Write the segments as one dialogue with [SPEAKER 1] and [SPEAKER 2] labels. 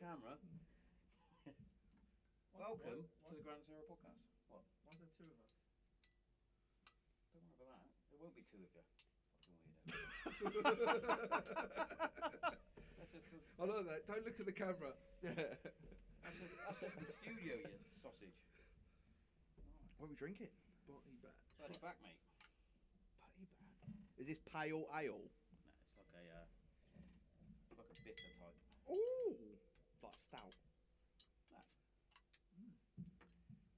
[SPEAKER 1] camera. Welcome to the Grand Zero podcast. What?
[SPEAKER 2] Why's there two of us?
[SPEAKER 1] Don't worry about that. There won't be two of you. Fucking weirdo. that's, just the,
[SPEAKER 3] I like that. Don't look at the camera. Yeah.
[SPEAKER 1] that's, just, that's just the studio, you sausage.
[SPEAKER 3] What are we drinking? Body back.
[SPEAKER 1] Bloody back, mate.
[SPEAKER 3] Body back. Is this pale ale?
[SPEAKER 1] No, it's like a uh, like a bitter type.
[SPEAKER 3] Ooh, like stout.
[SPEAKER 1] That.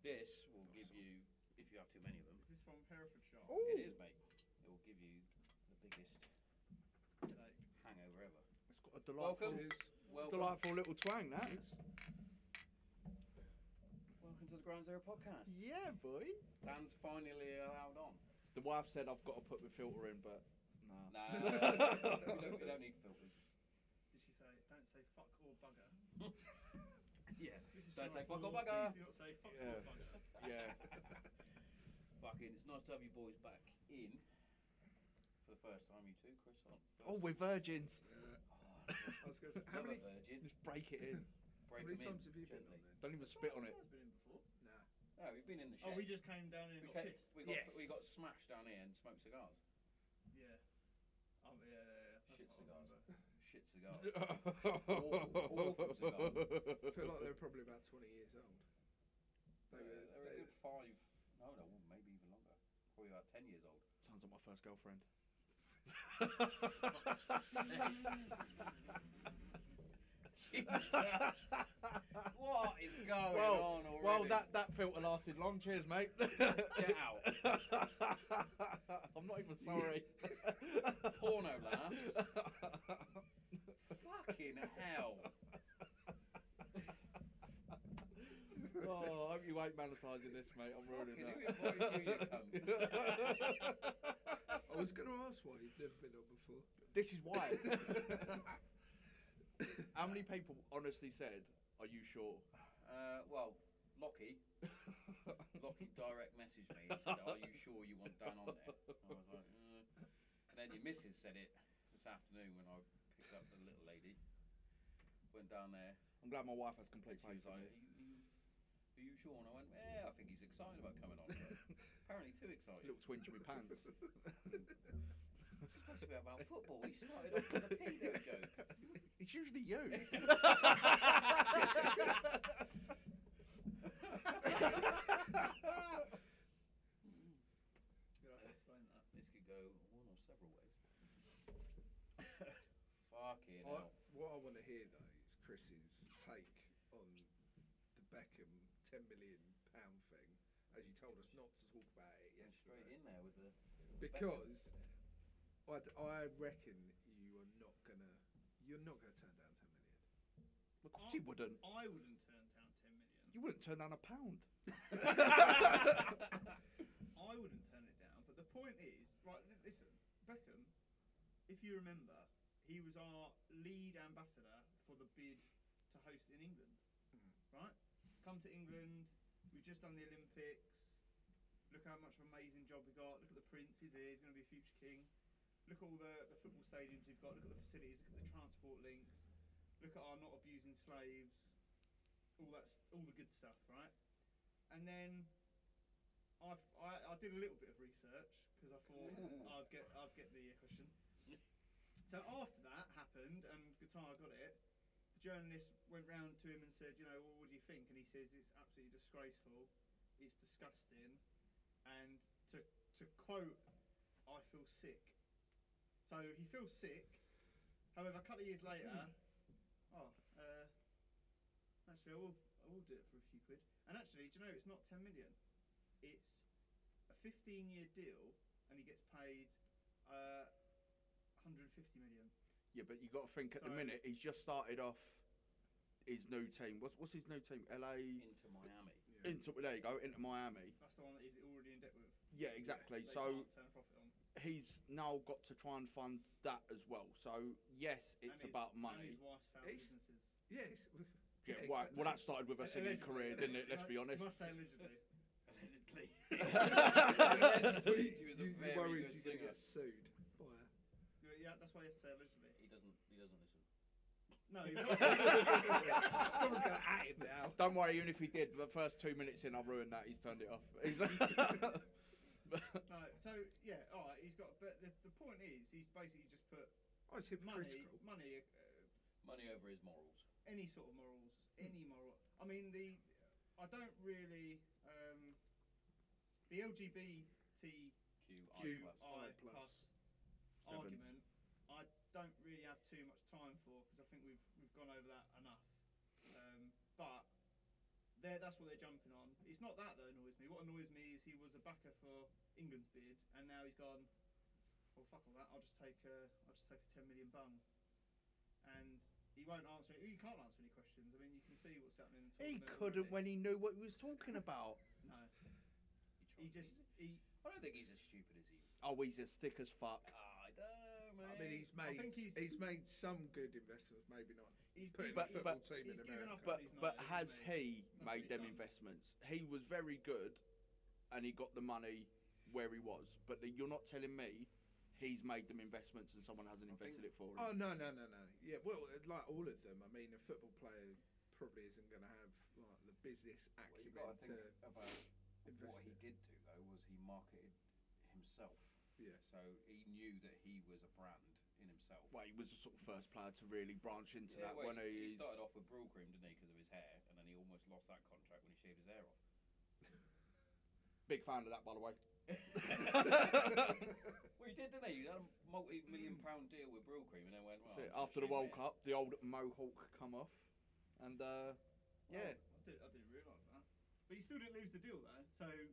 [SPEAKER 1] This will give you, if you have too many of them,
[SPEAKER 2] Is this from Herefordshire?
[SPEAKER 3] Ooh.
[SPEAKER 1] Oh, it is, mate. It will give you the biggest
[SPEAKER 2] Like,
[SPEAKER 1] hangover ever.
[SPEAKER 3] It's got a delightful,
[SPEAKER 1] Welcome. Welcome.
[SPEAKER 3] delightful little twang. That is.
[SPEAKER 1] Welcome to the Ground Zero podcast.
[SPEAKER 3] Yeah, boy.
[SPEAKER 1] Dan's finally allowed on.
[SPEAKER 3] The wife said I've got to put my filter in, but nah.
[SPEAKER 1] No, we, don't, we don't need filters.
[SPEAKER 2] did she say, don't say fuck or bugger?
[SPEAKER 1] Yeah.
[SPEAKER 2] This is
[SPEAKER 1] Don't say
[SPEAKER 2] July
[SPEAKER 1] fuck or
[SPEAKER 2] Fool's,
[SPEAKER 1] bugger.
[SPEAKER 2] Please do not say fuck
[SPEAKER 3] Yeah.
[SPEAKER 2] or bugger.
[SPEAKER 3] Yeah.
[SPEAKER 1] Fucking, it's nice to have you boys back in for the first time. You two, Chris.
[SPEAKER 3] Oh,
[SPEAKER 1] On.
[SPEAKER 3] we're virgins.
[SPEAKER 4] I was going to say, how
[SPEAKER 1] How
[SPEAKER 4] many,
[SPEAKER 1] virgin.
[SPEAKER 3] Just break it in.
[SPEAKER 4] how
[SPEAKER 1] Break
[SPEAKER 4] many
[SPEAKER 1] 'em in
[SPEAKER 4] times have you been on
[SPEAKER 1] gently.
[SPEAKER 4] then?
[SPEAKER 3] Don't even spit on it.
[SPEAKER 2] Someone's been in before.
[SPEAKER 4] Nah.
[SPEAKER 1] No, we've been in the shed.
[SPEAKER 2] Oh, we just came down here and
[SPEAKER 1] we,
[SPEAKER 2] got
[SPEAKER 1] ca-
[SPEAKER 2] pissed.
[SPEAKER 1] we got
[SPEAKER 4] Yes.
[SPEAKER 1] we got smashed down here and smoked cigars.
[SPEAKER 2] Yeah. Oh, yeah, yeah, yeah. That's
[SPEAKER 1] Shit
[SPEAKER 2] what I
[SPEAKER 1] cigars.
[SPEAKER 2] remember.
[SPEAKER 1] Shit cigars. awful, awful cigars.
[SPEAKER 4] I feel like they're probably about 20 years old. They
[SPEAKER 1] They
[SPEAKER 4] were,
[SPEAKER 1] were, they were a
[SPEAKER 4] they-
[SPEAKER 1] good five. No, no, maybe even longer. Probably about ten years old.
[SPEAKER 3] Sounds like my first girlfriend.
[SPEAKER 1] Jesus! what is going on already?
[SPEAKER 3] well, that, that filter lasted long. Cheers, mate.
[SPEAKER 1] get out.
[SPEAKER 3] I'm not even sorry.
[SPEAKER 1] Porno laughs. Fucking hell.
[SPEAKER 3] oh, I hope you ain't monetising this, mate. I'm ruining
[SPEAKER 1] Fucking who
[SPEAKER 3] that.
[SPEAKER 1] invited you, you cunt?
[SPEAKER 4] I was going to ask why you've never been on before.
[SPEAKER 3] This is why. How many people honestly said, "Are you sure?"
[SPEAKER 1] Uh, well, Lockie, Lockie direct messaged me and said, "Are you sure you want Dan on there?" I was like, uh. and then your missus said it this afternoon when I picked up the little lady. Went down there.
[SPEAKER 3] I'm glad my wife has complete faith
[SPEAKER 1] and She was
[SPEAKER 3] in me.
[SPEAKER 1] like, are you, are you- are you sure? And I went, "Yeah, I think he's excited about coming on." But apparently, too excited.
[SPEAKER 3] Little twinge in my pants.
[SPEAKER 1] It's supposed to be about football. He started off with a pedo joke.
[SPEAKER 3] it's usually you.
[SPEAKER 2] You'll have to explain that.
[SPEAKER 1] This could go one or several ways. Fucking
[SPEAKER 4] I,
[SPEAKER 1] hell.
[SPEAKER 4] what I want to hear though is Chris's take on the Beckham ten million pound thing, as you told us not to talk about it
[SPEAKER 1] Went straight
[SPEAKER 4] yesterday,
[SPEAKER 1] in there with the.
[SPEAKER 4] because I, d- I reckon you are not gonna you're not gonna turn down ten million.
[SPEAKER 3] of course you wouldn't.
[SPEAKER 2] I wouldn't turn down 10 million.
[SPEAKER 3] You wouldn't turn down a pound.
[SPEAKER 2] I wouldn't turn it down. But the point is, right, li- listen, Beckham, if you remember, he was our lead ambassador for the bid to host in England. Right? Come to England, we've just done the Olympics. Look how much of an amazing job we got. Look at the prince, he's here, he's going to be a future king. Look at all the, the football stadiums we've got, look at the facilities, look at the transport links, look at our not abusing slaves, all that, s- all the good stuff, right? And then I've, I, I did a little bit of research because I thought I'd get I'd get the question. So after that happened and Guitar got it, the journalist went round to him and said, you know, well, what do you think? And he says it's absolutely disgraceful, it's disgusting, and to to quote, I feel sick. So he feels sick. However, a couple of years later, oh, uh, actually, I will I will do it for a few quid. And actually, do you know it's not ten million? it's a 15 year deal and he gets paid uh, 150 million.
[SPEAKER 3] Yeah, but you got to think at the
[SPEAKER 2] So-
[SPEAKER 3] minute he's just started off his new team. What's what's his new team? LA
[SPEAKER 1] Into Miami.
[SPEAKER 4] Yeah.
[SPEAKER 3] into there you go into Miami.
[SPEAKER 2] That's the one that he's already in debt with.
[SPEAKER 3] Yeah, exactly.
[SPEAKER 2] They
[SPEAKER 3] so
[SPEAKER 2] can't turn a profit on.
[SPEAKER 3] he's now got to try and fund that as well. So yes,
[SPEAKER 2] And
[SPEAKER 3] it's
[SPEAKER 2] his-
[SPEAKER 3] about
[SPEAKER 2] And
[SPEAKER 3] money.
[SPEAKER 2] his wife's found
[SPEAKER 4] It's-
[SPEAKER 2] businesses.
[SPEAKER 4] Yes.
[SPEAKER 3] Yeah, right. Well, that started with her singing career,
[SPEAKER 2] Allegedly.
[SPEAKER 3] didn't it? Let's be
[SPEAKER 2] You
[SPEAKER 3] honest.
[SPEAKER 2] Must say allegedly.
[SPEAKER 1] Allegedly.
[SPEAKER 4] Were
[SPEAKER 1] Allegedly,
[SPEAKER 4] you,
[SPEAKER 1] he was
[SPEAKER 4] you-
[SPEAKER 1] a
[SPEAKER 4] you
[SPEAKER 1] very
[SPEAKER 4] worried
[SPEAKER 1] good
[SPEAKER 4] you're gonna get
[SPEAKER 1] singer.
[SPEAKER 4] sued by her?
[SPEAKER 2] Yeah, Yeah, that's why you have to say allegedly.
[SPEAKER 1] He doesn't. He doesn't listen.
[SPEAKER 2] No. he won't.
[SPEAKER 4] Someone's going to at him now.
[SPEAKER 3] Don't worry, even if he did, the first two minutes in, I've ruined that. He's turned it off. He's
[SPEAKER 2] No, so yeah, all right. He's got, but the, the point is, he's basically just put
[SPEAKER 4] Oh, it's
[SPEAKER 2] money,
[SPEAKER 4] hypocritical.
[SPEAKER 2] money, uh,
[SPEAKER 1] Money over his morals.
[SPEAKER 2] any sort of morals, any moral. I mean, the I don't really um, the LGBTI
[SPEAKER 1] Q,
[SPEAKER 4] Q.
[SPEAKER 1] I plus.
[SPEAKER 4] I plus.
[SPEAKER 2] plus
[SPEAKER 3] Seven.
[SPEAKER 2] argument. I don't really have too much time for because I think we've we've gone over that enough. Um, but they're, that's what they're jumping on. It's not that that annoys me. What annoys me is he was a backer for England's bid, and now he's gone. Well, fuck all that. I'll just take a I'll just take a ten million bung, and he won't answer. He can't answer any questions. I mean, you can see what's happening. In the
[SPEAKER 3] he
[SPEAKER 2] tournament
[SPEAKER 3] couldn't
[SPEAKER 2] already.
[SPEAKER 3] when he knew what he was talking about.
[SPEAKER 2] No,
[SPEAKER 1] He
[SPEAKER 2] he
[SPEAKER 1] tried-
[SPEAKER 2] just he.
[SPEAKER 1] I don't think he's as stupid as he. ah,
[SPEAKER 3] Oh, he's as thick as fuck.
[SPEAKER 1] I don't,
[SPEAKER 4] I
[SPEAKER 1] mate.
[SPEAKER 4] mean, he's
[SPEAKER 2] I
[SPEAKER 4] made
[SPEAKER 2] think
[SPEAKER 4] he's,
[SPEAKER 2] he's-
[SPEAKER 4] made some good investments, maybe not.
[SPEAKER 2] He's
[SPEAKER 4] Putting a
[SPEAKER 2] given-
[SPEAKER 3] but-
[SPEAKER 4] football team
[SPEAKER 2] he's
[SPEAKER 4] in
[SPEAKER 2] given
[SPEAKER 4] America.
[SPEAKER 2] up
[SPEAKER 3] But
[SPEAKER 2] he's not,
[SPEAKER 3] but
[SPEAKER 2] isn't
[SPEAKER 3] has he
[SPEAKER 2] That's what
[SPEAKER 3] made
[SPEAKER 2] he's
[SPEAKER 3] them
[SPEAKER 2] done.
[SPEAKER 3] investments? He was very good, and he got the money where he was. But the, you're not telling me he's made them investments and someone hasn't
[SPEAKER 4] I think-
[SPEAKER 3] invested it for him.
[SPEAKER 4] Oh no no no no. Yeah, well, like all of them. I mean, a football player probably isn't going to have like the business
[SPEAKER 1] Well,
[SPEAKER 4] acumen
[SPEAKER 1] you've got to
[SPEAKER 4] to
[SPEAKER 1] think about
[SPEAKER 4] invest.
[SPEAKER 1] what he
[SPEAKER 4] in it.
[SPEAKER 1] did do though was he marketed himself.
[SPEAKER 4] Yeah.
[SPEAKER 1] So he knew that he was a brand in himself.
[SPEAKER 3] well, he was the sort of first player to really branch into
[SPEAKER 1] Yeah,
[SPEAKER 3] that when
[SPEAKER 1] well,
[SPEAKER 3] he's.
[SPEAKER 1] he, he started off with Brawl Cream, didn't he, because of his hair, and then he almost lost that contract when he shaved his hair off.
[SPEAKER 3] Big fan of that, by the way.
[SPEAKER 1] well, he did, didn't he? He had a multi-million pound deal with Brawl Cream, and then went well,
[SPEAKER 3] That's it.
[SPEAKER 1] I'm just
[SPEAKER 3] After the
[SPEAKER 1] gonna
[SPEAKER 3] World
[SPEAKER 1] shave my hair.
[SPEAKER 3] Cup, the old mohawk come off, and uh,
[SPEAKER 1] Oh,
[SPEAKER 3] yeah,
[SPEAKER 2] I didn't, I didn't realise that. But you still didn't lose the deal though, so
[SPEAKER 1] No,
[SPEAKER 2] you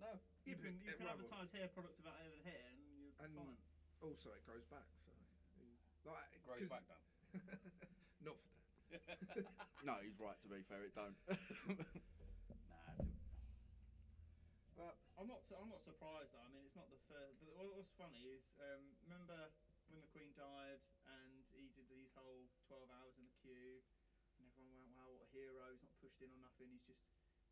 [SPEAKER 4] Yeah, but
[SPEAKER 2] can you
[SPEAKER 4] it
[SPEAKER 2] can
[SPEAKER 4] won't.
[SPEAKER 2] advertise hair products without hair and hair, and you're
[SPEAKER 4] And-
[SPEAKER 2] fine.
[SPEAKER 4] Also, it grows back. So, like,
[SPEAKER 1] it grows
[SPEAKER 4] 'cause-
[SPEAKER 1] back down.
[SPEAKER 4] not for that.
[SPEAKER 3] no, he's right. To be fair, it don't.
[SPEAKER 1] nah, d-
[SPEAKER 4] But
[SPEAKER 2] I'm not su- I'm not surprised though. I mean, it's not the first. But what, what's funny is um, remember when the Queen died and he did these whole 12 hours in the queue, and everyone went, "Wow, what a hero! He's not pushed in on nothing. He's just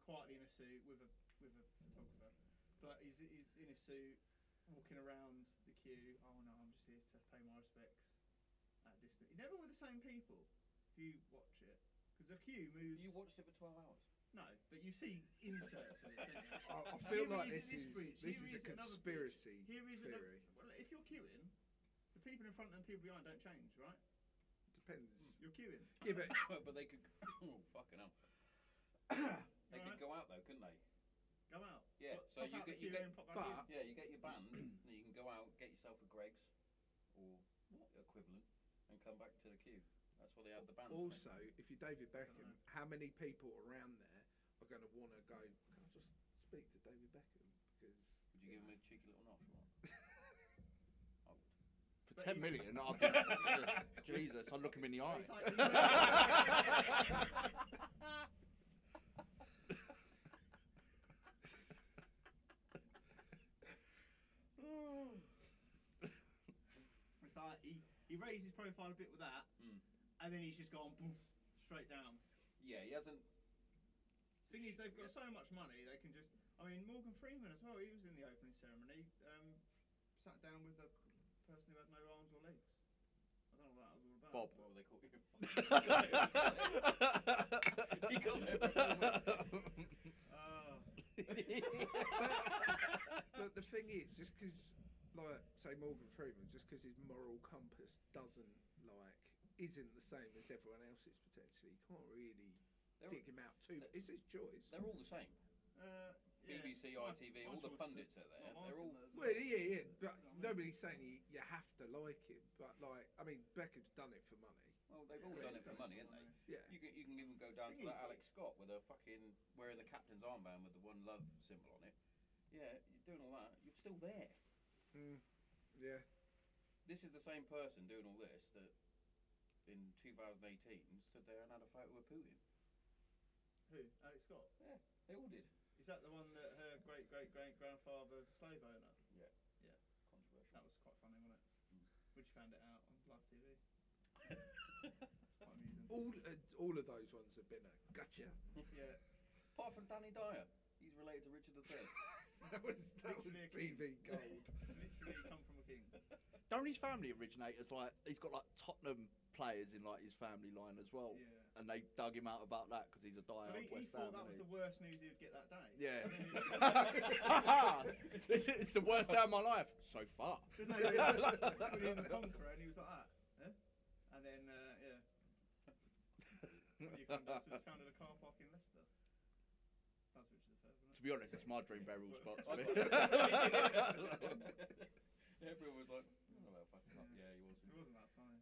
[SPEAKER 2] quietly in a suit with a with a photographer, but he's he's in a suit." Walking around the queue, oh no, I'm just here to pay my respects at a distance. Never with the same people if you watch it, because the queue moves.
[SPEAKER 1] you watched it for twelve hours.
[SPEAKER 2] no, but you see inserts of it, don't you?
[SPEAKER 4] I, I
[SPEAKER 2] Here
[SPEAKER 4] feel
[SPEAKER 2] he
[SPEAKER 4] like
[SPEAKER 2] is
[SPEAKER 4] this
[SPEAKER 2] at this
[SPEAKER 4] is
[SPEAKER 2] bridge,
[SPEAKER 4] this
[SPEAKER 2] here
[SPEAKER 4] is a
[SPEAKER 2] he is at another bridge,
[SPEAKER 4] conspiracy
[SPEAKER 2] Here is another.
[SPEAKER 4] theory.
[SPEAKER 2] Well, if you're queuing, the people in front and people behind don't change, right?
[SPEAKER 4] Depends.
[SPEAKER 2] You're queuing.
[SPEAKER 4] Yeah, but
[SPEAKER 1] but they could. Oh, fucking hell. they could
[SPEAKER 2] Alright.
[SPEAKER 1] go out though, couldn't they?
[SPEAKER 2] Go out.
[SPEAKER 1] Yeah, so
[SPEAKER 2] Pop- pop
[SPEAKER 1] you
[SPEAKER 2] out
[SPEAKER 1] get-
[SPEAKER 2] the
[SPEAKER 1] you
[SPEAKER 2] queue
[SPEAKER 1] get-
[SPEAKER 2] in, pop back
[SPEAKER 4] but-
[SPEAKER 2] in.
[SPEAKER 1] Yeah, you get your band, and you can go out, get yourself a Greg's or equivalent, and come back to the queue. That's why they have the band.
[SPEAKER 4] also, if you're David Beckham,
[SPEAKER 2] Dunno.
[SPEAKER 4] how many people around there are going to want to go? Can I just speak to David Beckham? Because
[SPEAKER 1] would you give him a cheeky little notch? Or what? I would.
[SPEAKER 3] For
[SPEAKER 2] But
[SPEAKER 3] ten
[SPEAKER 2] he's-
[SPEAKER 3] million, I'd be- Jesus, I'd look him in the
[SPEAKER 2] But
[SPEAKER 3] eye.
[SPEAKER 2] it's like- It's like he, he raised his profile a bit with that,
[SPEAKER 1] Mm.
[SPEAKER 2] and then he's just gone poof, straight down.
[SPEAKER 1] Yeah, he hasn't.
[SPEAKER 2] Thing is, they've got so much money they can just. I mean, Morgan Freeman as well. He was in the opening ceremony. Um, sat down with a person who had no arms or legs. I don't know what that was all about.
[SPEAKER 3] Bob.
[SPEAKER 1] What were they called?
[SPEAKER 3] he
[SPEAKER 1] got there
[SPEAKER 2] Oh.
[SPEAKER 4] But the thing is, just because, like, say Morgan Freeman, just because his moral compass doesn't like isn't the same as everyone else's potentially, you can't really
[SPEAKER 1] They're-
[SPEAKER 4] dig him out too. It's his choice.
[SPEAKER 1] They're all the same.
[SPEAKER 2] Uh, yeah.
[SPEAKER 1] BBC,
[SPEAKER 2] My-
[SPEAKER 1] ITV,
[SPEAKER 2] my
[SPEAKER 1] all the
[SPEAKER 2] choice
[SPEAKER 1] pundits are
[SPEAKER 2] to-
[SPEAKER 1] there.
[SPEAKER 2] my
[SPEAKER 1] They're all.
[SPEAKER 2] marking
[SPEAKER 4] Well,
[SPEAKER 2] those
[SPEAKER 4] yeah, yeah, but
[SPEAKER 2] I mean-
[SPEAKER 4] nobody's saying you, you have to like him. But like, I mean, Beckham's done it for money.
[SPEAKER 1] Well, they've all done it for money, haven't they?
[SPEAKER 4] Yeah,
[SPEAKER 1] You can, you can even go down to
[SPEAKER 2] Thing
[SPEAKER 1] that
[SPEAKER 2] is-
[SPEAKER 1] Alex Scott with a fucking wearing the captain's armband with the one love symbol on it. Yeah, you're doing all that. You're still there.
[SPEAKER 4] yeah.
[SPEAKER 1] This is the same person doing all this that in 2018 stood there and had a photo with Putin.
[SPEAKER 2] Who? Alex Scott.
[SPEAKER 1] They all did.
[SPEAKER 2] Is that the one that her great great great grandfather was a slave owner? That
[SPEAKER 1] Controversial. Hmm.
[SPEAKER 2] was quite funny, wasn't it? Which found it out on live TV. Quite amusing.
[SPEAKER 4] All uh, all of those ones have been a gotcha.
[SPEAKER 2] Yeah.
[SPEAKER 1] Apart from Danny Dyer, he's related to Richard III.
[SPEAKER 4] that was that was
[SPEAKER 2] Literally a king.
[SPEAKER 4] TV gold.
[SPEAKER 2] Literally come from a king.
[SPEAKER 3] Don't his family originate as like he's got like Tottenham players in like his family line as
[SPEAKER 1] Oh,
[SPEAKER 3] well,
[SPEAKER 2] Yeah.
[SPEAKER 3] and they dug him out about that because he's a
[SPEAKER 2] But
[SPEAKER 3] diehard
[SPEAKER 2] he,
[SPEAKER 3] West
[SPEAKER 2] he thought
[SPEAKER 3] Ham.
[SPEAKER 2] that was
[SPEAKER 3] isn't
[SPEAKER 2] the worst news he would get that day.
[SPEAKER 3] he? yeah,
[SPEAKER 2] And then he
[SPEAKER 3] it's, it's the worst day of my life so far.
[SPEAKER 2] Didn't they? Put in the Conqueror and he was like that. Huh? And then, uh, yeah, Newcombe was found in a car park in Leicester. That's Richard III, wasn't
[SPEAKER 3] to be honest, it's my dream burial spot. To be.
[SPEAKER 1] Everyone was like, oh, well, fuck it up. Yeah, he was.
[SPEAKER 2] it? It wasn't that fine.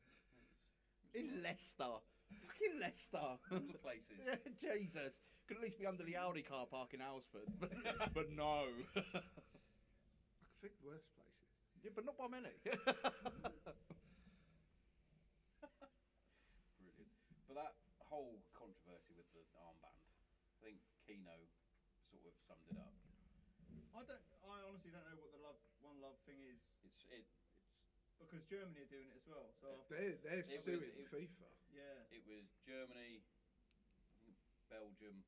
[SPEAKER 3] in Leicester, fucking Leicester.
[SPEAKER 1] All the places.
[SPEAKER 3] Yeah, Jesus. Could at least be under the Audi car park in Alsford, but, but no. yeah,
[SPEAKER 4] I could think worse places.
[SPEAKER 3] but not by many.
[SPEAKER 1] Brilliant. But that whole controversy with the armband, I think Kino sort of summed it up.
[SPEAKER 2] I don't. I honestly don't know what the love, one love thing is
[SPEAKER 1] It's it.
[SPEAKER 2] because Germany are doing it as well. So I've-
[SPEAKER 4] They're, they're
[SPEAKER 1] It was-
[SPEAKER 4] suing
[SPEAKER 1] it-
[SPEAKER 4] FIFA.
[SPEAKER 2] yeah,
[SPEAKER 1] It was Germany, I think Belgium,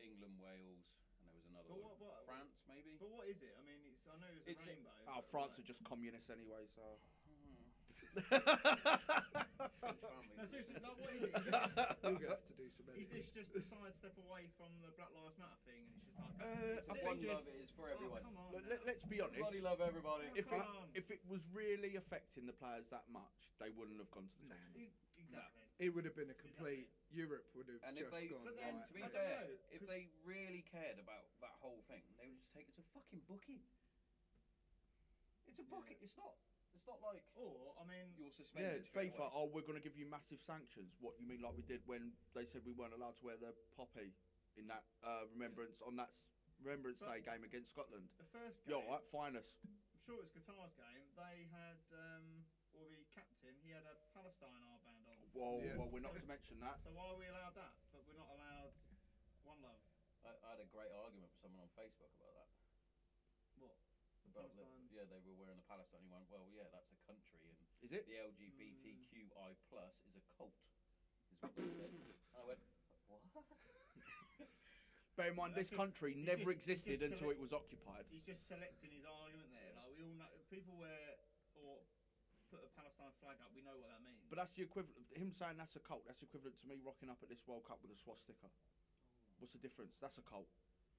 [SPEAKER 1] England, Wales, and there was another
[SPEAKER 2] But
[SPEAKER 1] one.
[SPEAKER 2] what- what-
[SPEAKER 1] France, maybe.
[SPEAKER 2] but what is it? I mean, it's I know it's a
[SPEAKER 1] It's a-
[SPEAKER 2] rainbow.
[SPEAKER 3] oh,
[SPEAKER 2] but
[SPEAKER 3] France are
[SPEAKER 2] like-
[SPEAKER 3] just communists anyway, so. Uh,
[SPEAKER 1] Hmm. French
[SPEAKER 3] I
[SPEAKER 1] families.
[SPEAKER 2] No, seriously, like, what is it? Is it just-
[SPEAKER 4] We're going to have to do some
[SPEAKER 2] Is
[SPEAKER 4] editing.
[SPEAKER 2] this just a sidestep away from the Black Lives Matter thing? And it's just like,
[SPEAKER 3] Uh,
[SPEAKER 1] It's a
[SPEAKER 2] Let's
[SPEAKER 1] one
[SPEAKER 2] just-
[SPEAKER 1] love. It is for everyone.
[SPEAKER 2] Oh, come on
[SPEAKER 3] Let-
[SPEAKER 2] now.
[SPEAKER 3] let- let's be honest.
[SPEAKER 1] Bloody love everybody.
[SPEAKER 2] Oh,
[SPEAKER 3] If
[SPEAKER 2] come
[SPEAKER 3] it,
[SPEAKER 2] on.
[SPEAKER 3] if it was really affecting the players that much, they wouldn't have gone to the
[SPEAKER 4] Nah.
[SPEAKER 3] tournament.
[SPEAKER 2] E- exactly.
[SPEAKER 4] It would have been a complete. Europe would have
[SPEAKER 1] And
[SPEAKER 4] just
[SPEAKER 1] if they,
[SPEAKER 4] gone.
[SPEAKER 1] but then
[SPEAKER 4] right,
[SPEAKER 1] to be
[SPEAKER 2] I don't
[SPEAKER 1] fair,
[SPEAKER 2] know,
[SPEAKER 1] if
[SPEAKER 2] 'cause-
[SPEAKER 1] they really cared about that whole thing, they would just take it to fucking booking. It's a
[SPEAKER 2] Yeah. Oh.
[SPEAKER 1] booking. It's not. It's not like
[SPEAKER 2] Or I mean,
[SPEAKER 1] you're
[SPEAKER 3] Yeah,
[SPEAKER 1] suspended.
[SPEAKER 3] it's
[SPEAKER 1] straight
[SPEAKER 3] FIFA.
[SPEAKER 1] away.
[SPEAKER 3] Oh, we're going to give you massive sanctions. What you mean, like we did when they said we weren't allowed to wear the poppy in that uh, remembrance on that s- Remembrance
[SPEAKER 2] But-
[SPEAKER 3] Day game against Scotland?
[SPEAKER 2] the first
[SPEAKER 3] Yeah,
[SPEAKER 2] game,
[SPEAKER 3] all right, fine us.
[SPEAKER 2] I'm sure it was Qatar's game. They had, um, or the captain, he had a Palestine armband on.
[SPEAKER 3] Well,
[SPEAKER 4] Yeah.
[SPEAKER 3] well, we're not to mention that.
[SPEAKER 2] So why are we allowed that, but we're not allowed one love?
[SPEAKER 1] I, I had a great argument with someone on Facebook about that.
[SPEAKER 2] What?
[SPEAKER 1] About the,
[SPEAKER 2] Palestine?
[SPEAKER 1] yeah, they were wearing the Palestine. He went, well, yeah, that's a country, and
[SPEAKER 3] Is it?
[SPEAKER 1] the LGBTQI plus is a cult. Is what they said. And I went, what?
[SPEAKER 3] Bear in mind,
[SPEAKER 2] That's
[SPEAKER 3] this
[SPEAKER 2] just-
[SPEAKER 3] country
[SPEAKER 2] it's
[SPEAKER 3] never
[SPEAKER 2] just- it's just
[SPEAKER 3] existed until
[SPEAKER 2] select-
[SPEAKER 3] it was occupied.
[SPEAKER 2] He's just selecting his argument there. Like we all know, people wear or put a Palestine flag up. We know what that means.
[SPEAKER 3] But that's the equivalent. Him saying that's a cult. That's equivalent to me rocking up at this World Cup with a swastika. What's the difference? That's a cult.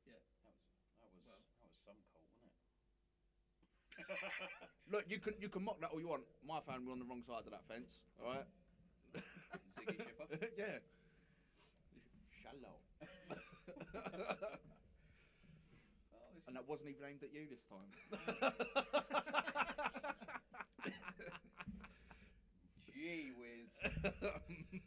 [SPEAKER 1] That was that was
[SPEAKER 2] Well.
[SPEAKER 1] that was some cult, wasn't it?
[SPEAKER 3] Look, you can you can mock that all you want. My family were on the wrong side of that fence. All right.
[SPEAKER 1] Ziggy Chipper?
[SPEAKER 3] yeah. Shallow.
[SPEAKER 1] Oh, this
[SPEAKER 3] and
[SPEAKER 1] is-
[SPEAKER 3] that wasn't even aimed at you this time.
[SPEAKER 1] Gee whiz. Let's get a few more.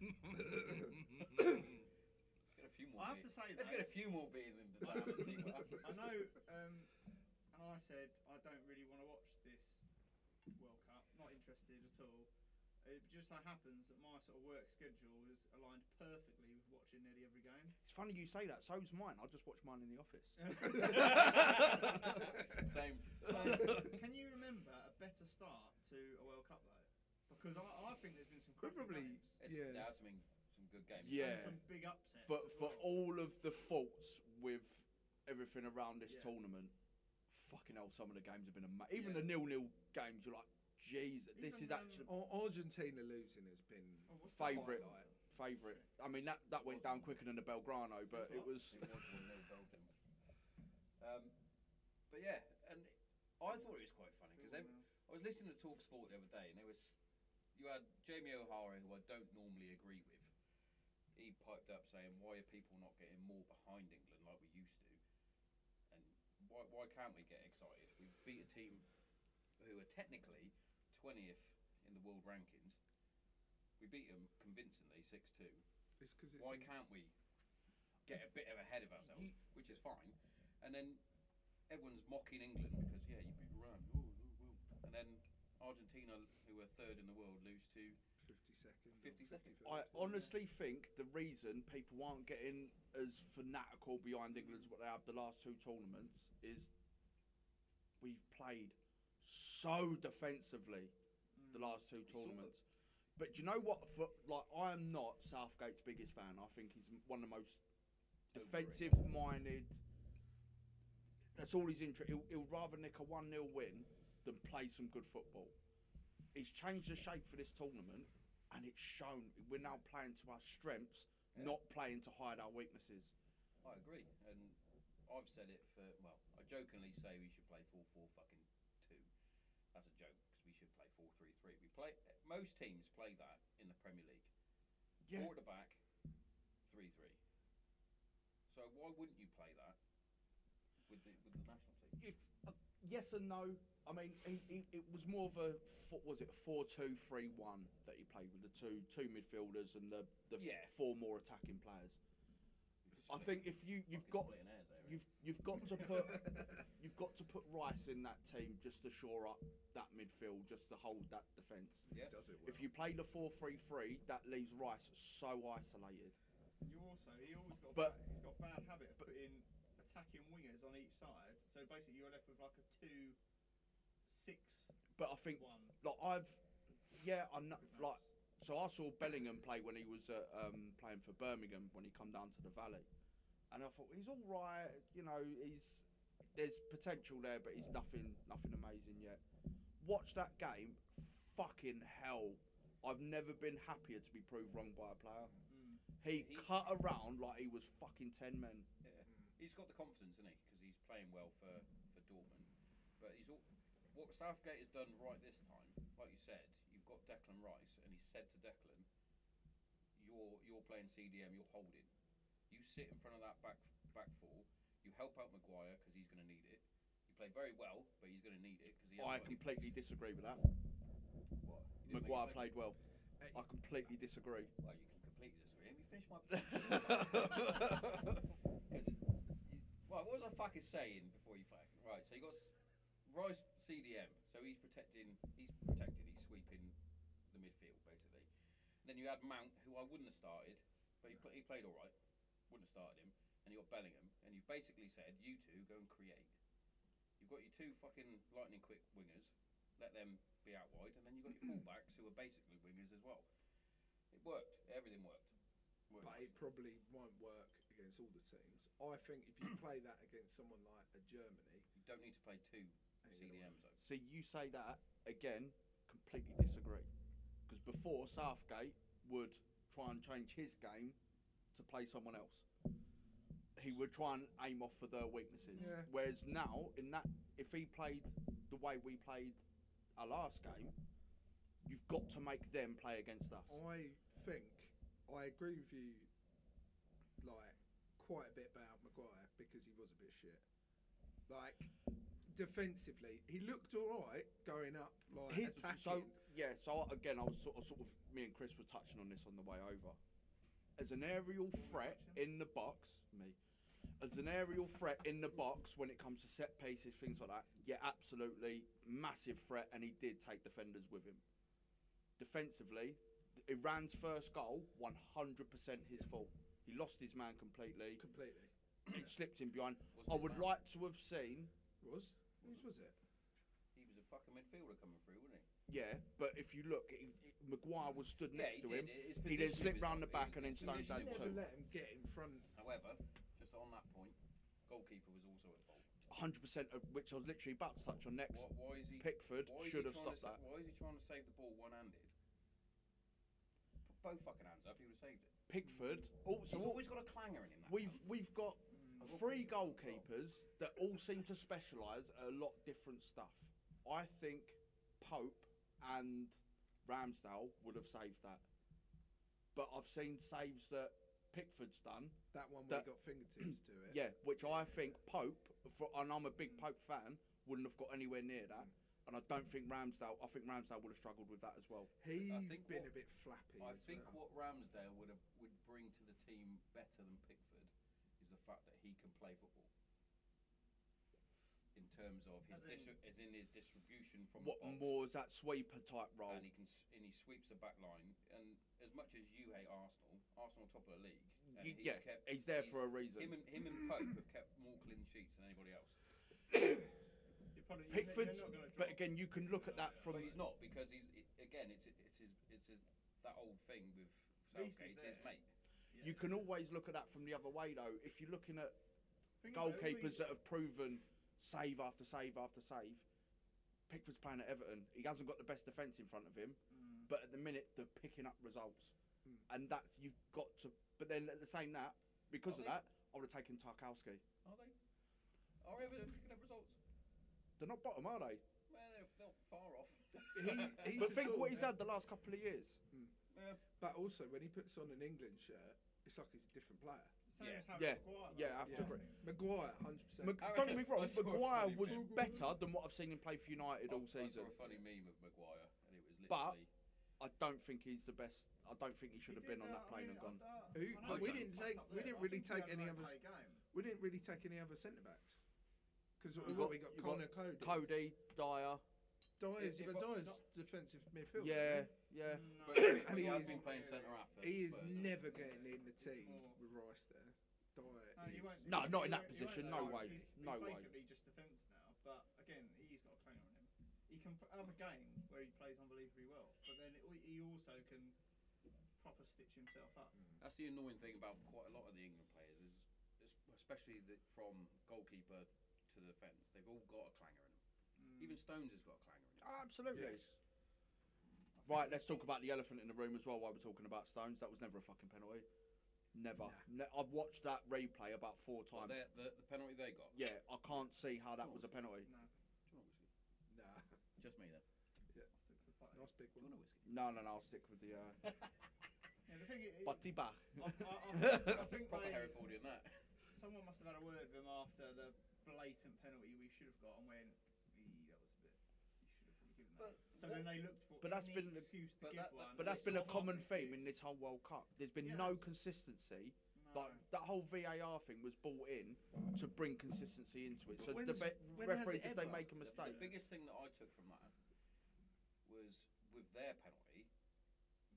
[SPEAKER 2] I have
[SPEAKER 1] beers.
[SPEAKER 2] to say
[SPEAKER 1] Let's
[SPEAKER 2] though,
[SPEAKER 1] get a few more beers into that and see what happens.
[SPEAKER 2] I know, um, and I said I don't really want to watch this World Cup. Not interested at all. It just so happens that my sort of work schedule is aligned perfectly with watching nearly every game.
[SPEAKER 3] it's funny you say that. So's mine. I just watch mine in the office.
[SPEAKER 1] Same.
[SPEAKER 2] So, can you remember a better start to a World Cup though? Because I, I think there's been some cracking
[SPEAKER 4] Probably-
[SPEAKER 2] games.
[SPEAKER 1] It's,
[SPEAKER 4] Yeah.
[SPEAKER 1] There are some, some good games.
[SPEAKER 3] Yeah.
[SPEAKER 2] and some big upsets.
[SPEAKER 3] For
[SPEAKER 2] as
[SPEAKER 3] for
[SPEAKER 2] well.
[SPEAKER 3] all of the faults with everything around this
[SPEAKER 2] Yeah.
[SPEAKER 3] tournament, fucking hell, some of the games have been amazing. Even
[SPEAKER 2] Yeah.
[SPEAKER 3] the nil nil games, you're like, Jesus, this
[SPEAKER 2] Even,
[SPEAKER 3] is actually
[SPEAKER 4] Ar- Argentina losing has been.
[SPEAKER 2] Oh, what's the
[SPEAKER 3] favourite.
[SPEAKER 2] highlight?
[SPEAKER 3] favourite. I mean, that, that went down quicker than the Belgrano, but it was.
[SPEAKER 1] It was one nil Belgium. Um, but yeah, and I thought it was quite funny because I was listening to Talk Sport the other day, and there was you had Jamie O'Hara, who I don't normally agree with. He piped up saying, "Why are people not getting more behind England like we used to? And why why can't we get excited? We beat a team who are technically twentieth in the world rankings. We beat them convincingly six two.
[SPEAKER 4] It's because it's.
[SPEAKER 1] Why
[SPEAKER 4] in-
[SPEAKER 1] can't we get a bit of ahead of ourselves, which is fine, and then everyone's mocking England because yeah, you beat Iran, oh, oh, oh. and then Argentina, who were third in the world, lose to
[SPEAKER 4] 50 second. or
[SPEAKER 1] 50 second.
[SPEAKER 4] 51st.
[SPEAKER 3] I honestly think the reason people aren't getting as fanatical behind England as what they have the last two tournaments is we've played so defensively the last two
[SPEAKER 1] saw
[SPEAKER 3] tournaments. But do you know what? For, like, I am not Southgate's biggest fan. I think he's m- one of the most defensive-minded. That's all he's interested. He'll, he'll rather nick a one 0 win than play some good football. He's changed the shape for this tournament, and it's shown. We're now playing to our strengths,
[SPEAKER 1] Yeah.
[SPEAKER 3] not playing to hide our weaknesses.
[SPEAKER 1] I agree, and I've said it for well, I jokingly say we should play four four fucking two. That's a joke 'cause we should play four three three. We play most teams play that in the Premier League.
[SPEAKER 3] Yeah.
[SPEAKER 1] Quarterback three three. So why wouldn't you play that with the with the national team?
[SPEAKER 3] If uh, yes and no, I mean he, he, it was more of a fo- was it four two three one that he played with the two two midfielders and the the f-
[SPEAKER 1] Yeah.
[SPEAKER 3] four more attacking players. I think if you you've got
[SPEAKER 1] Fucking splitting hairs there,
[SPEAKER 3] you've you've got to put you've got to put Rice in that team just to shore up that midfield, just to hold that defence.
[SPEAKER 1] yeah.
[SPEAKER 5] Does it well.
[SPEAKER 3] If you play the four three three, that leaves Rice so isolated.
[SPEAKER 2] You also he always got
[SPEAKER 3] But-
[SPEAKER 2] bad, he's got bad habit of putting attacking wingers on each side. So basically, you're left with like a two, six,
[SPEAKER 3] But I think
[SPEAKER 2] one.
[SPEAKER 3] like I've yeah I know
[SPEAKER 2] with
[SPEAKER 3] like
[SPEAKER 2] Maps.
[SPEAKER 3] so I saw Bellingham play when he was uh, um, playing for Birmingham when he come down to the Valley, and I thought he's all right. You know, he's there's potential there, but he's nothing nothing amazing yet. Watch that game, fucking hell! I've never been happier to be proved wrong by a player.
[SPEAKER 2] Mm.
[SPEAKER 3] He,
[SPEAKER 1] He-
[SPEAKER 3] cut around like he was fucking ten men.
[SPEAKER 1] He's got the confidence, isn't he? Because he's playing well for, for Dortmund. But he's all, what Southgate has done right this time, like you said, you've got Declan Rice, and he said to Declan, "You're you're playing CDM. You're holding. You sit in front of that back back four. You help out Maguire because he's going to need it. He played very well, but he's going to need it because he.
[SPEAKER 3] I
[SPEAKER 1] hasn't got any
[SPEAKER 3] completely disagree with that.
[SPEAKER 1] picks. What? You didn't think he
[SPEAKER 3] Maguire played well.
[SPEAKER 5] Hey.
[SPEAKER 3] I completely disagree.
[SPEAKER 1] Well, you can completely disagree. Let me finish my.
[SPEAKER 3] That's
[SPEAKER 1] Because, right, what was I fucking saying before you fucking? Right, so you got s- Rice CDM, so he's protecting, he's protecting, he's sweeping the midfield basically. And then you had Mount, who I wouldn't have started, but he, pl- he played all right. Wouldn't have started him. And you got Bellingham, and you basically said, you two go and create. You've got your two fucking lightning quick wingers, let them be out wide, and then you've got your fullbacks who are basically wingers as well. It worked. Everything worked. worked
[SPEAKER 4] but it probably won't work against all the teams. I think if you play that against someone like a Germany,
[SPEAKER 1] You don't need to play two
[SPEAKER 4] ain't gonna work.
[SPEAKER 1] CDMs though.
[SPEAKER 3] So you say that again, completely disagree. Because before Southgate would try and change his game to play someone else. He would try and aim off for their weaknesses.
[SPEAKER 4] Yeah.
[SPEAKER 3] Whereas now, in that, if he played the way we played our last game, you've got to make them play against us.
[SPEAKER 4] I think I agree with you, like quite a bit about Maguire because he was a bit shit. Like defensively, he looked all right going up, like
[SPEAKER 3] His-
[SPEAKER 4] attacking.
[SPEAKER 3] so yeah, so again, I was sort of, sort of, me and Chris were touching on this on the way over. As an aerial threat in the box, me. As an aerial threat in the box, when it comes to set pieces, things like that, yeah, absolutely massive threat, and he did take defenders with him. Defensively, Iran's first goal, one hundred percent his fault. He lost his man completely.
[SPEAKER 4] completely
[SPEAKER 3] It slipped him behind. I
[SPEAKER 1] Wasn't it
[SPEAKER 3] would
[SPEAKER 1] Mount?
[SPEAKER 3] like to have seen
[SPEAKER 4] was whose was it?
[SPEAKER 1] He was a fucking midfielder coming through, wasn't he?
[SPEAKER 3] Yeah, but if you look, it, it, Maguire was stood next to him.
[SPEAKER 1] His
[SPEAKER 3] He then
[SPEAKER 1] positioning
[SPEAKER 3] slipped
[SPEAKER 1] was
[SPEAKER 3] round the
[SPEAKER 1] up.
[SPEAKER 3] back
[SPEAKER 1] His
[SPEAKER 3] and then Stones had
[SPEAKER 4] Never
[SPEAKER 3] two.
[SPEAKER 1] positioning was up.
[SPEAKER 4] let him get in front.
[SPEAKER 1] However, just on that point, goalkeeper was also at
[SPEAKER 3] 100%
[SPEAKER 1] fault.
[SPEAKER 3] of which I was literally about to touch on next.
[SPEAKER 1] Why, why is he?
[SPEAKER 3] Pickford
[SPEAKER 1] Why is
[SPEAKER 3] should
[SPEAKER 1] he
[SPEAKER 3] have
[SPEAKER 1] trying to
[SPEAKER 3] stopped that.
[SPEAKER 1] sa- Why is he trying to save the ball one-handed? Put both fucking hands up, he would have saved it.
[SPEAKER 3] Pickford also.
[SPEAKER 1] So he's always got a clanger in him. That
[SPEAKER 3] We've
[SPEAKER 1] cunt.
[SPEAKER 3] we've got
[SPEAKER 1] Mm.
[SPEAKER 3] three goalkeepers that all seem to specialise at a lot different stuff. I think Pope and Ramsdale would have saved that, but I've seen saves that Pickford's done.
[SPEAKER 4] That one where
[SPEAKER 3] That-
[SPEAKER 4] he got fingertips to it.
[SPEAKER 3] Yeah, which I think Pope, for, and I'm a big Pope fan, wouldn't have got anywhere near that.
[SPEAKER 1] Mm.
[SPEAKER 3] And I don't think Ramsdale. I think Ramsdale would have struggled with that as well.
[SPEAKER 4] he's
[SPEAKER 1] think
[SPEAKER 4] been
[SPEAKER 1] what-
[SPEAKER 4] a bit flappy.
[SPEAKER 1] I
[SPEAKER 4] as
[SPEAKER 1] think
[SPEAKER 4] well.
[SPEAKER 1] what Ramsdale would have, would bring to the team better than Pickford is the fact that he can play football. In terms of his
[SPEAKER 2] As in-
[SPEAKER 1] distri- as in his distribution from
[SPEAKER 3] What
[SPEAKER 1] the box.
[SPEAKER 3] more is that sweeper type role?
[SPEAKER 1] and he can s- and he sweeps the back line. And as much as you hate Arsenal, Arsenal top of the league. And
[SPEAKER 3] Y- yeah,
[SPEAKER 1] kept,
[SPEAKER 3] he's there for a reason.
[SPEAKER 1] him and him and Pope have kept more clean sheets than anybody else.
[SPEAKER 2] You're probably, you're, you're
[SPEAKER 3] Pickford's,
[SPEAKER 2] not gonna
[SPEAKER 3] but
[SPEAKER 2] drop-
[SPEAKER 3] again, you can look at that from.
[SPEAKER 1] but he's not because he's it, again it's it's his it's his that old thing with
[SPEAKER 2] At least
[SPEAKER 1] Southgate.
[SPEAKER 2] he's
[SPEAKER 1] It's his
[SPEAKER 2] there.
[SPEAKER 1] mate.
[SPEAKER 2] Yeah.
[SPEAKER 3] You can always look at that from the other way though. If you're looking at
[SPEAKER 2] Thing is, though,
[SPEAKER 3] goalkeepers
[SPEAKER 2] we-
[SPEAKER 3] that have proven save after save after save, Pickford's playing at Everton. He hasn't got the best defence in front of him.
[SPEAKER 2] Mm.
[SPEAKER 3] But at the minute, they're picking up results,
[SPEAKER 1] Hmm.
[SPEAKER 4] Mm.
[SPEAKER 3] and that's you've got to. But then at the same that because
[SPEAKER 1] Are
[SPEAKER 3] of
[SPEAKER 1] they?
[SPEAKER 3] that, I would have taken Tarkowski.
[SPEAKER 1] Are they? Are Everton picking up results?
[SPEAKER 3] They're not bottom, are they?
[SPEAKER 1] Man, they're not far off.
[SPEAKER 4] He- he's
[SPEAKER 3] but
[SPEAKER 4] the
[SPEAKER 3] think
[SPEAKER 4] sort
[SPEAKER 3] what
[SPEAKER 4] of-
[SPEAKER 3] he's had the last couple of years.
[SPEAKER 1] Yeah.
[SPEAKER 4] But also, when he puts on an England shirt, it's like he's a different player.
[SPEAKER 2] Same
[SPEAKER 1] Yeah.
[SPEAKER 2] as Harry
[SPEAKER 3] Yeah.
[SPEAKER 2] Maguire. though.
[SPEAKER 3] Yeah, I have to
[SPEAKER 4] Yeah.
[SPEAKER 3] agree.
[SPEAKER 4] Maguire, hundred percent.
[SPEAKER 3] Mag-
[SPEAKER 1] Harry-
[SPEAKER 3] don't get me
[SPEAKER 1] I
[SPEAKER 3] wrong,
[SPEAKER 1] saw a
[SPEAKER 3] Maguire
[SPEAKER 1] funny
[SPEAKER 3] was
[SPEAKER 1] meme.
[SPEAKER 3] better than what I've seen him play for United
[SPEAKER 2] Oh,
[SPEAKER 3] all
[SPEAKER 1] I, I
[SPEAKER 3] season.
[SPEAKER 1] saw a funny meme of Maguire, and it was
[SPEAKER 3] But-
[SPEAKER 1] literally.
[SPEAKER 3] I don't think he's the best. I don't think he should
[SPEAKER 2] He
[SPEAKER 3] have been on
[SPEAKER 2] did, uh,
[SPEAKER 3] that
[SPEAKER 2] I
[SPEAKER 3] plane
[SPEAKER 2] mean,
[SPEAKER 3] and gone.
[SPEAKER 2] uh,
[SPEAKER 4] Who-
[SPEAKER 2] I know
[SPEAKER 1] we
[SPEAKER 2] he got
[SPEAKER 4] didn't
[SPEAKER 2] fucked
[SPEAKER 4] take-
[SPEAKER 2] up
[SPEAKER 4] we
[SPEAKER 2] there,
[SPEAKER 4] didn't
[SPEAKER 2] but I
[SPEAKER 4] really
[SPEAKER 2] think he
[SPEAKER 4] take
[SPEAKER 2] had an
[SPEAKER 4] any others.
[SPEAKER 2] okay game.
[SPEAKER 4] we didn't really take any other centre backs because
[SPEAKER 2] You
[SPEAKER 4] we got,
[SPEAKER 3] got-
[SPEAKER 4] we got
[SPEAKER 3] you got
[SPEAKER 4] Connor Cody.
[SPEAKER 3] Cody, Dyer,
[SPEAKER 4] Dyer's,
[SPEAKER 1] If- if
[SPEAKER 4] but
[SPEAKER 1] I-
[SPEAKER 4] Dyer's
[SPEAKER 1] not-
[SPEAKER 4] defensive midfield.
[SPEAKER 3] yeah, yeah.
[SPEAKER 2] No.
[SPEAKER 1] But he,
[SPEAKER 4] And he
[SPEAKER 1] has
[SPEAKER 4] is-
[SPEAKER 1] been playing centre half. at
[SPEAKER 4] He is
[SPEAKER 1] Spurs, hasn't he?
[SPEAKER 4] never getting in the team
[SPEAKER 2] more-
[SPEAKER 4] with Rice there. Dyer.
[SPEAKER 2] No, you
[SPEAKER 4] is-
[SPEAKER 2] won't-
[SPEAKER 3] No,
[SPEAKER 2] you
[SPEAKER 3] not in that
[SPEAKER 2] won't- you
[SPEAKER 3] position,
[SPEAKER 4] no
[SPEAKER 2] won't know.
[SPEAKER 4] way,
[SPEAKER 2] He's, he's
[SPEAKER 3] no way.
[SPEAKER 2] basically just defence now, but again, he's got a claim on him. He can pl- have a game where he plays unbelievably well, but then it, he also can proper stitch himself up.
[SPEAKER 1] That's the annoying thing about quite a lot of the England players is, is especially the, from goalkeeper to the fence, they've all got a clanger in them.
[SPEAKER 2] Mm.
[SPEAKER 4] Hmm.
[SPEAKER 1] Even Stones has got a clanger in him.
[SPEAKER 3] Absolutely.
[SPEAKER 4] Yes.
[SPEAKER 3] Right, let's talk about the elephant in the room as well while we're talking about Stones. That was never a fucking penalty. Never. Ne- I've watched that replay about four times.
[SPEAKER 1] Well, they're- the, the penalty they got.
[SPEAKER 3] Yeah, I can't see how that was a penalty.
[SPEAKER 1] Do
[SPEAKER 2] No,
[SPEAKER 1] you want a whiskey?
[SPEAKER 4] Nah,
[SPEAKER 1] Just me then.
[SPEAKER 2] I'll stick to the fight.
[SPEAKER 4] nice big
[SPEAKER 1] Do you
[SPEAKER 4] one.
[SPEAKER 1] want a whiskey?
[SPEAKER 3] No, no, no, I'll stick with the uh,
[SPEAKER 2] Yeah, the thing is,
[SPEAKER 3] Buddy Bah.
[SPEAKER 2] I, I, I think
[SPEAKER 1] Proper Harry
[SPEAKER 2] they,
[SPEAKER 1] Ford in that.
[SPEAKER 2] someone must have had a word with him after the blatant penalty we should have got and went, "Ee, that was a bit. You should have probably given that.
[SPEAKER 1] But
[SPEAKER 2] so then they looked for
[SPEAKER 3] but that's
[SPEAKER 2] any
[SPEAKER 3] been the-
[SPEAKER 2] excuse to
[SPEAKER 1] but
[SPEAKER 2] give
[SPEAKER 1] that-
[SPEAKER 2] one.
[SPEAKER 3] But
[SPEAKER 2] and
[SPEAKER 3] that's
[SPEAKER 2] it's
[SPEAKER 3] been a
[SPEAKER 2] not half
[SPEAKER 3] common
[SPEAKER 2] an
[SPEAKER 3] theme in
[SPEAKER 2] excuse.
[SPEAKER 3] this whole World Cup. There's been no
[SPEAKER 2] Yes.
[SPEAKER 3] consistency.
[SPEAKER 2] No.
[SPEAKER 3] Like that whole VAR thing was brought in to bring consistency into it. So
[SPEAKER 4] When's-
[SPEAKER 3] the be-
[SPEAKER 4] when has
[SPEAKER 3] referees,
[SPEAKER 4] it
[SPEAKER 3] if
[SPEAKER 4] ever?
[SPEAKER 3] they make a
[SPEAKER 1] The-
[SPEAKER 3] mistake,
[SPEAKER 1] The biggest thing that I took from that was with their penalty,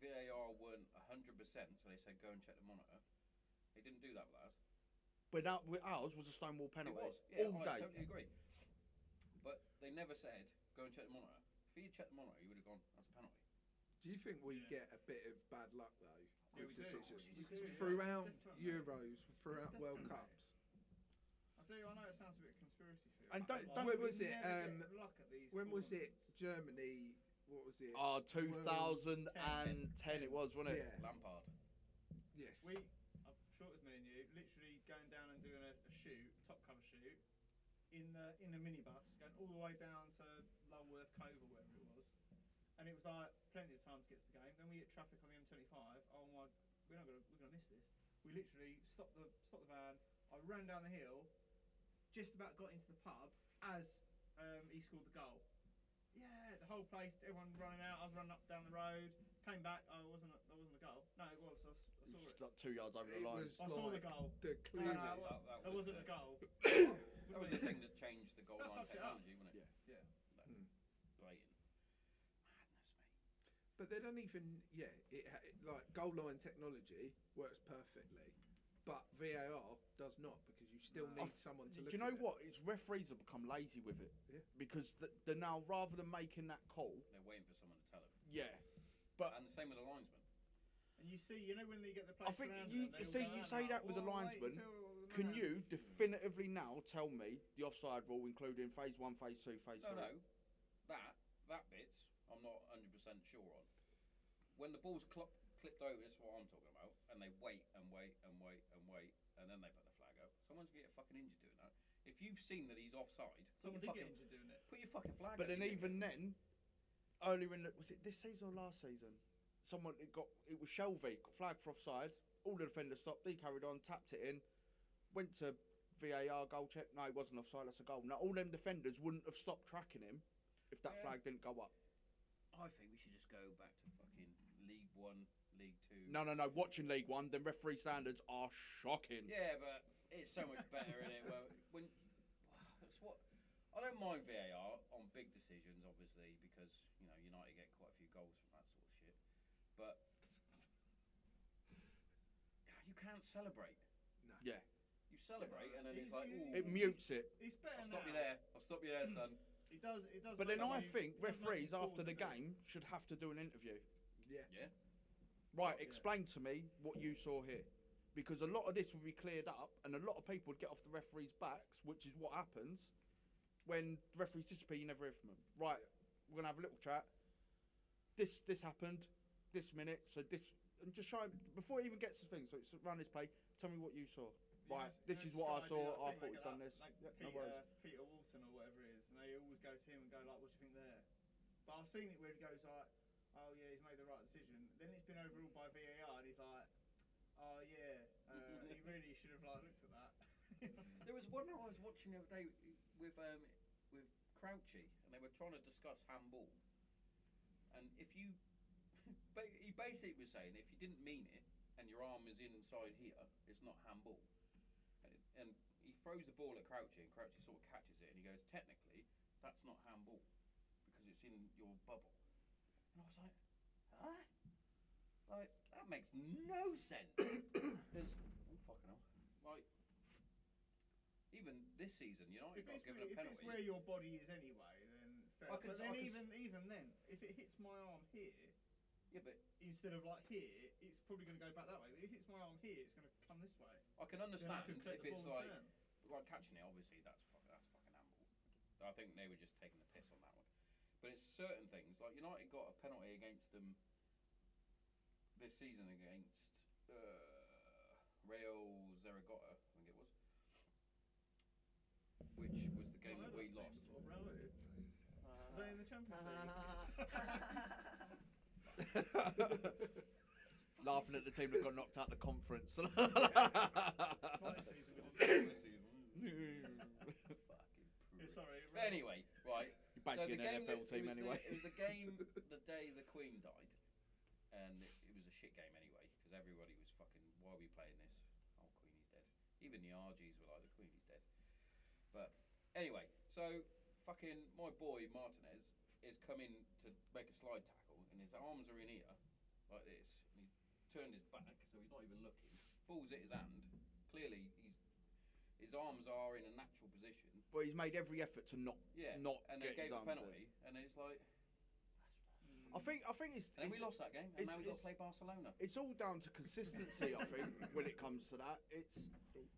[SPEAKER 1] VAR weren't 100%, so they said go and check the monitor. They didn't do that with ours.
[SPEAKER 3] but that with ours was a stonewall penalty
[SPEAKER 1] It was. Yeah,
[SPEAKER 3] all
[SPEAKER 1] I
[SPEAKER 3] day.
[SPEAKER 1] totally agree. But they never said, go and check the monitor. If you checked the monitor, you would have gone, that's a penalty.
[SPEAKER 4] Do you think we
[SPEAKER 2] Yeah.
[SPEAKER 4] get a bit of bad luck though?
[SPEAKER 2] Yeah,
[SPEAKER 4] with
[SPEAKER 2] we do.
[SPEAKER 4] decisions?
[SPEAKER 2] We
[SPEAKER 4] Because
[SPEAKER 2] do, yeah.
[SPEAKER 4] throughout
[SPEAKER 2] Definitely.
[SPEAKER 4] Euros, throughout World
[SPEAKER 2] Definitely.
[SPEAKER 4] Cups,
[SPEAKER 2] I do. I know it sounds a bit conspiracy theory.
[SPEAKER 3] And
[SPEAKER 2] but
[SPEAKER 3] don't-
[SPEAKER 2] like,
[SPEAKER 4] don't-
[SPEAKER 2] we
[SPEAKER 4] when was it,
[SPEAKER 2] never get
[SPEAKER 4] um,
[SPEAKER 2] luck at these
[SPEAKER 4] when was it
[SPEAKER 2] tournaments.
[SPEAKER 4] Germany? What was it?
[SPEAKER 3] Ah, 2010 it was, wasn't it?
[SPEAKER 4] yeah.
[SPEAKER 1] Lampard.
[SPEAKER 4] Yes.
[SPEAKER 2] We, I'm sure it was me and you, literally going down and doing a, a shoot, top cover shoot, in the in a minibus, going all the way down to Lulworth Cove or wherever it was, and it was like plenty of time to get to the game. Then we hit traffic on the M25. Oh my, we're not gonna we're gonna miss this. We literally stopped the stopped the van. I ran down the hill, just about got into the pub as um, he scored the goal. Yeah, the whole place, everyone running out. I was running up down the road. Came back. I wasn't. That wasn't a goal. No, it was. I, s- I
[SPEAKER 3] It
[SPEAKER 2] saw
[SPEAKER 3] was
[SPEAKER 2] it.
[SPEAKER 3] like two yards over
[SPEAKER 4] It
[SPEAKER 3] the line.
[SPEAKER 4] was-
[SPEAKER 2] I saw the
[SPEAKER 4] like-
[SPEAKER 2] goal.
[SPEAKER 4] the
[SPEAKER 2] No, no,
[SPEAKER 4] clearest.
[SPEAKER 2] I
[SPEAKER 1] That, that
[SPEAKER 2] That
[SPEAKER 1] was,
[SPEAKER 2] wasn't
[SPEAKER 1] the,
[SPEAKER 2] a goal.
[SPEAKER 1] that was the thing that changed the goal
[SPEAKER 2] That
[SPEAKER 1] line
[SPEAKER 2] fucked it up.
[SPEAKER 1] technology, wasn't it?
[SPEAKER 3] Yeah.
[SPEAKER 2] Yeah. Hmm.
[SPEAKER 1] Like,
[SPEAKER 4] Mm.
[SPEAKER 1] blatant. Madness, mate.
[SPEAKER 4] But they don't even, yeah, it, ha- it, like goal line technology works perfectly, but VAR does not because you still
[SPEAKER 2] No.
[SPEAKER 4] need someone to
[SPEAKER 3] Do
[SPEAKER 4] look.
[SPEAKER 3] you know
[SPEAKER 4] at it.
[SPEAKER 3] what? It's referees have become lazy with it
[SPEAKER 4] Yeah.
[SPEAKER 3] because th- they're now rather than making that call.
[SPEAKER 1] They're waiting for someone to tell them.
[SPEAKER 3] Yeah, but
[SPEAKER 1] And the same with the linesman.
[SPEAKER 2] And you see, you know when they get the
[SPEAKER 3] I
[SPEAKER 2] place
[SPEAKER 3] think
[SPEAKER 2] around
[SPEAKER 3] you-
[SPEAKER 2] them, they all
[SPEAKER 3] see,
[SPEAKER 2] go
[SPEAKER 3] you
[SPEAKER 2] out
[SPEAKER 3] say
[SPEAKER 2] and
[SPEAKER 3] that with
[SPEAKER 2] like,
[SPEAKER 3] the
[SPEAKER 2] "Well, wait
[SPEAKER 3] linesman,
[SPEAKER 2] till the
[SPEAKER 3] can
[SPEAKER 2] man."
[SPEAKER 3] you definitively now tell me the offside rule, including phase one, phase two, phase
[SPEAKER 1] No,
[SPEAKER 3] three?
[SPEAKER 1] no. That that bit's I'm not 100 percent sure on. When the ball's clop, clipped over, is what I'm talking about, and they wait and wait and wait and wait, and then they put the flag up. Someone's gonna get fucking injured doing that. If you've seen that he's offside, put
[SPEAKER 2] Someone
[SPEAKER 1] your,
[SPEAKER 2] did get
[SPEAKER 1] fucking,
[SPEAKER 2] injured doing it.
[SPEAKER 1] put your fucking flag.
[SPEAKER 3] But
[SPEAKER 1] up,
[SPEAKER 3] then
[SPEAKER 1] you dickhead.
[SPEAKER 3] even then, earlier in the, was it this season or last season? Someone it got it was Shelby got flagged for offside. All the defenders stopped. He carried on, tapped it in, went to VAR goal check. No, it wasn't offside. That's a goal. Now all them defenders wouldn't have stopped tracking him if that
[SPEAKER 1] Yeah.
[SPEAKER 3] flag didn't go up.
[SPEAKER 1] I think we should just go back to fucking League One, League Two.
[SPEAKER 3] No, no, no. Watching League One, then referee standards are shocking.
[SPEAKER 1] Yeah, but it's so much better in it. Well, when it's what I don't mind VAR on big decisions, obviously, because you know United get quite a few goals from that sort of shit. But you can't celebrate.
[SPEAKER 4] No.
[SPEAKER 3] Yeah.
[SPEAKER 1] You celebrate, and then it's
[SPEAKER 2] It's-
[SPEAKER 1] like,
[SPEAKER 2] you-
[SPEAKER 1] ooh,
[SPEAKER 3] It mutes it.
[SPEAKER 2] It's better
[SPEAKER 1] I'll stop
[SPEAKER 2] now.
[SPEAKER 1] you there. I'll stop you there, son.
[SPEAKER 2] It does. It does.
[SPEAKER 3] But
[SPEAKER 2] make
[SPEAKER 3] then I
[SPEAKER 2] you-
[SPEAKER 3] think
[SPEAKER 2] it does make you
[SPEAKER 3] referees
[SPEAKER 2] pause
[SPEAKER 3] after
[SPEAKER 2] a
[SPEAKER 3] the
[SPEAKER 2] bit.
[SPEAKER 3] game should have to do an interview.
[SPEAKER 4] Yeah.
[SPEAKER 1] Yeah.
[SPEAKER 3] Right,
[SPEAKER 2] Yeah.
[SPEAKER 3] explain to me what you saw here. Because a lot of this would be cleared up and a lot of people would get off the referees' backs, which is what happens when the referees disappear, you never hear from them. Right, we're going to have a little chat. this this happened, this minute, so this, and just show him before he even gets the thing. So it's around his play. Tell me what you saw.
[SPEAKER 2] You
[SPEAKER 3] Right,
[SPEAKER 2] know-
[SPEAKER 3] this
[SPEAKER 2] you
[SPEAKER 3] is
[SPEAKER 2] know
[SPEAKER 3] what I
[SPEAKER 2] Sky do
[SPEAKER 3] saw.
[SPEAKER 2] that
[SPEAKER 3] I
[SPEAKER 2] thing,
[SPEAKER 3] thought
[SPEAKER 2] they
[SPEAKER 3] we'd
[SPEAKER 2] go
[SPEAKER 3] done
[SPEAKER 2] like-
[SPEAKER 3] this.
[SPEAKER 2] Like uh,
[SPEAKER 3] Yeah, no
[SPEAKER 2] Peter,
[SPEAKER 3] worries.
[SPEAKER 2] Peter Walton or whatever it is, and they always go to him and go like, "What do you think there?" But I've seen it where he goes like, "Oh yeah, he's made the right decision." Then it's been overruled by VAR, and he's like, "Oh yeah, uh, he really should have like looked at that."
[SPEAKER 1] There was one I was watching the other day with um, with Crouchy, and they were trying to discuss handball. And if you, ba- he basically was saying if you didn't mean it and your arm is inside here, it's not handball. And, and he throws the ball at Crouchy, and Crouchy sort of catches it, and he goes, technically, that's not handball because it's in your bubble. And I was like, huh? Like that makes no sense. There's oh fucking hell. Like even this season, United
[SPEAKER 2] if,
[SPEAKER 1] got
[SPEAKER 2] it's where,
[SPEAKER 1] given a
[SPEAKER 2] if it's
[SPEAKER 1] penalty.
[SPEAKER 2] where your body is anyway, then fair.
[SPEAKER 1] I
[SPEAKER 2] enough.
[SPEAKER 1] could- I
[SPEAKER 2] But then
[SPEAKER 1] could s-
[SPEAKER 2] even even then, if it hits my arm here
[SPEAKER 1] Yeah, but
[SPEAKER 2] instead of like here, it's probably going to go back that way. But if it hits my arm here, it's going to come this way.
[SPEAKER 1] I can
[SPEAKER 2] Then I
[SPEAKER 1] understand
[SPEAKER 2] can
[SPEAKER 1] if
[SPEAKER 2] collect the
[SPEAKER 1] it's
[SPEAKER 2] ball
[SPEAKER 1] like
[SPEAKER 2] and turn.
[SPEAKER 1] like catching it. Obviously, that's fuck, that's fucking handball. I think they were just taking the piss on that one. But it's certain things like United got a penalty against them this season against uh, Real Zaragoza, I think it was, which was the game
[SPEAKER 2] I
[SPEAKER 1] that
[SPEAKER 2] know
[SPEAKER 1] we
[SPEAKER 2] that
[SPEAKER 1] lost.
[SPEAKER 2] team. Are they in the Champions League?
[SPEAKER 3] Laughing at the team that got knocked out the conference.
[SPEAKER 2] Not this season, we didn't.
[SPEAKER 1] Fucking
[SPEAKER 2] Yeah,
[SPEAKER 1] prick.
[SPEAKER 2] sorry. it ran
[SPEAKER 1] Anyway, right.
[SPEAKER 3] You're basically
[SPEAKER 1] the
[SPEAKER 3] an
[SPEAKER 1] game
[SPEAKER 3] NFL
[SPEAKER 1] that- it
[SPEAKER 3] team
[SPEAKER 1] was the-
[SPEAKER 3] anyway.
[SPEAKER 1] it was the game the day the Queen died, and it, it was a shit game anyway because everybody was fucking. Why are we playing this? Oh, Queen is dead. Even the RGs were like, the Queen is dead. But anyway, so fucking my boy Martinez is coming to make a slide tackle, and his arms are in here like this. And he's turned his back, so he's not even looking. Ball's at his hand. Clearly, he's his arms are in a natural position.
[SPEAKER 3] But he's made every effort to not
[SPEAKER 1] Yeah,
[SPEAKER 3] not
[SPEAKER 1] and they
[SPEAKER 3] get
[SPEAKER 1] gave
[SPEAKER 3] his
[SPEAKER 1] a
[SPEAKER 3] arms in.
[SPEAKER 1] penalty, and it's like,
[SPEAKER 3] I think I think it's
[SPEAKER 1] and then
[SPEAKER 3] it's,
[SPEAKER 1] we lost that game, and
[SPEAKER 3] it's-
[SPEAKER 1] now we got to
[SPEAKER 3] it's-
[SPEAKER 1] play Barcelona.
[SPEAKER 3] it's all down to consistency. I think when it comes to that, it's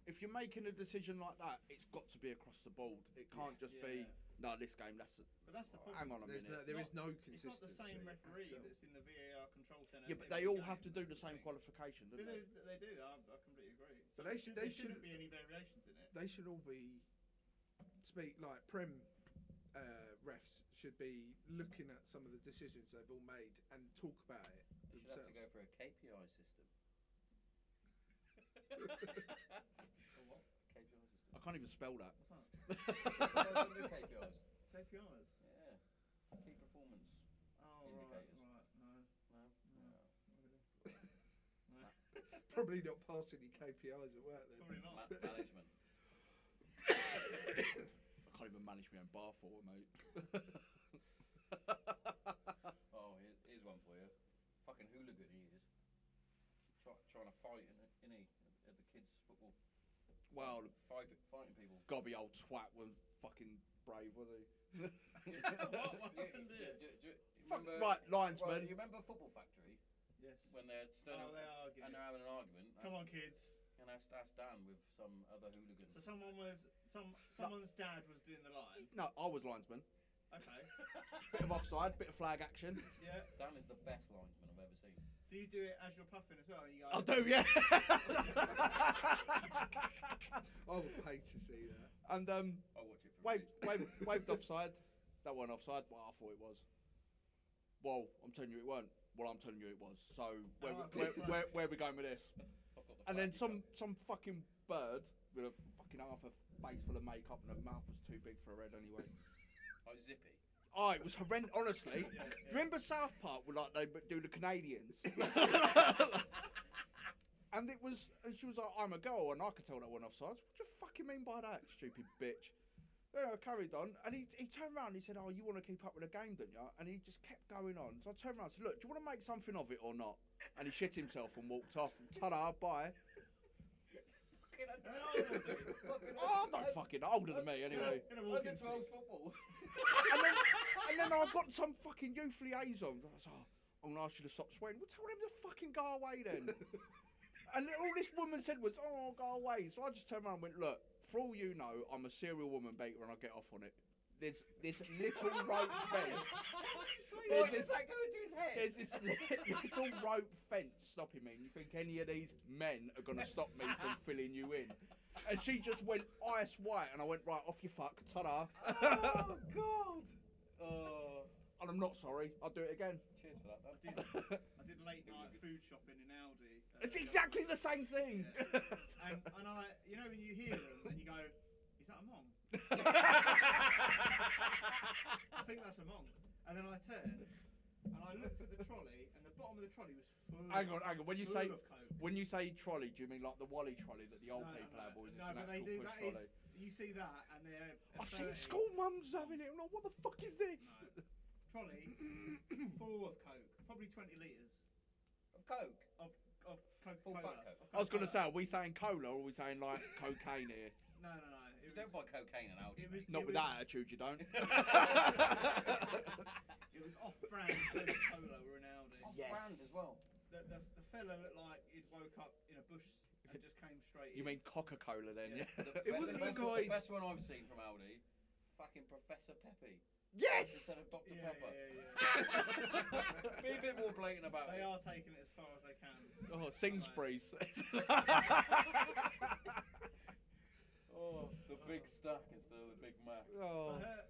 [SPEAKER 3] if you're making a decision like that, it's got to be across the board. It can't just be
[SPEAKER 2] yeah.
[SPEAKER 3] no this game. That's
[SPEAKER 2] But that's the problem.
[SPEAKER 3] hang on a
[SPEAKER 4] There's no,
[SPEAKER 3] minute.
[SPEAKER 4] there is no
[SPEAKER 2] It's
[SPEAKER 4] consistency.
[SPEAKER 2] not the same
[SPEAKER 4] at
[SPEAKER 2] referee
[SPEAKER 4] all.
[SPEAKER 2] that's in the VAR control centre.
[SPEAKER 3] yeah, but they
[SPEAKER 2] every
[SPEAKER 3] all
[SPEAKER 2] game.
[SPEAKER 3] have to do the
[SPEAKER 1] that's the
[SPEAKER 3] same
[SPEAKER 1] thing.
[SPEAKER 3] qualification,
[SPEAKER 2] They,
[SPEAKER 3] don't they?
[SPEAKER 2] they- they do. I, I completely agree.
[SPEAKER 4] But they should-
[SPEAKER 2] should.
[SPEAKER 4] they
[SPEAKER 2] there shouldn't
[SPEAKER 4] should-
[SPEAKER 2] be any variations in it.
[SPEAKER 4] They should all be speak like prem uh, refs should be looking at some of the decisions they've all made and talk about it
[SPEAKER 1] They should have
[SPEAKER 4] themselves.
[SPEAKER 1] to go for a KPI system.
[SPEAKER 2] Or what?
[SPEAKER 1] KPI system.
[SPEAKER 3] I can't even spell that.
[SPEAKER 2] What's that?
[SPEAKER 1] Well, they do KPIs.
[SPEAKER 2] KPIs.
[SPEAKER 1] Yeah, key performance.
[SPEAKER 2] Oh right,
[SPEAKER 1] Indicators.
[SPEAKER 2] right. No.
[SPEAKER 1] No,
[SPEAKER 2] No. No.
[SPEAKER 4] Probably not passing the KPIs at work then.
[SPEAKER 2] Probably not.
[SPEAKER 1] Ma- management.
[SPEAKER 3] I can't even manage my own bar for it, mate.
[SPEAKER 1] Oh, here, here's one for you. Fucking hooligan he is. Try, trying to fight in, in he, at the kids' football.
[SPEAKER 3] well,
[SPEAKER 1] fight, fighting people.
[SPEAKER 3] gobby old twat was fucking brave, was he?
[SPEAKER 2] What? What
[SPEAKER 1] You-
[SPEAKER 2] happened
[SPEAKER 1] you-
[SPEAKER 2] here?
[SPEAKER 1] do- do- you
[SPEAKER 3] Fuck
[SPEAKER 1] remember-
[SPEAKER 3] right,
[SPEAKER 1] Well,
[SPEAKER 3] linesman.
[SPEAKER 1] you remember Football Factory
[SPEAKER 2] Yes.
[SPEAKER 1] when they're standing
[SPEAKER 2] Oh, they are good.
[SPEAKER 1] and they're having an argument?
[SPEAKER 2] Come on, kids.
[SPEAKER 1] And that's, that's Dan with some other hooligan.
[SPEAKER 2] So someone was some someone's dad was doing the line.
[SPEAKER 3] No, I was linesman.
[SPEAKER 2] Okay.
[SPEAKER 3] Bit of offside, bit of flag action.
[SPEAKER 2] Yeah.
[SPEAKER 1] Dan is the best linesman I've ever seen.
[SPEAKER 2] Do you do it as you're puffing as well? You go.
[SPEAKER 3] I do, yeah.
[SPEAKER 4] I would hate to see that.
[SPEAKER 3] and um,
[SPEAKER 1] I watch it for
[SPEAKER 3] waved,
[SPEAKER 1] free.
[SPEAKER 3] waved, waved offside. That wasn't offside. Well, I thought it was. Well, I'm telling you it weren't. Well, I'm telling you it was. So where,
[SPEAKER 2] Oh,
[SPEAKER 3] where,
[SPEAKER 2] okay.
[SPEAKER 3] where, where are we going with this?
[SPEAKER 1] I've got the
[SPEAKER 3] And
[SPEAKER 1] flag,
[SPEAKER 3] then
[SPEAKER 1] you
[SPEAKER 3] some, some fucking bird with a fucking half a face full of makeup and her mouth was too big for a red anyway.
[SPEAKER 1] can't. Oh, Zippy.
[SPEAKER 3] Oh, it was horrendous. Honestly, do
[SPEAKER 2] Yeah,
[SPEAKER 3] you
[SPEAKER 2] yeah.
[SPEAKER 3] remember South Park were like they b- do the Canadians? and it was, and she was like, "I'm a girl, and I could tell that one offside." What do you fucking mean by that, stupid bitch? Yeah, I carried on, and he, he turned around and he said, "Oh, you want to keep up with the game, don't you?" And he just kept going on. So I turned around and said, "Look, do you want to make something of it or not?" And he shit himself and walked off. Ta-da, bye.
[SPEAKER 2] How old was he?
[SPEAKER 3] Oh, I don't fucking older than me anyway.
[SPEAKER 2] In a walking stick.
[SPEAKER 1] football.
[SPEAKER 3] and then, and then I've got some fucking youth liaison. I was, oh, oh no, I should have stopped swearing. Well, tell them to fucking go away then. and then all this woman said was, oh, go away. So I just turned around and went, look, for all you know, I'm a serial woman beater and I get off on it. There's this little rope fence. There's
[SPEAKER 1] What does
[SPEAKER 3] this-
[SPEAKER 1] that go into his head?
[SPEAKER 3] There's this little rope fence stopping me, and you think any of these men are going to stop me from filling you in? And she just went ice white, and I went right off your fuck, ta-da.
[SPEAKER 1] oh God. Oh,
[SPEAKER 3] and I'm not sorry. I'll do it again.
[SPEAKER 1] cheers for that. Dan.
[SPEAKER 2] I did, I did late night food shopping in Aldi. uh,
[SPEAKER 3] It's
[SPEAKER 2] the other
[SPEAKER 3] exactly
[SPEAKER 2] night.
[SPEAKER 3] the same thing.
[SPEAKER 2] And, and I, you know, when you hear them and you go, is that a mong? I think that's a mong. And then I turned and I looked at the trolley and the bottom of the trolley was full.
[SPEAKER 3] hang on, hang on. When you
[SPEAKER 2] full
[SPEAKER 3] say
[SPEAKER 2] of coke.
[SPEAKER 3] when you say trolley, do you mean like the Wally trolley that the old
[SPEAKER 2] No, no,
[SPEAKER 3] people
[SPEAKER 2] no,
[SPEAKER 3] have, or is it
[SPEAKER 2] no,
[SPEAKER 3] an
[SPEAKER 2] but
[SPEAKER 3] actual
[SPEAKER 2] they do.
[SPEAKER 3] push
[SPEAKER 2] That is,
[SPEAKER 3] trolley?
[SPEAKER 2] you see that and they're.
[SPEAKER 3] I've seen
[SPEAKER 2] 30.
[SPEAKER 3] school mums having it. I'm like, what the fuck is this?
[SPEAKER 2] No. Trolley full of coke, probably 20 litres
[SPEAKER 1] Of Coke.
[SPEAKER 2] of Coca
[SPEAKER 1] Full
[SPEAKER 2] Cola.
[SPEAKER 1] fat Coke.
[SPEAKER 3] I was gonna say, are we saying cola or are we saying like cocaine here?
[SPEAKER 2] No, no, no.
[SPEAKER 1] You
[SPEAKER 2] It was,
[SPEAKER 1] don't buy cocaine in Aldi.
[SPEAKER 2] it
[SPEAKER 1] mate.
[SPEAKER 2] was,
[SPEAKER 3] Not
[SPEAKER 2] it
[SPEAKER 3] with
[SPEAKER 2] was,
[SPEAKER 3] that attitude, you don't.
[SPEAKER 2] It was off brand Coca Cola were in Aldi.
[SPEAKER 1] Off
[SPEAKER 3] Yes.
[SPEAKER 1] brand as well.
[SPEAKER 2] The, the, the fella looked like he'd woke up in a bush and just came straight
[SPEAKER 3] you
[SPEAKER 2] in.
[SPEAKER 3] mean Coca Cola then? Yeah.
[SPEAKER 2] Yeah.
[SPEAKER 1] The-
[SPEAKER 4] It
[SPEAKER 1] the
[SPEAKER 4] wasn't
[SPEAKER 1] best-
[SPEAKER 4] the guy-
[SPEAKER 1] The best one I've seen from Aldi. Fucking Professor Peppy
[SPEAKER 3] Yes.
[SPEAKER 1] instead of Dr
[SPEAKER 2] Yeah,
[SPEAKER 1] Pepper.
[SPEAKER 2] yeah, yeah.
[SPEAKER 1] Be a bit more blatant about
[SPEAKER 2] they
[SPEAKER 1] it.
[SPEAKER 2] are taking it as far as they can.
[SPEAKER 3] Oh, Sainsbury's.
[SPEAKER 1] Oh, the big stack instead of the big Mac.
[SPEAKER 3] oh,
[SPEAKER 2] I heard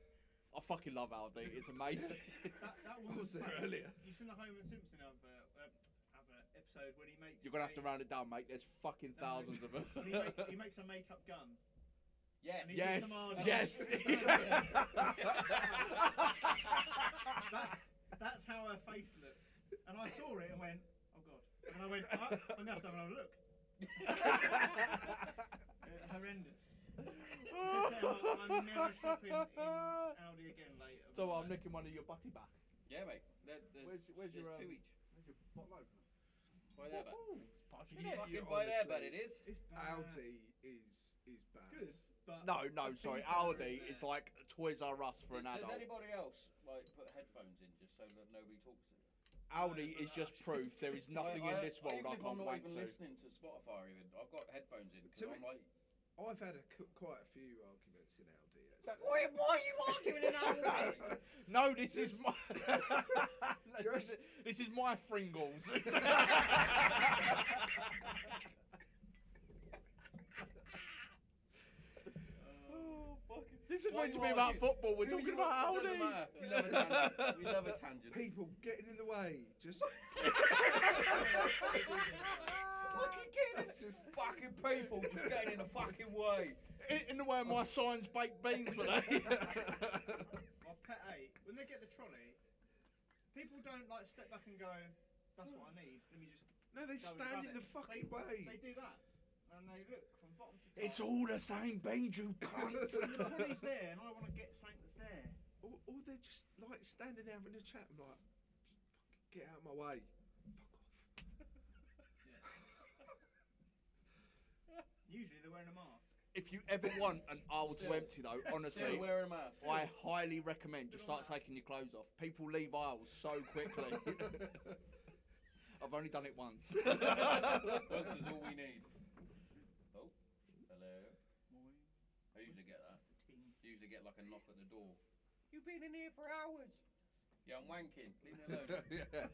[SPEAKER 3] I fucking love Aldi. It's amazing.
[SPEAKER 2] that, that
[SPEAKER 4] I
[SPEAKER 2] one
[SPEAKER 4] was there
[SPEAKER 2] famous.
[SPEAKER 4] earlier.
[SPEAKER 2] You've seen the Homer Simpson advert, uh, advert episode when he makes.
[SPEAKER 3] You're gonna have
[SPEAKER 2] a-
[SPEAKER 3] to round it down, mate. There's fucking thousands of them.
[SPEAKER 2] when he, make, he makes a makeup gun.
[SPEAKER 1] Yes.
[SPEAKER 2] And he
[SPEAKER 3] yes.
[SPEAKER 2] puts them on.
[SPEAKER 3] Yes.
[SPEAKER 2] That, that's how her face looked. And I saw it and went, oh god. And I went, oh, I'm gonna have to have another look. Uh, horrendous. I said to her, I'm never shopping in Audi again later.
[SPEAKER 3] so um, I'm nicking one of your butty back.
[SPEAKER 1] yeah, mate. There, there,
[SPEAKER 3] Where's- where's
[SPEAKER 1] there's
[SPEAKER 3] your, um,
[SPEAKER 1] two each.
[SPEAKER 4] Where's your bottle opener?
[SPEAKER 1] By there, but.
[SPEAKER 3] Ooh, spicy.
[SPEAKER 4] You-
[SPEAKER 1] Fucking
[SPEAKER 4] you
[SPEAKER 1] by there, but
[SPEAKER 4] honestly-
[SPEAKER 1] it is.
[SPEAKER 2] It's bad.
[SPEAKER 4] Aldi is is bad.
[SPEAKER 2] It's good, but uh,
[SPEAKER 3] No, no,
[SPEAKER 2] the
[SPEAKER 3] sorry.
[SPEAKER 2] pizza
[SPEAKER 3] Aldi
[SPEAKER 2] in
[SPEAKER 3] is
[SPEAKER 2] there.
[SPEAKER 3] like Toys R Us for an
[SPEAKER 1] Does
[SPEAKER 3] adult.
[SPEAKER 1] anybody else like put headphones in just so that nobody talks to you?
[SPEAKER 3] Aldi is just proof there is nothing in this world I
[SPEAKER 1] even if I'm
[SPEAKER 3] can't
[SPEAKER 1] not
[SPEAKER 3] wait
[SPEAKER 1] even
[SPEAKER 3] to.
[SPEAKER 1] listening to Spotify, even I've got headphones in
[SPEAKER 4] To
[SPEAKER 1] because I'm
[SPEAKER 4] me-
[SPEAKER 1] like,
[SPEAKER 4] I've had a, cu- quite a few arguments in Aldi.
[SPEAKER 3] That-
[SPEAKER 4] actually.
[SPEAKER 3] Why- why are you arguing in Aldi? No, this is my. this, is,
[SPEAKER 4] Just-
[SPEAKER 3] this is my Fringles.
[SPEAKER 1] oh fucking.
[SPEAKER 3] this is
[SPEAKER 1] Why
[SPEAKER 3] meant
[SPEAKER 1] you
[SPEAKER 3] to be about
[SPEAKER 1] argue?
[SPEAKER 3] football. We're
[SPEAKER 1] Who
[SPEAKER 3] talking
[SPEAKER 1] you
[SPEAKER 3] about
[SPEAKER 1] are- it doesn't
[SPEAKER 3] Aldi.
[SPEAKER 1] matter. We love a tangent. We love a tangent.
[SPEAKER 4] People getting in the way. Just
[SPEAKER 1] fucking kidding. It's just fucking people just getting in the fucking way.
[SPEAKER 3] In- In the way of my science baked beans today.
[SPEAKER 2] My pet eight, when they get the trolley, people don't like step back and go, that's what I need. Let me just.
[SPEAKER 4] no, they
[SPEAKER 2] go and
[SPEAKER 4] stand
[SPEAKER 2] grab
[SPEAKER 4] in
[SPEAKER 2] it."
[SPEAKER 4] the fucking way.
[SPEAKER 2] They do that. And they look from bottom to top.
[SPEAKER 3] it's all the same beans, you cunt.
[SPEAKER 2] And the trolley's there, and I want to get something that's there.
[SPEAKER 4] Or, or they're just like standing there having a chat. I'm like, "Just fucking get out of my way. Fuck off.
[SPEAKER 2] Usually they're wearing a mask.
[SPEAKER 3] if you ever want an aisle
[SPEAKER 1] Still-
[SPEAKER 3] to empty, though,
[SPEAKER 1] Still
[SPEAKER 3] honestly,
[SPEAKER 1] wearing a mask.
[SPEAKER 3] I highly recommend just
[SPEAKER 2] Still
[SPEAKER 3] start
[SPEAKER 2] on that.
[SPEAKER 3] taking your clothes off. People leave aisles so quickly. I've only done it once.
[SPEAKER 1] Once is all we need. Oh, hello. I usually get that. Usually get like a knock at the door. You've been in here for hours. Yeah, I'm wanking. Leave me alone.
[SPEAKER 3] Yeah.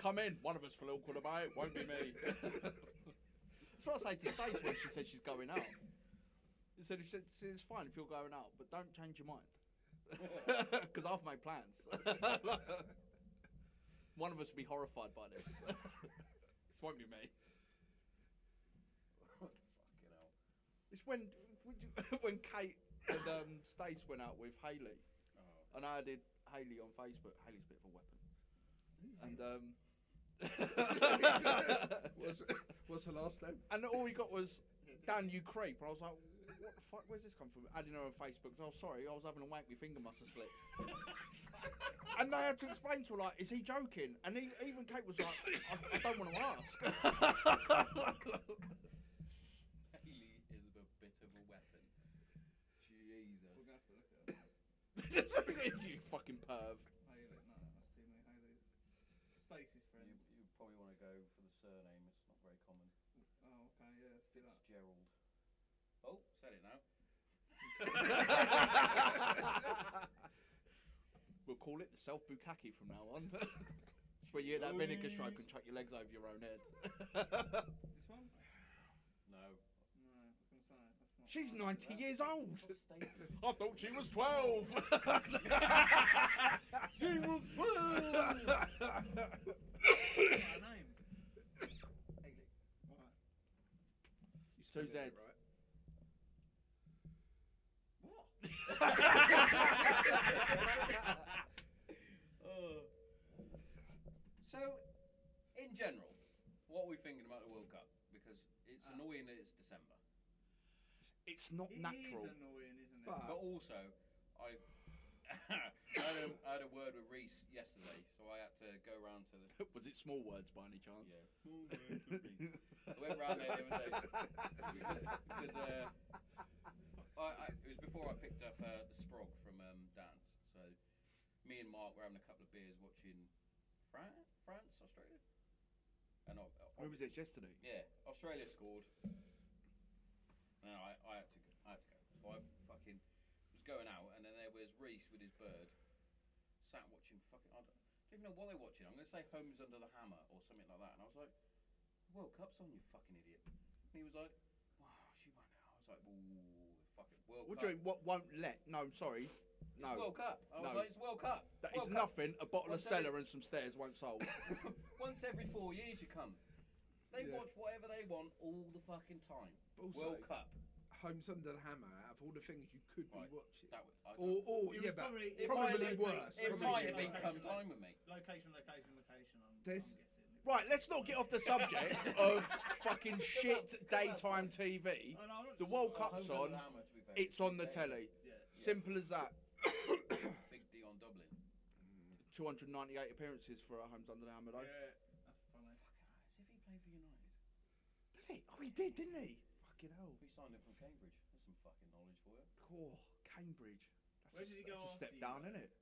[SPEAKER 3] Come in. One of us will awkward about it. Won't be me. That's what I say to Stace when she said she's going out. She said, she said, it's fine if you're going out, but don't change your mind. Because I've made plans. One of us will be horrified by this. this won't be me.
[SPEAKER 1] Fucking hell.
[SPEAKER 3] It's when when you- when Kate and um, Stace went out with Haley,
[SPEAKER 1] Oh.
[SPEAKER 3] and I added Haley on Facebook. Haley's a bit of a weapon, and um,
[SPEAKER 4] What's, what's her last name?
[SPEAKER 3] and all he got was
[SPEAKER 2] Dan.
[SPEAKER 3] Dan, you creep. And I was like, what the fuck? Where's this come from? Adding her on Facebook. Oh, sorry, I was having a wank. My finger must have slipped. and they had to explain to her, like, is he joking? And he, even Kate was like, I, I don't want to ask.
[SPEAKER 1] Haley is a bit of a weapon. Jesus.
[SPEAKER 2] We're going to have to look at it.
[SPEAKER 3] you fucking perv.
[SPEAKER 2] Haley. No, that's too many Haley's.
[SPEAKER 1] You,
[SPEAKER 2] Stacey's friend.
[SPEAKER 1] you probably want to go for the surname. It's not very common.
[SPEAKER 2] Oh, okay, yeah, let's do that.
[SPEAKER 1] Fitzgerald. Oh, said it now.
[SPEAKER 3] call it the self bukkake from now on. it's where you get that vinegar stroke and chuck your legs over your own head.
[SPEAKER 2] This one?
[SPEAKER 1] No.
[SPEAKER 2] No, I was gonna say that's not.
[SPEAKER 3] She's
[SPEAKER 2] I don't
[SPEAKER 3] 90
[SPEAKER 2] do that.
[SPEAKER 3] years old.
[SPEAKER 1] What's Stacey?
[SPEAKER 3] I thought she was 12.
[SPEAKER 2] She was
[SPEAKER 3] 12.
[SPEAKER 2] What's her name? Hayley. Alright.
[SPEAKER 4] You
[SPEAKER 3] Two
[SPEAKER 4] spell it
[SPEAKER 3] Zs.
[SPEAKER 4] right.
[SPEAKER 2] What?
[SPEAKER 1] Oh. So, in general, what are we thinking about the World Cup? Because it's
[SPEAKER 2] Ah.
[SPEAKER 1] annoying that it's December,
[SPEAKER 3] it's not
[SPEAKER 2] It is
[SPEAKER 3] natural.
[SPEAKER 2] annoying, isn't it?
[SPEAKER 4] But-
[SPEAKER 1] but also, I. I, had a, I had a word with Reese yesterday, so I had to go round to the.
[SPEAKER 3] Was it small words by any chance?
[SPEAKER 1] Yeah. I went round there the other day. Because uh, I, I, it was before I picked up uh, the Sprog from um, Dan's. So me and Mark were having a couple of beers watching France, France, Australia, Uh, and I, I,
[SPEAKER 3] Where was this yesterday?
[SPEAKER 1] yeah, Australia scored. No, I, I had to, go, I had to go. So I fucking was going out, and then there was Reese with his bird, sat watching fucking. I don't, I don't even know what they're watching. I'm gonna say Homes Under the Hammer or something like that. And I was like, World Cup's on, you fucking idiot. And he was like, Wow, she won now. I was like, Ooh, fucking World
[SPEAKER 3] What do you
[SPEAKER 1] Cup.
[SPEAKER 3] mean, what won't let? No, sorry.
[SPEAKER 1] It's
[SPEAKER 3] No,
[SPEAKER 1] World Cup. I
[SPEAKER 3] No.
[SPEAKER 1] was like, It's World Cup.
[SPEAKER 3] that
[SPEAKER 1] World
[SPEAKER 3] is
[SPEAKER 1] Cup.
[SPEAKER 3] nothing. A bottle of
[SPEAKER 1] What's that?
[SPEAKER 3] Stella and some stairs won't solve.
[SPEAKER 1] Once every four years, you come. They
[SPEAKER 4] Yeah.
[SPEAKER 1] watch whatever they want all the fucking time.
[SPEAKER 4] But also,
[SPEAKER 1] World Cup.
[SPEAKER 4] Homes Under the Hammer, out of all the things you could
[SPEAKER 1] Right.
[SPEAKER 4] be watching.
[SPEAKER 1] That was, I don't-
[SPEAKER 4] Or, or
[SPEAKER 2] It
[SPEAKER 4] yeah,
[SPEAKER 2] was
[SPEAKER 4] but
[SPEAKER 2] probably,
[SPEAKER 1] It
[SPEAKER 4] Probably
[SPEAKER 1] might have been-
[SPEAKER 4] worse,
[SPEAKER 1] It
[SPEAKER 4] probably
[SPEAKER 1] might have
[SPEAKER 4] worse.
[SPEAKER 1] been come time with me.
[SPEAKER 2] Location, location, location. I'm,
[SPEAKER 4] There's-
[SPEAKER 2] I'm guessing.
[SPEAKER 3] right, let's not get off the subject of fucking shit daytime TV.
[SPEAKER 2] Oh, no, I'm not
[SPEAKER 3] The
[SPEAKER 2] just-
[SPEAKER 3] World
[SPEAKER 1] Well,
[SPEAKER 3] Cup's
[SPEAKER 1] Homes Under
[SPEAKER 3] on,
[SPEAKER 1] the Hammer, to be fair,
[SPEAKER 3] It's
[SPEAKER 1] big
[SPEAKER 3] on the
[SPEAKER 1] day.
[SPEAKER 3] telly.
[SPEAKER 2] Yeah.
[SPEAKER 3] Simple as that.
[SPEAKER 1] Big D on Dublin.
[SPEAKER 3] 298 appearances for uh, Holmes under the hammer, though.
[SPEAKER 2] Yeah, that's funny.
[SPEAKER 1] Fucking hell, as if he played for United.
[SPEAKER 3] Did he? Oh, he did, didn't he? Fucking hell.
[SPEAKER 1] We signed him from Cambridge. That's some fucking knowledge for you.
[SPEAKER 3] Cool. Cambridge. That's
[SPEAKER 2] Where
[SPEAKER 3] a,
[SPEAKER 2] did he
[SPEAKER 3] that's
[SPEAKER 2] go
[SPEAKER 3] a step
[SPEAKER 2] after you?
[SPEAKER 3] down, isn't it?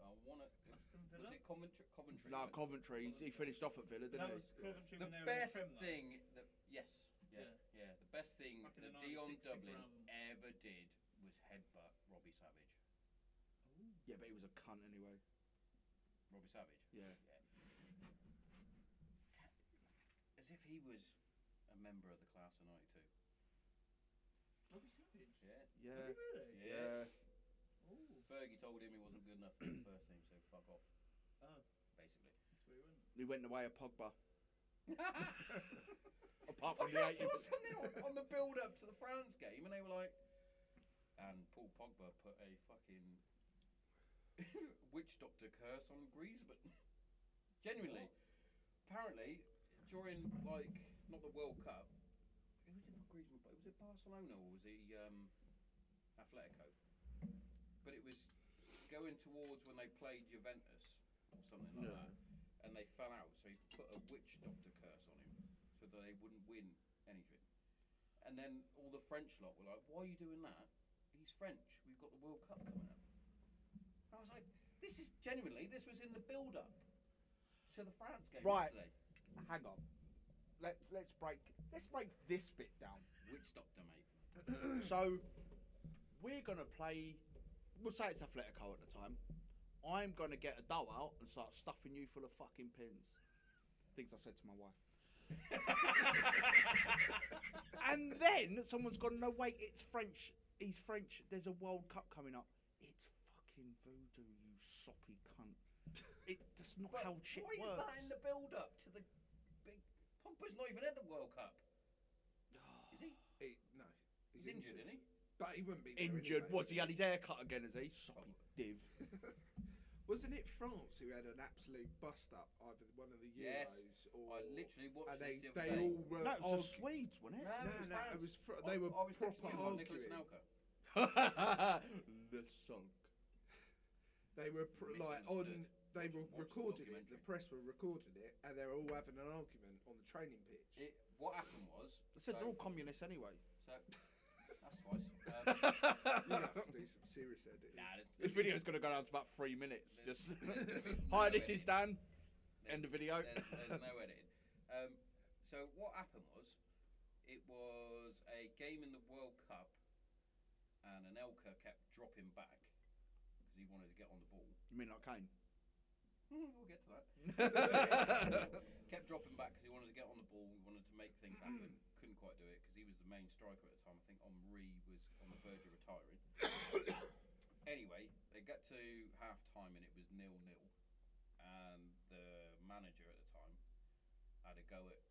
[SPEAKER 1] I want it.
[SPEAKER 2] Aston
[SPEAKER 1] Was
[SPEAKER 2] Villa.
[SPEAKER 1] it Coventry? Coventry.
[SPEAKER 3] No,
[SPEAKER 1] when-
[SPEAKER 3] Coventry. He's, he finished off at Villa, didn't
[SPEAKER 2] That
[SPEAKER 3] he?
[SPEAKER 2] was Coventry
[SPEAKER 1] the
[SPEAKER 2] when they were
[SPEAKER 1] best
[SPEAKER 2] in the Prem,
[SPEAKER 1] thing that yes, yeah,
[SPEAKER 2] Yeah.
[SPEAKER 1] yeah, the best thing
[SPEAKER 2] Back in
[SPEAKER 1] that
[SPEAKER 2] the
[SPEAKER 1] Dion
[SPEAKER 2] 96
[SPEAKER 1] Dublin
[SPEAKER 2] Grand.
[SPEAKER 1] ever did was headbutt Robbie Savage.
[SPEAKER 3] Yeah, but he was a cunt anyway.
[SPEAKER 1] Robbie Savage.
[SPEAKER 3] Yeah.
[SPEAKER 1] As if he was a member of the class of '92.
[SPEAKER 2] Though. Robbie Savage.
[SPEAKER 1] Yeah.
[SPEAKER 3] Yeah.
[SPEAKER 2] Was he really?
[SPEAKER 1] Yeah.
[SPEAKER 3] Yeah.
[SPEAKER 2] Ooh,
[SPEAKER 1] Fergie told him he wasn't good enough to be the first team, so fuck off.
[SPEAKER 2] Oh.
[SPEAKER 1] Basically.
[SPEAKER 2] that's where he went.
[SPEAKER 3] He went the way of Pogba. Apart from the
[SPEAKER 1] I
[SPEAKER 3] 80.
[SPEAKER 1] saw something on, on the build up to the France game, and they were like, and Paul Pogba put a fucking witch doctor curse on Griezmann. Genuinely. Apparently, during, like, not the World Cup, who did put Griezmann play? Was it Barcelona or was he um, Atletico? But it was going towards when they played Juventus or something like
[SPEAKER 3] No.
[SPEAKER 1] that, and they fell out, so he put a witch doctor curse on him so that they wouldn't win anything. And then all the French lot were like, "Why are you doing that? He's French. We've got the World Cup coming up." And I was like, "This is genuinely. This was in the build-up to the France game
[SPEAKER 3] Right.
[SPEAKER 1] yesterday."
[SPEAKER 3] Hang on. Let's let's break let's break this bit down.
[SPEAKER 1] Witch doctor, mate.
[SPEAKER 3] so we're gonna play. We'll say it's Atletico at the time. I'm gonna get a dough out and start stuffing you full of fucking pins. Things I said to my wife. And then someone's gone. No wait, it's French. He's French. There's a World Cup coming up. It's fucking voodoo, you soppy cunt. It, that's not
[SPEAKER 1] But
[SPEAKER 3] how shit
[SPEAKER 1] why
[SPEAKER 3] works.
[SPEAKER 1] is that in the build-up to the big? Pogba's not even at the World Cup, is he?
[SPEAKER 4] He, no,
[SPEAKER 1] He's injured, isn't he?
[SPEAKER 4] But he wouldn't be there
[SPEAKER 3] Injured.
[SPEAKER 4] anyway.
[SPEAKER 3] What's he had his hair cut again? Is he soppy div?
[SPEAKER 4] Wasn't it France who had an absolute bust up either one of the
[SPEAKER 1] Yes.
[SPEAKER 4] Euros or
[SPEAKER 1] I literally
[SPEAKER 4] and
[SPEAKER 1] watched
[SPEAKER 4] they
[SPEAKER 1] this the
[SPEAKER 4] they
[SPEAKER 1] other day.
[SPEAKER 4] all were
[SPEAKER 3] No, it was the
[SPEAKER 4] arguing.
[SPEAKER 3] Swedes, wasn't it?
[SPEAKER 4] No,
[SPEAKER 1] No, it was
[SPEAKER 4] no,
[SPEAKER 1] France.
[SPEAKER 4] it was fr-
[SPEAKER 1] I-
[SPEAKER 4] they were
[SPEAKER 1] I was
[SPEAKER 4] proper
[SPEAKER 1] texting with Nicholas
[SPEAKER 4] arguing.
[SPEAKER 1] Anelka.
[SPEAKER 3] the song.
[SPEAKER 4] They were pr- like on.
[SPEAKER 1] Misunderstood.
[SPEAKER 4] They
[SPEAKER 1] Watch-
[SPEAKER 4] were
[SPEAKER 1] watch the
[SPEAKER 4] recording it. The
[SPEAKER 1] documentary.
[SPEAKER 4] press were recording it, and they were all having an argument on the training pitch.
[SPEAKER 1] It, what happened was,
[SPEAKER 3] I said
[SPEAKER 1] so,
[SPEAKER 3] they're all communists anyway.
[SPEAKER 1] so that's twice. Um,
[SPEAKER 4] You have to do some serious editing.
[SPEAKER 1] nah, there's-
[SPEAKER 3] this video's gonna go down to about three minutes. Just
[SPEAKER 1] there's- there's
[SPEAKER 3] hi,
[SPEAKER 1] no
[SPEAKER 3] this is
[SPEAKER 1] edit.
[SPEAKER 3] Dan.
[SPEAKER 1] There's-
[SPEAKER 3] End of video.
[SPEAKER 1] There's, there's no editing. Um, so what happened was, it was a game in the World Cup, and Anelka kept dropping back, because he wanted to get on the ball.
[SPEAKER 3] You mean like Kane?
[SPEAKER 1] we'll get to that. Kept dropping back because he wanted to get on the ball. He wanted to make things happen.
[SPEAKER 3] Mm-hmm.
[SPEAKER 1] Couldn't quite do it because he was the main striker at the time. I think Henri was on the verge of retiring. anyway, they got to half time and it was nil nil. And the manager at the time had a go at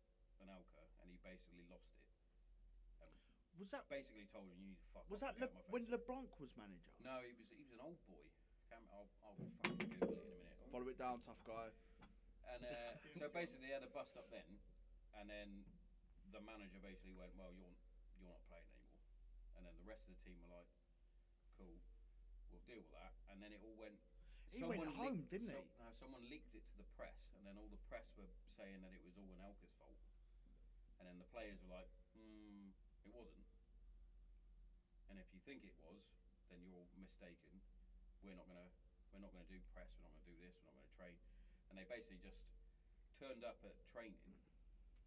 [SPEAKER 1] Anelka and he basically lost it.
[SPEAKER 3] was that
[SPEAKER 1] Basically told him you need to fuck
[SPEAKER 3] was
[SPEAKER 1] off
[SPEAKER 3] that Le,
[SPEAKER 1] and get out of my
[SPEAKER 3] when
[SPEAKER 1] face."
[SPEAKER 3] LeBlanc was manager?
[SPEAKER 1] No, he was he was an old boy. Cam, I'll, I'll fucking Google it in a minute.
[SPEAKER 3] Follow it down, tough guy.
[SPEAKER 1] And uh, so basically, they had a bust up then, and then the manager basically went, "Well, you're you're not playing anymore." And then the rest of the team were like, "Cool, we'll deal with that." And then it all went.
[SPEAKER 3] He went
[SPEAKER 1] someone
[SPEAKER 3] home,
[SPEAKER 1] leaked-
[SPEAKER 3] didn't
[SPEAKER 1] so-
[SPEAKER 3] he?
[SPEAKER 1] No, someone leaked it to the press, and then all the press were saying that it was all Anelka's fault. And then the players were like, "Hmm, it wasn't." And if you think it was, then you're mistaken. We're not gonna we're not gonna do press. We're not gonna do this. We're not gonna train. And they basically just turned up at training,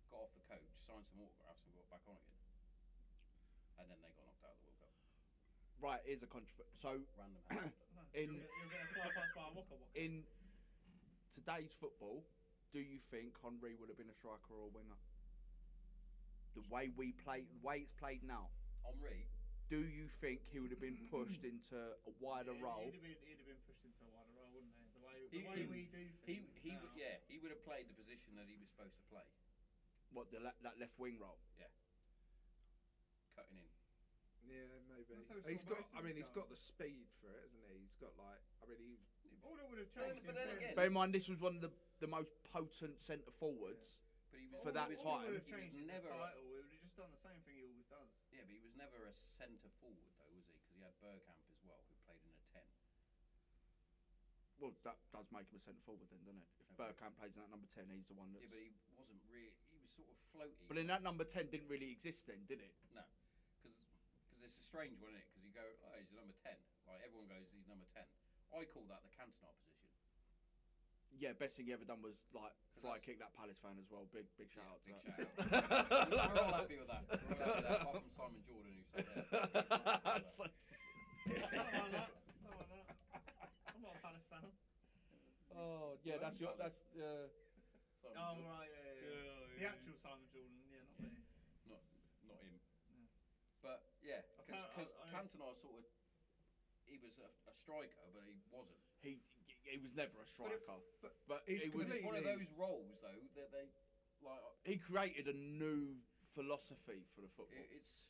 [SPEAKER 1] got off the coach, signed some autographs, and got back on again. And then they got knocked out of the World Cup.
[SPEAKER 3] Right, here's a controversy. So
[SPEAKER 1] Random. happened.
[SPEAKER 3] In-
[SPEAKER 2] you're, you're going to fly past by a waka waka.
[SPEAKER 3] in today's football, do you think Henri would have been a striker or a winger? The way we play, the way it's played now,
[SPEAKER 1] Henri,
[SPEAKER 3] do you think he would have been pushed into a wider
[SPEAKER 2] Yeah,
[SPEAKER 3] role?
[SPEAKER 2] He'd have, been, he'd have been pushed into a wider role, wouldn't he? The way, the
[SPEAKER 1] He-
[SPEAKER 2] way
[SPEAKER 1] he-
[SPEAKER 2] we do
[SPEAKER 1] he
[SPEAKER 2] things.
[SPEAKER 1] he
[SPEAKER 2] now.
[SPEAKER 1] would yeah he would have played the position that he was supposed to play,
[SPEAKER 3] What the le- that left wing role?
[SPEAKER 1] cutting in.
[SPEAKER 4] Yeah, maybe. Oh,
[SPEAKER 2] That's how
[SPEAKER 4] He's
[SPEAKER 2] it's got
[SPEAKER 4] got.
[SPEAKER 2] most
[SPEAKER 4] I
[SPEAKER 2] of
[SPEAKER 4] mean,
[SPEAKER 2] his
[SPEAKER 4] he's
[SPEAKER 2] goals.
[SPEAKER 4] got the speed for it, hasn't he? He's got like. I mean, he.
[SPEAKER 2] All that would have
[SPEAKER 1] But then-
[SPEAKER 2] changed.
[SPEAKER 1] but then again-
[SPEAKER 3] Bear in mind, this was one of the, the most potent centre forwards.
[SPEAKER 1] But he was
[SPEAKER 3] For
[SPEAKER 1] he
[SPEAKER 3] that
[SPEAKER 1] was,
[SPEAKER 2] all
[SPEAKER 3] time.
[SPEAKER 1] he
[SPEAKER 2] All would
[SPEAKER 1] was
[SPEAKER 2] have changed is
[SPEAKER 1] never
[SPEAKER 2] the
[SPEAKER 1] a,
[SPEAKER 2] title. He would have just done the same thing he always does.
[SPEAKER 1] yeah, but he was never a centre forward though, was he? Because he had Bergkamp as well, who played in a ten.
[SPEAKER 3] Well, that does make him a centre forward then, doesn't it? If
[SPEAKER 1] Okay.
[SPEAKER 3] Bergkamp plays in that number ten, he's the one that's.
[SPEAKER 1] Yeah, but he wasn't really. He was sort of floaty.
[SPEAKER 3] but in that number ten didn't really exist then, did it?
[SPEAKER 1] because it's a strange one, isn't it? Because you go, oh, he's a number ten. Like everyone goes, he's number ten. I call that the Cantona position.
[SPEAKER 3] Yeah, best thing he ever done was like fly
[SPEAKER 1] that's-
[SPEAKER 3] kick that Palace fan as well. Big big shout out to
[SPEAKER 1] Yeah, big
[SPEAKER 3] that.
[SPEAKER 1] We're all happy with that. We're all happy with that. Apart from Simon Jordan, who sat there. He's not happy
[SPEAKER 2] I
[SPEAKER 1] with that.
[SPEAKER 2] don't like that. I don't like that. I'm not a Palace fan.
[SPEAKER 3] oh yeah, that's your that's uh,
[SPEAKER 1] Simon
[SPEAKER 2] Oh,
[SPEAKER 1] Jordan,
[SPEAKER 2] right, yeah, yeah, yeah. The actual Simon Jordan, yeah, not me.
[SPEAKER 1] not him.
[SPEAKER 2] No.
[SPEAKER 1] But yeah,
[SPEAKER 2] can't- I-
[SPEAKER 1] because
[SPEAKER 2] I-
[SPEAKER 1] Cantona sort of he was a, a striker, but he wasn't.
[SPEAKER 3] he he was never a striker, but,
[SPEAKER 4] but it's
[SPEAKER 3] he was
[SPEAKER 1] But it's one of
[SPEAKER 4] Completely.
[SPEAKER 1] those roles though that they like. uh,
[SPEAKER 3] he created a new philosophy for the football.
[SPEAKER 1] It, it's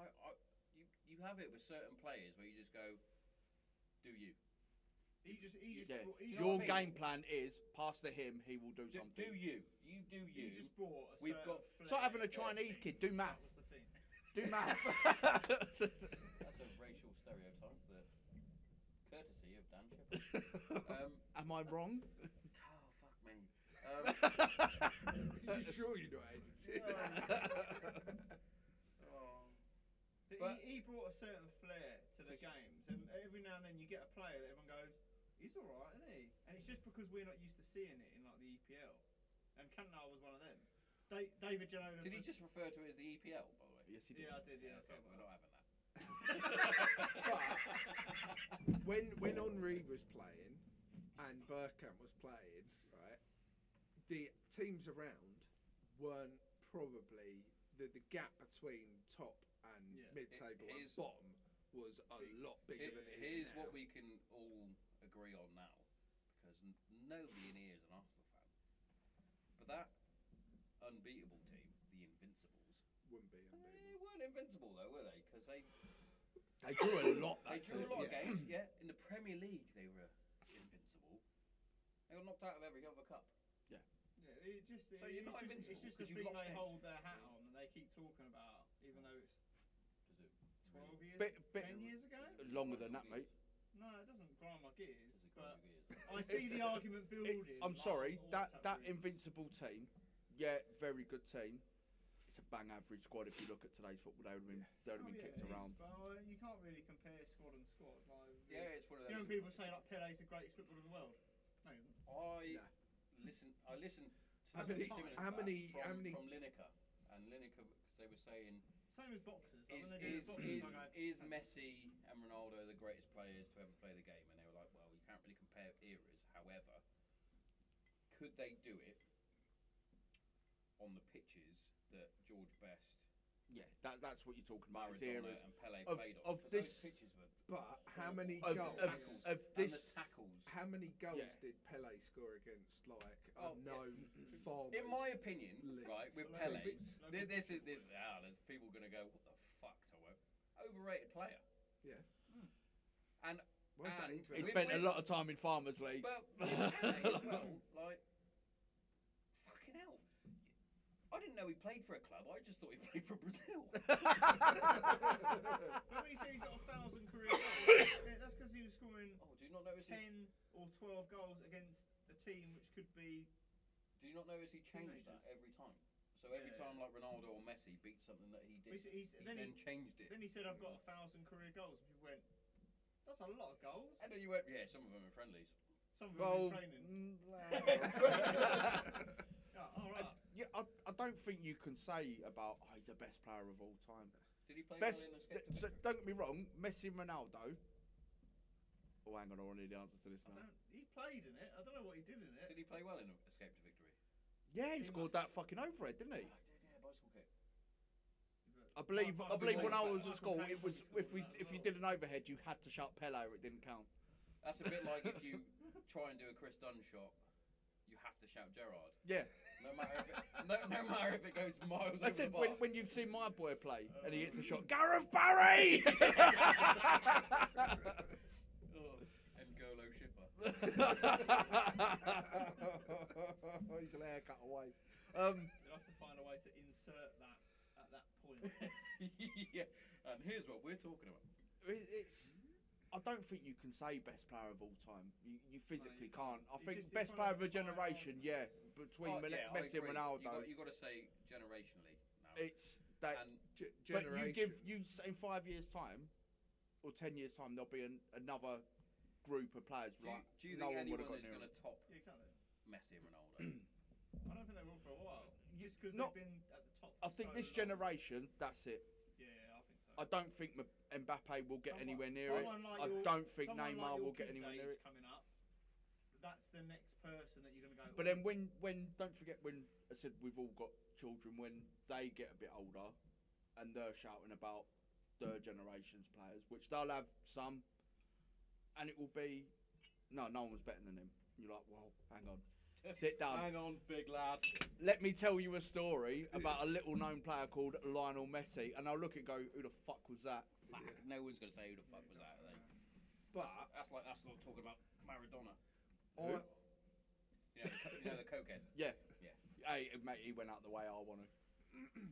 [SPEAKER 1] I, I you you have it with certain players where you just go, do you?
[SPEAKER 2] He just, he just,
[SPEAKER 3] Yeah.
[SPEAKER 2] brought, he
[SPEAKER 1] Do you
[SPEAKER 2] just
[SPEAKER 1] know
[SPEAKER 3] Your
[SPEAKER 1] what I mean?
[SPEAKER 3] game plan is pass to him, he will do
[SPEAKER 1] Do,
[SPEAKER 3] something.
[SPEAKER 1] do you? You do
[SPEAKER 2] He
[SPEAKER 1] you?
[SPEAKER 2] just brought a
[SPEAKER 1] We've
[SPEAKER 2] certain
[SPEAKER 1] got-
[SPEAKER 2] flair
[SPEAKER 3] It's like having a
[SPEAKER 2] to
[SPEAKER 3] Chinese
[SPEAKER 2] everything.
[SPEAKER 3] kid do math.
[SPEAKER 2] That was the thing.
[SPEAKER 3] Do math.
[SPEAKER 1] That's a racial stereotype, but courtesy of Dan Shepherd. Um,
[SPEAKER 3] Am I wrong?
[SPEAKER 1] oh fuck me. Um,
[SPEAKER 4] you sure you know how to do that?
[SPEAKER 1] But-
[SPEAKER 2] Um, he, he brought a certain flair to the games, and every now and then you get a player that everyone goes, "He's all right, isn't he?" And it's just because we're not used to seeing it in like the EPL, and Cantona was one of them. Da- David Ginola.
[SPEAKER 1] did he
[SPEAKER 2] was-
[SPEAKER 1] just refer to it as the EPL, by the way?
[SPEAKER 3] yes, he did.
[SPEAKER 2] Yeah, I did. Yeah,
[SPEAKER 1] okay,
[SPEAKER 2] sorry
[SPEAKER 1] we're not
[SPEAKER 2] about
[SPEAKER 1] having that.
[SPEAKER 4] when when Henri was playing and Burkham was playing, right, the teams around weren't probably the, the gap between top and
[SPEAKER 2] Yeah.
[SPEAKER 4] mid table
[SPEAKER 1] It-
[SPEAKER 4] and
[SPEAKER 1] here's-
[SPEAKER 4] bottom was a lot bigger
[SPEAKER 1] Here-
[SPEAKER 4] than it is
[SPEAKER 1] here's
[SPEAKER 4] now.
[SPEAKER 1] what we can all agree on now, because n- nobody in here is an Arsenal fan. But that unbeatable team, the Invincibles,
[SPEAKER 4] wouldn't be unbelievable.
[SPEAKER 1] they weren't invincible though, were they? Because they
[SPEAKER 3] They drew a lot.
[SPEAKER 1] they
[SPEAKER 3] That
[SPEAKER 1] drew a
[SPEAKER 3] season.
[SPEAKER 1] lot of
[SPEAKER 4] yeah.
[SPEAKER 1] games. Yeah, in the Premier League they were invincible. They got knocked out of every other cup.
[SPEAKER 2] Yeah, it just,
[SPEAKER 1] So
[SPEAKER 2] it-
[SPEAKER 1] you're
[SPEAKER 2] it's
[SPEAKER 1] not
[SPEAKER 2] just,
[SPEAKER 1] invincible
[SPEAKER 2] It's just
[SPEAKER 1] 'cause
[SPEAKER 2] the
[SPEAKER 1] you
[SPEAKER 2] thing
[SPEAKER 1] lost
[SPEAKER 2] they
[SPEAKER 1] games.
[SPEAKER 2] hold their hat on and they keep talking about, even though it's
[SPEAKER 1] Does it?
[SPEAKER 2] 12 years,
[SPEAKER 3] Bit, bit
[SPEAKER 2] 10 years ago.
[SPEAKER 3] longer than that, mate.
[SPEAKER 2] No, it doesn't grind my gears,
[SPEAKER 1] Does it go
[SPEAKER 2] but
[SPEAKER 1] over years?
[SPEAKER 2] I see the argument
[SPEAKER 3] It-
[SPEAKER 2] building.
[SPEAKER 3] I'm
[SPEAKER 2] like,
[SPEAKER 3] sorry,
[SPEAKER 2] on
[SPEAKER 3] that
[SPEAKER 2] WhatsApp
[SPEAKER 3] that
[SPEAKER 2] groups.
[SPEAKER 3] invincible team, yeah, very good team. It's a bang average squad if you look at today's football. They would have been, they would have
[SPEAKER 2] Oh,
[SPEAKER 3] been
[SPEAKER 2] yeah,
[SPEAKER 3] kicked
[SPEAKER 2] it is,
[SPEAKER 3] around.
[SPEAKER 2] But uh, you can't really compare squad and squad. Like,
[SPEAKER 1] Yeah, it's one of
[SPEAKER 2] You know
[SPEAKER 1] those.
[SPEAKER 2] when people say like Pele's the greatest footballer in the world? No, he's not.
[SPEAKER 1] I
[SPEAKER 4] Nah.
[SPEAKER 1] listen. I listened. To
[SPEAKER 4] How
[SPEAKER 1] something
[SPEAKER 4] many-
[SPEAKER 1] similar to
[SPEAKER 4] how
[SPEAKER 1] that
[SPEAKER 4] many-
[SPEAKER 1] From,
[SPEAKER 4] how many-
[SPEAKER 1] From Lineker, and Lineker because they were saying
[SPEAKER 2] Same as boxers. Like
[SPEAKER 1] Is,
[SPEAKER 2] when they do
[SPEAKER 1] is,
[SPEAKER 2] the boxers,
[SPEAKER 1] is,
[SPEAKER 2] I go,
[SPEAKER 1] is Messi and Ronaldo the greatest players to ever play the game? And they were like, well, you can't really compare eras. However, could they do it on the pitches that George Best,
[SPEAKER 3] Yeah, that, that's what you're talking about. is
[SPEAKER 1] Maradona,
[SPEAKER 3] eras.
[SPEAKER 1] and Pele
[SPEAKER 3] of-
[SPEAKER 1] played on?
[SPEAKER 3] of
[SPEAKER 1] 'Cause
[SPEAKER 3] this-
[SPEAKER 1] those pitches were
[SPEAKER 4] But how many
[SPEAKER 3] Of,
[SPEAKER 4] goals?
[SPEAKER 3] of,
[SPEAKER 1] Tackles.
[SPEAKER 3] of
[SPEAKER 1] this
[SPEAKER 3] this,
[SPEAKER 1] tackles.
[SPEAKER 4] How many goals
[SPEAKER 3] Yeah.
[SPEAKER 4] did Pele score against like
[SPEAKER 1] Oh, yeah.
[SPEAKER 4] unknown farmers?
[SPEAKER 1] In my opinion,
[SPEAKER 4] Leeds.
[SPEAKER 1] right, with
[SPEAKER 2] Local
[SPEAKER 1] Pele,
[SPEAKER 4] bits.
[SPEAKER 1] thi- this is this. Ah, there's people gonna go, what the fuck, Tomo? Overrated player.
[SPEAKER 4] Why is that
[SPEAKER 1] and
[SPEAKER 3] he
[SPEAKER 4] interesting?
[SPEAKER 1] with-
[SPEAKER 3] spent a
[SPEAKER 1] with-
[SPEAKER 3] lot of time in farmers' leagues.
[SPEAKER 1] But with Pele as well, like, fucking hell. I didn't know he played for a club. I just thought he played for Brazil.
[SPEAKER 2] But when you say he's got a thousand career goals, yeah, that's because he was scoring
[SPEAKER 1] oh, do you not notice? He,
[SPEAKER 2] ten or twelve goals against a team which could be
[SPEAKER 1] do you not notice he changed that every time? So every
[SPEAKER 2] Yeah.
[SPEAKER 1] time like Ronaldo or Messi beat something that he did,
[SPEAKER 2] He's, he's,
[SPEAKER 1] he
[SPEAKER 2] then,
[SPEAKER 1] then
[SPEAKER 2] he,
[SPEAKER 1] changed it.
[SPEAKER 2] then he said, I've got a thousand career goals. And you went, that's a lot of goals.
[SPEAKER 1] And then you went, yeah, some of them are friendlies.
[SPEAKER 2] Some of them
[SPEAKER 3] well, mm,
[SPEAKER 2] in training. Yeah, all right.
[SPEAKER 3] yeah, I, I don't think you can say about oh, he's the best player of all time.
[SPEAKER 1] Did he play
[SPEAKER 3] Best,
[SPEAKER 1] well in the
[SPEAKER 3] d-
[SPEAKER 1] Skepta
[SPEAKER 3] so
[SPEAKER 1] Victory?
[SPEAKER 3] don't get me wrong, Messi and Ronaldo. Oh, hang on, I already know the answer to this
[SPEAKER 2] I
[SPEAKER 3] now.
[SPEAKER 2] don't, he played in it. I don't know what he did in it.
[SPEAKER 1] Did he play well in Escape to Victory?
[SPEAKER 3] Yeah, he
[SPEAKER 2] He
[SPEAKER 3] scored
[SPEAKER 2] must-
[SPEAKER 3] that fucking overhead, didn't he?
[SPEAKER 1] Oh, I did, yeah, bicycle kick.
[SPEAKER 3] I believe
[SPEAKER 2] Michael
[SPEAKER 3] I believe when I
[SPEAKER 2] Caine-
[SPEAKER 3] was at
[SPEAKER 2] Michael
[SPEAKER 3] school,
[SPEAKER 2] Caine
[SPEAKER 3] it was
[SPEAKER 2] scored
[SPEAKER 3] if we
[SPEAKER 2] that as
[SPEAKER 3] if you
[SPEAKER 2] well.
[SPEAKER 3] did an overhead, you had to shout Pele, or it didn't count.
[SPEAKER 1] That's a bit like if you try and do a Chris Dunn shot, you have to shout Gerard.
[SPEAKER 3] Yeah,
[SPEAKER 1] No matter if it, no, no matter if it goes miles
[SPEAKER 3] I
[SPEAKER 1] over
[SPEAKER 3] said
[SPEAKER 1] the bar.
[SPEAKER 3] when, when you've seen my boy play and he hits a shot, Gareth Barry.
[SPEAKER 1] Ugh, and Golo Shipper.
[SPEAKER 3] He's an haircut away. Um,
[SPEAKER 2] You'll have to find a way to insert that at that point.
[SPEAKER 1] yeah, and here's what we're talking about.
[SPEAKER 3] it- it's. I don't think you can say best player of all time. You, you physically can't. I
[SPEAKER 2] It's
[SPEAKER 3] think
[SPEAKER 2] just- it's
[SPEAKER 3] best
[SPEAKER 2] one
[SPEAKER 3] player
[SPEAKER 2] of
[SPEAKER 3] of a
[SPEAKER 2] those fine
[SPEAKER 3] generation. Yeah, between
[SPEAKER 1] Oh,
[SPEAKER 3] Mene-
[SPEAKER 1] yeah, I
[SPEAKER 3] Messi and
[SPEAKER 1] agree.
[SPEAKER 3] Ronaldo,
[SPEAKER 1] You got, you got to say generationally. Now.
[SPEAKER 3] it's that.
[SPEAKER 1] and
[SPEAKER 4] Ge-
[SPEAKER 3] But
[SPEAKER 4] generation.
[SPEAKER 3] you give you s- in five years' time, or ten years' time, there'll be an, another group of players.
[SPEAKER 1] do you,
[SPEAKER 3] like,
[SPEAKER 1] do you
[SPEAKER 3] no one
[SPEAKER 1] think
[SPEAKER 3] would have
[SPEAKER 1] anyone
[SPEAKER 3] got
[SPEAKER 1] is
[SPEAKER 3] near
[SPEAKER 1] going to top
[SPEAKER 2] yeah, exactly.
[SPEAKER 1] Messi and Ronaldo?
[SPEAKER 2] I don't think they will for a while. Just because
[SPEAKER 3] not-
[SPEAKER 2] they've been at the top.
[SPEAKER 3] I
[SPEAKER 2] for
[SPEAKER 3] think
[SPEAKER 2] so
[SPEAKER 3] this
[SPEAKER 2] long.
[SPEAKER 3] generation, that's it.
[SPEAKER 2] Yeah, I think so.
[SPEAKER 3] I don't think M- Mbappe will get
[SPEAKER 2] Someone-
[SPEAKER 3] anywhere near it.
[SPEAKER 2] someone like
[SPEAKER 3] I
[SPEAKER 2] your-
[SPEAKER 3] don't think
[SPEAKER 2] someone
[SPEAKER 3] Neymar
[SPEAKER 2] like your
[SPEAKER 3] will get
[SPEAKER 2] kid's
[SPEAKER 3] anywhere near
[SPEAKER 2] age
[SPEAKER 3] it.
[SPEAKER 2] Coming up, that's the next person that you're going to go.
[SPEAKER 3] But
[SPEAKER 2] "Oh,
[SPEAKER 3] then when when don't forget when I said we've all got children when they get a bit older, and they're shouting about their generation's players, which they'll have some, and it will be, no, no one was better than him. You're like, well, hang on, sit down.
[SPEAKER 1] Hang on, big lad.
[SPEAKER 3] Let me tell you a story about a little known player called Lionel Messi, and I'll look at it and go, who the fuck was that?
[SPEAKER 1] Fuck, no one's going to say who the fuck was that. Though.
[SPEAKER 4] but
[SPEAKER 1] That's, that's like us lot talking about Maradona.
[SPEAKER 4] I,
[SPEAKER 1] You know, the, co- you know, the cokehead.
[SPEAKER 3] Hey, mate, he went out the way I want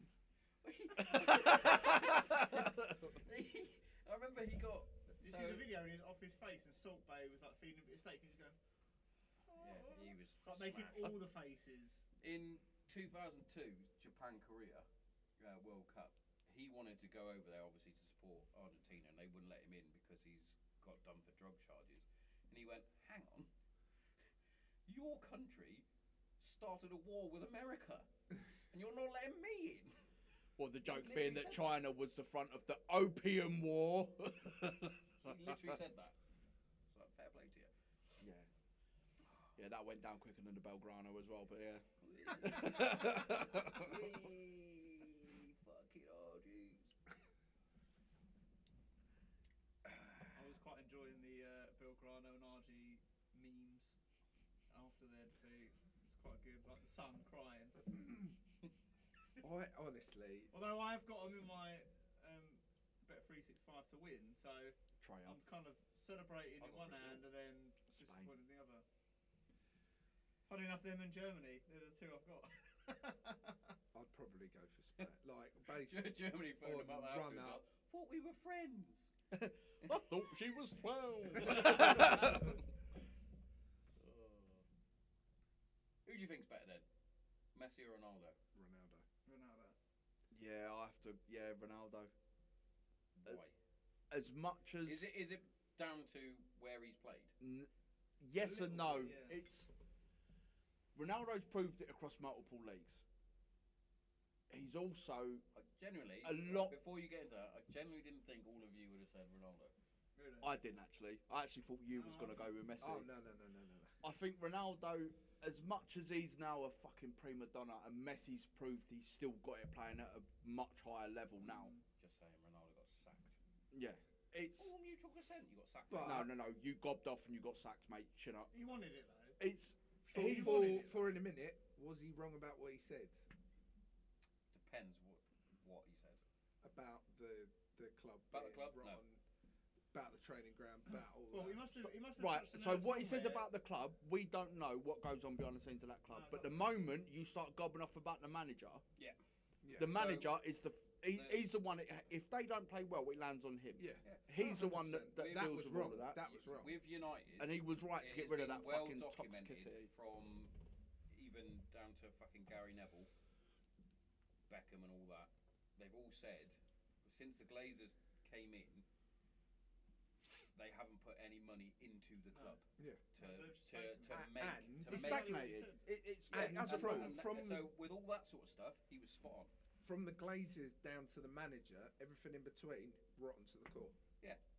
[SPEAKER 3] to.
[SPEAKER 1] I remember he got.
[SPEAKER 2] You
[SPEAKER 1] so-
[SPEAKER 2] see the video and he's off his face and Salt Bay was like feeding him a bit of steak and he's going,
[SPEAKER 1] Yeah, he was
[SPEAKER 2] like making
[SPEAKER 1] smashed.
[SPEAKER 2] all the faces.
[SPEAKER 1] In 2002, Japan Korea uh, World Cup, he wanted to go over there obviously to support Argentina, and they wouldn't let him in because he's got done for drug charges. And he went, "Hang on, your country started a war with America, and you're not letting me in."
[SPEAKER 3] well, the joke
[SPEAKER 1] Literally
[SPEAKER 3] being that
[SPEAKER 1] said
[SPEAKER 3] China was the front of the Opium War.
[SPEAKER 1] He literally said that. It's like fair play to you.
[SPEAKER 3] yeah. Yeah, that went down quicker than the Belgrano as well, but yeah.
[SPEAKER 1] Wee, fucking orgies.
[SPEAKER 2] I was quite enjoying the uh, Belgrano and RG memes after their defeat. It's quite good, like the son crying.
[SPEAKER 4] I honestly,
[SPEAKER 2] Although I have got him in my um, bet 365 to win, so
[SPEAKER 3] Triumph.
[SPEAKER 2] I'm kind of celebrating
[SPEAKER 1] I've
[SPEAKER 2] in
[SPEAKER 1] got
[SPEAKER 2] one
[SPEAKER 1] Brazil.
[SPEAKER 2] hand and then
[SPEAKER 3] Spain.
[SPEAKER 2] disappointed in the other. Funny enough, them and Germany, they're the two I've got.
[SPEAKER 4] I'd probably go for Spain. like based
[SPEAKER 1] Germany phoned him
[SPEAKER 4] On
[SPEAKER 1] up
[SPEAKER 4] run
[SPEAKER 1] afterwards. like, Thought we were friends.
[SPEAKER 3] I thought she was 12.
[SPEAKER 1] Who do you think's better then, Messi or Ronaldo?
[SPEAKER 4] Ronaldo.
[SPEAKER 2] Ronaldo.
[SPEAKER 3] yeah, I have to. Yeah, Ronaldo. Uh,
[SPEAKER 1] Why?
[SPEAKER 3] As much as.
[SPEAKER 1] Is it is it down to where he's played?
[SPEAKER 3] N- yes and no.
[SPEAKER 2] little bit, yeah.
[SPEAKER 3] It's Ronaldo's proved it across multiple leagues. he's also
[SPEAKER 1] I generally,
[SPEAKER 3] a lot.
[SPEAKER 1] before you get into that, I generally didn't think all of you would have said Ronaldo.
[SPEAKER 2] Really?
[SPEAKER 3] I didn't actually. I actually thought you was going to go with Messi.
[SPEAKER 4] Oh no no no no no no.
[SPEAKER 3] I think Ronaldo, as much as he's now a fucking prima donna, and Messi's proved he's still got it playing at a much higher level now.
[SPEAKER 2] Mm.
[SPEAKER 1] Just saying, Ronaldo got sacked.
[SPEAKER 3] Yeah, it's
[SPEAKER 1] All mutual consent. You got sacked.
[SPEAKER 4] But-
[SPEAKER 3] no, no, no. You gobbed off and you got sacked, mate. Chin up.
[SPEAKER 2] He wanted it though.
[SPEAKER 3] It's
[SPEAKER 4] For,
[SPEAKER 2] He's-
[SPEAKER 4] for, for in a minute, was he wrong about what he said
[SPEAKER 1] Depends what what he said.
[SPEAKER 4] about the the club?
[SPEAKER 1] About the
[SPEAKER 4] being
[SPEAKER 1] club? No.
[SPEAKER 4] wrong, About the training ground, about all
[SPEAKER 2] Well,
[SPEAKER 4] that.
[SPEAKER 2] he must have. He must have.
[SPEAKER 3] right.
[SPEAKER 2] touched the
[SPEAKER 3] So
[SPEAKER 2] nerve
[SPEAKER 3] what he said
[SPEAKER 2] somewhere.
[SPEAKER 3] about the club, we don't know what goes on behind the scenes of that club.
[SPEAKER 2] No,
[SPEAKER 3] But the
[SPEAKER 2] no.
[SPEAKER 3] moment you start gobbing off about the manager,
[SPEAKER 1] Yeah.
[SPEAKER 4] Yeah.
[SPEAKER 3] the
[SPEAKER 4] So-
[SPEAKER 3] manager is the he,
[SPEAKER 1] The-
[SPEAKER 3] he's the one. That, if they don't play well, it lands on him.
[SPEAKER 4] yeah,
[SPEAKER 3] He's the one that
[SPEAKER 4] 100%.
[SPEAKER 3] that,
[SPEAKER 1] That
[SPEAKER 3] deals
[SPEAKER 4] was
[SPEAKER 3] with all
[SPEAKER 4] wrong.
[SPEAKER 3] of that.
[SPEAKER 4] That was wrong.
[SPEAKER 1] With United,
[SPEAKER 3] and he was right to
[SPEAKER 1] it
[SPEAKER 3] get
[SPEAKER 1] has
[SPEAKER 3] rid of
[SPEAKER 1] been
[SPEAKER 3] that
[SPEAKER 1] well
[SPEAKER 3] fucking
[SPEAKER 1] documented
[SPEAKER 3] toxicity.
[SPEAKER 1] From even down to fucking Gary Neville, Beckham, and all that, they've all said since the Glazers came in, they haven't put any money into the
[SPEAKER 2] No.
[SPEAKER 1] club.
[SPEAKER 4] Yeah.
[SPEAKER 1] To,
[SPEAKER 2] No, they've
[SPEAKER 1] to,
[SPEAKER 2] stayed-
[SPEAKER 1] to
[SPEAKER 4] A-
[SPEAKER 1] make
[SPEAKER 4] and-
[SPEAKER 1] to
[SPEAKER 3] It's
[SPEAKER 1] make
[SPEAKER 2] stag-
[SPEAKER 3] stagnated. It, it's
[SPEAKER 4] And-
[SPEAKER 3] that's
[SPEAKER 4] and-
[SPEAKER 3] from
[SPEAKER 4] and-
[SPEAKER 3] from
[SPEAKER 1] so with all that sort of stuff, he was spot on.
[SPEAKER 4] From the Glazers down to the manager, everything in between, rotten to the core.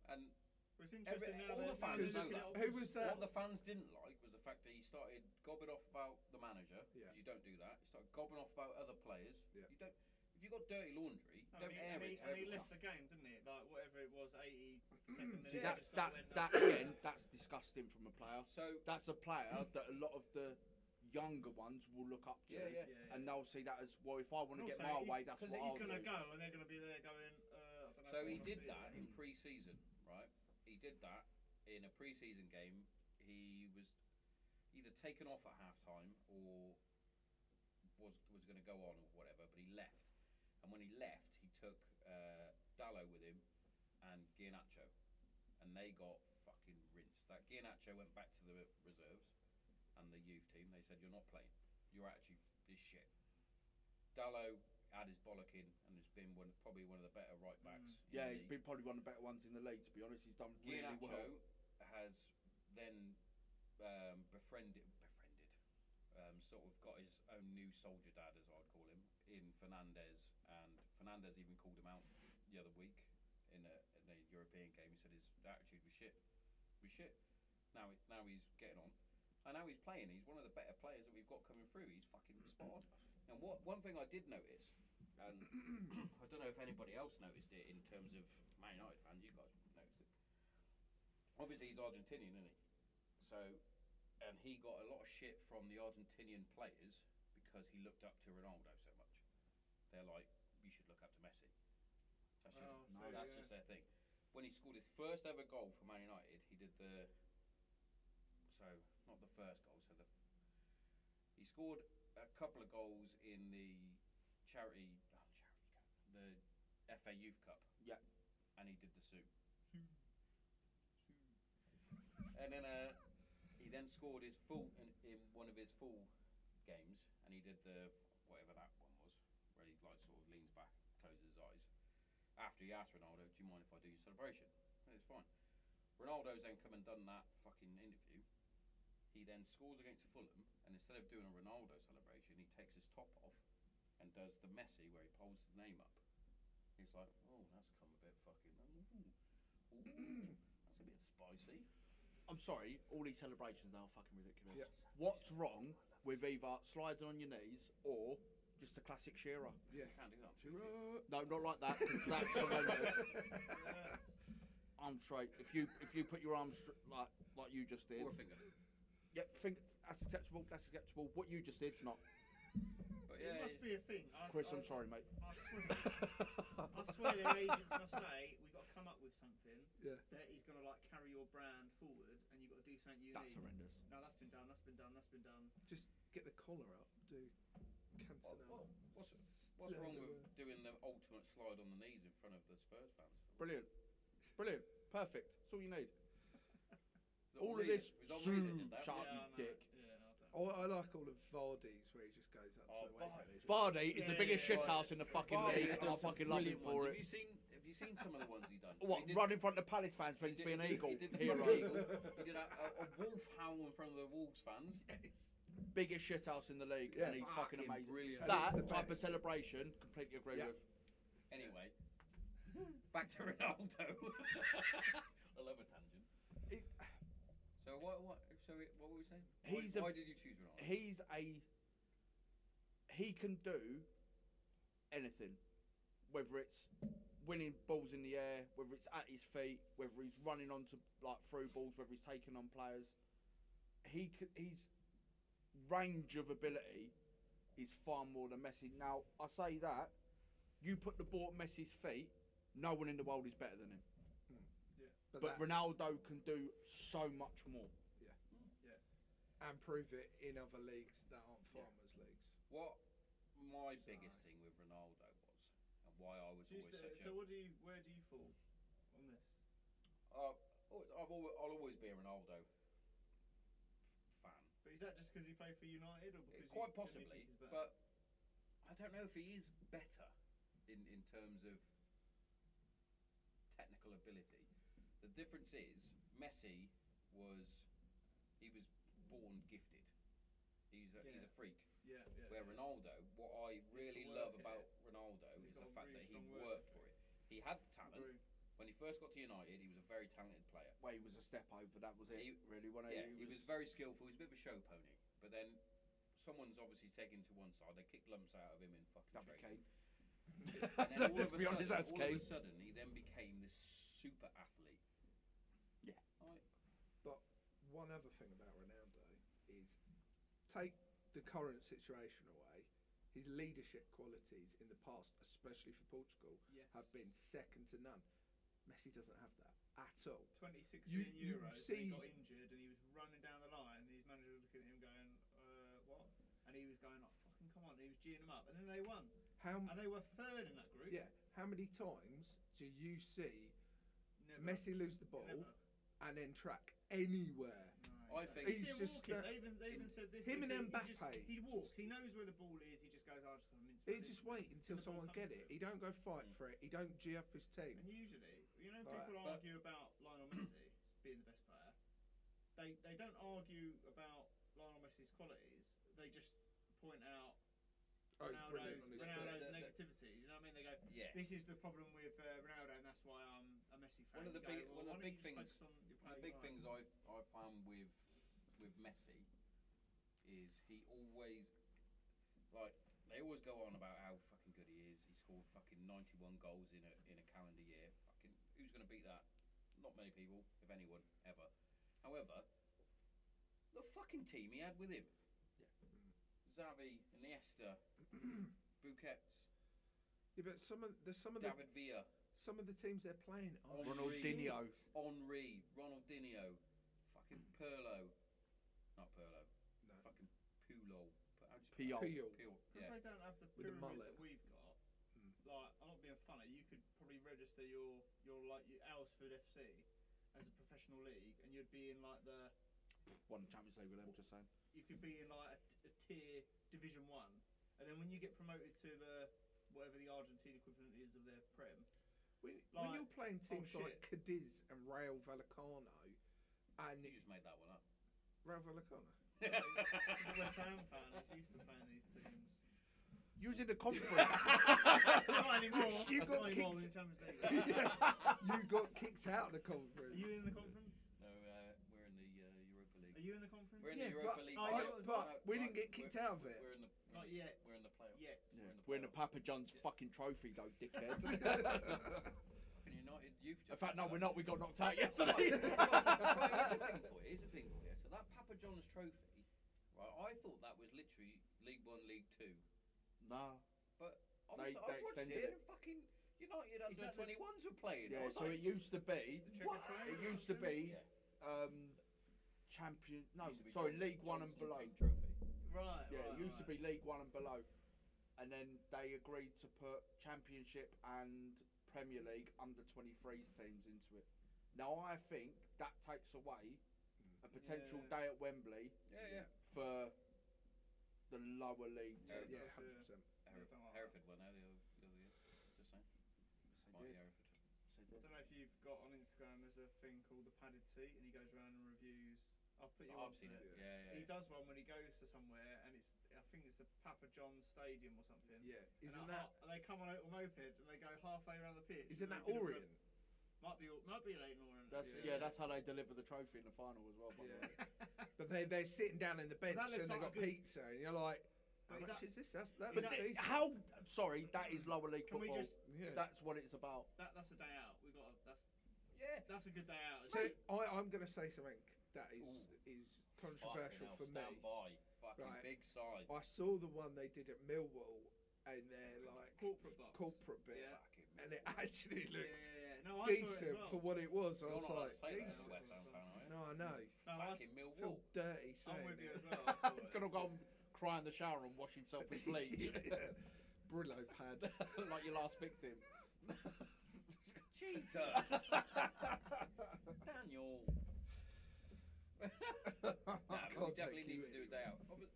[SPEAKER 1] And
[SPEAKER 2] It's interesting
[SPEAKER 1] Every-
[SPEAKER 2] now
[SPEAKER 1] all
[SPEAKER 2] that-
[SPEAKER 1] the
[SPEAKER 2] now
[SPEAKER 1] fans
[SPEAKER 2] they're
[SPEAKER 1] know
[SPEAKER 2] looking
[SPEAKER 1] that.
[SPEAKER 2] at
[SPEAKER 4] Who was
[SPEAKER 2] opposite-
[SPEAKER 4] that?
[SPEAKER 1] what the fans didn't like was the fact that he started gobbing off about the manager
[SPEAKER 4] Yeah.
[SPEAKER 1] because you don't do that. He started gobbing off about other players.
[SPEAKER 4] Yeah.
[SPEAKER 1] You don't. If you have got dirty laundry,
[SPEAKER 2] No,
[SPEAKER 1] don't
[SPEAKER 2] and Oh, he,
[SPEAKER 1] air
[SPEAKER 2] and he,
[SPEAKER 1] it. to
[SPEAKER 2] and he
[SPEAKER 1] everyone.
[SPEAKER 2] left the game, didn't he? Like whatever it was, 80 second minute.
[SPEAKER 3] Mm. See,
[SPEAKER 2] he
[SPEAKER 3] that's
[SPEAKER 2] just
[SPEAKER 3] that
[SPEAKER 2] went,
[SPEAKER 3] that
[SPEAKER 2] "No."
[SPEAKER 3] again. That's disgusting from a player.
[SPEAKER 1] So
[SPEAKER 3] That's a player that a lot of the younger ones will look up to,
[SPEAKER 1] yeah, yeah.
[SPEAKER 2] Yeah, yeah.
[SPEAKER 3] and they'll see that as well. If I want to
[SPEAKER 2] And
[SPEAKER 3] get
[SPEAKER 2] also
[SPEAKER 3] my
[SPEAKER 2] he's-
[SPEAKER 3] way, that's
[SPEAKER 2] Because
[SPEAKER 3] what
[SPEAKER 2] he's
[SPEAKER 3] I'll
[SPEAKER 2] going to
[SPEAKER 3] do.
[SPEAKER 2] go, and they're going to be there going. Uh, I don't know
[SPEAKER 1] So
[SPEAKER 2] if I
[SPEAKER 1] he
[SPEAKER 2] wanna
[SPEAKER 1] did
[SPEAKER 2] be
[SPEAKER 1] that
[SPEAKER 2] here."
[SPEAKER 1] in pre-season, right? He did that in a pre-season game. He was either taken off at halftime or was was going to go on or whatever, but he left. And when he left, he took uh, Dallo with him and Giannaccio, and they got fucking rinsed. That Giannaccio went back to the reserves and the youth team. They said, "You're not playing. Your attitude is shit." Dallo had his bollock in and has been one, probably one of the better right backs. in
[SPEAKER 3] Yeah,
[SPEAKER 1] the
[SPEAKER 3] he's
[SPEAKER 1] league.
[SPEAKER 3] been probably one of the better ones in the league. To be honest, he's done really
[SPEAKER 1] Iheanacho
[SPEAKER 3] well.
[SPEAKER 1] has then um, befriended, befriended, um, sort of got his own new soldier dad, as I'd call him, in Fernandez, and Fernandez even called him out the other week in a, in a European game. He said his attitude was shit, was shit. Now, he- now he's getting on, and now he's playing. He's one of the better players that we've got coming through. He's fucking spot on. And what one thing I did notice, and I don't know if anybody else noticed it in terms of Man United fans, you guys noticed it obviously he's Argentinian, isn't he? So, and he got a lot of shit from the Argentinian players because he looked up to Ronaldo so much. They're like, you should look up to Messi. That's just
[SPEAKER 2] Oh,
[SPEAKER 3] no,
[SPEAKER 2] so,
[SPEAKER 1] that's
[SPEAKER 2] yeah.
[SPEAKER 1] just their thing. When he scored his first ever goal for Man United, he did the so not the first goal, so the he scored a couple of goals in the charity, oh, charity cup, the FA Youth Cup.
[SPEAKER 3] Yeah.
[SPEAKER 1] and he did the suit. And then uh, he then scored his full in, in one of his full games, and he did the whatever that one was, where he like sort of leans back, closes his eyes. After he asked Ronaldo, "Do you mind if I do your celebration?" And it's fine. Ronaldo's then come and done that fucking interview. He then scores against Fulham, and instead of doing a Ronaldo celebration, he takes his top off and does the Messi where he holds the name up. He's like, "Oh, that's come a bit fucking. Ooh, ooh, that's a bit spicy."
[SPEAKER 3] I'm sorry, all these celebrations now are fucking ridiculous.
[SPEAKER 4] Yeah.
[SPEAKER 3] What's wrong with either sliding on your knees or just a classic shearer?
[SPEAKER 1] You can't do that.
[SPEAKER 3] No, not like that. 'cause That's horrendous.
[SPEAKER 2] Yes.
[SPEAKER 3] arm straight. If you if you put your arms str- like like you just did,
[SPEAKER 1] Or a finger.
[SPEAKER 3] yeah, think that's acceptable. That's acceptable. What you just did's not.
[SPEAKER 1] But yeah,
[SPEAKER 2] It must be a thing. I,
[SPEAKER 3] Chris,
[SPEAKER 2] I,
[SPEAKER 3] I'm sorry, mate.
[SPEAKER 2] I swear, I swear their agents must say we've got to come up with something
[SPEAKER 4] Yeah.
[SPEAKER 2] that is going to like carry your brand forward, and you've got to do something unique.
[SPEAKER 3] That's horrendous.
[SPEAKER 2] No, that's been done. That's been done. That's been done.
[SPEAKER 4] Just get the collar up, do Cantona.
[SPEAKER 1] What- what- what's, what's wrong with doing the ultimate slide on the knees in front of the Spurs fans?
[SPEAKER 3] Brilliant, brilliant, perfect. That's all you need.
[SPEAKER 1] Is it
[SPEAKER 3] All of
[SPEAKER 1] Reed-
[SPEAKER 3] this
[SPEAKER 1] was it all Reed that
[SPEAKER 3] zoom
[SPEAKER 1] did that?
[SPEAKER 3] shut up,
[SPEAKER 2] yeah, I know.
[SPEAKER 3] you dick. Oh.
[SPEAKER 2] Yeah, I don't know.
[SPEAKER 4] I, Oh, I like all of Vardy's where he just goes up
[SPEAKER 1] Oh,
[SPEAKER 4] to the way.
[SPEAKER 1] Vardy.
[SPEAKER 3] Vardy is
[SPEAKER 2] Yeah,
[SPEAKER 3] the biggest
[SPEAKER 2] yeah,
[SPEAKER 3] shit
[SPEAKER 2] yeah.
[SPEAKER 3] shithouse in the fucking
[SPEAKER 1] Vardy
[SPEAKER 3] league,
[SPEAKER 1] had
[SPEAKER 3] and I
[SPEAKER 1] done some
[SPEAKER 3] fucking love him
[SPEAKER 1] brilliant
[SPEAKER 3] for
[SPEAKER 1] ones.
[SPEAKER 3] it.
[SPEAKER 1] Have you seen? Have you seen some of the ones he done? So
[SPEAKER 3] What,
[SPEAKER 1] he did-
[SPEAKER 3] run in front of Palace fans when he's
[SPEAKER 1] did-
[SPEAKER 3] being
[SPEAKER 1] he
[SPEAKER 3] an
[SPEAKER 1] did-
[SPEAKER 3] eagle
[SPEAKER 1] he did uh, the
[SPEAKER 3] hero?
[SPEAKER 1] fucking eagle. He did a, a, a wolf howl in front of the Wolves fans.
[SPEAKER 3] biggest shithouse in the league,
[SPEAKER 4] Yeah.
[SPEAKER 3] and he's fucking,
[SPEAKER 1] Fucking
[SPEAKER 3] amazing.
[SPEAKER 1] brilliant.
[SPEAKER 4] And
[SPEAKER 3] That
[SPEAKER 4] it's the
[SPEAKER 3] type of
[SPEAKER 4] best.
[SPEAKER 3] celebration, completely agree
[SPEAKER 4] Yeah.
[SPEAKER 3] with.
[SPEAKER 1] Anyway, back to Ronaldo. I love a tangent.
[SPEAKER 3] It-
[SPEAKER 1] So what? What? So we- what were we saying?
[SPEAKER 3] He's a-
[SPEAKER 1] why, why did you choose Ronaldo?
[SPEAKER 3] He's a he can do anything, whether it's winning balls in the air, whether it's at his feet, whether he's running onto like through balls, whether he's taking on players. He c- his range of ability is far more than Messi. Now I say that you put the ball at Messi's feet, no one in the world is better than him.
[SPEAKER 4] But,
[SPEAKER 3] But
[SPEAKER 4] that,
[SPEAKER 3] Ronaldo can do so much more.
[SPEAKER 4] and prove it in other leagues that aren't farmers leagues.
[SPEAKER 1] What my biggest thing with Ronaldo was, and why I was
[SPEAKER 2] Do you
[SPEAKER 1] always
[SPEAKER 2] st-
[SPEAKER 1] such
[SPEAKER 2] uh, so
[SPEAKER 1] a.
[SPEAKER 2] what do you, where do you fall on this?
[SPEAKER 1] Uh, al- I've always, I'll always be a Ronaldo fan.
[SPEAKER 2] But is that just because he played for United, or
[SPEAKER 4] Eh,
[SPEAKER 2] because you
[SPEAKER 1] eh, Quite
[SPEAKER 2] generally
[SPEAKER 1] possibly,
[SPEAKER 2] think he's better?
[SPEAKER 1] but I don't know if he is better in, in terms of technical ability. The difference is Messi was he was born gifted. He's a, he's a freak.
[SPEAKER 2] yeah, yeah,
[SPEAKER 1] Where
[SPEAKER 2] yeah.
[SPEAKER 1] Ronaldo, what I really
[SPEAKER 2] the
[SPEAKER 1] love
[SPEAKER 2] work,
[SPEAKER 1] about
[SPEAKER 2] innit?
[SPEAKER 1] Ronaldo
[SPEAKER 2] He's
[SPEAKER 1] is the
[SPEAKER 2] got a
[SPEAKER 1] fact
[SPEAKER 2] really
[SPEAKER 1] that he
[SPEAKER 2] strong work
[SPEAKER 1] worked for it. He had talent.
[SPEAKER 2] Agree.
[SPEAKER 1] When he first got to United, he was a very talented player.
[SPEAKER 3] Where he was a step over, that was it.
[SPEAKER 1] He-
[SPEAKER 3] really, wasn't
[SPEAKER 1] Yeah, he was very skillful. He was a bit of a show pony. But then someone's obviously taken to one side. They kick lumps out of him in fucking
[SPEAKER 3] That'd be
[SPEAKER 1] training.
[SPEAKER 3] Kane.
[SPEAKER 1] And then all
[SPEAKER 3] Let's
[SPEAKER 1] of a
[SPEAKER 3] be honest,
[SPEAKER 1] sudden-
[SPEAKER 3] that's
[SPEAKER 1] all of
[SPEAKER 3] Kane.
[SPEAKER 1] a sudden, he then became this super athlete.
[SPEAKER 3] Yeah.
[SPEAKER 1] Like,
[SPEAKER 4] One other thing about Ronaldo is take the current situation away. His leadership qualities in the past, especially for Portugal,
[SPEAKER 2] Yes.
[SPEAKER 4] have been second to none. Messi doesn't have that at all.
[SPEAKER 2] 2016
[SPEAKER 4] You- you
[SPEAKER 2] Euros,
[SPEAKER 4] see-
[SPEAKER 2] when he got injured and he was running down the line, and his manager was looking at him going, uh, what? And he was going, oh, fucking come on. And he was geeing him up. And then they won.
[SPEAKER 4] How m-
[SPEAKER 2] And they were third in that group.
[SPEAKER 4] yeah? How many times do you see
[SPEAKER 2] Never.
[SPEAKER 4] Messi lose the ball
[SPEAKER 2] Never.
[SPEAKER 4] and then track anywhere?
[SPEAKER 2] No,
[SPEAKER 1] I
[SPEAKER 2] don't.
[SPEAKER 1] think-
[SPEAKER 2] You
[SPEAKER 4] He's
[SPEAKER 2] see him
[SPEAKER 4] just
[SPEAKER 2] walking.
[SPEAKER 4] that-
[SPEAKER 2] they even, they even said this.
[SPEAKER 4] him
[SPEAKER 2] they
[SPEAKER 4] and
[SPEAKER 2] said he just-
[SPEAKER 4] Mbappe.
[SPEAKER 2] He, walks. He knows where the ball is. He just goes, oh, I'm just going to mince
[SPEAKER 4] He
[SPEAKER 2] around it."
[SPEAKER 4] just wait until
[SPEAKER 2] the ball
[SPEAKER 4] someone
[SPEAKER 2] comes
[SPEAKER 4] get
[SPEAKER 2] to
[SPEAKER 4] it. He
[SPEAKER 2] him.
[SPEAKER 4] don't go fight for it. He don't g up his team.
[SPEAKER 2] And usually, you know,
[SPEAKER 4] Right,
[SPEAKER 2] people
[SPEAKER 1] but-
[SPEAKER 2] argue about Lionel Messi being the best player. They they don't argue about Lionel Messi's qualities. They just point out
[SPEAKER 4] Oh, he's brilliant on his
[SPEAKER 2] Ronaldo's,
[SPEAKER 4] feet.
[SPEAKER 1] Ronaldo-
[SPEAKER 2] Ronaldo's
[SPEAKER 1] The- the-
[SPEAKER 2] negativity. You know what I mean? They go,
[SPEAKER 1] yeah.
[SPEAKER 2] this is the problem with uh, Ronaldo, and that's why I'm a Messi
[SPEAKER 1] One
[SPEAKER 2] fan.
[SPEAKER 1] of the
[SPEAKER 2] You go,
[SPEAKER 1] big-
[SPEAKER 2] "Well,
[SPEAKER 1] one of the
[SPEAKER 2] why don't
[SPEAKER 1] big
[SPEAKER 2] you just
[SPEAKER 1] things-
[SPEAKER 2] focus on your
[SPEAKER 1] One of the
[SPEAKER 2] player
[SPEAKER 1] big
[SPEAKER 2] you
[SPEAKER 1] things I've I found with with Messi is he always like they always go on about how fucking good he is. He scored fucking ninety one goals in a in a calendar year. Fucking who's gonna beat that? Not many people, if anyone, ever. However, the fucking team he had with him. Yeah. Xavi, Iniesta, Busquets,
[SPEAKER 4] Yeah, but some of the some of the
[SPEAKER 1] David Villa,
[SPEAKER 4] some of the teams they're playing are
[SPEAKER 1] Henri.
[SPEAKER 3] Ronaldinho.
[SPEAKER 4] shit.
[SPEAKER 1] Henri, Ronaldinho, fucking Perlo, not Perlo,
[SPEAKER 4] No.
[SPEAKER 1] fucking Pulo. But how do you
[SPEAKER 3] P.O.
[SPEAKER 1] spell it?
[SPEAKER 4] Peel.
[SPEAKER 1] Peel,
[SPEAKER 2] Because
[SPEAKER 1] Yeah.
[SPEAKER 2] they don't have the
[SPEAKER 4] With the
[SPEAKER 2] pyramid
[SPEAKER 4] mullet.
[SPEAKER 2] that we've got.
[SPEAKER 1] Hmm.
[SPEAKER 4] Mm.
[SPEAKER 2] Like, I'm not being funny. You could probably register your your like your Alsford FC as a professional league, and you'd be in like the
[SPEAKER 3] Won the Champions League with them, just saying.
[SPEAKER 2] you could be in like a, t- a tier Division One, and then when you get promoted to the whatever the Argentine equivalent is of their Prem,
[SPEAKER 4] When, when
[SPEAKER 2] Like,
[SPEAKER 4] you're playing
[SPEAKER 2] oh,
[SPEAKER 4] teams like Cadiz and Real Vallecano, and
[SPEAKER 1] You just made that one up.
[SPEAKER 4] Real Vallecano,
[SPEAKER 2] the West Ham fan is used to playing these teams.
[SPEAKER 3] Using the conference.
[SPEAKER 2] Not anymore.
[SPEAKER 4] You got
[SPEAKER 2] Not anymore
[SPEAKER 4] kicked-
[SPEAKER 2] in Champions League.
[SPEAKER 4] you got kicked out of the
[SPEAKER 2] Are
[SPEAKER 4] conference.
[SPEAKER 2] you in the conference?
[SPEAKER 1] no, uh, we're in the uh, Europa
[SPEAKER 2] Are
[SPEAKER 1] League.
[SPEAKER 2] you in the conference?
[SPEAKER 1] We're in
[SPEAKER 4] Yeah,
[SPEAKER 1] the Europa
[SPEAKER 4] but-
[SPEAKER 1] League.
[SPEAKER 2] oh,
[SPEAKER 1] playoff- no,
[SPEAKER 2] yeah,
[SPEAKER 4] but we
[SPEAKER 1] no,
[SPEAKER 4] didn't get kicked
[SPEAKER 1] we're-
[SPEAKER 4] out of it.
[SPEAKER 1] We're in the we're
[SPEAKER 2] Not
[SPEAKER 1] in-
[SPEAKER 2] yet.
[SPEAKER 1] we're in the playoff.
[SPEAKER 2] Yet.
[SPEAKER 3] We're in the Papa John's fucking trophy, though, dickhead.
[SPEAKER 1] Fucking United youth.
[SPEAKER 3] in fact, no, we're not. We got knocked out yesterday.
[SPEAKER 1] Well, here's the thing for you. Here's the thing for you. So that Papa John's trophy, right? I thought that was literally League One, League Two.
[SPEAKER 3] nah.
[SPEAKER 1] I
[SPEAKER 3] They-
[SPEAKER 1] was, I
[SPEAKER 3] they
[SPEAKER 1] watched
[SPEAKER 3] extended
[SPEAKER 1] it,
[SPEAKER 3] it.
[SPEAKER 1] and fucking United under
[SPEAKER 2] that the-
[SPEAKER 1] 21s were playing. I
[SPEAKER 3] Yeah,
[SPEAKER 1] was
[SPEAKER 3] so
[SPEAKER 1] like,
[SPEAKER 3] it used to be.
[SPEAKER 2] The
[SPEAKER 3] What?
[SPEAKER 2] Czechoslovakia
[SPEAKER 3] It used to
[SPEAKER 2] something?
[SPEAKER 3] be
[SPEAKER 1] Yeah.
[SPEAKER 3] um, champion. No,
[SPEAKER 1] used to be
[SPEAKER 3] sorry,
[SPEAKER 1] John-
[SPEAKER 3] League One and
[SPEAKER 1] Johnson
[SPEAKER 3] below.
[SPEAKER 1] Pink Trophy.
[SPEAKER 2] Right.
[SPEAKER 3] Yeah,
[SPEAKER 2] right,
[SPEAKER 3] it used to
[SPEAKER 2] right.
[SPEAKER 3] be League One and below, and then they agreed to put Championship and Premier League under 23s teams into it. Now I think that takes away a potential
[SPEAKER 2] Mm. Yeah.
[SPEAKER 3] day at Wembley
[SPEAKER 1] Yeah, yeah.
[SPEAKER 3] for the lower league
[SPEAKER 1] Yeah.
[SPEAKER 3] teams.
[SPEAKER 4] yeah,
[SPEAKER 2] Yeah.
[SPEAKER 4] hundred percent.
[SPEAKER 1] Hereford,
[SPEAKER 2] something like that.
[SPEAKER 1] Hereford won that the other, the other year. Just saying. Might be Hereford.
[SPEAKER 3] Yes, they
[SPEAKER 2] I
[SPEAKER 3] did.
[SPEAKER 2] don't know if you've got on Instagram. There's a thing called the padded seat, and he goes around and reviews I'll put you
[SPEAKER 1] I've
[SPEAKER 2] on
[SPEAKER 1] seen
[SPEAKER 2] it.
[SPEAKER 1] it.
[SPEAKER 4] Yeah.
[SPEAKER 1] Yeah,
[SPEAKER 2] He
[SPEAKER 1] yeah.
[SPEAKER 2] does one when he goes to somewhere, and it's I think it's the Papa John Stadium or something.
[SPEAKER 4] Yeah,
[SPEAKER 2] And
[SPEAKER 4] isn't
[SPEAKER 2] I-
[SPEAKER 4] that
[SPEAKER 2] I- they come on a little moped and they go halfway around the pitch.
[SPEAKER 4] isn't
[SPEAKER 2] and
[SPEAKER 4] that
[SPEAKER 2] they do the-
[SPEAKER 4] Orion?
[SPEAKER 2] Might be might be late Orient.
[SPEAKER 3] That's yeah.
[SPEAKER 4] Yeah.
[SPEAKER 3] that's how they deliver the trophy in the final as well. By
[SPEAKER 4] Yeah.
[SPEAKER 3] the way.
[SPEAKER 4] But they they're sitting down in the bench
[SPEAKER 2] looks
[SPEAKER 4] and they
[SPEAKER 2] like a
[SPEAKER 4] got
[SPEAKER 2] good-
[SPEAKER 4] pizza and you're like, how
[SPEAKER 2] But is
[SPEAKER 4] much
[SPEAKER 2] that-
[SPEAKER 4] is this? That's that
[SPEAKER 3] But
[SPEAKER 2] is
[SPEAKER 4] looks
[SPEAKER 2] that-
[SPEAKER 3] th-
[SPEAKER 4] decent.
[SPEAKER 3] how? Sorry, that is lower league
[SPEAKER 2] Can we
[SPEAKER 3] football.
[SPEAKER 2] just
[SPEAKER 4] Yeah.
[SPEAKER 3] That's what it's about.
[SPEAKER 2] that that's a day out. We got a- that's
[SPEAKER 1] Yeah.
[SPEAKER 2] that's a good day out.
[SPEAKER 4] so
[SPEAKER 2] isn't it?
[SPEAKER 4] I I'm gonna say something that is
[SPEAKER 1] Ooh.
[SPEAKER 4] is
[SPEAKER 1] Fucking
[SPEAKER 4] controversial
[SPEAKER 1] hell,
[SPEAKER 4] for
[SPEAKER 1] stand
[SPEAKER 4] me.
[SPEAKER 1] by. Fucking
[SPEAKER 4] Right.
[SPEAKER 1] big side.
[SPEAKER 4] I saw the one they did at Millwall and they're like
[SPEAKER 2] corporate box.
[SPEAKER 4] corporate bit,
[SPEAKER 2] Yeah.
[SPEAKER 1] Fucking
[SPEAKER 4] and it actually
[SPEAKER 2] Yeah,
[SPEAKER 4] looked
[SPEAKER 2] yeah, yeah. No, I saw it
[SPEAKER 4] decent
[SPEAKER 2] as well.
[SPEAKER 4] for what it was. I
[SPEAKER 1] You're
[SPEAKER 4] was
[SPEAKER 1] not allowed to
[SPEAKER 4] like,
[SPEAKER 1] say that as a
[SPEAKER 4] Jesus.
[SPEAKER 1] West Ham fan, are you?
[SPEAKER 4] No, I know.
[SPEAKER 2] No, I
[SPEAKER 1] Fucking
[SPEAKER 4] I feel
[SPEAKER 1] Millwall.
[SPEAKER 4] dirty saying
[SPEAKER 2] I'm with you
[SPEAKER 4] it.
[SPEAKER 2] as well. I saw it.
[SPEAKER 3] He's gonna go and cry in the shower and wash himself with bleach,
[SPEAKER 4] Yeah. Brillo pad.
[SPEAKER 3] like your last victim.
[SPEAKER 1] Jesus. Daniel. No,
[SPEAKER 4] I
[SPEAKER 1] but we
[SPEAKER 4] can't
[SPEAKER 1] definitely
[SPEAKER 4] take you
[SPEAKER 1] need to do a
[SPEAKER 4] anywhere.
[SPEAKER 1] day out. I, was,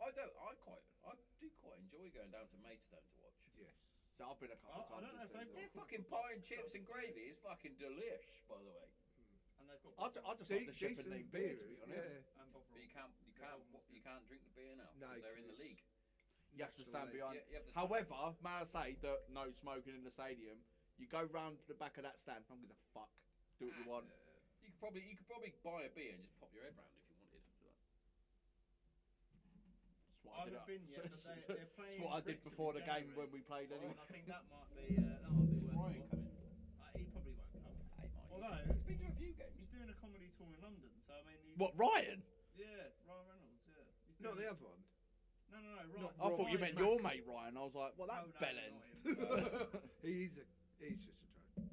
[SPEAKER 1] I don't. I quite. I do quite enjoy going down to Maidstone to watch.
[SPEAKER 4] Yes.
[SPEAKER 3] So I've been a couple of
[SPEAKER 2] Oh, I- I
[SPEAKER 3] times.
[SPEAKER 2] don't know
[SPEAKER 3] this
[SPEAKER 2] if they've
[SPEAKER 3] season.
[SPEAKER 1] Their fucking pie and chips and gravy is fucking delish, by the way.
[SPEAKER 2] And they've got
[SPEAKER 3] I, d- I just like the
[SPEAKER 4] De-
[SPEAKER 3] shepherd named
[SPEAKER 4] decent beer,
[SPEAKER 3] beer, to be honest.
[SPEAKER 4] yeah.
[SPEAKER 2] and Bob
[SPEAKER 1] But you can't. You can't. wa- You can't drink the beer now
[SPEAKER 4] No,
[SPEAKER 1] because they're
[SPEAKER 4] 'cause
[SPEAKER 1] in the
[SPEAKER 4] it's
[SPEAKER 1] league.
[SPEAKER 3] You have to
[SPEAKER 4] Naturally.
[SPEAKER 3] stand behind.
[SPEAKER 1] You, you have to
[SPEAKER 3] However, may I say that no smoking in the stadium. You go round to the back of that stand. I'm gonna fuck. Do what
[SPEAKER 2] Ah,
[SPEAKER 3] you want.
[SPEAKER 1] you could probably. You could probably buy a beer and just pop your head round if you wanted.
[SPEAKER 3] That's what I
[SPEAKER 2] I
[SPEAKER 3] did.
[SPEAKER 2] haven't
[SPEAKER 3] up-
[SPEAKER 2] been yet, but they- they're
[SPEAKER 3] That's
[SPEAKER 2] playing
[SPEAKER 3] what I did
[SPEAKER 2] Brixton in
[SPEAKER 3] before the game when
[SPEAKER 2] January.
[SPEAKER 3] we played.
[SPEAKER 1] Well,
[SPEAKER 3] Anyway.
[SPEAKER 2] I think that might be uh, that might be worth.
[SPEAKER 1] Ryan
[SPEAKER 2] a watch.
[SPEAKER 1] coming.
[SPEAKER 2] Uh, he probably won't come.
[SPEAKER 1] Hey, mate.
[SPEAKER 2] Although
[SPEAKER 1] he's been to a few
[SPEAKER 2] he's
[SPEAKER 1] games.
[SPEAKER 2] doing a comedy tour in London, so I mean, he,
[SPEAKER 3] What Ryan?
[SPEAKER 2] Yeah, Ryan Reynolds. Yeah, he's
[SPEAKER 4] Not the
[SPEAKER 2] doing it-
[SPEAKER 4] other one.
[SPEAKER 2] No, no, no.
[SPEAKER 4] not
[SPEAKER 2] Ryan.
[SPEAKER 3] I thought you
[SPEAKER 2] Ryan
[SPEAKER 3] meant
[SPEAKER 2] Mac-
[SPEAKER 3] your mate Ryan. I was like, well, that
[SPEAKER 2] Oh, no,
[SPEAKER 3] bellend.
[SPEAKER 2] not him. uh,
[SPEAKER 4] He's a he's just a joke.
[SPEAKER 2] Ve-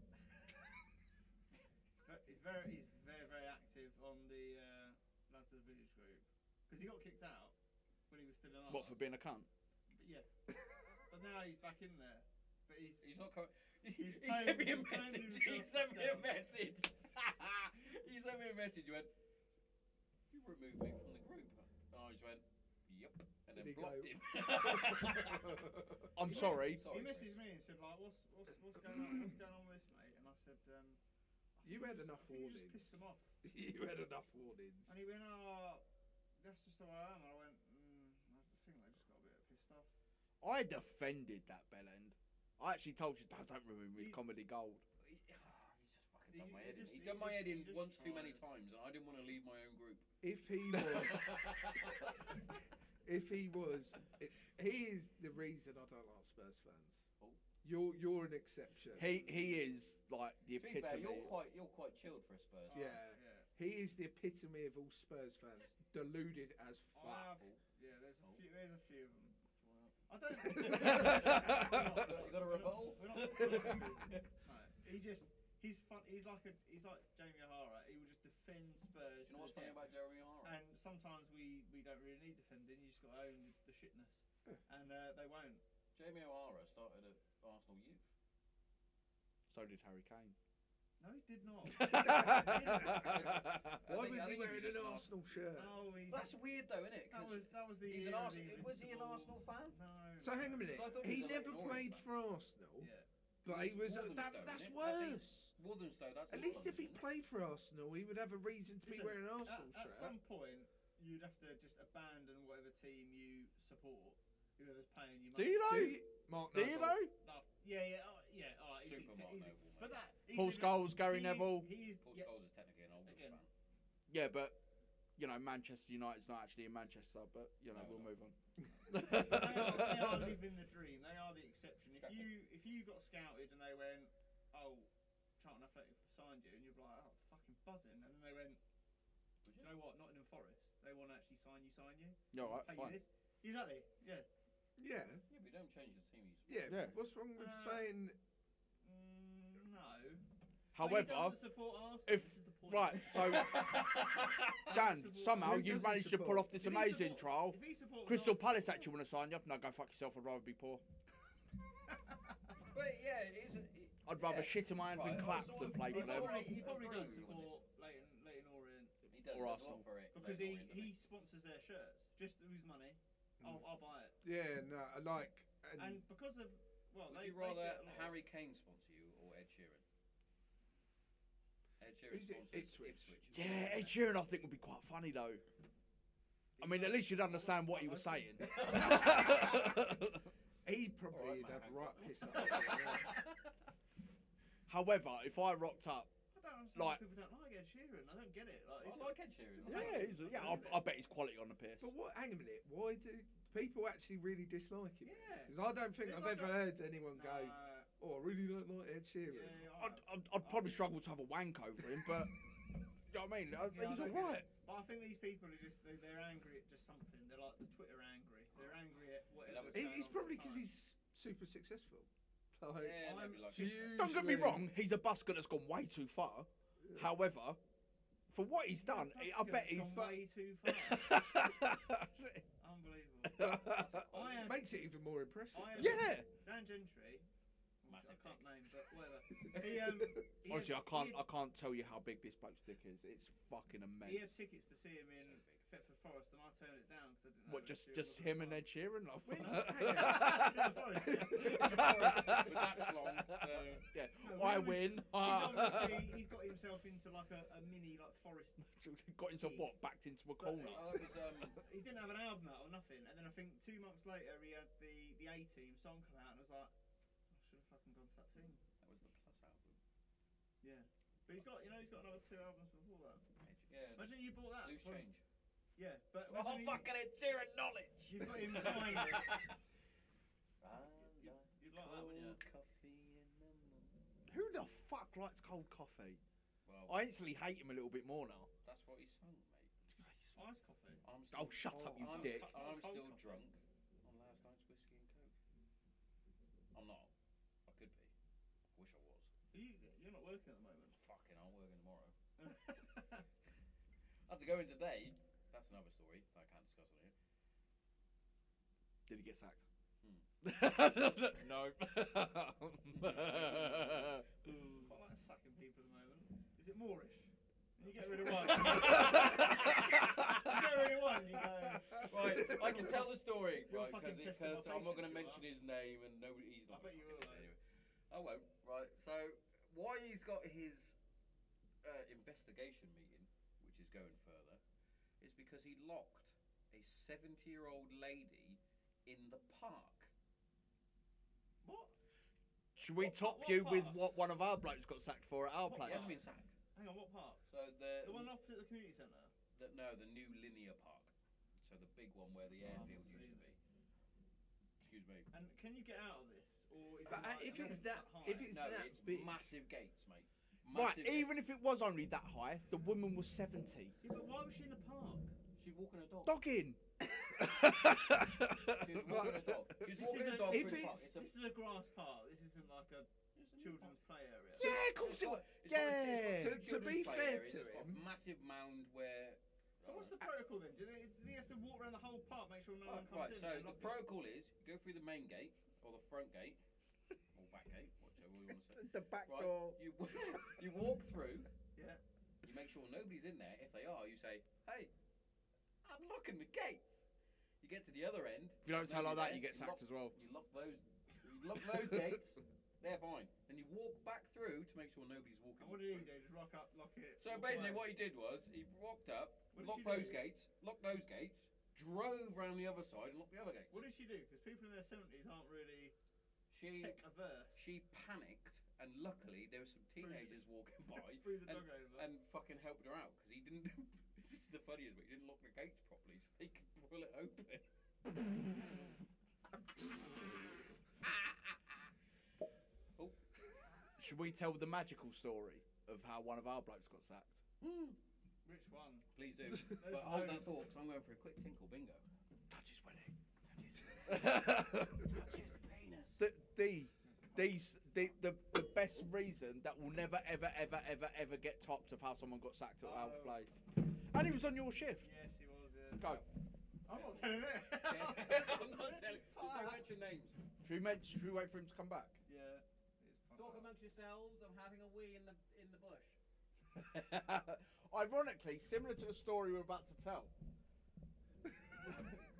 [SPEAKER 2] He's very, he's very, very active on the uh, lads of the village group because he got kicked out when he was still in ours.
[SPEAKER 3] what for being a cunt?
[SPEAKER 2] But yeah, but now he's back in there. But he's
[SPEAKER 1] He's not coming. He,
[SPEAKER 2] He's
[SPEAKER 1] he sent me a
[SPEAKER 2] timed- he's timed
[SPEAKER 1] message.
[SPEAKER 2] himself
[SPEAKER 1] He sent me a message. he
[SPEAKER 2] down.
[SPEAKER 1] sent me a message. He went, "You removed me from the group," and I just went, "Yep," and
[SPEAKER 4] Did
[SPEAKER 1] then
[SPEAKER 4] he
[SPEAKER 1] blocked
[SPEAKER 4] go-
[SPEAKER 1] him.
[SPEAKER 3] I'm
[SPEAKER 2] He
[SPEAKER 3] sorry.
[SPEAKER 2] he
[SPEAKER 1] Sorry,
[SPEAKER 2] messaged
[SPEAKER 1] Chris.
[SPEAKER 2] me and said like, "What's what's what's going on? What's going on with this, mate?" And I said, um, I
[SPEAKER 4] You
[SPEAKER 2] think
[SPEAKER 4] had
[SPEAKER 2] just-
[SPEAKER 4] enough
[SPEAKER 2] I think you just
[SPEAKER 4] warnings.
[SPEAKER 2] pissed him off.
[SPEAKER 4] you had enough warnings.
[SPEAKER 2] And he went, "Oh, that's just the way I am." And I went, mm, "I think they just got a bit pissed off."
[SPEAKER 3] I defended that bellend. I actually told you, "Dad, don't remove me.
[SPEAKER 2] He-
[SPEAKER 3] It's comedy gold."
[SPEAKER 1] He, ah, he's just fucking
[SPEAKER 2] He
[SPEAKER 1] done
[SPEAKER 2] ju-
[SPEAKER 1] my
[SPEAKER 2] he
[SPEAKER 1] head in. He done my head in
[SPEAKER 2] just- he just- he just
[SPEAKER 1] once too many
[SPEAKER 2] tries.
[SPEAKER 1] times, and I didn't want to leave my own group.
[SPEAKER 4] If he was, if he was, it, he is the reason I don't like Spurs fans.
[SPEAKER 1] Oh.
[SPEAKER 4] You're you're an exception.
[SPEAKER 3] he he is like the
[SPEAKER 1] to be fair,
[SPEAKER 3] epitome.
[SPEAKER 1] you're quite you're quite chilled for a Spurs.
[SPEAKER 2] Oh,
[SPEAKER 1] fan.
[SPEAKER 4] Yeah.
[SPEAKER 2] yeah.
[SPEAKER 4] He is the epitome of all Spurs fans, deluded as fuck.
[SPEAKER 2] I've, yeah, there's a
[SPEAKER 1] Oh.
[SPEAKER 2] few. There's a few of them. I don't.
[SPEAKER 1] You got a rebuttal?
[SPEAKER 2] We're not, we're not, no, he just. He's fun. He's like a. He's like Jamie O'Hara. He will just defend Spurs.
[SPEAKER 1] Do you know
[SPEAKER 2] to
[SPEAKER 1] what's
[SPEAKER 2] the
[SPEAKER 1] funny
[SPEAKER 2] death.
[SPEAKER 1] about Jeremy Hara?
[SPEAKER 2] And sometimes we we don't really need defending. You just got to own the shitness,
[SPEAKER 4] Yeah.
[SPEAKER 2] and uh, they won't.
[SPEAKER 1] Jamie O'Hara started at Arsenal youth.
[SPEAKER 3] so did Harry Kane.
[SPEAKER 2] No, he did not.
[SPEAKER 1] I
[SPEAKER 4] Why
[SPEAKER 1] think-
[SPEAKER 4] was
[SPEAKER 1] I
[SPEAKER 4] he
[SPEAKER 1] think he was
[SPEAKER 4] wearing
[SPEAKER 1] just
[SPEAKER 4] an
[SPEAKER 1] an
[SPEAKER 4] Arsenal shirt?
[SPEAKER 2] no, Oh, he.
[SPEAKER 1] Well, that's weird though, isn't it?
[SPEAKER 2] that was that was the.
[SPEAKER 1] he's an
[SPEAKER 2] era of
[SPEAKER 1] Arsenal-
[SPEAKER 2] the
[SPEAKER 1] was he an Arsenal
[SPEAKER 2] Invincibles.
[SPEAKER 1] fan?
[SPEAKER 2] No.
[SPEAKER 4] So hang on a minute.
[SPEAKER 1] So I thought he
[SPEAKER 4] He
[SPEAKER 1] was a
[SPEAKER 4] never
[SPEAKER 1] Leighton Orient
[SPEAKER 4] played
[SPEAKER 1] fan.
[SPEAKER 4] for Arsenal,
[SPEAKER 2] Yeah.
[SPEAKER 4] but
[SPEAKER 1] He's
[SPEAKER 4] he was.
[SPEAKER 1] Wolverhampton,
[SPEAKER 4] That,
[SPEAKER 1] isn't
[SPEAKER 4] that's
[SPEAKER 1] it? I think-
[SPEAKER 4] worse.
[SPEAKER 1] Walthamstow, that's
[SPEAKER 4] At
[SPEAKER 1] North
[SPEAKER 4] least if he
[SPEAKER 1] London, isn't it?
[SPEAKER 4] played for Arsenal, he would have a reason to be
[SPEAKER 2] Listen,
[SPEAKER 4] wearing an
[SPEAKER 2] At,
[SPEAKER 4] Arsenal
[SPEAKER 2] at
[SPEAKER 4] shirt.
[SPEAKER 2] some point, you'd have to just abandon whatever team you support, whoever's paying you
[SPEAKER 3] Do
[SPEAKER 2] money.
[SPEAKER 3] you know?
[SPEAKER 4] Do you, Mark
[SPEAKER 3] Do you
[SPEAKER 4] Noble.
[SPEAKER 3] know?
[SPEAKER 2] No, yeah, yeah, oh, yeah. All right,
[SPEAKER 1] Super
[SPEAKER 2] he's,
[SPEAKER 1] Mark
[SPEAKER 2] he's,
[SPEAKER 1] Noble,
[SPEAKER 2] but
[SPEAKER 1] mate.
[SPEAKER 2] that he's
[SPEAKER 3] Paul
[SPEAKER 2] living-
[SPEAKER 3] Scholes, Gary
[SPEAKER 2] he-
[SPEAKER 3] Neville.
[SPEAKER 2] He is.
[SPEAKER 1] Paul
[SPEAKER 2] Yeah,
[SPEAKER 1] Scholes is technically an older
[SPEAKER 2] Again.
[SPEAKER 1] fan.
[SPEAKER 3] Yeah, but you know Manchester United's not actually in Manchester, but you know
[SPEAKER 1] No,
[SPEAKER 3] we'll
[SPEAKER 1] no.
[SPEAKER 3] move on.
[SPEAKER 2] they, are, they are living the dream. They are the exception. If you if you got scouted and they went, oh, Charlton Athletic signed you, and you're like, oh, fucking buzzing, and then they went, do you know what? Nottingham Forest. They want to actually sign you, sign you,
[SPEAKER 3] Yeah, all right,
[SPEAKER 2] pay
[SPEAKER 3] fine.
[SPEAKER 2] you this. Exactly. Yeah.
[SPEAKER 4] Yeah,
[SPEAKER 1] Yeah, but you don't change the team. You
[SPEAKER 4] yeah.
[SPEAKER 3] Yeah.
[SPEAKER 4] What's wrong with
[SPEAKER 2] Uh,
[SPEAKER 4] saying?
[SPEAKER 2] Mm, no.
[SPEAKER 3] However,
[SPEAKER 2] but he doesn't support Arsenal.
[SPEAKER 3] if-
[SPEAKER 2] this is the point.
[SPEAKER 3] right, so Dan,
[SPEAKER 2] Who
[SPEAKER 3] somehow
[SPEAKER 4] doesn't
[SPEAKER 3] you managed to pull
[SPEAKER 4] support-
[SPEAKER 3] off this
[SPEAKER 2] If he
[SPEAKER 3] amazing
[SPEAKER 2] supports-
[SPEAKER 3] trial.
[SPEAKER 2] if he supports
[SPEAKER 3] Crystal
[SPEAKER 2] Arsenal-
[SPEAKER 3] Palace actually want to sign you up. No, go fuck yourself. I'd rather be poor.
[SPEAKER 1] But yeah, it is. It,
[SPEAKER 3] I'd rather
[SPEAKER 1] Yeah.
[SPEAKER 3] shit in my hands
[SPEAKER 1] Right,
[SPEAKER 3] and
[SPEAKER 1] I
[SPEAKER 3] clap
[SPEAKER 1] sort
[SPEAKER 3] than
[SPEAKER 1] of-
[SPEAKER 3] play
[SPEAKER 1] I
[SPEAKER 3] for them.
[SPEAKER 1] sort of-
[SPEAKER 2] Probably- he probably
[SPEAKER 1] Agree
[SPEAKER 2] does
[SPEAKER 1] with you on
[SPEAKER 2] support Leighton, Leighton Orient
[SPEAKER 1] he does
[SPEAKER 3] Or
[SPEAKER 1] there's a
[SPEAKER 3] Arsenal.
[SPEAKER 1] lot for it.
[SPEAKER 2] because
[SPEAKER 1] Leighton
[SPEAKER 2] he,
[SPEAKER 1] Orient,
[SPEAKER 2] he
[SPEAKER 1] doesn't
[SPEAKER 2] sponsors their shirts just with his money. I'll, I'll buy it.
[SPEAKER 4] Yeah, no, I like and,
[SPEAKER 2] And because of well,
[SPEAKER 1] Would
[SPEAKER 2] they
[SPEAKER 1] you rather
[SPEAKER 2] they get a lot of-
[SPEAKER 1] Harry Kane sponsor you or Ed Sheeran? Ed Sheeran
[SPEAKER 4] Who's it?
[SPEAKER 1] sponsors
[SPEAKER 4] Ipswich.
[SPEAKER 3] Yeah, Ed Sheeran, I think would be quite funny though. I mean, at least you'd understand what he was saying.
[SPEAKER 4] He probably
[SPEAKER 1] Alright,
[SPEAKER 4] would
[SPEAKER 1] mate,
[SPEAKER 4] have
[SPEAKER 1] hang
[SPEAKER 4] right
[SPEAKER 1] on.
[SPEAKER 4] piss up. there, yeah.
[SPEAKER 3] However, if I rocked up,
[SPEAKER 2] I don't understand
[SPEAKER 3] Like-
[SPEAKER 2] why people don't like Ed Sheeran. I don't get it. Like,
[SPEAKER 1] I
[SPEAKER 2] he's
[SPEAKER 1] like Ed Sheeran. I
[SPEAKER 3] yeah,
[SPEAKER 1] like him.
[SPEAKER 3] he's, yeah, I, I bet he's quality on the piss.
[SPEAKER 4] But what? Hang a minute. Why do people actually really dislike him?
[SPEAKER 2] Yeah.
[SPEAKER 4] Because I don't think
[SPEAKER 2] It's
[SPEAKER 4] I've
[SPEAKER 2] like
[SPEAKER 4] ever
[SPEAKER 2] a-
[SPEAKER 4] heard anyone
[SPEAKER 2] Nah,
[SPEAKER 4] go, "Oh, I really don't like Ed
[SPEAKER 2] yeah,
[SPEAKER 4] Sheeran."
[SPEAKER 2] I
[SPEAKER 3] I'd,
[SPEAKER 2] have.
[SPEAKER 3] I'd, I'd probably struggle to have a wank over him, but you know what I mean. Uh,
[SPEAKER 2] Yeah, I
[SPEAKER 3] he's
[SPEAKER 2] don't
[SPEAKER 3] all right.
[SPEAKER 2] get it. But I think these people are just they, they're angry at just something. They're like the Twitter angry. They're angry at whatever.
[SPEAKER 1] was
[SPEAKER 4] He,
[SPEAKER 1] going
[SPEAKER 4] it's probably because
[SPEAKER 2] he's.
[SPEAKER 4] he's super successful.
[SPEAKER 1] Yeah,
[SPEAKER 4] Like,
[SPEAKER 1] maybe
[SPEAKER 2] I'm
[SPEAKER 1] like
[SPEAKER 4] huge-
[SPEAKER 1] that.
[SPEAKER 3] Don't get me
[SPEAKER 4] Usually-
[SPEAKER 3] wrong, he's a busker that's gone way too far.
[SPEAKER 4] Yeah.
[SPEAKER 3] However, for what he's done, I I bet he's.
[SPEAKER 2] It's gone way too far. Unbelievable.
[SPEAKER 1] That's a
[SPEAKER 2] I am-
[SPEAKER 4] makes it even more impressive.
[SPEAKER 2] I am-
[SPEAKER 3] yeah.
[SPEAKER 2] Dan Gentry. which I
[SPEAKER 1] Massive
[SPEAKER 2] can't name, but whatever. He, um, he had-
[SPEAKER 3] Honestly, I
[SPEAKER 2] he
[SPEAKER 3] can't.
[SPEAKER 2] had-
[SPEAKER 3] I can't tell you how big this bloke's dick is. It's fucking
[SPEAKER 2] He
[SPEAKER 3] immense.
[SPEAKER 2] had tickets to see him in Thetford Forest, and I turned it down because I didn't. know
[SPEAKER 3] What?
[SPEAKER 2] Ed
[SPEAKER 3] Just,
[SPEAKER 2] Sheeran
[SPEAKER 3] just
[SPEAKER 2] was at the
[SPEAKER 3] him and
[SPEAKER 2] time.
[SPEAKER 3] Ed Sheeran? Like,
[SPEAKER 4] Wait,
[SPEAKER 1] But that's long. So.
[SPEAKER 3] yeah.
[SPEAKER 2] No,
[SPEAKER 3] I
[SPEAKER 2] Ed was-
[SPEAKER 3] win.
[SPEAKER 2] He's obviously he's got himself into like a, a mini like forest.
[SPEAKER 3] Got himself what? Backed into a corner.
[SPEAKER 1] I hope it's, um,
[SPEAKER 2] He didn't have an album out or nothing, and then I think two months later he had the the A Team song come out, and I was like, I should have fucking gone to that thing.
[SPEAKER 1] That was the plus album.
[SPEAKER 2] But he's got you know he's got another two albums before that.
[SPEAKER 1] Yeah,
[SPEAKER 2] Imagine you bought that.
[SPEAKER 1] loose
[SPEAKER 2] from-
[SPEAKER 1] change.
[SPEAKER 2] Yeah, but
[SPEAKER 1] Oh,
[SPEAKER 2] imagine he-
[SPEAKER 1] fucking it's zero knowledge.
[SPEAKER 2] You've got him signed. it.
[SPEAKER 1] I like
[SPEAKER 2] You'd like that one, yeah.
[SPEAKER 1] coffee in the morning.
[SPEAKER 3] Who the fuck likes cold coffee?
[SPEAKER 1] Well,
[SPEAKER 3] I instantly hate him a little bit more now.
[SPEAKER 1] that's what he sung, mate.
[SPEAKER 2] Ice coffee.
[SPEAKER 1] I'm still,
[SPEAKER 3] Oh, shut up, you
[SPEAKER 1] I'm
[SPEAKER 3] dick!
[SPEAKER 1] stu- I'm
[SPEAKER 2] Cold
[SPEAKER 1] still
[SPEAKER 2] coffee.
[SPEAKER 1] drunk on last night's whiskey and coke. I'm not. I could be. I wish I was.
[SPEAKER 2] Are you, you're not working at the moment.
[SPEAKER 1] Fucking, I'm working tomorrow. I had to go in today. That's another story that I can't discuss on here.
[SPEAKER 3] Did he get sacked?
[SPEAKER 1] Hmm.
[SPEAKER 3] no.
[SPEAKER 2] Quite like sacking people at the moment. Is it Moorish? You get rid of one. you get rid of one. You go.
[SPEAKER 1] Right, I can tell the story.
[SPEAKER 2] You're
[SPEAKER 1] Right,
[SPEAKER 2] fucking
[SPEAKER 1] because
[SPEAKER 2] testing my
[SPEAKER 1] I'm not going to
[SPEAKER 2] patience, you
[SPEAKER 1] mention his name and nobody. He's not.
[SPEAKER 2] I bet
[SPEAKER 1] gonna
[SPEAKER 2] you
[SPEAKER 1] fucking
[SPEAKER 2] will,
[SPEAKER 1] listen Anyway. I won't. Right. So why he's got his uh, investigation meeting, which is going further, is because he locked a 70-year-old lady in the park.
[SPEAKER 2] What?
[SPEAKER 3] Should we
[SPEAKER 2] What-
[SPEAKER 3] top
[SPEAKER 2] what
[SPEAKER 3] you with
[SPEAKER 2] part?
[SPEAKER 3] what one of our blokes got sacked for at our
[SPEAKER 2] What
[SPEAKER 1] He
[SPEAKER 3] place?
[SPEAKER 1] hasn't
[SPEAKER 2] part?
[SPEAKER 1] been sacked.
[SPEAKER 2] Hang on, what park?
[SPEAKER 1] So the
[SPEAKER 2] The one opposite the community centre.
[SPEAKER 1] the, no, the new linear park. So the big one where the
[SPEAKER 2] Oh, I haven't
[SPEAKER 1] airfield used
[SPEAKER 2] seen
[SPEAKER 1] to be. Excuse me.
[SPEAKER 2] And can you get out of this, or is
[SPEAKER 4] But,
[SPEAKER 2] it
[SPEAKER 4] uh,
[SPEAKER 2] like,
[SPEAKER 4] if
[SPEAKER 2] I mean,
[SPEAKER 4] it's that-
[SPEAKER 2] high?
[SPEAKER 4] if it's-
[SPEAKER 1] no,
[SPEAKER 4] that
[SPEAKER 1] it's
[SPEAKER 4] big.
[SPEAKER 1] massive gates, mate.
[SPEAKER 3] Right,
[SPEAKER 1] Massive
[SPEAKER 3] even if it was only that high, the woman was 70.
[SPEAKER 2] yeah, but why was she in the park?
[SPEAKER 1] She's walking a dog.
[SPEAKER 3] Dogging!
[SPEAKER 1] She's walking a dog. She's
[SPEAKER 2] This
[SPEAKER 1] walking a
[SPEAKER 2] is a-
[SPEAKER 1] dog
[SPEAKER 4] if
[SPEAKER 1] through the park.
[SPEAKER 4] it's-
[SPEAKER 1] It's a
[SPEAKER 2] This is a grass park. This isn't like a children's play area.
[SPEAKER 3] Yeah, of course it was.
[SPEAKER 1] It's got a- it's got a
[SPEAKER 4] Yeah. To- to be
[SPEAKER 1] children's play
[SPEAKER 4] fair
[SPEAKER 1] area,
[SPEAKER 4] to
[SPEAKER 1] it's got a
[SPEAKER 4] him-
[SPEAKER 1] massive mound where.
[SPEAKER 2] So what's the protocol then? Do they, do they have to walk around the whole park, make sure no
[SPEAKER 1] Right,
[SPEAKER 2] one comes
[SPEAKER 1] right,
[SPEAKER 2] in?
[SPEAKER 1] so
[SPEAKER 2] and
[SPEAKER 1] the
[SPEAKER 2] lock it?
[SPEAKER 1] protocol is you go through the main gate or the front gate or back gate, whichever you want to say.
[SPEAKER 4] the back
[SPEAKER 1] Right.
[SPEAKER 4] door.
[SPEAKER 1] You you walk through.
[SPEAKER 2] Yeah.
[SPEAKER 1] You make sure nobody's in there. If they are, you say, "Hey, I'm locking the gates." You get to the other end.
[SPEAKER 3] If you don't tell like that, you get
[SPEAKER 1] Lock-
[SPEAKER 3] sacked as well.
[SPEAKER 1] You lock those. You lock those gates. They're fine. Then you walk back through to make sure nobody's walking.
[SPEAKER 2] And what did he do? Just rock up, lock it.
[SPEAKER 1] So
[SPEAKER 2] walk
[SPEAKER 1] basically,
[SPEAKER 2] away?
[SPEAKER 1] what he did was he walked up,
[SPEAKER 2] What did
[SPEAKER 1] locked
[SPEAKER 2] she do?
[SPEAKER 1] those gates, locked those gates, drove round the other side, and locked the other gates.
[SPEAKER 2] What did she do? Because people in their seventies aren't really
[SPEAKER 1] She
[SPEAKER 2] tech averse.
[SPEAKER 1] she panicked, and luckily there were some
[SPEAKER 2] Threw the-
[SPEAKER 1] teenagers walking by.
[SPEAKER 2] threw the
[SPEAKER 1] and-
[SPEAKER 2] dog over.
[SPEAKER 1] and fucking helped her out because he didn't. this is the funniest bit. He didn't lock the gates properly, so they could pull it open. oh.
[SPEAKER 3] Should we tell the magical story of how one of our blokes got sacked?
[SPEAKER 2] Hmm. Which one?
[SPEAKER 1] Please do.
[SPEAKER 4] There's
[SPEAKER 1] but hold that
[SPEAKER 2] loads.
[SPEAKER 1] thought, 'cause I'm going for a quick tinkle bingo.
[SPEAKER 3] Touches willing.
[SPEAKER 1] Touches penis.
[SPEAKER 3] the, the, these, the, the, the best reason that will never, ever, ever, ever, ever get topped of how someone got sacked at our
[SPEAKER 2] Oh.
[SPEAKER 3] place. And he was on your shift.
[SPEAKER 2] Yes, he was. Yeah.
[SPEAKER 3] Go.
[SPEAKER 2] I'm not telling it.
[SPEAKER 1] I'm not telling. There's no
[SPEAKER 2] Fuck.
[SPEAKER 1] mention names.
[SPEAKER 3] Should we, men- should we wait for him to come back?
[SPEAKER 2] Yeah. It's fun.
[SPEAKER 1] amongst yourselves. I'm having a wee in the in the bush.
[SPEAKER 3] Ironically, similar to the story we're about to tell.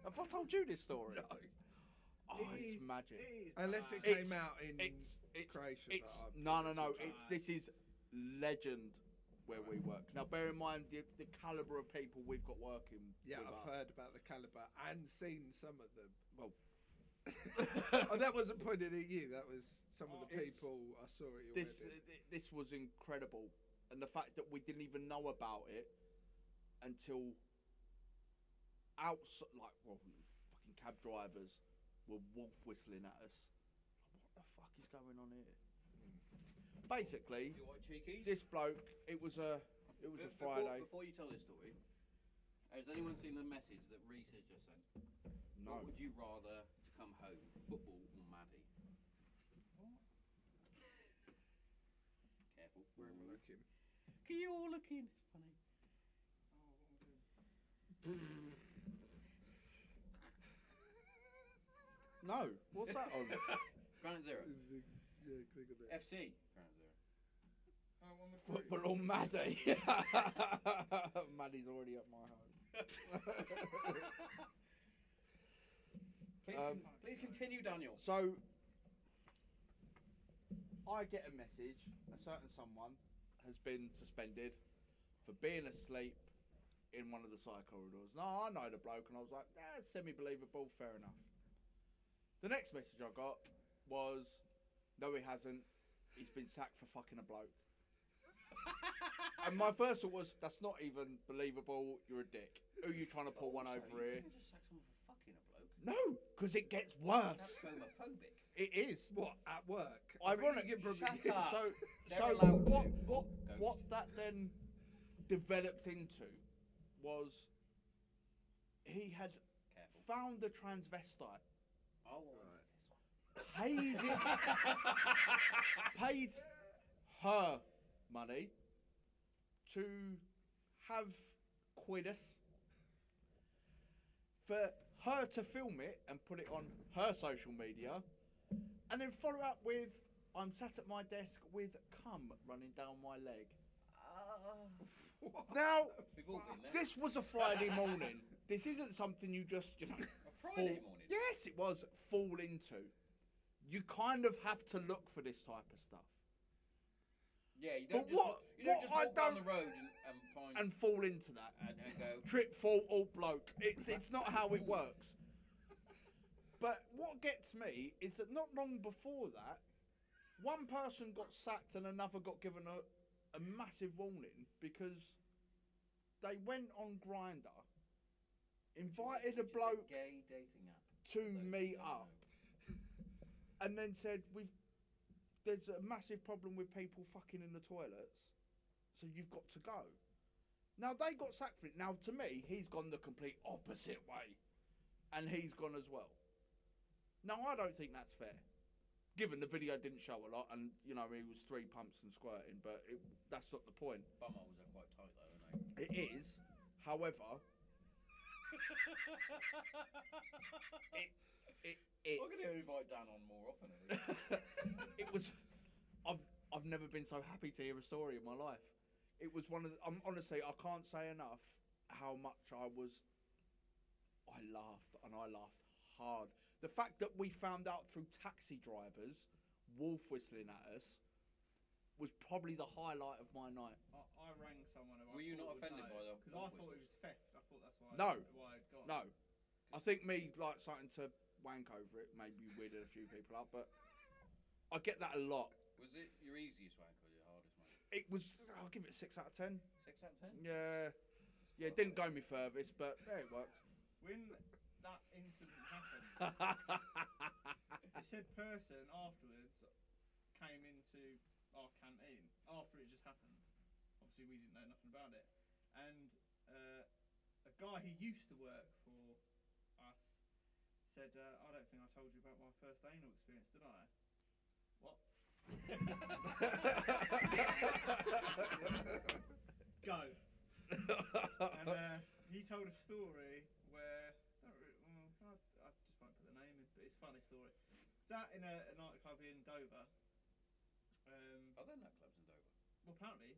[SPEAKER 3] Have I told you this story?
[SPEAKER 4] No.
[SPEAKER 3] Oh,
[SPEAKER 2] It
[SPEAKER 3] it's
[SPEAKER 2] is-
[SPEAKER 3] magic.
[SPEAKER 2] It Oh, is
[SPEAKER 4] Unless it came
[SPEAKER 2] bad.
[SPEAKER 3] It's-
[SPEAKER 4] out in
[SPEAKER 3] It's it's
[SPEAKER 4] Croatia.
[SPEAKER 3] it's
[SPEAKER 4] but I-
[SPEAKER 3] no no no.
[SPEAKER 2] too
[SPEAKER 3] It,
[SPEAKER 2] high.
[SPEAKER 3] this is legend where we work. Now, bear in mind the, the caliber of people we've got working.
[SPEAKER 4] Yeah,
[SPEAKER 3] with
[SPEAKER 4] I've
[SPEAKER 3] us.
[SPEAKER 4] heard about the caliber and seen some of them. oh,
[SPEAKER 3] Well,
[SPEAKER 4] that wasn't pointed at you. That was some
[SPEAKER 1] Oh,
[SPEAKER 4] of the
[SPEAKER 3] it's-
[SPEAKER 4] people I saw at your
[SPEAKER 3] this uh,
[SPEAKER 4] wedding.
[SPEAKER 3] th- this was incredible, and the fact that we didn't even know about it until outside, like, well, fucking cab drivers were wolf whistling at us. What the fuck is going on here? Basically,
[SPEAKER 1] You white cheekies.
[SPEAKER 3] this bloke, it was a, it was a
[SPEAKER 1] Be- before-
[SPEAKER 3] Friday.
[SPEAKER 1] Before, you tell this story, has anyone seen the message that Reese has just sent?
[SPEAKER 3] No,
[SPEAKER 1] What would you rather to come home, football or Maddie? Careful.
[SPEAKER 4] Where am I looking?
[SPEAKER 1] Can you all look in? It's funny.
[SPEAKER 3] no. What's that on?
[SPEAKER 1] Granite Zero.
[SPEAKER 4] yeah, click on that.
[SPEAKER 1] FC. Granite Zero.
[SPEAKER 2] Oh, on the cruise.
[SPEAKER 3] Football or Maddie? Maddie's already at my home.
[SPEAKER 1] please,
[SPEAKER 3] Um,
[SPEAKER 1] con- please continue, Daniel.
[SPEAKER 3] So I get a message. A certain someone has been suspended for being asleep in one of the side corridors. Now I know the bloke, and I was like, "That's semi-believable. Fair enough." The next message I got was, "No, he hasn't. He's been sacked for fucking a bloke." and my first thought was, "That's not even believable. You're a dick. Who are you trying to pull one
[SPEAKER 1] Also,
[SPEAKER 3] over
[SPEAKER 1] you
[SPEAKER 3] here?"
[SPEAKER 1] couldn't just sack someone for fucking a bloke.
[SPEAKER 3] No, because it gets
[SPEAKER 1] That's
[SPEAKER 3] worse.
[SPEAKER 1] homophobic.
[SPEAKER 3] It is.
[SPEAKER 4] What at work? I think
[SPEAKER 3] Ironic.
[SPEAKER 4] you can probably
[SPEAKER 1] Shut
[SPEAKER 4] use-
[SPEAKER 1] up.
[SPEAKER 3] So,
[SPEAKER 1] They're
[SPEAKER 3] so
[SPEAKER 1] allowed
[SPEAKER 3] what,
[SPEAKER 1] to.
[SPEAKER 3] what,
[SPEAKER 1] Ghost.
[SPEAKER 3] what that then developed into was he had
[SPEAKER 1] Careful.
[SPEAKER 3] found a transvestite,
[SPEAKER 1] Oh,
[SPEAKER 4] Right.
[SPEAKER 3] paid, paid her money to have coitus for her to film it and put it on her social media and then follow up with I'm sat at my desk with cum running down my leg.
[SPEAKER 4] What?
[SPEAKER 3] Now,
[SPEAKER 1] We've all been there.
[SPEAKER 3] this was a Friday morning. This isn't something you just, you know.
[SPEAKER 1] a Friday
[SPEAKER 3] fall-
[SPEAKER 1] morning.
[SPEAKER 3] Yes, it was. Fall into. You kind of have to look for this type of stuff
[SPEAKER 1] Yeah, you
[SPEAKER 3] But
[SPEAKER 1] don't just, wa-
[SPEAKER 3] what-
[SPEAKER 1] you don't
[SPEAKER 3] what
[SPEAKER 1] just
[SPEAKER 3] I
[SPEAKER 1] walk down
[SPEAKER 3] don't-
[SPEAKER 1] the road and, and find
[SPEAKER 3] and fall into that.
[SPEAKER 1] and, and go.
[SPEAKER 3] Trip, fall, all bloke. It's, it's not how it works. But what gets me is that not long before that, one person got sacked and another got given a, a massive warning because they went on Grinder, invited a
[SPEAKER 1] "Which is
[SPEAKER 3] bloke
[SPEAKER 1] Gay dating app.
[SPEAKER 3] to
[SPEAKER 1] for those who
[SPEAKER 3] meet
[SPEAKER 1] don't
[SPEAKER 3] up,
[SPEAKER 1] know.
[SPEAKER 3] and then said we've there's a massive problem with people fucking in the toilets so you've got to go now they got sacked for it now to me he's gone the complete opposite way and he's gone as well now i don't think that's fair given the video didn't show a lot and you know he was three pumps and squirting but it, that's not the point
[SPEAKER 1] Bumholes are quite tight though, aren't they?
[SPEAKER 3] it is however it, it,
[SPEAKER 1] I'm going to invite Dan on more often. I think.
[SPEAKER 3] it was I've I've never been so happy to hear a story in my life. It was one of the, I'm honestly I can't say enough how much I was I laughed and I laughed hard. The fact that we found out through taxi drivers wolf whistling at us was probably the highlight of my night.
[SPEAKER 2] I, I rang someone. Who
[SPEAKER 1] Were
[SPEAKER 2] I
[SPEAKER 1] you not
[SPEAKER 2] thought would
[SPEAKER 1] offended
[SPEAKER 2] know,
[SPEAKER 1] by the
[SPEAKER 2] Because I
[SPEAKER 1] dog
[SPEAKER 2] thought it
[SPEAKER 1] whistles?
[SPEAKER 2] was theft. I thought that's why.
[SPEAKER 3] No.
[SPEAKER 2] I, why I'd gone.
[SPEAKER 3] No. I think me like starting to wank over it maybe weirded a few people out, but I get that a lot.
[SPEAKER 1] Was it your easiest wank or your hardest wank?
[SPEAKER 3] It was I'll give it a six out of ten.
[SPEAKER 1] Six out of ten.
[SPEAKER 3] Yeah. Yeah, it didn't go me furthest, but yeah, it worked.
[SPEAKER 2] When that incident happened, the said person afterwards came into our canteen after it just happened. Obviously, we didn't know nothing about it, and uh, a guy who used to work for us said, uh, "I don't think I told you about my first anal experience, did I?" What? Go. and uh, he told a story where I don't really, well, I, I just won't put the name in, but it's a funny story. It's out in a, a nightclub in Dover. Um,
[SPEAKER 1] Are there nightclubs in Dover?
[SPEAKER 2] well, apparently,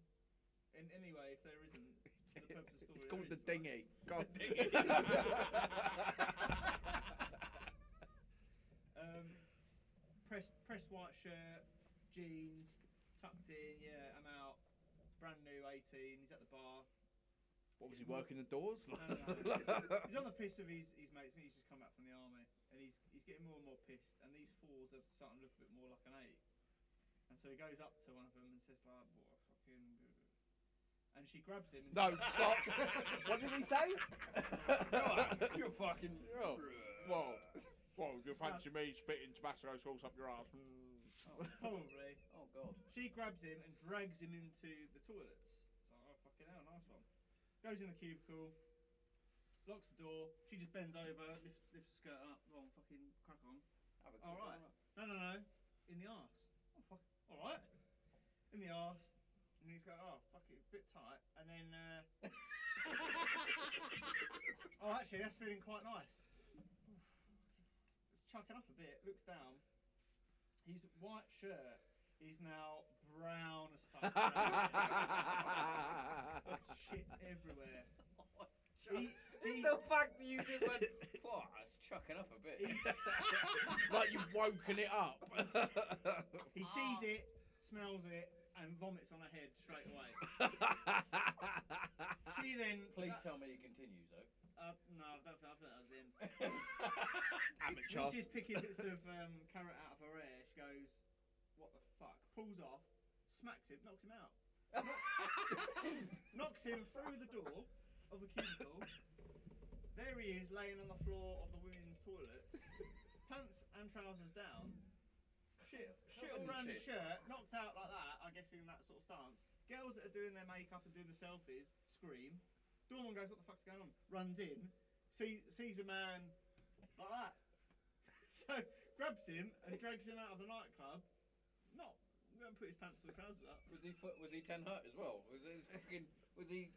[SPEAKER 2] in anyway, if there isn't, for the purpose of story,
[SPEAKER 3] it's
[SPEAKER 2] there
[SPEAKER 3] called the Oh, dinghy.
[SPEAKER 2] is, right?
[SPEAKER 3] Go on.
[SPEAKER 1] Dinghy.
[SPEAKER 2] Um, press, press white shirt, jeans, tucked in. Yeah, I'm out. brand new, 18. He's at the bar.
[SPEAKER 3] What was he working the doors?
[SPEAKER 2] No, no, no. he's on the piss with his, his mates. He's just come back from the army, and he's he's getting more and more pissed. And these fours are starting to look a bit more like an eight. And so he goes up to one of them and says, "Like, what a fucking," and she grabs him. And
[SPEAKER 3] No, stop. what did he say?
[SPEAKER 1] You're fucking.
[SPEAKER 5] Oh, well, well, you
[SPEAKER 2] It's not-
[SPEAKER 5] fancy me spitting tobacco sauce up your ass?
[SPEAKER 2] Oh, probably.
[SPEAKER 1] Oh god.
[SPEAKER 2] She grabs him and drags him into the toilets. It's like, oh, fucking hell, nice one. Goes in the cubicle, locks the door. She just bends over, lifts, lifts the skirt up. Well, fucking crack on.
[SPEAKER 1] Have a good
[SPEAKER 2] All right.
[SPEAKER 1] one.
[SPEAKER 2] No, no, no. In the arse. Oh, fuck. All right. In the arse. And he's going, oh, fuck it, a bit tight. And then, uh, oh, actually, that's feeling quite nice. It's chucking up a bit, looks down. His white shirt is now brown as fuck.
[SPEAKER 3] Oh.
[SPEAKER 2] There's shit everywhere.
[SPEAKER 1] Oh,
[SPEAKER 2] He, he,
[SPEAKER 1] the fact that you did went, fuck, that's chucking up a bit.
[SPEAKER 3] like you've woken it up.
[SPEAKER 2] he sees
[SPEAKER 1] Oh.
[SPEAKER 2] it, smells it, and vomits on her head straight away. She then.
[SPEAKER 1] Please
[SPEAKER 2] that-
[SPEAKER 1] tell me it continues though.
[SPEAKER 2] Uh, no, I don't think, I think that was him.
[SPEAKER 3] Amateur.
[SPEAKER 2] When she's picking bits of um, carrot out of her hair, she goes, "What the fuck?" Pulls off, smacks him, knocks him out, knocks him through the door of the cubicle. There he is, laying on the floor of the women's toilets, pants and trousers down, shit, shit all
[SPEAKER 1] Covered in
[SPEAKER 2] round his
[SPEAKER 1] shit.
[SPEAKER 2] shirt, knocked out like that. I guess in that sort of stance. Girls that are doing their makeup and doing the selfies scream. Dorman goes, "What the fuck's going on?" Runs in, sees sees a man like that. So grabs him and drags him out of the nightclub. Not going to put his pants or trousers up.
[SPEAKER 1] Was he foot, was he ten hurt as well? Was his fucking was he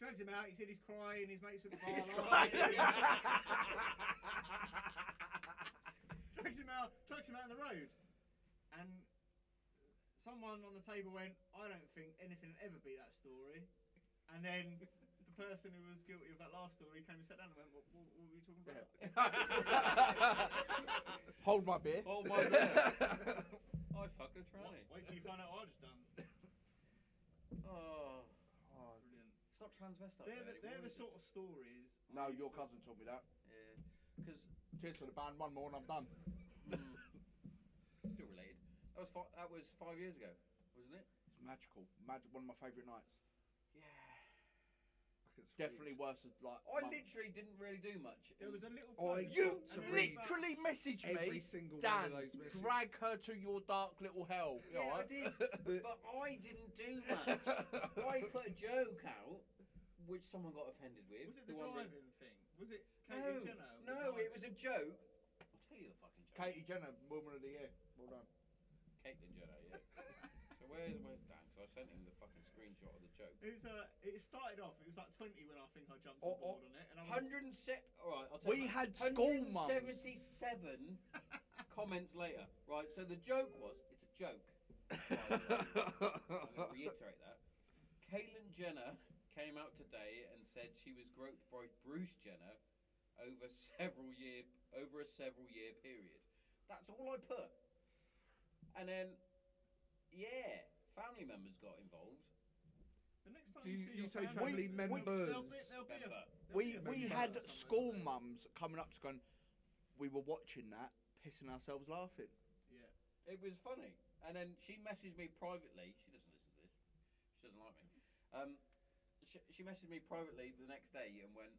[SPEAKER 2] Drags him out. He said he's crying. His mates with the bar.
[SPEAKER 1] He's
[SPEAKER 2] like-
[SPEAKER 1] crying.
[SPEAKER 2] drags him out. Drags him out on the road. And someone on the table went, "I don't think anything will ever be that story." And then the person who was guilty of that last story came and sat down and went, "What, what, what were you talking about?"
[SPEAKER 3] Hold my beer.
[SPEAKER 1] Oh my beer. I oh, fucked a
[SPEAKER 2] What?
[SPEAKER 1] tranny.
[SPEAKER 2] Wait till you find out what I just done.
[SPEAKER 1] Oh,
[SPEAKER 2] Brilliant.
[SPEAKER 1] it's not transvestite.
[SPEAKER 2] They're the,
[SPEAKER 1] really,
[SPEAKER 2] they're
[SPEAKER 1] what
[SPEAKER 2] the
[SPEAKER 1] is it?
[SPEAKER 2] sort of stories.
[SPEAKER 3] no, your cousin told me that.
[SPEAKER 1] Yeah, because
[SPEAKER 3] Cheers for the band. One more and I'm done.
[SPEAKER 1] still related. That was fi- that was five years ago, wasn't it?
[SPEAKER 3] It's magical. Mag- one of my favourite nights.
[SPEAKER 1] Yeah.
[SPEAKER 3] Definitely worse than like.
[SPEAKER 1] I
[SPEAKER 3] mum.
[SPEAKER 1] literally didn't really do much.
[SPEAKER 2] There was a little.
[SPEAKER 4] Oh,
[SPEAKER 2] bloke-
[SPEAKER 3] You
[SPEAKER 2] and there was
[SPEAKER 4] read
[SPEAKER 2] about-
[SPEAKER 3] literally messaged
[SPEAKER 4] every
[SPEAKER 3] me.
[SPEAKER 4] single
[SPEAKER 3] Dan,
[SPEAKER 4] one of those messages.
[SPEAKER 3] drag her to your dark little hell.
[SPEAKER 1] Yeah, I did,
[SPEAKER 4] The-
[SPEAKER 1] but I didn't do much. I put a joke out, which someone got offended with.
[SPEAKER 2] Was it the
[SPEAKER 1] one where-
[SPEAKER 2] driving thing? Was it
[SPEAKER 1] No,
[SPEAKER 2] Caitlyn Jenner?
[SPEAKER 1] no, it was a joke. I'll tell you the fucking joke.
[SPEAKER 3] Katie Jenner, Woman of the Year. Well done.
[SPEAKER 1] Caitlyn Jenner, yeah. so where, where's Dan? Because I sent him the fucking screenshot of the joke.
[SPEAKER 2] It was. Uh, it started off. It was like twenty when I think I jumped
[SPEAKER 3] Oh,
[SPEAKER 2] on board on it, and I was.
[SPEAKER 1] Hundred and se- All right, I'll tell
[SPEAKER 3] We
[SPEAKER 1] you.
[SPEAKER 3] had school mums.
[SPEAKER 1] 177 comments later. Right, so the joke was it's a joke. I'm going to reiterate that. Caitlyn Jenner came out today and said she was groped by Bruce Jenner over several year over a several year period. That's all I put. And then, yeah, family members got involved.
[SPEAKER 2] The next time
[SPEAKER 4] Do
[SPEAKER 2] you,
[SPEAKER 4] you, you
[SPEAKER 2] see your
[SPEAKER 4] say family
[SPEAKER 3] We-
[SPEAKER 2] family,
[SPEAKER 3] we-
[SPEAKER 4] members?
[SPEAKER 2] There'll be, there'll be a,
[SPEAKER 1] Member.
[SPEAKER 2] there'll
[SPEAKER 3] we
[SPEAKER 2] be a
[SPEAKER 3] we
[SPEAKER 2] member
[SPEAKER 3] had
[SPEAKER 2] somewhere,
[SPEAKER 3] school
[SPEAKER 2] won't there?
[SPEAKER 3] mums coming up to us going, we were watching that, pissing ourselves laughing.
[SPEAKER 2] Yeah.
[SPEAKER 1] It was funny. And then she messaged me privately. She doesn't listen to this. She doesn't like me. Um, she, she messaged me privately the next day and went,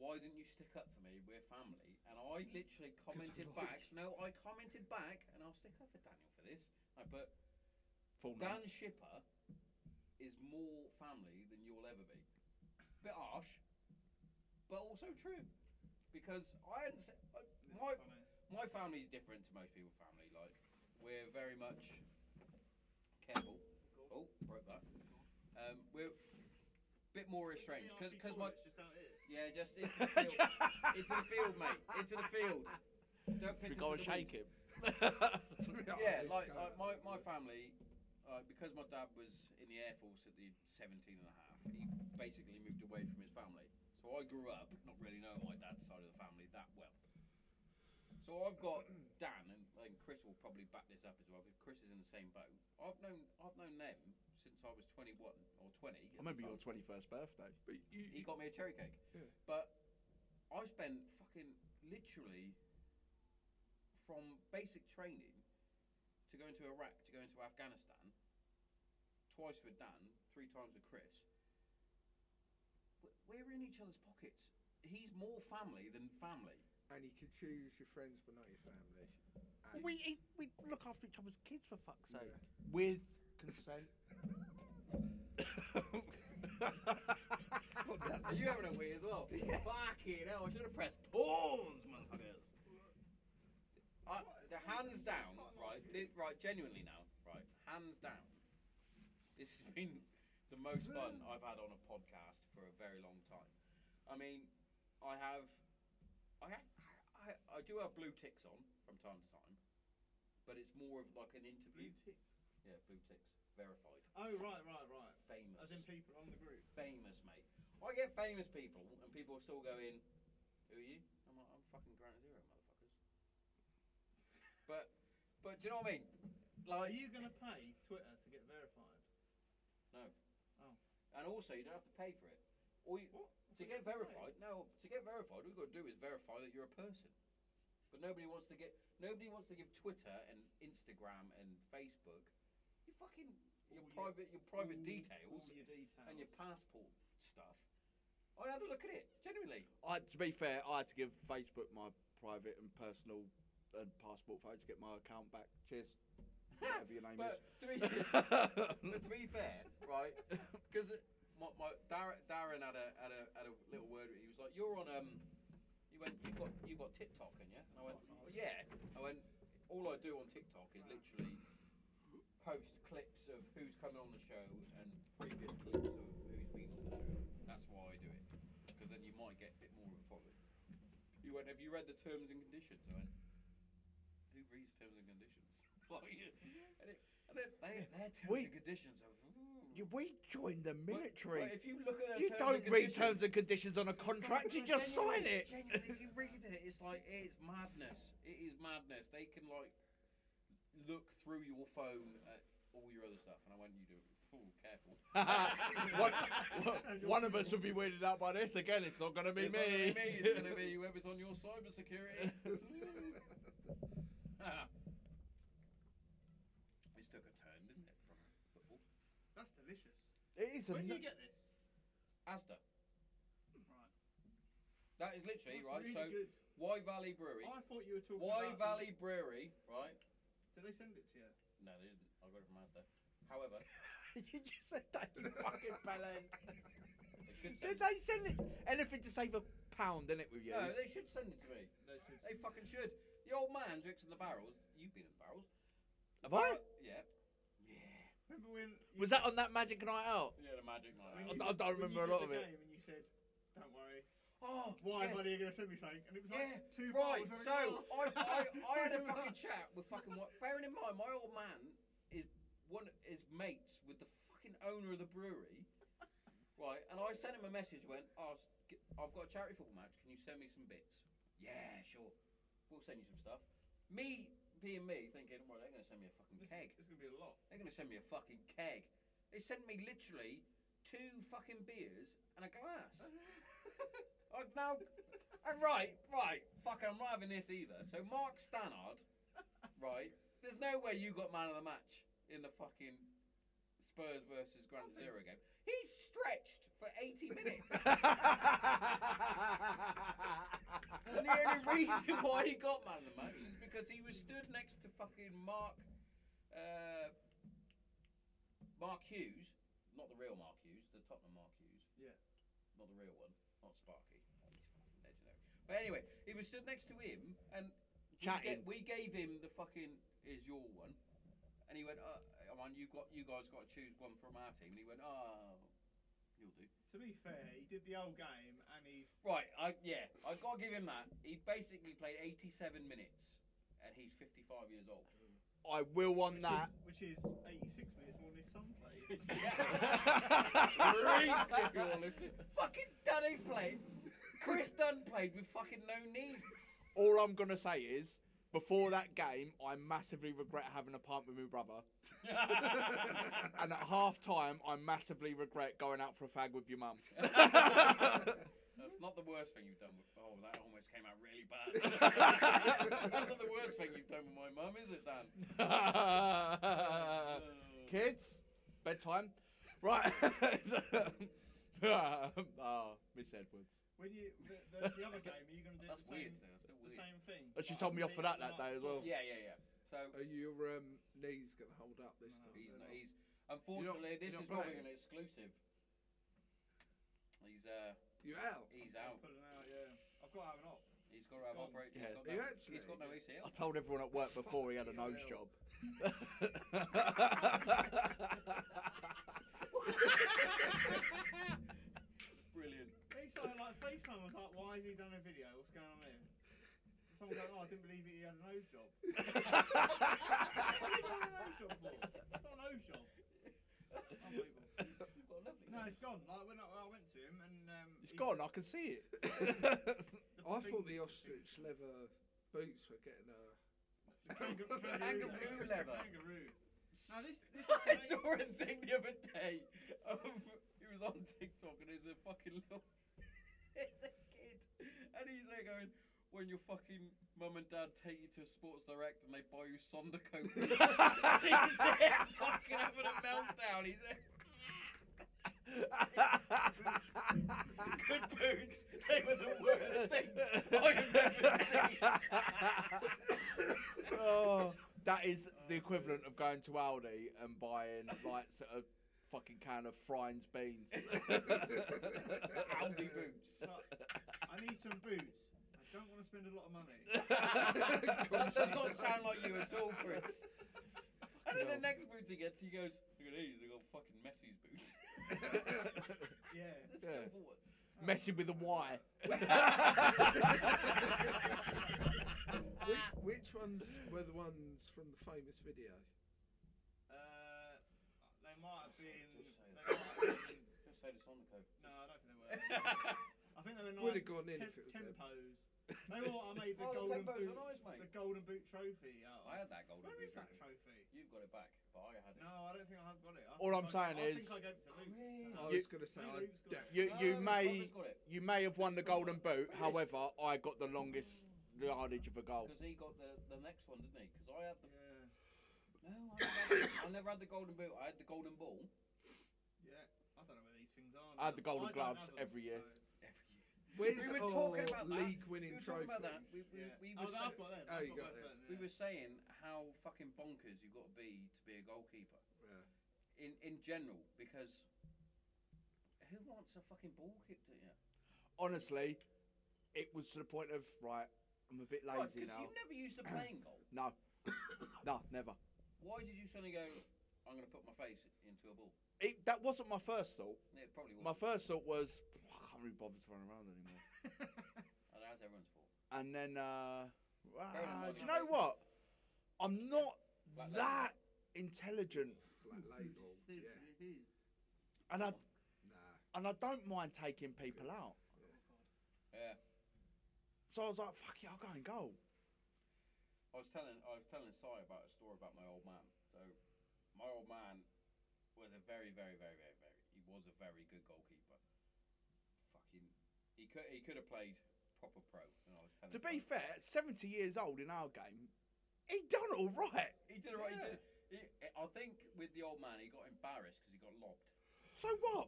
[SPEAKER 1] "Why didn't you stick up for me? We're family." And I literally commented
[SPEAKER 4] like
[SPEAKER 1] back. No, I commented back, and I'll stick up for Daniel for this. I put
[SPEAKER 3] Full name.
[SPEAKER 1] Dan Shipper is more family than you'll ever be. Bit harsh, but also true. Because I hadn't se- I- my
[SPEAKER 2] Funny.
[SPEAKER 1] my family's different to most people's family. Like, we're very much careful. Oh, broke that. Um, we're a bit more restrained because
[SPEAKER 2] Patriarchy
[SPEAKER 1] my
[SPEAKER 2] toilets just out here.
[SPEAKER 1] yeah, just into the field, into the field, mate, into the field. Don't piss
[SPEAKER 3] we go and
[SPEAKER 1] into the wind.
[SPEAKER 3] shake him.
[SPEAKER 1] Yeah,
[SPEAKER 4] Let's
[SPEAKER 1] like,
[SPEAKER 4] go.
[SPEAKER 1] like my, my family, uh, because my dad was in the Air Force at the 17 and a half, he basically moved away from his family. So I grew up not really knowing my dad's side of the family that well. So I've got Dan, and, and Chris will probably back this up as well, because Chris is in in the same boat. I've known I've known them since I was 21 or 20. at
[SPEAKER 3] I
[SPEAKER 1] the
[SPEAKER 3] remember your
[SPEAKER 1] time.
[SPEAKER 3] 21st birthday.
[SPEAKER 4] But you,
[SPEAKER 1] He got me a cherry cake.
[SPEAKER 4] Yeah.
[SPEAKER 1] But I spent fucking literally from basic training to go into Iraq to go into Afghanistan, twice with Dan, three times with Chris. w- We're in each other's pockets. He's more family than family.
[SPEAKER 4] and you can choose your friends but not your family.
[SPEAKER 3] Well,
[SPEAKER 4] And-
[SPEAKER 3] we eat, we look after each other's kids for fuck's
[SPEAKER 4] Yeah.
[SPEAKER 3] sake. With consent.
[SPEAKER 1] Are you having a wee as well? Fucking hell, I should have pressed pause, motherfuckers. Uh, the hands down, right, thi- right, genuinely now, right, hands down. This has been the most fun I've had on a podcast for a very long time. I mean, I have, I have, I, I do have blue ticks on from time to time, but it's more of like an interview.
[SPEAKER 2] Blue ticks.
[SPEAKER 1] Yeah, blue ticks, verified,
[SPEAKER 2] Oh right, right, right.
[SPEAKER 1] famous
[SPEAKER 2] As in people on the group.
[SPEAKER 1] famous, mate. I get famous people, and people are still going, "Who are you?" I'm like, "I'm fucking Grant Zero, motherfuckers." But, but do you know what I mean?
[SPEAKER 2] Are
[SPEAKER 1] Like,
[SPEAKER 2] you going to pay Twitter to get verified?
[SPEAKER 1] and also you don't have to pay for it. All you,
[SPEAKER 2] What?
[SPEAKER 1] to get verified, no, to get verified, all you've got to do is verify that you're a person. But nobody wants to get, nobody wants to give Twitter and Instagram and Facebook your fucking your
[SPEAKER 2] All your-
[SPEAKER 1] private your private
[SPEAKER 2] all-
[SPEAKER 1] details
[SPEAKER 2] all your details.
[SPEAKER 1] and your passport stuff. I had a look at it genuinely.
[SPEAKER 3] I, to be fair, I had to give Facebook my private and personal and passport photo to get my account back. Cheers. Whatever your name
[SPEAKER 1] But to be, But
[SPEAKER 3] is.
[SPEAKER 1] to be fair, right? Because my, my Dar- Darren had a, had a had a little word. with me. He was like, "You're on um, you went you got you got TikTok, and you?" And I went, oh, "Yeah." I went, "All I do on TikTok is literally post clips of who's coming on the show and previous clips of who's been on the show. That's why I do it, because then you might get a bit more of a following." He went, "Have you read the terms and conditions?" I went, "Who reads terms and conditions?" like, and it, and it, they, their terms
[SPEAKER 3] We-
[SPEAKER 1] and conditions are.
[SPEAKER 3] You- we joined the
[SPEAKER 1] But-
[SPEAKER 3] military.
[SPEAKER 1] but if you look at their
[SPEAKER 3] you
[SPEAKER 1] terms
[SPEAKER 3] don't
[SPEAKER 1] and
[SPEAKER 3] read
[SPEAKER 1] conditions-
[SPEAKER 3] terms and conditions on a contract, you
[SPEAKER 1] But
[SPEAKER 3] just sign it.
[SPEAKER 1] genuinely- genuinely, if you read it, it's like it's madness. It is madness. They can like look through your phone at all your other stuff, and I went, "You do it. Ooh, careful."
[SPEAKER 3] one, one- one of us will be weirded out by this. Again, it's not going to be
[SPEAKER 1] It's
[SPEAKER 3] me.
[SPEAKER 1] not gonna be me. It's gonna be whoever's on your cyber security. this took a turn, didn't it, from football?
[SPEAKER 2] That's delicious.
[SPEAKER 3] It is a
[SPEAKER 2] Where do
[SPEAKER 3] nu-
[SPEAKER 2] you get this?
[SPEAKER 1] Asda.
[SPEAKER 2] Right.
[SPEAKER 1] That is literally right.
[SPEAKER 2] That's
[SPEAKER 1] so
[SPEAKER 2] really good.
[SPEAKER 1] Y Valley Brewery.
[SPEAKER 2] I thought you were talking
[SPEAKER 1] Y
[SPEAKER 2] about-
[SPEAKER 1] Valley Brewery, right?
[SPEAKER 2] Did they send it to you?
[SPEAKER 1] No, they didn't. I got it from Asda. However,
[SPEAKER 3] you just said that, you fucking bellend.
[SPEAKER 1] they should send
[SPEAKER 3] Did
[SPEAKER 1] it.
[SPEAKER 3] they send it? Anything to save a pound, didn't it, with you?
[SPEAKER 1] No, they should send it to me.
[SPEAKER 2] They should
[SPEAKER 1] They fucking should. The old man drinks in the barrels. You've been in the barrels.
[SPEAKER 3] Have I?
[SPEAKER 1] Yeah. Yeah.
[SPEAKER 2] Remember when? you-
[SPEAKER 3] Was that on that magic night out?
[SPEAKER 1] Yeah, the magic night.
[SPEAKER 2] when
[SPEAKER 3] I
[SPEAKER 1] out.
[SPEAKER 2] you
[SPEAKER 3] d- I
[SPEAKER 2] did-
[SPEAKER 3] don't
[SPEAKER 2] when you
[SPEAKER 3] remember a
[SPEAKER 2] did
[SPEAKER 3] lot of
[SPEAKER 2] the
[SPEAKER 3] it.
[SPEAKER 2] game And you said, "Don't worry,
[SPEAKER 1] Oh,
[SPEAKER 2] why,
[SPEAKER 1] yeah.
[SPEAKER 2] buddy? You're gonna send me something." And it was like
[SPEAKER 1] Yeah,
[SPEAKER 2] two
[SPEAKER 1] Right,
[SPEAKER 2] bottles and a
[SPEAKER 1] so I,
[SPEAKER 2] glass.
[SPEAKER 1] I, I had a
[SPEAKER 2] Something like
[SPEAKER 1] fucking
[SPEAKER 2] that.
[SPEAKER 1] chat with fucking what. Bearing in mind, my old man is one is mates with the fucking owner of the brewery, right? And I sent him a message. Went, oh, s- g- I've got a charity football match. Can you send me some bits? Yeah, sure. We'll send you some stuff. Me being me, thinking, well, they're gonna send me a fucking
[SPEAKER 2] This-
[SPEAKER 1] keg.
[SPEAKER 2] It's gonna be a lot.
[SPEAKER 1] They're gonna send me a fucking keg. They sent me literally two fucking beers and a glass. Oh, now, and right, right, fucking, I'm not having this either. So Mark Stannard, right? There's no way you got man of the match in the fucking Spurs versus Grand Zero game. He stretched for 80 minutes, and the only reason why he got man of the match is because he was stood next to fucking Mark, uh, Mark Hughes, not the real Mark Hughes, the Tottenham Mark Hughes.
[SPEAKER 2] Yeah.
[SPEAKER 1] Not the real one, not Sparky. He's fucking legendary. But anyway, he was stood next to him and
[SPEAKER 3] Chatting.
[SPEAKER 1] we, ga- we gave him the fucking is your one, and he went, "Uh, I mean, you got you guys got to choose one from our team," and he went, "Oh, you'll do."
[SPEAKER 2] To be fair, he did the old game and he's
[SPEAKER 1] Right, I yeah, I got to give him that. He basically played 87 minutes, and he's 55 years old.
[SPEAKER 3] I will on
[SPEAKER 2] which
[SPEAKER 3] that.
[SPEAKER 2] is- which is 86 minutes more than his son played.
[SPEAKER 1] Reese, if you're listening, fucking Dunny played. Chris Dunn played with fucking no knees.
[SPEAKER 3] All I'm gonna say is, Before that game, I massively regret having a pint with my brother. And at half time, I massively regret going out for a fag with your mum.
[SPEAKER 1] That's not the worst thing you've done. With, oh, that almost came out really bad. That's not the worst thing you've done with my mum, is it, Dan?
[SPEAKER 2] Uh,
[SPEAKER 3] Kids, bedtime. Right. oh, Miss Edwards.
[SPEAKER 2] When you the, the, the other game, are you going to do
[SPEAKER 1] That's
[SPEAKER 2] the
[SPEAKER 1] weird,
[SPEAKER 2] same,
[SPEAKER 1] still. It's still
[SPEAKER 2] the
[SPEAKER 1] weird.
[SPEAKER 2] same thing?
[SPEAKER 3] And she
[SPEAKER 2] but
[SPEAKER 3] told me off
[SPEAKER 2] on
[SPEAKER 3] for
[SPEAKER 2] the
[SPEAKER 3] that that day
[SPEAKER 2] night
[SPEAKER 3] as well.
[SPEAKER 1] Yeah, yeah, yeah. So
[SPEAKER 4] Are your um, knees going to hold up this
[SPEAKER 2] No.
[SPEAKER 4] time?
[SPEAKER 1] he's
[SPEAKER 4] They're
[SPEAKER 1] not,
[SPEAKER 4] not.
[SPEAKER 1] he's unfortunately this
[SPEAKER 4] you're not
[SPEAKER 1] is probably
[SPEAKER 4] playing?
[SPEAKER 1] an exclusive. He's uh
[SPEAKER 4] You out?
[SPEAKER 1] he's
[SPEAKER 2] I'm
[SPEAKER 1] out.
[SPEAKER 2] pulling out, yeah. I've got to have an op.
[SPEAKER 1] He's got to
[SPEAKER 2] He's
[SPEAKER 1] have
[SPEAKER 2] gone.
[SPEAKER 1] operate.
[SPEAKER 3] Yeah.
[SPEAKER 1] He's
[SPEAKER 4] He
[SPEAKER 1] got no,
[SPEAKER 4] actually-
[SPEAKER 1] he's got no ACL.
[SPEAKER 3] I told everyone at work before he had a nose job.
[SPEAKER 1] Brilliant.
[SPEAKER 2] He started like FaceTime. I was like, why has he done a video? What's going on here? Someone going, oh, I didn't believe he had a nose job. what are you doing a nose job for? It's not a nose job. Unbelievable.
[SPEAKER 1] You've got a lovely.
[SPEAKER 2] No, it's gone. Like when I, I went to him and um,
[SPEAKER 3] it's
[SPEAKER 2] he
[SPEAKER 3] gone.
[SPEAKER 2] said
[SPEAKER 3] I can see it.
[SPEAKER 2] the
[SPEAKER 4] I
[SPEAKER 2] thing
[SPEAKER 4] thought the
[SPEAKER 2] was-
[SPEAKER 4] ostrich leather boots were getting a.
[SPEAKER 2] Kangaroo,
[SPEAKER 1] Kangaroo leather.
[SPEAKER 2] Kangaroo. Now this, this
[SPEAKER 1] I
[SPEAKER 2] is
[SPEAKER 1] saw a thing the other day. Of, it was on TikTok and it's a fucking little. It's a kid, and he's there going, "When your fucking mum and dad take you to Sports Direct and they buy you Sonderco, he's there fucking having a meltdown. He's there, good boots. They were the worst things I have ever seen.
[SPEAKER 3] oh, that is the equivalent of going to Aldi and buying like sort of fucking can of Frynes beans.
[SPEAKER 1] Aldi boots.
[SPEAKER 2] I need some boots. I don't want to spend a lot of money.
[SPEAKER 1] that does not sound like you at all, Chris. And then
[SPEAKER 3] No.
[SPEAKER 1] the next boots he gets, he goes, "Look at these. They got fucking Messi's boots."
[SPEAKER 2] Yeah.
[SPEAKER 1] The
[SPEAKER 3] Yeah.
[SPEAKER 1] silver one.
[SPEAKER 3] Messing with a Y.
[SPEAKER 4] Which, which ones were the ones from the famous video?
[SPEAKER 2] Uh, they might have been. They
[SPEAKER 1] Just say
[SPEAKER 2] might
[SPEAKER 1] that.
[SPEAKER 2] have been
[SPEAKER 1] Just say the Sonderco.
[SPEAKER 2] no, I don't think they were. I think they were
[SPEAKER 4] Would
[SPEAKER 2] nice.
[SPEAKER 4] have gone in if
[SPEAKER 2] Tem-
[SPEAKER 4] it was them.
[SPEAKER 2] tempos. They were. I made the
[SPEAKER 1] Oh,
[SPEAKER 2] golden
[SPEAKER 1] Tempo's
[SPEAKER 2] boot.
[SPEAKER 1] are nice, mate.
[SPEAKER 2] The golden boot trophy. Oh, Out
[SPEAKER 1] I
[SPEAKER 2] of.
[SPEAKER 1] had that golden
[SPEAKER 2] Where
[SPEAKER 1] boot.
[SPEAKER 2] is that
[SPEAKER 1] trophy.
[SPEAKER 2] trophy?
[SPEAKER 1] You've got it back, but I had it.
[SPEAKER 2] No, I don't think I have got it. I
[SPEAKER 3] All
[SPEAKER 2] think
[SPEAKER 3] I'm
[SPEAKER 2] I-
[SPEAKER 3] saying
[SPEAKER 2] I
[SPEAKER 3] is-
[SPEAKER 2] think I gave it to Luke.
[SPEAKER 1] Chris.
[SPEAKER 4] I
[SPEAKER 2] Uh,
[SPEAKER 3] You-
[SPEAKER 4] was going to say,
[SPEAKER 2] Maybe
[SPEAKER 4] I
[SPEAKER 2] Luke's got it.
[SPEAKER 3] You,
[SPEAKER 1] No,
[SPEAKER 3] you
[SPEAKER 1] the
[SPEAKER 3] may
[SPEAKER 1] Sonderco's got it
[SPEAKER 3] you may have won the golden boot. However, I got the longest yardage of a goal.
[SPEAKER 1] because he got the, the next one, didn't he? Because I had the no, I,
[SPEAKER 2] Yeah.
[SPEAKER 1] never had, I never had the golden boot. I had the golden ball
[SPEAKER 2] Yeah. I don't know where these things are.
[SPEAKER 3] I had the
[SPEAKER 2] now.
[SPEAKER 3] golden
[SPEAKER 2] don't
[SPEAKER 3] gloves
[SPEAKER 2] have them,
[SPEAKER 3] every year.
[SPEAKER 2] so-
[SPEAKER 1] every year.
[SPEAKER 4] Where's
[SPEAKER 1] We were
[SPEAKER 4] our
[SPEAKER 1] talking about that.
[SPEAKER 4] league winning
[SPEAKER 1] We were
[SPEAKER 4] trophies?
[SPEAKER 1] talking about that. We, we,
[SPEAKER 2] Yeah.
[SPEAKER 1] we
[SPEAKER 2] oh,
[SPEAKER 1] were
[SPEAKER 2] no,
[SPEAKER 1] sa-
[SPEAKER 2] I've got them.
[SPEAKER 4] Oh,
[SPEAKER 2] I've
[SPEAKER 4] you got them.
[SPEAKER 2] both of
[SPEAKER 1] we
[SPEAKER 2] yeah.
[SPEAKER 1] were saying how fucking bonkers you got to be to be a goalkeeper
[SPEAKER 4] Yeah.
[SPEAKER 1] in in general because who wants a fucking ball kicked at you?
[SPEAKER 3] Honestly, it was to the point of right. I'm a bit
[SPEAKER 1] Right,
[SPEAKER 3] lazy
[SPEAKER 1] because
[SPEAKER 3] now.
[SPEAKER 1] you never used a playing goal.
[SPEAKER 3] No, no, never.
[SPEAKER 1] Why did you suddenly go? I'm going to put my face into a ball.
[SPEAKER 3] It, that wasn't my first thought.
[SPEAKER 1] No, It probably
[SPEAKER 3] My
[SPEAKER 1] was.
[SPEAKER 3] first thought was "Oh, I can't really bother to run around anymore.
[SPEAKER 1] And that's everyone's fault.
[SPEAKER 3] And then, uh,
[SPEAKER 1] Fair enough,
[SPEAKER 3] ah, do
[SPEAKER 1] I mean,
[SPEAKER 3] you know
[SPEAKER 1] that's-
[SPEAKER 3] what? I'm not
[SPEAKER 1] Like
[SPEAKER 3] that intelligent,
[SPEAKER 4] Black label. Yeah.
[SPEAKER 3] and I
[SPEAKER 4] Nah.
[SPEAKER 3] and I don't mind taking people out.
[SPEAKER 1] Yeah,
[SPEAKER 3] So I was like, fuck it, I'll go and go.
[SPEAKER 1] I was telling I was telling Si about a story about my old man. So my old man was a very, very, very, very, very. He was a very good goalkeeper. Fucking, he could he could have played proper pro. And I was telling
[SPEAKER 3] To be
[SPEAKER 1] Si-
[SPEAKER 3] fair, 70 years old in our game, he done all right.
[SPEAKER 1] he did it right.
[SPEAKER 2] Yeah.
[SPEAKER 1] He did. He, I think with the old man, he got embarrassed because he got lobbed.
[SPEAKER 3] So what?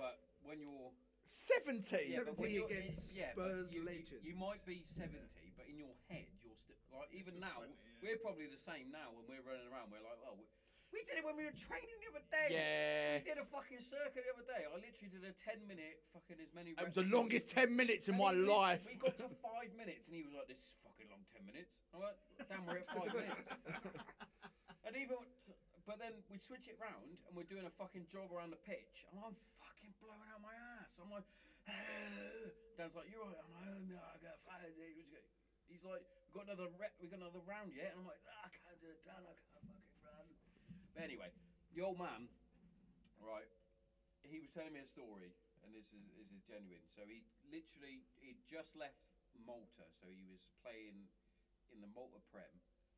[SPEAKER 1] But when you're
[SPEAKER 3] 70.
[SPEAKER 1] Yeah, but when
[SPEAKER 4] 70
[SPEAKER 1] you're-
[SPEAKER 4] against
[SPEAKER 1] yeah, but
[SPEAKER 4] Spurs
[SPEAKER 1] you, you-
[SPEAKER 4] legends.
[SPEAKER 1] You might be 70, but in your head, you're still like even
[SPEAKER 2] still
[SPEAKER 1] now.
[SPEAKER 2] 20, yeah.
[SPEAKER 1] We're probably the same now when we're running around. We're like, oh, we, we did it when we were training the other day.
[SPEAKER 3] Yeah.
[SPEAKER 1] We did a fucking circuit the other day. I literally did a 10 minute fucking as many.
[SPEAKER 3] It was
[SPEAKER 1] reps
[SPEAKER 3] the
[SPEAKER 1] as-
[SPEAKER 3] longest 10 minutes in
[SPEAKER 1] And
[SPEAKER 3] my
[SPEAKER 1] he literally-
[SPEAKER 3] life.
[SPEAKER 1] We got to five minutes, and he was like, "This is fucking long, ten minutes." I'm like, "Damn, we're at five minutes." and even, but then we switch it round, and we're doing a fucking jog around the pitch, and I'm fucking blowing out my ass. I'm like, Dan's like, "You're right." I'm like, oh, "No, I got fired." He's like, "We got another rep. We got another round yet?" And I'm like, "Ah, "I can't do it, Dan. I can't fucking run." But anyway, the old man, right? he was telling me a story, and this is this is genuine. So he literally he just left Malta, so he was playing in the Malta Prem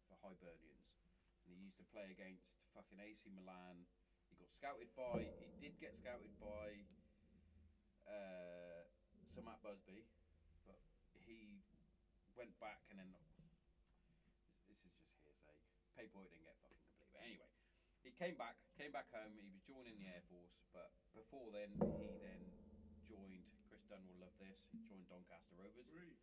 [SPEAKER 1] for Hibernians, and he used to play against fucking AC Milan. He got scouted by. He did get scouted by uh, Sir Matt Busby, but he went back and then this is just hearsay. Paperwork didn't get fucking complete. But anyway, he came back, came back home. He was joining the air force, but before then, he then joined. Chris Dunn will love this. He joined Doncaster Rovers
[SPEAKER 2] Really?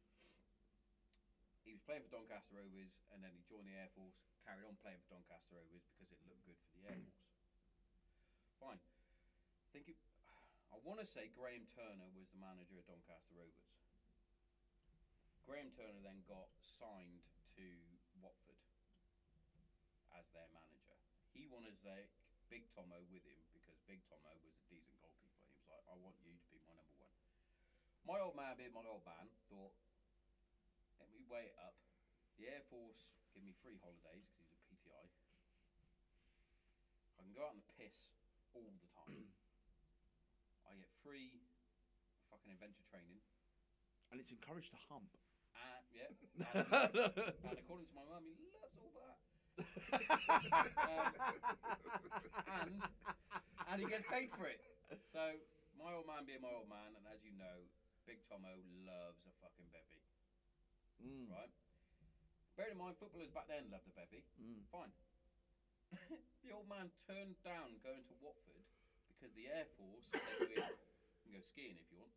[SPEAKER 1] he was playing for Doncaster Rovers and then he joined the Air Force, carried on playing for Doncaster Rovers because it looked good for the Air Force. Fine. I think it, I want to say Graham Turner was the manager of Doncaster Rovers. Graham Turner then got signed to Watford as their manager. He wanted to take Big Tomo with him because Big Tomo was a decent goalkeeper. He was like, I want you to be my number one. My old man, being my old man, thought, let me weigh it up. The Air Force give me free holidays because he's a PTI. I can go out on the piss all the time. I get free fucking adventure training.
[SPEAKER 3] And it's encouraged to hump.
[SPEAKER 1] And, yeah. And, uh, and according to my mum, he loves all that. And, and he gets paid for it. So, my old man being my old man, and as you know, Big Tomo loves a fucking bevy,
[SPEAKER 3] Mm,
[SPEAKER 1] right? Bear in mind, footballers back then loved a bevy.
[SPEAKER 3] mm.
[SPEAKER 1] Fine. the old man turned down going to Watford because the Air Force said to him, you can go skiing if you want.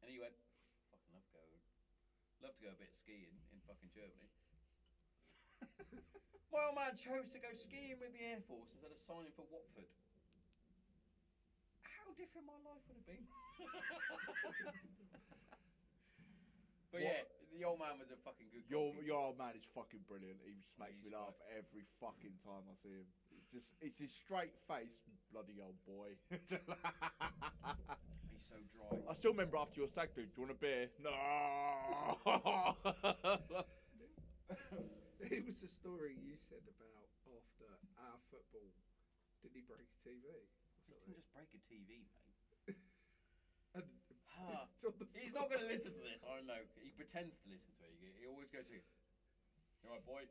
[SPEAKER 1] And he went, fucking love going. Love to go a bit skiing in fucking Germany. My old man chose to go skiing with the Air Force instead of signing for Watford. How different my life would have been. but yeah, the old man was a fucking good
[SPEAKER 3] Your
[SPEAKER 1] goalkeeper.
[SPEAKER 3] your old man is fucking brilliant. He just makes
[SPEAKER 1] He's
[SPEAKER 3] me laugh every fucking time I see him. It's just it's his straight face, bloody old boy.
[SPEAKER 1] He's so dry.
[SPEAKER 3] I still remember after your stag do. Do you want a beer? No.
[SPEAKER 4] It was a story you said about after our football. Did he break a TV?
[SPEAKER 1] He didn't just break a TV, mate.
[SPEAKER 4] And
[SPEAKER 1] Ah.
[SPEAKER 4] it's on the
[SPEAKER 1] He's not going to listen to this. I know. Oh, He pretends to listen to it. He- He always goes to, "You all right, boy?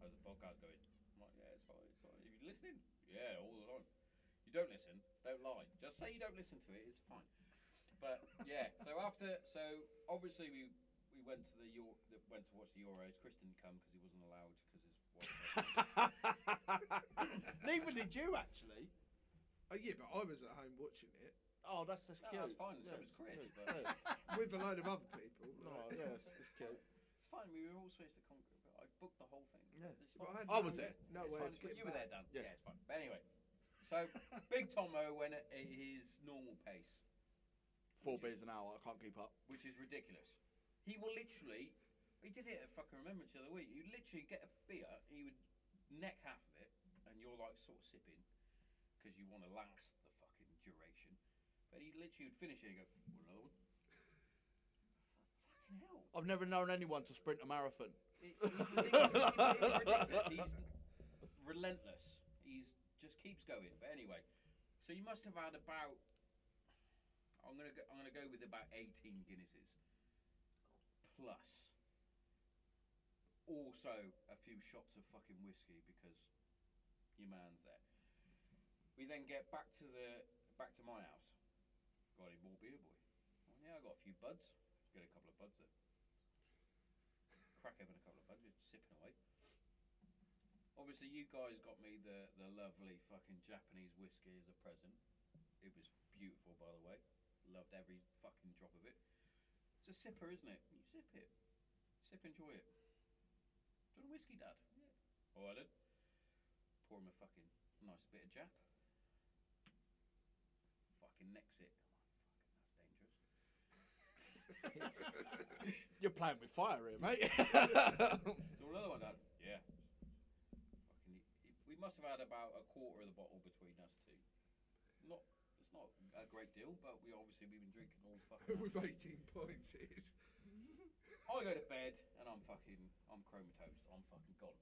[SPEAKER 1] How's the podcast going?" I'm like, "Yeah, it's alright. It's alright. Are you listening? Yeah, all the time. You don't listen. Don't lie. Just say you don't listen to it. It's fine." But yeah, so after, so obviously we we went to the Euro, the, went to watch the Euros. Chris didn't come because he wasn't allowed because his wife.
[SPEAKER 3] Neither did you actually.
[SPEAKER 4] Oh yeah, but I was at home watching it
[SPEAKER 3] Oh, that's that's
[SPEAKER 1] No,
[SPEAKER 3] cute.
[SPEAKER 1] that's fine, so was Chris, but-
[SPEAKER 3] yeah.
[SPEAKER 4] with a load of other people.
[SPEAKER 3] No,
[SPEAKER 4] like-
[SPEAKER 3] yeah, it's, it's cute.
[SPEAKER 1] it's fine. We were all supposed to conquer, but I booked the whole thing.
[SPEAKER 3] Yeah.
[SPEAKER 1] It's
[SPEAKER 4] But
[SPEAKER 1] fine.
[SPEAKER 4] had
[SPEAKER 3] I was
[SPEAKER 4] no-
[SPEAKER 3] there.
[SPEAKER 4] No
[SPEAKER 1] It's
[SPEAKER 4] way.
[SPEAKER 1] fine,
[SPEAKER 4] of
[SPEAKER 1] but
[SPEAKER 4] getting
[SPEAKER 1] you were
[SPEAKER 4] back.
[SPEAKER 1] there, Dan.
[SPEAKER 3] Yeah.
[SPEAKER 1] Yeah. it's fine. But anyway, so Big Tomo went at at his normal pace,
[SPEAKER 3] Four
[SPEAKER 1] Which is-
[SPEAKER 3] beers an hour. I can't keep up.
[SPEAKER 1] which is ridiculous. He will literally, he did it at fucking Remembrance the other week. You literally get a beer, he would neck half of it, and you're like sort of sipping because you want to last the fucking duration. But he literally would finish it and go, "Want another one? Fucking hell.
[SPEAKER 3] I've never known anyone to sprint a marathon.
[SPEAKER 1] It- he's ridiculous. It's ridiculous. He's relentless. He's just keeps going. But anyway, so you must have had about. I'm gonna go, I'm gonna go with about 18 Guinnesses, plus also a few shots of fucking whiskey because your man's there. We then get back to the back to my house. Got any more beer, boy? Oh, yeah, I got a few buds. Get a couple of buds there crack open a couple of buns, just sipping away. Obviously, you guys got me the, the lovely fucking Japanese whiskey as a present. It was beautiful, by the way. Loved every fucking drop of it. It's a sipper, isn't it? You sip it. Sip, enjoy it. Do you want a whiskey, Dad? Yeah. All right, then. Pour him a fucking nice bit of Jap. Fucking necks it. Fucking, that's dangerous.
[SPEAKER 3] You're playing with fire here, mate.
[SPEAKER 1] Do another one, Dad? Yeah. Fucking, he- we must have had about a quarter of the bottle between us two. Not, it's not a great deal, but we obviously we've been drinking all fucking.
[SPEAKER 4] with
[SPEAKER 1] night.
[SPEAKER 4] 18 points it is.
[SPEAKER 1] I go to bed and I'm fucking, I'm chromatosed. I'm fucking gone.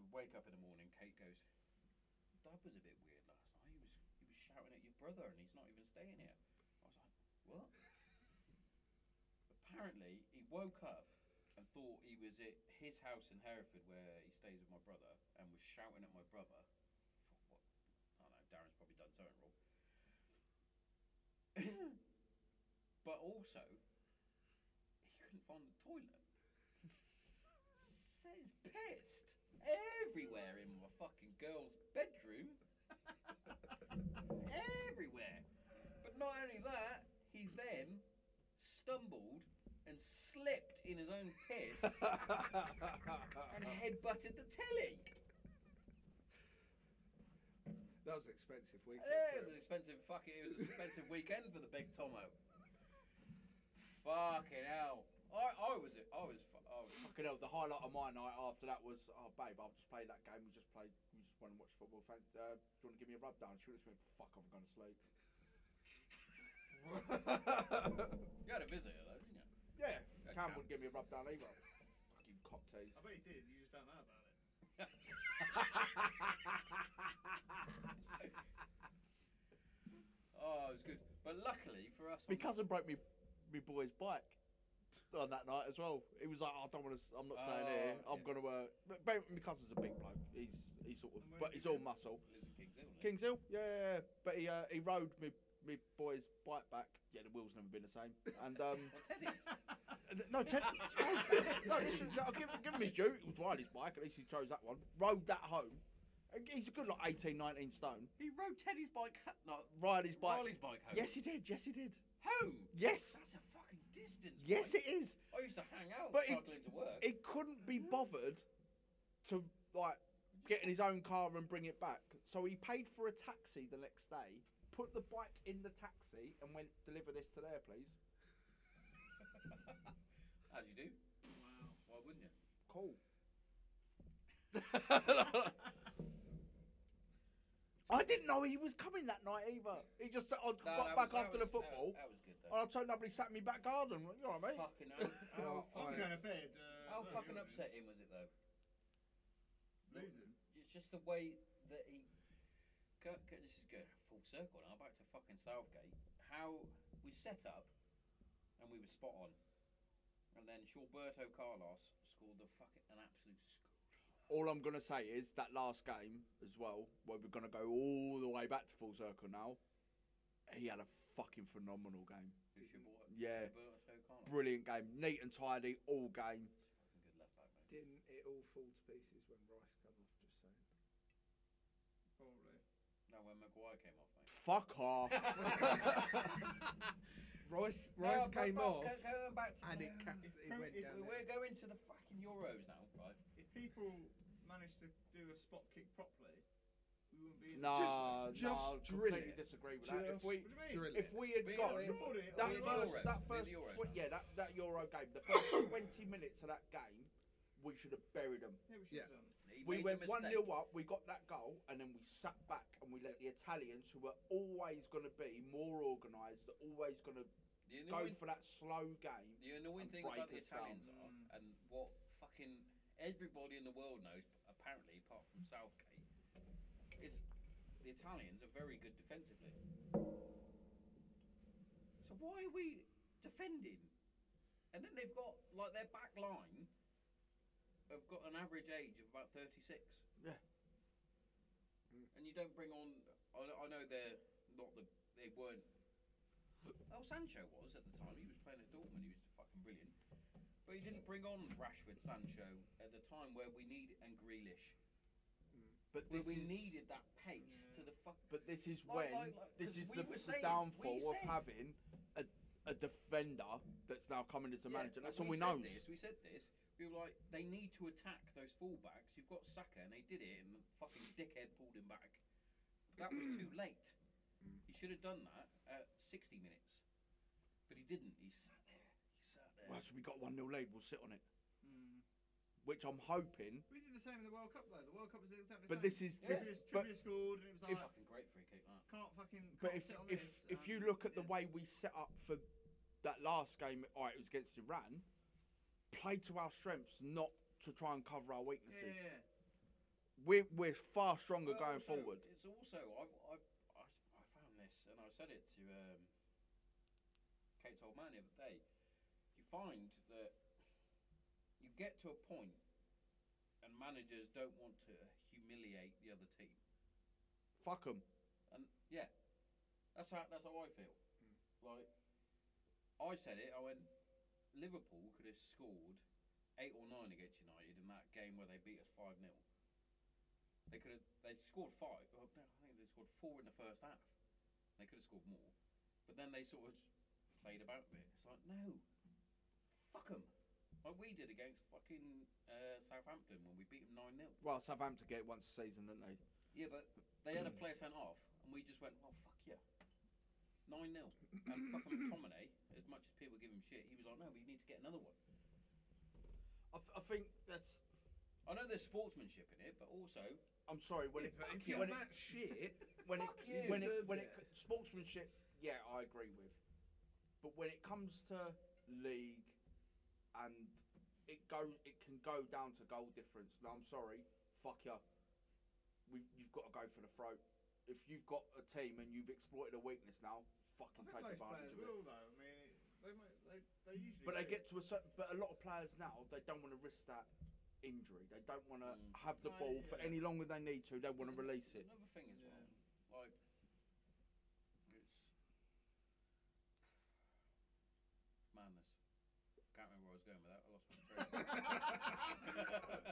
[SPEAKER 1] We wake up in the morning. Kate goes, "Dad was a bit weird last night. He was, he was shouting at your brother, and he's not even staying here." I was like, "What?" Apparently, he woke up and thought he was at his house in Hereford where he stays with my brother and was shouting at my brother. For what? I don't know, Darren's probably done something wrong. but also, he couldn't find the toilet. so he's pissed everywhere in my fucking girl's bedroom. everywhere. But not only that, he's then stumbled and slipped in his own piss and headbutted the telly.
[SPEAKER 4] That was an expensive weekend.
[SPEAKER 1] Yeah, it was
[SPEAKER 4] wasn't
[SPEAKER 1] an expensive fuck it, was an expensive weekend for the big Tomo. Fucking hell. I, I was it. I was. fu- I was
[SPEAKER 3] Fucking hell, the highlight of my night after that was, oh babe, I've just played that game. We just played. We just went and watched football. Thank, uh, do you want to give me a rub down? She just went, fuck off, I'm going to sleep.
[SPEAKER 1] you had a visitor though, didn't you?
[SPEAKER 3] yeah,
[SPEAKER 1] Yeah,
[SPEAKER 3] Cam
[SPEAKER 1] Cam.
[SPEAKER 3] wouldn't give me a rub down either. Fucking cock tease.
[SPEAKER 2] I bet he did. You just don't know about it.
[SPEAKER 1] Oh, it was good. But luckily for us, on
[SPEAKER 3] My cousin broke me, me boy's bike on that night as well. He was like, "Oh, I don't want to. I'm not staying here.
[SPEAKER 1] Oh,
[SPEAKER 3] I'm
[SPEAKER 1] yeah.
[SPEAKER 3] gonna. Uh, but but my cousin's a big bloke. He's he's sort of,
[SPEAKER 2] And
[SPEAKER 3] but
[SPEAKER 2] where does he
[SPEAKER 3] he's all
[SPEAKER 2] live?
[SPEAKER 3] muscle.
[SPEAKER 1] the, lives in Kings Hill, doesn't
[SPEAKER 3] Kings Hill,
[SPEAKER 1] he?
[SPEAKER 3] yeah, yeah, yeah. But he uh, he rode me me boy's bike back. Yeah, the wheels never been the same. And um,
[SPEAKER 1] Well, Teddy's.
[SPEAKER 3] and- Uh, no, Ted, no, listen, no, I'll give, give him his due. He was riding his bike. At least he chose that one. Rode that home. And He's a good like 18, 19 stone.
[SPEAKER 1] he rode Teddy's bike. ho- No,
[SPEAKER 3] Ride his bike.
[SPEAKER 1] Riley's bike home.
[SPEAKER 3] Yes, he did. Yes, he did.
[SPEAKER 1] Home.
[SPEAKER 3] Yes,
[SPEAKER 1] That's a fucking distance.
[SPEAKER 3] yes,
[SPEAKER 1] boy.
[SPEAKER 3] it is.
[SPEAKER 1] I used to hang out
[SPEAKER 3] But it-
[SPEAKER 1] cycling to work.
[SPEAKER 3] He couldn't be bothered to like get in his own car and bring it back. So he paid for a taxi the next day, put the bike in the taxi, and went deliver this to there, please.
[SPEAKER 1] As you do.
[SPEAKER 2] Wow.
[SPEAKER 1] Why wouldn't you?
[SPEAKER 3] Cool. I didn't know he was coming that night either. He just I got
[SPEAKER 1] that
[SPEAKER 3] back
[SPEAKER 1] was- that
[SPEAKER 3] after
[SPEAKER 1] was-
[SPEAKER 3] the football,
[SPEAKER 1] That, that was good though.
[SPEAKER 3] and I turned up and he sat in my back garden. You know what I mean?
[SPEAKER 1] fucking how, how,
[SPEAKER 4] Oh, I-
[SPEAKER 2] I'm
[SPEAKER 1] fucking,
[SPEAKER 2] going to bed. Uh,
[SPEAKER 1] how
[SPEAKER 2] no,
[SPEAKER 1] fucking
[SPEAKER 2] you're
[SPEAKER 1] upsetting was it though?
[SPEAKER 2] Losing.
[SPEAKER 1] It's just the way that he. Go, go, this is good. Full circle now. Back to fucking Southgate. How we set up, and we were spot on, and then Shawberto Carlos scored the fucking an absolute. Sc-
[SPEAKER 3] all I'm gonna say is that last game as well, where we're gonna go all the way back to full circle now. He had a fucking phenomenal game.
[SPEAKER 1] who should bought it?
[SPEAKER 3] Yeah,
[SPEAKER 1] Shawberto Carlos.
[SPEAKER 3] brilliant game, neat and tidy all game.
[SPEAKER 1] Fucking good left back, mate.
[SPEAKER 4] Didn't it all fall to pieces when Rice come off? Just saying.
[SPEAKER 2] Probably.
[SPEAKER 1] No, when Maguire came off, mate.
[SPEAKER 3] Fuck off.
[SPEAKER 4] Rice,
[SPEAKER 1] No,
[SPEAKER 4] Rice
[SPEAKER 1] but-
[SPEAKER 4] came
[SPEAKER 1] but
[SPEAKER 4] off,
[SPEAKER 1] go- going back to
[SPEAKER 4] and
[SPEAKER 1] the-
[SPEAKER 4] it, ca- it
[SPEAKER 2] Pro-
[SPEAKER 4] went
[SPEAKER 2] if
[SPEAKER 4] down.
[SPEAKER 1] We- We're going to the fucking Euros now, right?
[SPEAKER 2] If people managed to do a spot kick properly, we wouldn't be. in
[SPEAKER 3] No,
[SPEAKER 2] this-
[SPEAKER 4] just drill
[SPEAKER 3] completely
[SPEAKER 4] it.
[SPEAKER 3] disagree with that.
[SPEAKER 4] Just
[SPEAKER 3] If we
[SPEAKER 2] What do you mean?
[SPEAKER 4] drill
[SPEAKER 3] if
[SPEAKER 4] it.
[SPEAKER 3] we had
[SPEAKER 1] We
[SPEAKER 3] got
[SPEAKER 1] got it.
[SPEAKER 2] Scored it. Oh,
[SPEAKER 3] that
[SPEAKER 1] We're in the
[SPEAKER 3] first
[SPEAKER 1] Euros.
[SPEAKER 3] that
[SPEAKER 1] We're in
[SPEAKER 3] first
[SPEAKER 1] the Euros
[SPEAKER 3] twen-
[SPEAKER 1] now.
[SPEAKER 3] yeah that, that Euro game, the first twenty minutes of that game, we should have buried them.
[SPEAKER 2] Yeah, we should
[SPEAKER 4] Yeah.
[SPEAKER 2] have done.
[SPEAKER 1] He
[SPEAKER 3] We
[SPEAKER 1] made a
[SPEAKER 3] went one
[SPEAKER 1] mistake.
[SPEAKER 3] 0 up. We got that goal, and then we sat back and we let the Italians, who were always going to be more organised, they're always going to
[SPEAKER 1] The
[SPEAKER 3] go
[SPEAKER 1] annoying,
[SPEAKER 3] for that slow game.
[SPEAKER 1] the annoying
[SPEAKER 3] and
[SPEAKER 1] thing about the
[SPEAKER 3] break Mm. us down.
[SPEAKER 1] Italians are, and what fucking everybody in the world knows, apparently, apart from Southgate, is the Italians are very good defensively. So why are we defending? And then they've got like their back line have got an average age of about thirty six.
[SPEAKER 3] Yeah.
[SPEAKER 1] And you don't bring on. I, I know they're not the. They weren't. Well, Sancho was at the time. He was playing at Dortmund. He was fucking brilliant. But he didn't bring on Rashford, Sancho at the time where we need and Grealish.
[SPEAKER 3] But this
[SPEAKER 1] Where we
[SPEAKER 3] is,
[SPEAKER 1] needed that pace to the fuck.
[SPEAKER 3] But this is
[SPEAKER 1] Like-
[SPEAKER 3] when
[SPEAKER 1] like- like,
[SPEAKER 3] this
[SPEAKER 1] 'cause
[SPEAKER 3] is
[SPEAKER 1] we
[SPEAKER 3] the,
[SPEAKER 1] were
[SPEAKER 3] the
[SPEAKER 1] saying-
[SPEAKER 3] downfall
[SPEAKER 1] we
[SPEAKER 3] of
[SPEAKER 1] said-
[SPEAKER 3] having a, a defender that's now coming as a manager.
[SPEAKER 1] Yeah,
[SPEAKER 3] That's all we
[SPEAKER 1] when said
[SPEAKER 3] know.
[SPEAKER 1] This, we said this. We were like, they need to attack those fullbacks. You've got Saka, and they did it, and the fucking dickhead pulled him back. That was too late. He should have done that at 60 minutes, but he didn't. He sat there. He sat there.
[SPEAKER 3] Well, so we got one 0 lead. We'll sit on it,
[SPEAKER 2] Mm.
[SPEAKER 3] which I'm hoping.
[SPEAKER 2] We did the same in the World Cup though. The World Cup was exactly the
[SPEAKER 3] But
[SPEAKER 2] same.
[SPEAKER 3] this is
[SPEAKER 1] Yeah.
[SPEAKER 3] this.
[SPEAKER 2] Trippier,
[SPEAKER 3] But,
[SPEAKER 2] Trippier scored, and it was
[SPEAKER 1] If,
[SPEAKER 2] like
[SPEAKER 1] fucking great free kick. That.
[SPEAKER 2] can't fucking.
[SPEAKER 3] but
[SPEAKER 2] can't
[SPEAKER 3] if
[SPEAKER 2] sit on
[SPEAKER 3] if
[SPEAKER 2] this,
[SPEAKER 3] if you
[SPEAKER 2] and-
[SPEAKER 3] look at the
[SPEAKER 2] yeah.
[SPEAKER 3] way we set up for that last game, all right, it was against Iran. Play to our strengths, not to try and cover our
[SPEAKER 2] Yeah,
[SPEAKER 3] weaknesses.
[SPEAKER 2] yeah, yeah.
[SPEAKER 3] We're we're far stronger
[SPEAKER 1] Well,
[SPEAKER 3] going
[SPEAKER 1] also,
[SPEAKER 3] forward.
[SPEAKER 1] It's also I've, I've, I I found this and I said it to um, Kate's old man the other day. You find that you get to a point, and managers don't want to humiliate the other team.
[SPEAKER 3] Fuck them.
[SPEAKER 1] And yeah, that's how that's how I feel. Like I said it, I went. Liverpool could have scored eight or nine against United in that game where they beat us five 0 They could have. They scored five. Well, no, I think they scored four in the first half. They could have scored more, but then they sort of played about a bit. It's like no, fuck them. Like we did against fucking uh, Southampton when we beat them nine 0
[SPEAKER 3] Well, Southampton get it once a season, don't they?
[SPEAKER 1] yeah, but they
[SPEAKER 3] Mm.
[SPEAKER 1] had a player sent off, and we just went, "Well, fuck yeah, nine 0 And fucking McTominay, as much as people give him shit, he was like, "No, we need to get another one."
[SPEAKER 3] I, th- I think that's.
[SPEAKER 1] I know there's sportsmanship in it, but also,
[SPEAKER 3] I'm sorry when it
[SPEAKER 4] but
[SPEAKER 3] fuck
[SPEAKER 4] if
[SPEAKER 3] you,
[SPEAKER 4] you're
[SPEAKER 3] when it
[SPEAKER 4] that shit,
[SPEAKER 3] when it
[SPEAKER 1] Fuck you.
[SPEAKER 3] when it
[SPEAKER 4] Deserve
[SPEAKER 3] when it,
[SPEAKER 4] it.
[SPEAKER 3] c sportsmanship. Yeah, I agree with. But when it comes to league, and it go it can go down to goal difference. No, I'm sorry. Fuck you. We you've got to go for the throat. If you've got a team and you've exploited a weakness now,
[SPEAKER 2] I
[SPEAKER 3] fucking
[SPEAKER 2] think
[SPEAKER 3] take
[SPEAKER 2] those
[SPEAKER 3] advantage of
[SPEAKER 2] players
[SPEAKER 3] it. Mm.
[SPEAKER 2] will though. I mean, it, they might. They, they usually.
[SPEAKER 3] But they
[SPEAKER 2] do.
[SPEAKER 3] get to a certain. But a lot of players now they don't want to risk that injury. They don't want to
[SPEAKER 1] Mm.
[SPEAKER 3] have the
[SPEAKER 2] No,
[SPEAKER 3] ball for
[SPEAKER 2] yeah.
[SPEAKER 3] any longer than they need to. They want to
[SPEAKER 1] There's an-
[SPEAKER 3] release it.
[SPEAKER 1] Another thing as
[SPEAKER 2] Yeah.
[SPEAKER 1] well, like it's madness. Can't remember where I was going with that. I lost my train.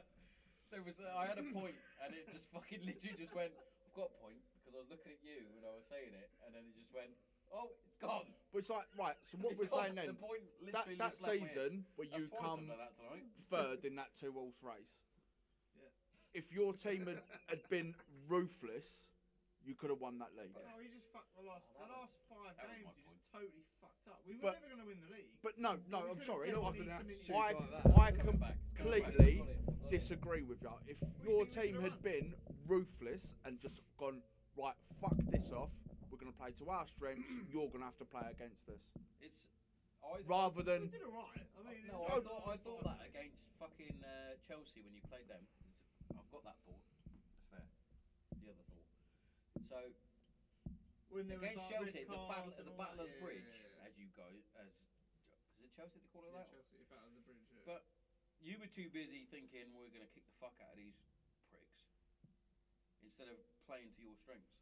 [SPEAKER 1] there was, I had a point, and it just fucking literally just went. I've got a point because I was looking at you when I was saying it, and then it just went. Oh, it's gone.
[SPEAKER 3] But it's like right. So what we're
[SPEAKER 1] It's
[SPEAKER 3] saying then?
[SPEAKER 1] gone. The point
[SPEAKER 3] That
[SPEAKER 1] literally
[SPEAKER 3] that
[SPEAKER 1] just left my head.
[SPEAKER 3] season where
[SPEAKER 1] That's
[SPEAKER 3] you
[SPEAKER 1] twice I've
[SPEAKER 3] come
[SPEAKER 1] done that tonight.
[SPEAKER 3] third in that two horse race.
[SPEAKER 2] Yeah.
[SPEAKER 3] If your team had, had been ruthless, you could have won that league.
[SPEAKER 2] Oh, you just fucked the last.
[SPEAKER 1] Oh,
[SPEAKER 2] the
[SPEAKER 1] that was-
[SPEAKER 2] last five
[SPEAKER 1] that was
[SPEAKER 2] games,
[SPEAKER 1] my
[SPEAKER 2] you
[SPEAKER 1] point.
[SPEAKER 2] just totally fucked up. We were
[SPEAKER 3] But-
[SPEAKER 2] never going to win the league.
[SPEAKER 3] But no, no,
[SPEAKER 2] We
[SPEAKER 3] I'm
[SPEAKER 2] could've
[SPEAKER 3] sorry.
[SPEAKER 4] Not with
[SPEAKER 2] definitely
[SPEAKER 4] an
[SPEAKER 2] submitted-
[SPEAKER 4] attitude
[SPEAKER 3] I-
[SPEAKER 4] like that.
[SPEAKER 3] I
[SPEAKER 1] It's coming
[SPEAKER 3] com-
[SPEAKER 1] back. It's coming back.
[SPEAKER 3] completely
[SPEAKER 1] Got it. Got it.
[SPEAKER 3] disagree with you. If
[SPEAKER 2] do you
[SPEAKER 3] your team
[SPEAKER 2] think we could've
[SPEAKER 3] had
[SPEAKER 2] won?
[SPEAKER 3] been ruthless and just gone right, fuck this off. We're going to play to our strengths. you're going to have to play against us,
[SPEAKER 1] It's. I
[SPEAKER 3] rather
[SPEAKER 2] we
[SPEAKER 3] than
[SPEAKER 2] did alright. I mean,
[SPEAKER 1] No,
[SPEAKER 2] it
[SPEAKER 1] I
[SPEAKER 2] was
[SPEAKER 1] thought I
[SPEAKER 2] five
[SPEAKER 1] thought that
[SPEAKER 2] minutes.
[SPEAKER 1] against fucking uh, Chelsea when you played them. It's- I've got that thought. It's there. The other thought. So
[SPEAKER 2] When there was,
[SPEAKER 1] against
[SPEAKER 2] like, red
[SPEAKER 1] Chelsea, the
[SPEAKER 2] cards
[SPEAKER 1] battle,
[SPEAKER 2] and
[SPEAKER 1] the
[SPEAKER 2] all
[SPEAKER 1] battle
[SPEAKER 2] that,
[SPEAKER 1] of the
[SPEAKER 2] yeah,
[SPEAKER 1] bridge,
[SPEAKER 2] yeah, yeah.
[SPEAKER 1] as you go, as is it Chelsea they call it
[SPEAKER 2] Yeah,
[SPEAKER 1] that?
[SPEAKER 2] Chelsea, battle of the bridge. yeah.
[SPEAKER 1] But- You were too busy thinking we're going to kick the fuck out of these pricks instead of playing to your strengths.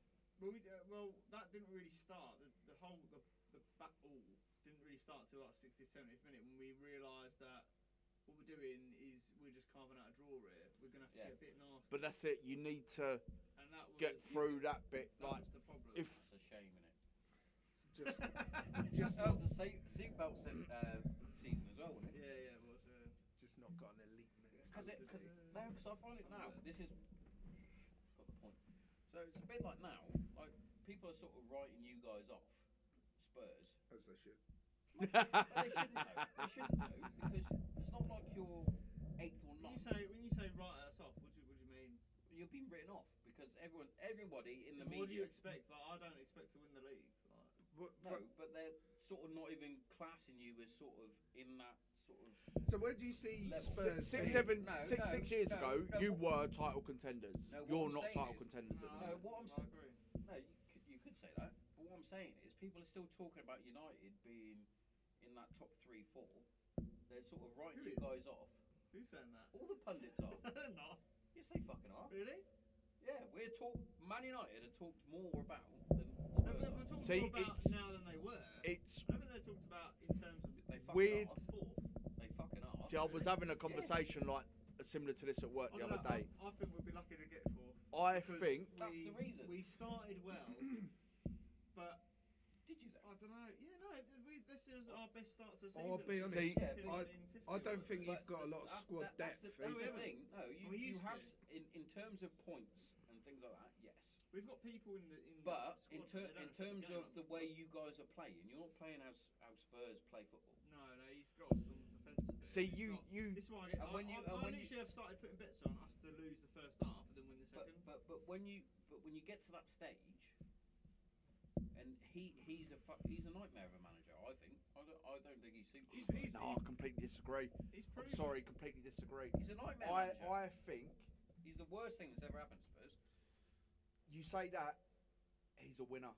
[SPEAKER 2] Well, we, uh, well, that didn't really start. The, the whole the, the battle didn't really start till like 60th, 70th minute when we realised that what we're doing is we're just carving out a draw here. We're gonna have to
[SPEAKER 1] Yeah.
[SPEAKER 2] get a bit nasty.
[SPEAKER 3] But that's it. You need to
[SPEAKER 2] and that was,
[SPEAKER 3] get through that bit.
[SPEAKER 2] That
[SPEAKER 3] Like
[SPEAKER 2] was the problem.
[SPEAKER 3] if
[SPEAKER 1] That's a shame, innit?
[SPEAKER 4] just
[SPEAKER 1] Just
[SPEAKER 4] Just
[SPEAKER 1] that was the seat seatbelt se- uh, season as well, wasn't it?
[SPEAKER 2] yeah, yeah, it was. Uh,
[SPEAKER 4] just not got an elite mentality.
[SPEAKER 1] Because it, cause, no, 'cause I find it now. This is got the point. So it's a bit like now, like people are sort of writing you guys off, Spurs.
[SPEAKER 4] as they should.
[SPEAKER 1] But they shouldn't know. They shouldn't know because it's not like you're eighth or
[SPEAKER 2] when you
[SPEAKER 1] ninth.
[SPEAKER 2] say when you say write us off, what do you, what do you mean?
[SPEAKER 1] You're being written off because everyone, everybody in the
[SPEAKER 2] what do you
[SPEAKER 1] media.
[SPEAKER 2] expect? Like I don't expect to win the league. Like,
[SPEAKER 4] What,
[SPEAKER 1] no,
[SPEAKER 4] what-
[SPEAKER 1] but they're sort of not even classing you as sort of in that sort of.
[SPEAKER 4] so where do you see
[SPEAKER 1] Level.
[SPEAKER 4] Spurs? being?
[SPEAKER 3] six, seven,
[SPEAKER 1] No,
[SPEAKER 3] six,
[SPEAKER 1] no,
[SPEAKER 3] six years
[SPEAKER 1] no,
[SPEAKER 3] ago,
[SPEAKER 1] no,
[SPEAKER 3] you were
[SPEAKER 1] what-
[SPEAKER 3] title contenders.
[SPEAKER 1] No, what
[SPEAKER 3] You're
[SPEAKER 1] I'm
[SPEAKER 3] not
[SPEAKER 1] saying
[SPEAKER 3] title
[SPEAKER 1] is-
[SPEAKER 3] contenders at the
[SPEAKER 1] No,
[SPEAKER 3] moment.
[SPEAKER 1] what I'm
[SPEAKER 2] I agree.
[SPEAKER 1] No, you could, you could say that. But what I'm saying is, people are still talking about United being in that top three, four. They're sort of writing
[SPEAKER 2] Who
[SPEAKER 1] you
[SPEAKER 2] is?
[SPEAKER 1] guys off.
[SPEAKER 2] Who's saying that?
[SPEAKER 1] All the pundits are.
[SPEAKER 2] no,
[SPEAKER 1] Yes, they fucking are.
[SPEAKER 2] really?
[SPEAKER 1] Yeah, we're talk. Man United are talked more about than Spurs.
[SPEAKER 2] Haven't they
[SPEAKER 1] are.
[SPEAKER 2] we're talking
[SPEAKER 3] See,
[SPEAKER 2] more about
[SPEAKER 3] it's-
[SPEAKER 2] now than they were?
[SPEAKER 3] It's
[SPEAKER 2] Haven't they talked about in terms of
[SPEAKER 1] They fucking
[SPEAKER 3] Weird.
[SPEAKER 1] are.
[SPEAKER 2] fourth?
[SPEAKER 1] They fucking are.
[SPEAKER 3] see, I was having a conversation like similar to this at work the
[SPEAKER 2] I
[SPEAKER 3] other
[SPEAKER 2] dunno,
[SPEAKER 3] day.
[SPEAKER 2] I, I think we'll be lucky to get fourth.
[SPEAKER 3] I
[SPEAKER 2] because
[SPEAKER 3] think
[SPEAKER 1] That's
[SPEAKER 2] we,
[SPEAKER 1] the reason.
[SPEAKER 2] We started well, but
[SPEAKER 1] Did you though?
[SPEAKER 2] I don't know. Yeah, no, th- we, this is our best start to the season.
[SPEAKER 4] I'll be honest.
[SPEAKER 3] See-
[SPEAKER 1] Yeah,
[SPEAKER 2] In-
[SPEAKER 1] but-
[SPEAKER 2] in
[SPEAKER 4] I
[SPEAKER 2] 50 or
[SPEAKER 4] don't think
[SPEAKER 2] whatever.
[SPEAKER 4] you've got a lot of
[SPEAKER 1] That's-
[SPEAKER 4] squad
[SPEAKER 1] that-
[SPEAKER 4] depth.
[SPEAKER 1] That's the,
[SPEAKER 4] is
[SPEAKER 1] that's the
[SPEAKER 4] there?
[SPEAKER 1] thing. No, you,
[SPEAKER 2] We
[SPEAKER 1] you
[SPEAKER 2] used
[SPEAKER 1] have
[SPEAKER 2] to.
[SPEAKER 1] s- in, in terms of points and things like that. Yes,
[SPEAKER 2] We've got people in the in
[SPEAKER 1] but
[SPEAKER 2] the
[SPEAKER 1] in, ter- in
[SPEAKER 2] squad, they don't know what
[SPEAKER 1] terms
[SPEAKER 2] they're
[SPEAKER 1] of
[SPEAKER 2] going
[SPEAKER 1] the
[SPEAKER 2] on.
[SPEAKER 1] way you guys are playing, you're not playing how, s- how Spurs play football.
[SPEAKER 2] No, no, he's got some defensive.
[SPEAKER 3] see you you
[SPEAKER 2] This is why I get.
[SPEAKER 1] And
[SPEAKER 2] I,
[SPEAKER 1] when you-
[SPEAKER 2] I,
[SPEAKER 1] and
[SPEAKER 2] I
[SPEAKER 1] when you-
[SPEAKER 2] literally have started putting bets on us to lose the first half and then win the
[SPEAKER 1] But,
[SPEAKER 2] second.
[SPEAKER 1] but but when you but when you get to that stage, and he he's a fu- he's a nightmare of a manager. I think I don't, I don't think he suits. you.
[SPEAKER 2] He's- he's-
[SPEAKER 3] no, I completely disagree.
[SPEAKER 2] he's
[SPEAKER 3] I'm
[SPEAKER 2] proven.
[SPEAKER 3] sorry, completely disagree.
[SPEAKER 1] He's a nightmare
[SPEAKER 3] I
[SPEAKER 1] manager.
[SPEAKER 3] I think
[SPEAKER 1] He's the worst thing that's ever happened to Spurs.
[SPEAKER 3] you say that he's a winner.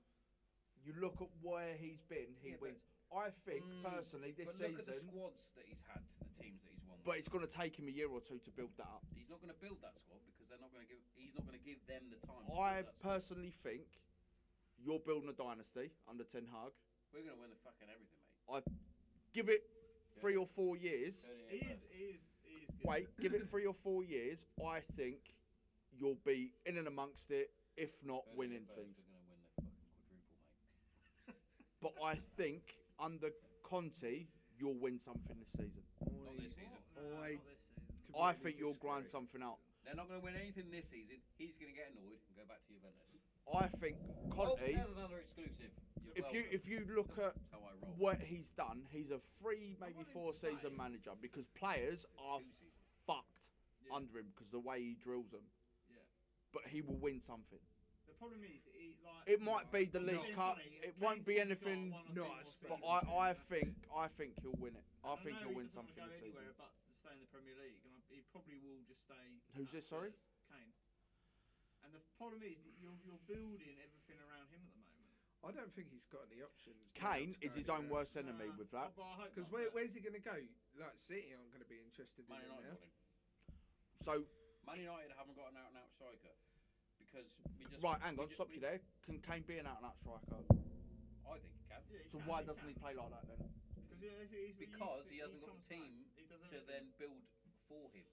[SPEAKER 3] You look at where he's been, he
[SPEAKER 1] Yeah, but-
[SPEAKER 3] wins. I think
[SPEAKER 1] Mm,
[SPEAKER 3] personally this
[SPEAKER 1] but look at the
[SPEAKER 3] season
[SPEAKER 1] squads that he's had to the teams that he's won
[SPEAKER 3] But it's going to take him a year or two to build that up.
[SPEAKER 1] He's not going to build that squad because they're not going to give. He's not going to give them the time. to
[SPEAKER 3] I
[SPEAKER 1] build that squad.
[SPEAKER 3] personally think you're building a dynasty under Ten Hag.
[SPEAKER 1] We're going to win the fucking everything, mate.
[SPEAKER 3] Give it three or four years.
[SPEAKER 2] He is, he is, he is good.
[SPEAKER 3] Wait, give it three or four years. I think you'll be in and amongst it, if not winning things.
[SPEAKER 1] We're going to win the fucking quadruple, mate.
[SPEAKER 3] But I think under Conte, you'll win something this season.
[SPEAKER 1] Not
[SPEAKER 4] I
[SPEAKER 1] this season.
[SPEAKER 2] Not- nah,
[SPEAKER 4] I-
[SPEAKER 2] not this season.
[SPEAKER 3] I
[SPEAKER 4] completely
[SPEAKER 3] think you'll grind
[SPEAKER 4] disagree.
[SPEAKER 3] something out.
[SPEAKER 1] They're not going to win anything this season. He's going to get annoyed and go back to Juventus.
[SPEAKER 3] I think Conte.
[SPEAKER 1] Oh, there's another exclusive. You're
[SPEAKER 3] if you
[SPEAKER 1] welcome.
[SPEAKER 3] if you look at
[SPEAKER 1] That's how I roll.
[SPEAKER 3] what he's done, he's a three maybe
[SPEAKER 2] want him
[SPEAKER 3] four
[SPEAKER 2] to stay.
[SPEAKER 3] season manager because players are
[SPEAKER 1] Two seasons.
[SPEAKER 3] fucked
[SPEAKER 2] Yeah.
[SPEAKER 3] under him because the way he drills them.
[SPEAKER 2] Yeah.
[SPEAKER 3] But he will win something.
[SPEAKER 2] The problem is, he, like,
[SPEAKER 3] It might be the
[SPEAKER 2] I'm
[SPEAKER 3] League
[SPEAKER 2] being
[SPEAKER 3] Cup.
[SPEAKER 2] funny,
[SPEAKER 3] It won't
[SPEAKER 2] Kane's
[SPEAKER 3] be
[SPEAKER 2] probably got
[SPEAKER 3] anything
[SPEAKER 2] one or two more
[SPEAKER 3] nice, but
[SPEAKER 2] seasons in him,
[SPEAKER 3] I, I
[SPEAKER 2] that's
[SPEAKER 3] think
[SPEAKER 2] it.
[SPEAKER 3] I think he'll win it. I
[SPEAKER 2] And
[SPEAKER 3] think
[SPEAKER 2] know
[SPEAKER 3] he'll
[SPEAKER 2] he
[SPEAKER 3] win
[SPEAKER 2] doesn't wanna
[SPEAKER 3] something
[SPEAKER 2] go
[SPEAKER 3] this season.
[SPEAKER 2] anywhere but to stay in the Premier League, and I, he probably will just stay.
[SPEAKER 3] Who's
[SPEAKER 2] at
[SPEAKER 3] this, sorry?
[SPEAKER 2] Spurs, Kane. And the problem is, that you're, you're building everything around him at the moment.
[SPEAKER 4] I don't think he's got any options. now
[SPEAKER 3] Kane
[SPEAKER 4] to go
[SPEAKER 3] is his own
[SPEAKER 4] anywhere.
[SPEAKER 3] worst enemy
[SPEAKER 2] Nah,
[SPEAKER 3] with that.
[SPEAKER 2] oh, but I hope
[SPEAKER 4] Because
[SPEAKER 2] not,
[SPEAKER 4] where,
[SPEAKER 2] but
[SPEAKER 4] where's he going to go? Like City aren't going to be interested in
[SPEAKER 1] Man
[SPEAKER 4] him
[SPEAKER 1] United
[SPEAKER 4] now.
[SPEAKER 1] want him.
[SPEAKER 3] So
[SPEAKER 1] Man United haven't got an out and out striker because we just
[SPEAKER 3] right, hang
[SPEAKER 1] we
[SPEAKER 3] on,
[SPEAKER 1] ju-
[SPEAKER 3] stop
[SPEAKER 1] we-
[SPEAKER 3] you there. Can Kane be an out and out striker?
[SPEAKER 1] I think he can.
[SPEAKER 2] yeah, he
[SPEAKER 3] So
[SPEAKER 2] can,
[SPEAKER 3] why
[SPEAKER 2] he
[SPEAKER 3] doesn't he
[SPEAKER 2] can.
[SPEAKER 3] play like that then?
[SPEAKER 2] Because he, he's- he's used
[SPEAKER 1] Because
[SPEAKER 2] to-
[SPEAKER 1] he hasn't got the
[SPEAKER 2] comes back,
[SPEAKER 1] team
[SPEAKER 2] he does
[SPEAKER 1] To
[SPEAKER 2] everything.
[SPEAKER 1] then build for him.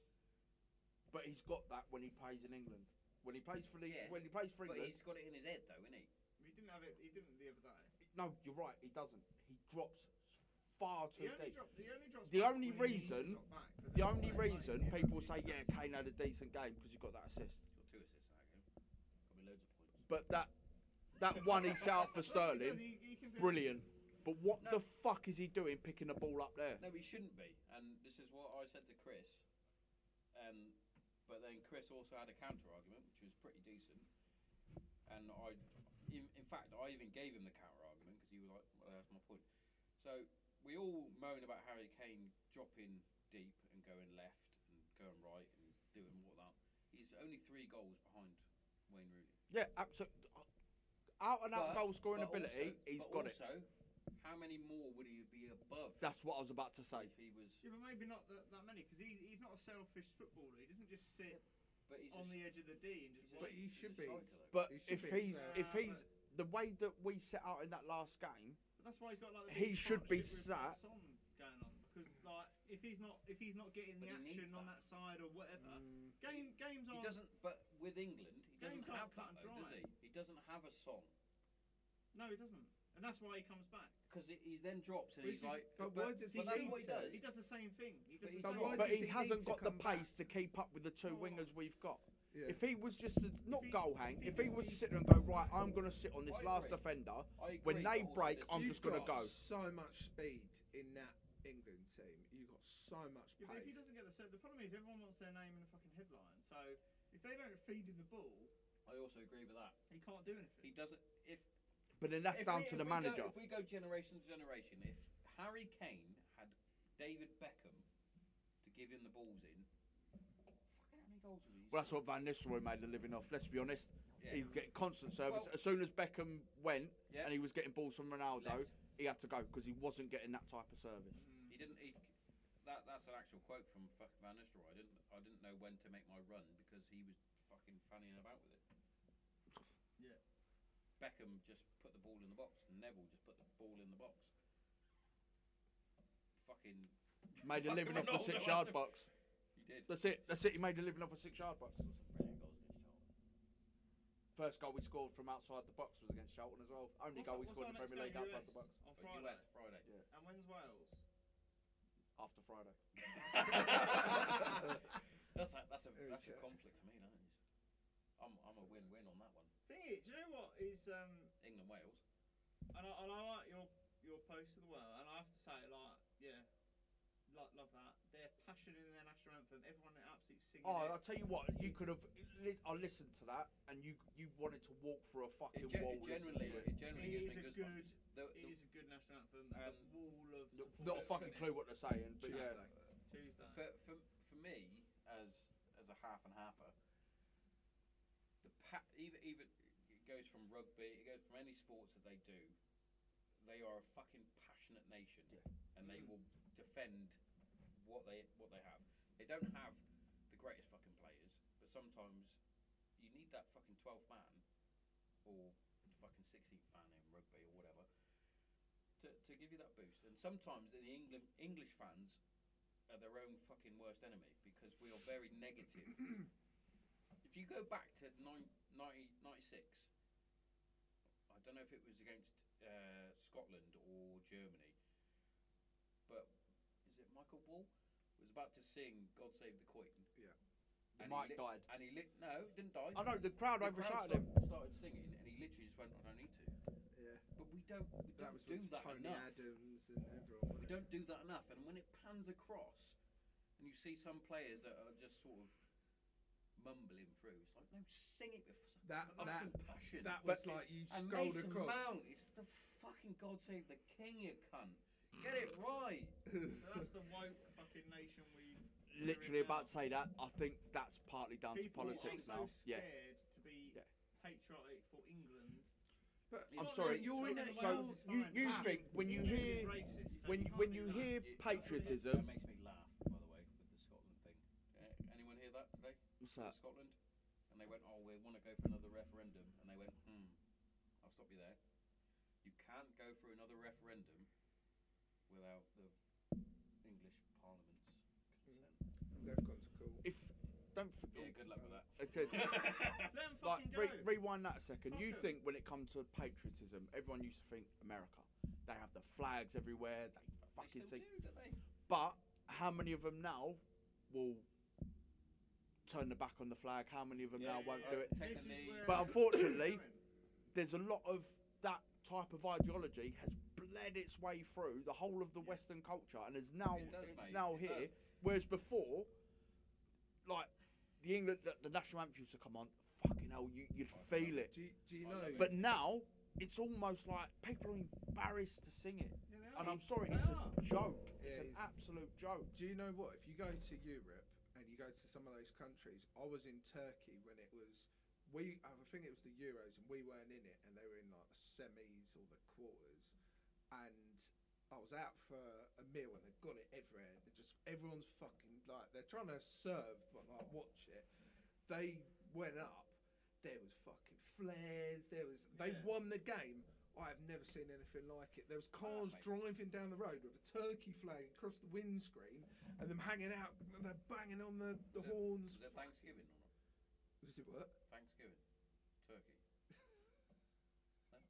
[SPEAKER 3] But he's got that when he plays in England. When he plays for the,
[SPEAKER 1] Yeah,
[SPEAKER 3] when he plays for
[SPEAKER 1] But
[SPEAKER 3] England,
[SPEAKER 1] he's got it in his head though, isn't he?
[SPEAKER 2] He didn't have it. He didn't the other day.
[SPEAKER 3] no, you're right, he doesn't. He drops far
[SPEAKER 2] He
[SPEAKER 3] too
[SPEAKER 2] only
[SPEAKER 3] deep.
[SPEAKER 2] dropped, he only dropped
[SPEAKER 3] The
[SPEAKER 2] back
[SPEAKER 3] only
[SPEAKER 2] when he needs to
[SPEAKER 3] reason-
[SPEAKER 2] drop back, but
[SPEAKER 3] The
[SPEAKER 2] that's
[SPEAKER 3] only
[SPEAKER 2] saying, like,
[SPEAKER 3] reason
[SPEAKER 2] yeah,
[SPEAKER 3] people
[SPEAKER 2] he
[SPEAKER 3] say,
[SPEAKER 2] does.
[SPEAKER 3] yeah, Kane had a decent game because he got that assist.
[SPEAKER 1] He's got two assists in that game. Got me loads of points.
[SPEAKER 3] But that that one he set up for
[SPEAKER 2] That's what he
[SPEAKER 3] Sterling,
[SPEAKER 2] does, he- he can do-
[SPEAKER 3] brilliant. But what
[SPEAKER 1] No.
[SPEAKER 3] the fuck is he doing picking the ball up there?
[SPEAKER 1] No, he shouldn't be. And this is what I said to Chris. Um, but then Chris also had a counter argument, which was pretty decent. And I, in, in fact, I even gave him the counter argument because he was like, "Well, that's my point." So we all moan about Harry Kane dropping deep and going left and going right and doing what that. He's only three goals behind Wayne Rooney.
[SPEAKER 3] Yeah, absolutely. Out and out
[SPEAKER 1] But-
[SPEAKER 3] goal scoring
[SPEAKER 1] But
[SPEAKER 3] ability,
[SPEAKER 1] also-
[SPEAKER 3] he's
[SPEAKER 1] but
[SPEAKER 3] got it.
[SPEAKER 1] also, How many more would he be above?
[SPEAKER 3] That's what I was about to say.
[SPEAKER 1] if he was,
[SPEAKER 2] Yeah, but maybe not that, that many because he's, he's not a selfish footballer. He doesn't just sit
[SPEAKER 1] but he's a
[SPEAKER 2] on
[SPEAKER 1] s-
[SPEAKER 2] the edge of the D and just.
[SPEAKER 1] he's a
[SPEAKER 2] watch
[SPEAKER 4] But
[SPEAKER 1] s-
[SPEAKER 4] he
[SPEAKER 1] he's a
[SPEAKER 4] should be.
[SPEAKER 1] striker, though.
[SPEAKER 3] But
[SPEAKER 4] He should
[SPEAKER 3] if
[SPEAKER 4] be
[SPEAKER 3] he's
[SPEAKER 4] set.
[SPEAKER 3] if
[SPEAKER 2] Nah,
[SPEAKER 3] he's the way that we set out in that last game,
[SPEAKER 2] But that's why he's got like. The
[SPEAKER 3] He
[SPEAKER 2] big
[SPEAKER 3] should be
[SPEAKER 2] partnership with, like,
[SPEAKER 3] sat-
[SPEAKER 2] Son going on because like if he's not if he's not getting the
[SPEAKER 1] But he needs
[SPEAKER 2] action on
[SPEAKER 1] that.
[SPEAKER 2] that side or whatever,
[SPEAKER 4] Mm,
[SPEAKER 2] game games
[SPEAKER 1] He
[SPEAKER 2] aren't.
[SPEAKER 1] doesn't. But with England, he doesn't
[SPEAKER 2] Games
[SPEAKER 1] have
[SPEAKER 2] aren't
[SPEAKER 1] that,
[SPEAKER 2] cut and
[SPEAKER 1] though, does
[SPEAKER 2] dry.
[SPEAKER 1] he? He doesn't have a song
[SPEAKER 2] No, he doesn't, and that's why he comes back.
[SPEAKER 1] because he then drops and
[SPEAKER 2] Which
[SPEAKER 1] he's
[SPEAKER 2] is-
[SPEAKER 1] like.
[SPEAKER 4] but why does he
[SPEAKER 1] But that's
[SPEAKER 4] need
[SPEAKER 1] what he
[SPEAKER 4] to?
[SPEAKER 1] does.
[SPEAKER 2] He does the same thing. He
[SPEAKER 1] But
[SPEAKER 2] does the
[SPEAKER 1] he's
[SPEAKER 2] same
[SPEAKER 1] not- Why
[SPEAKER 2] thing.
[SPEAKER 3] but
[SPEAKER 4] does
[SPEAKER 3] he
[SPEAKER 4] he
[SPEAKER 3] hasn't
[SPEAKER 4] need
[SPEAKER 3] got
[SPEAKER 4] to
[SPEAKER 3] the
[SPEAKER 4] come back?
[SPEAKER 3] pace to keep up with the two
[SPEAKER 2] Well,
[SPEAKER 3] wingers we've got.
[SPEAKER 4] yeah.
[SPEAKER 3] If he was just to, not
[SPEAKER 2] he-
[SPEAKER 3] goal hang,
[SPEAKER 2] if he
[SPEAKER 3] if he
[SPEAKER 2] can
[SPEAKER 3] was
[SPEAKER 2] be-
[SPEAKER 3] to sit there and go right, I'm gonna sit on this
[SPEAKER 1] I
[SPEAKER 3] last
[SPEAKER 1] agree.
[SPEAKER 3] defender.
[SPEAKER 1] I agree,
[SPEAKER 3] When they
[SPEAKER 1] but also
[SPEAKER 3] break,
[SPEAKER 1] there's-
[SPEAKER 3] I'm
[SPEAKER 4] You've
[SPEAKER 3] just gonna
[SPEAKER 4] got
[SPEAKER 3] go.
[SPEAKER 4] So much speed in that England team. You got so much
[SPEAKER 2] Yeah, but if he
[SPEAKER 4] pace.
[SPEAKER 2] doesn't get the set, the problem is everyone wants their name in the fucking headline. So if they don't feed him the ball,
[SPEAKER 1] I also agree with that.
[SPEAKER 2] he can't do anything.
[SPEAKER 1] He doesn't. If
[SPEAKER 3] But then that's
[SPEAKER 1] if
[SPEAKER 3] down
[SPEAKER 1] we-
[SPEAKER 3] to
[SPEAKER 1] if
[SPEAKER 3] the
[SPEAKER 1] we go-
[SPEAKER 3] manager.
[SPEAKER 1] if we go generation to generation, if Harry Kane had David Beckham to give him the balls in, fucking how many goals would he?
[SPEAKER 3] Well, that's what Van Nistelrooy made a living off. Let's be honest.
[SPEAKER 1] Yeah.
[SPEAKER 3] He would get constant service.
[SPEAKER 1] Well-
[SPEAKER 3] as soon as Beckham went
[SPEAKER 1] Yeah.
[SPEAKER 3] and he was getting balls from Ronaldo,
[SPEAKER 1] Left.
[SPEAKER 3] he had to go because he wasn't getting that type of service.
[SPEAKER 1] He didn't. He, that that's an actual quote from fuck Van Nistelrooy. I didn't. I didn't know when to make my run because he was fucking fannying about with it.
[SPEAKER 2] Yeah.
[SPEAKER 1] Beckham just put the ball in the box. Neville just put the ball in the box. Fucking.
[SPEAKER 3] Made a
[SPEAKER 1] fucking
[SPEAKER 3] living off the
[SPEAKER 1] Ronaldo
[SPEAKER 3] six
[SPEAKER 1] had
[SPEAKER 3] yard
[SPEAKER 1] to-
[SPEAKER 3] box.
[SPEAKER 1] He did.
[SPEAKER 3] That's it. That's it. He made a living off a six yard box.
[SPEAKER 1] Scored some
[SPEAKER 3] First goal we
[SPEAKER 1] brilliant goals against Charlton.
[SPEAKER 3] scored from outside the box was against Charlton as well. Only goal we
[SPEAKER 2] What's-
[SPEAKER 3] scored in
[SPEAKER 2] what's
[SPEAKER 3] the Premier
[SPEAKER 2] our next
[SPEAKER 3] League
[SPEAKER 2] game,
[SPEAKER 3] outside the
[SPEAKER 2] US?
[SPEAKER 3] box
[SPEAKER 2] on
[SPEAKER 1] But
[SPEAKER 2] Friday.
[SPEAKER 1] US Friday.
[SPEAKER 2] And when's Wales?
[SPEAKER 3] after Friday.
[SPEAKER 1] that's a that's a
[SPEAKER 4] Who's
[SPEAKER 1] that's a
[SPEAKER 4] it?
[SPEAKER 1] conflict for me. That is. I'm I'm a win-win on that one.
[SPEAKER 2] Thing is, do you know what is? Um,
[SPEAKER 1] England Wales.
[SPEAKER 2] and I, and I like your your post as well. And I have to say, like, yeah, like, love that. They're passionate in their national anthem. Everyone absolutely singing.
[SPEAKER 3] Oh,
[SPEAKER 2] it.
[SPEAKER 3] I'll tell you what, you could have. li- I listened to that, and you you wanted to walk through a
[SPEAKER 1] It,
[SPEAKER 3] fucking
[SPEAKER 1] gen-
[SPEAKER 3] wall.
[SPEAKER 1] it
[SPEAKER 3] listening
[SPEAKER 1] generally
[SPEAKER 3] to it.
[SPEAKER 1] it generally
[SPEAKER 2] It
[SPEAKER 1] gives
[SPEAKER 2] is
[SPEAKER 1] me
[SPEAKER 2] a
[SPEAKER 1] goosebumps.
[SPEAKER 2] good-
[SPEAKER 1] The,
[SPEAKER 2] it
[SPEAKER 1] the
[SPEAKER 2] is a good national anthem.
[SPEAKER 1] Um,
[SPEAKER 2] the wall of
[SPEAKER 3] Not- Not
[SPEAKER 2] support
[SPEAKER 3] a
[SPEAKER 2] isn't
[SPEAKER 3] fucking
[SPEAKER 2] it?
[SPEAKER 3] clue what they're saying, but yeah.
[SPEAKER 4] Tuesday.
[SPEAKER 2] Tuesday.
[SPEAKER 1] for, for, for me as as a half and halfer, the pa- even even it goes from rugby, it goes from any sports that they do. They are a fucking passionate nation, and they will defend what they what they have. They don't have the greatest fucking players, but sometimes you need that fucking twelfth man or fucking sixteenth man in rugby or whatever to, to give you that boost. And sometimes the England English fans are their own fucking worst enemy because we are very negative. if you go back to nine, 90, 96, I don't know if it was against uh, Scotland or Germany, but is it Michael Ball? Was about to sing "God Save the Queen."
[SPEAKER 4] Yeah.
[SPEAKER 3] The
[SPEAKER 1] And he
[SPEAKER 3] mic
[SPEAKER 1] lit-
[SPEAKER 3] died.
[SPEAKER 1] And he lit. No, he didn't die.
[SPEAKER 3] I know the crowd
[SPEAKER 1] The
[SPEAKER 3] overshouted
[SPEAKER 1] crowd
[SPEAKER 3] him.
[SPEAKER 1] sta- Started singing, and he literally just went, "I don't need to."
[SPEAKER 4] Yeah.
[SPEAKER 1] But we don't. We
[SPEAKER 4] That
[SPEAKER 1] don't
[SPEAKER 4] was
[SPEAKER 1] do
[SPEAKER 4] with
[SPEAKER 1] that
[SPEAKER 4] Tony
[SPEAKER 1] enough.
[SPEAKER 4] Adams and everyone.
[SPEAKER 1] We
[SPEAKER 4] wasn't it?
[SPEAKER 1] don't do that enough. And when it pans across, and you see some players that are just sort of mumbling through, it's like, no, sing it with some
[SPEAKER 4] That that
[SPEAKER 1] fucking passion.
[SPEAKER 4] that
[SPEAKER 3] But
[SPEAKER 4] was like you
[SPEAKER 1] and
[SPEAKER 4] scold
[SPEAKER 1] Mason
[SPEAKER 4] a cock.
[SPEAKER 1] Mount, it's the fucking God Save the King, you cunt. Get it right.
[SPEAKER 2] But that's the woke fucking nation we. we're in
[SPEAKER 3] Literally about to
[SPEAKER 2] now.
[SPEAKER 3] say that. I think that's partly down
[SPEAKER 2] People
[SPEAKER 3] to politics
[SPEAKER 2] are so
[SPEAKER 3] now. Yeah.
[SPEAKER 2] scared to be
[SPEAKER 3] Yeah.
[SPEAKER 2] patriotic for England.
[SPEAKER 4] But
[SPEAKER 1] I'm
[SPEAKER 4] like
[SPEAKER 3] sorry,
[SPEAKER 4] You're in
[SPEAKER 2] so-
[SPEAKER 4] a
[SPEAKER 2] so
[SPEAKER 4] you're-
[SPEAKER 2] it's
[SPEAKER 3] You,
[SPEAKER 2] fine.
[SPEAKER 3] you
[SPEAKER 2] Ah.
[SPEAKER 3] think when you
[SPEAKER 2] England is
[SPEAKER 3] hear
[SPEAKER 2] racist, so
[SPEAKER 3] when
[SPEAKER 2] you can't
[SPEAKER 3] when
[SPEAKER 2] do
[SPEAKER 3] you
[SPEAKER 2] that.
[SPEAKER 3] hear
[SPEAKER 1] It- That
[SPEAKER 3] patriotism,
[SPEAKER 1] makes me laugh, by the way, with the Scotland thing. Uh, anyone hear that today?
[SPEAKER 3] what's that?
[SPEAKER 1] Scotland? And they went, oh, we want to go for another referendum. And they went, hmm, I'll stop you there. You can't go for another referendum without the English Parliament's consent.
[SPEAKER 2] Mm-hmm.
[SPEAKER 4] They've got to call.
[SPEAKER 3] If don't f-
[SPEAKER 1] Yeah, good luck with that.
[SPEAKER 3] I said,
[SPEAKER 2] Let 'em
[SPEAKER 3] like
[SPEAKER 2] fucking
[SPEAKER 3] re-
[SPEAKER 2] go.
[SPEAKER 3] rewind that a second.
[SPEAKER 2] Fuck
[SPEAKER 3] you
[SPEAKER 2] 'em.
[SPEAKER 3] think when it comes to patriotism, everyone used to think America. They have the flags everywhere. They fucking
[SPEAKER 1] they
[SPEAKER 3] see.
[SPEAKER 1] still do, don't they?
[SPEAKER 3] But how many of them now will turn the back on the flag? How many of them
[SPEAKER 1] Yeah,
[SPEAKER 3] now
[SPEAKER 1] yeah,
[SPEAKER 3] won't
[SPEAKER 1] yeah.
[SPEAKER 3] do it?
[SPEAKER 1] Take
[SPEAKER 2] This
[SPEAKER 1] the
[SPEAKER 2] is
[SPEAKER 1] knee.
[SPEAKER 2] where
[SPEAKER 3] But
[SPEAKER 2] we're
[SPEAKER 3] unfortunately-
[SPEAKER 2] going.
[SPEAKER 3] There's a lot of that type of ideology has bled its way through the whole of the
[SPEAKER 1] Yeah.
[SPEAKER 3] Western culture and is now
[SPEAKER 1] It does,
[SPEAKER 3] it's
[SPEAKER 1] mate,
[SPEAKER 3] now
[SPEAKER 1] it
[SPEAKER 3] here.
[SPEAKER 1] does.
[SPEAKER 3] Whereas before, like the England, the, the national anthem used to come on. Fucking hell, you, you'd
[SPEAKER 1] I
[SPEAKER 3] feel it.
[SPEAKER 1] love
[SPEAKER 4] Do you, do you
[SPEAKER 1] I
[SPEAKER 4] know?
[SPEAKER 1] love it.
[SPEAKER 3] But now it's almost like people are embarrassed to sing it.
[SPEAKER 2] Yeah, they
[SPEAKER 3] And
[SPEAKER 2] are.
[SPEAKER 3] I'm sorry,
[SPEAKER 2] They
[SPEAKER 3] it's
[SPEAKER 2] are.
[SPEAKER 3] a joke. It's
[SPEAKER 4] Yeah,
[SPEAKER 3] an
[SPEAKER 4] it's-
[SPEAKER 3] absolute joke.
[SPEAKER 4] Do you know what? If you go to Europe and you go to some of those countries, I was in Turkey when it was we. I think it was the Euros, and we weren't in it, and they were in like the semis or the quarters, and. I was out for a meal and they've got it everywhere. And just everyone's fucking like they're trying to serve, but like watch it. They went up. There was fucking flares. There was they
[SPEAKER 2] Yeah.
[SPEAKER 4] won the game. I have never seen anything like it. There was cars
[SPEAKER 1] mate.
[SPEAKER 4] driving down the road with a turkey flag across the windscreen and them hanging out, and they're banging on the, the
[SPEAKER 1] Was it-
[SPEAKER 4] horns.
[SPEAKER 1] Is it Thanksgiving or not?
[SPEAKER 4] Was it what?
[SPEAKER 1] Thanksgiving. Turkey. No?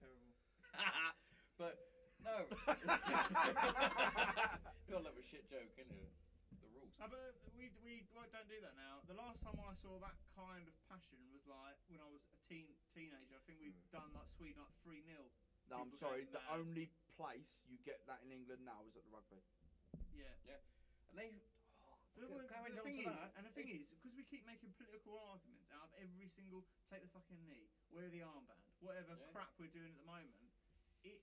[SPEAKER 2] Terrible.
[SPEAKER 1] but no. Feel like a shit joke, isn't it? It's The rules.
[SPEAKER 2] No, but we, we well, don't do that now. The last time I saw that kind of passion was like when I was a teen teenager. I think we've
[SPEAKER 1] Mm.
[SPEAKER 2] done like Sweden like three 0
[SPEAKER 3] No, I'm
[SPEAKER 2] People
[SPEAKER 3] sorry.
[SPEAKER 2] going
[SPEAKER 3] The
[SPEAKER 2] mad.
[SPEAKER 3] only place you get that in England now is at the rugby.
[SPEAKER 2] Yeah.
[SPEAKER 1] And they.
[SPEAKER 2] The,
[SPEAKER 1] Go-
[SPEAKER 2] well,
[SPEAKER 1] going
[SPEAKER 2] the
[SPEAKER 1] on
[SPEAKER 2] thing
[SPEAKER 1] to
[SPEAKER 2] is,
[SPEAKER 1] that,
[SPEAKER 2] and the thing is, because we keep making political arguments out of every single take the fucking knee, wear the armband, whatever
[SPEAKER 1] Yeah.
[SPEAKER 2] crap we're doing at the moment, it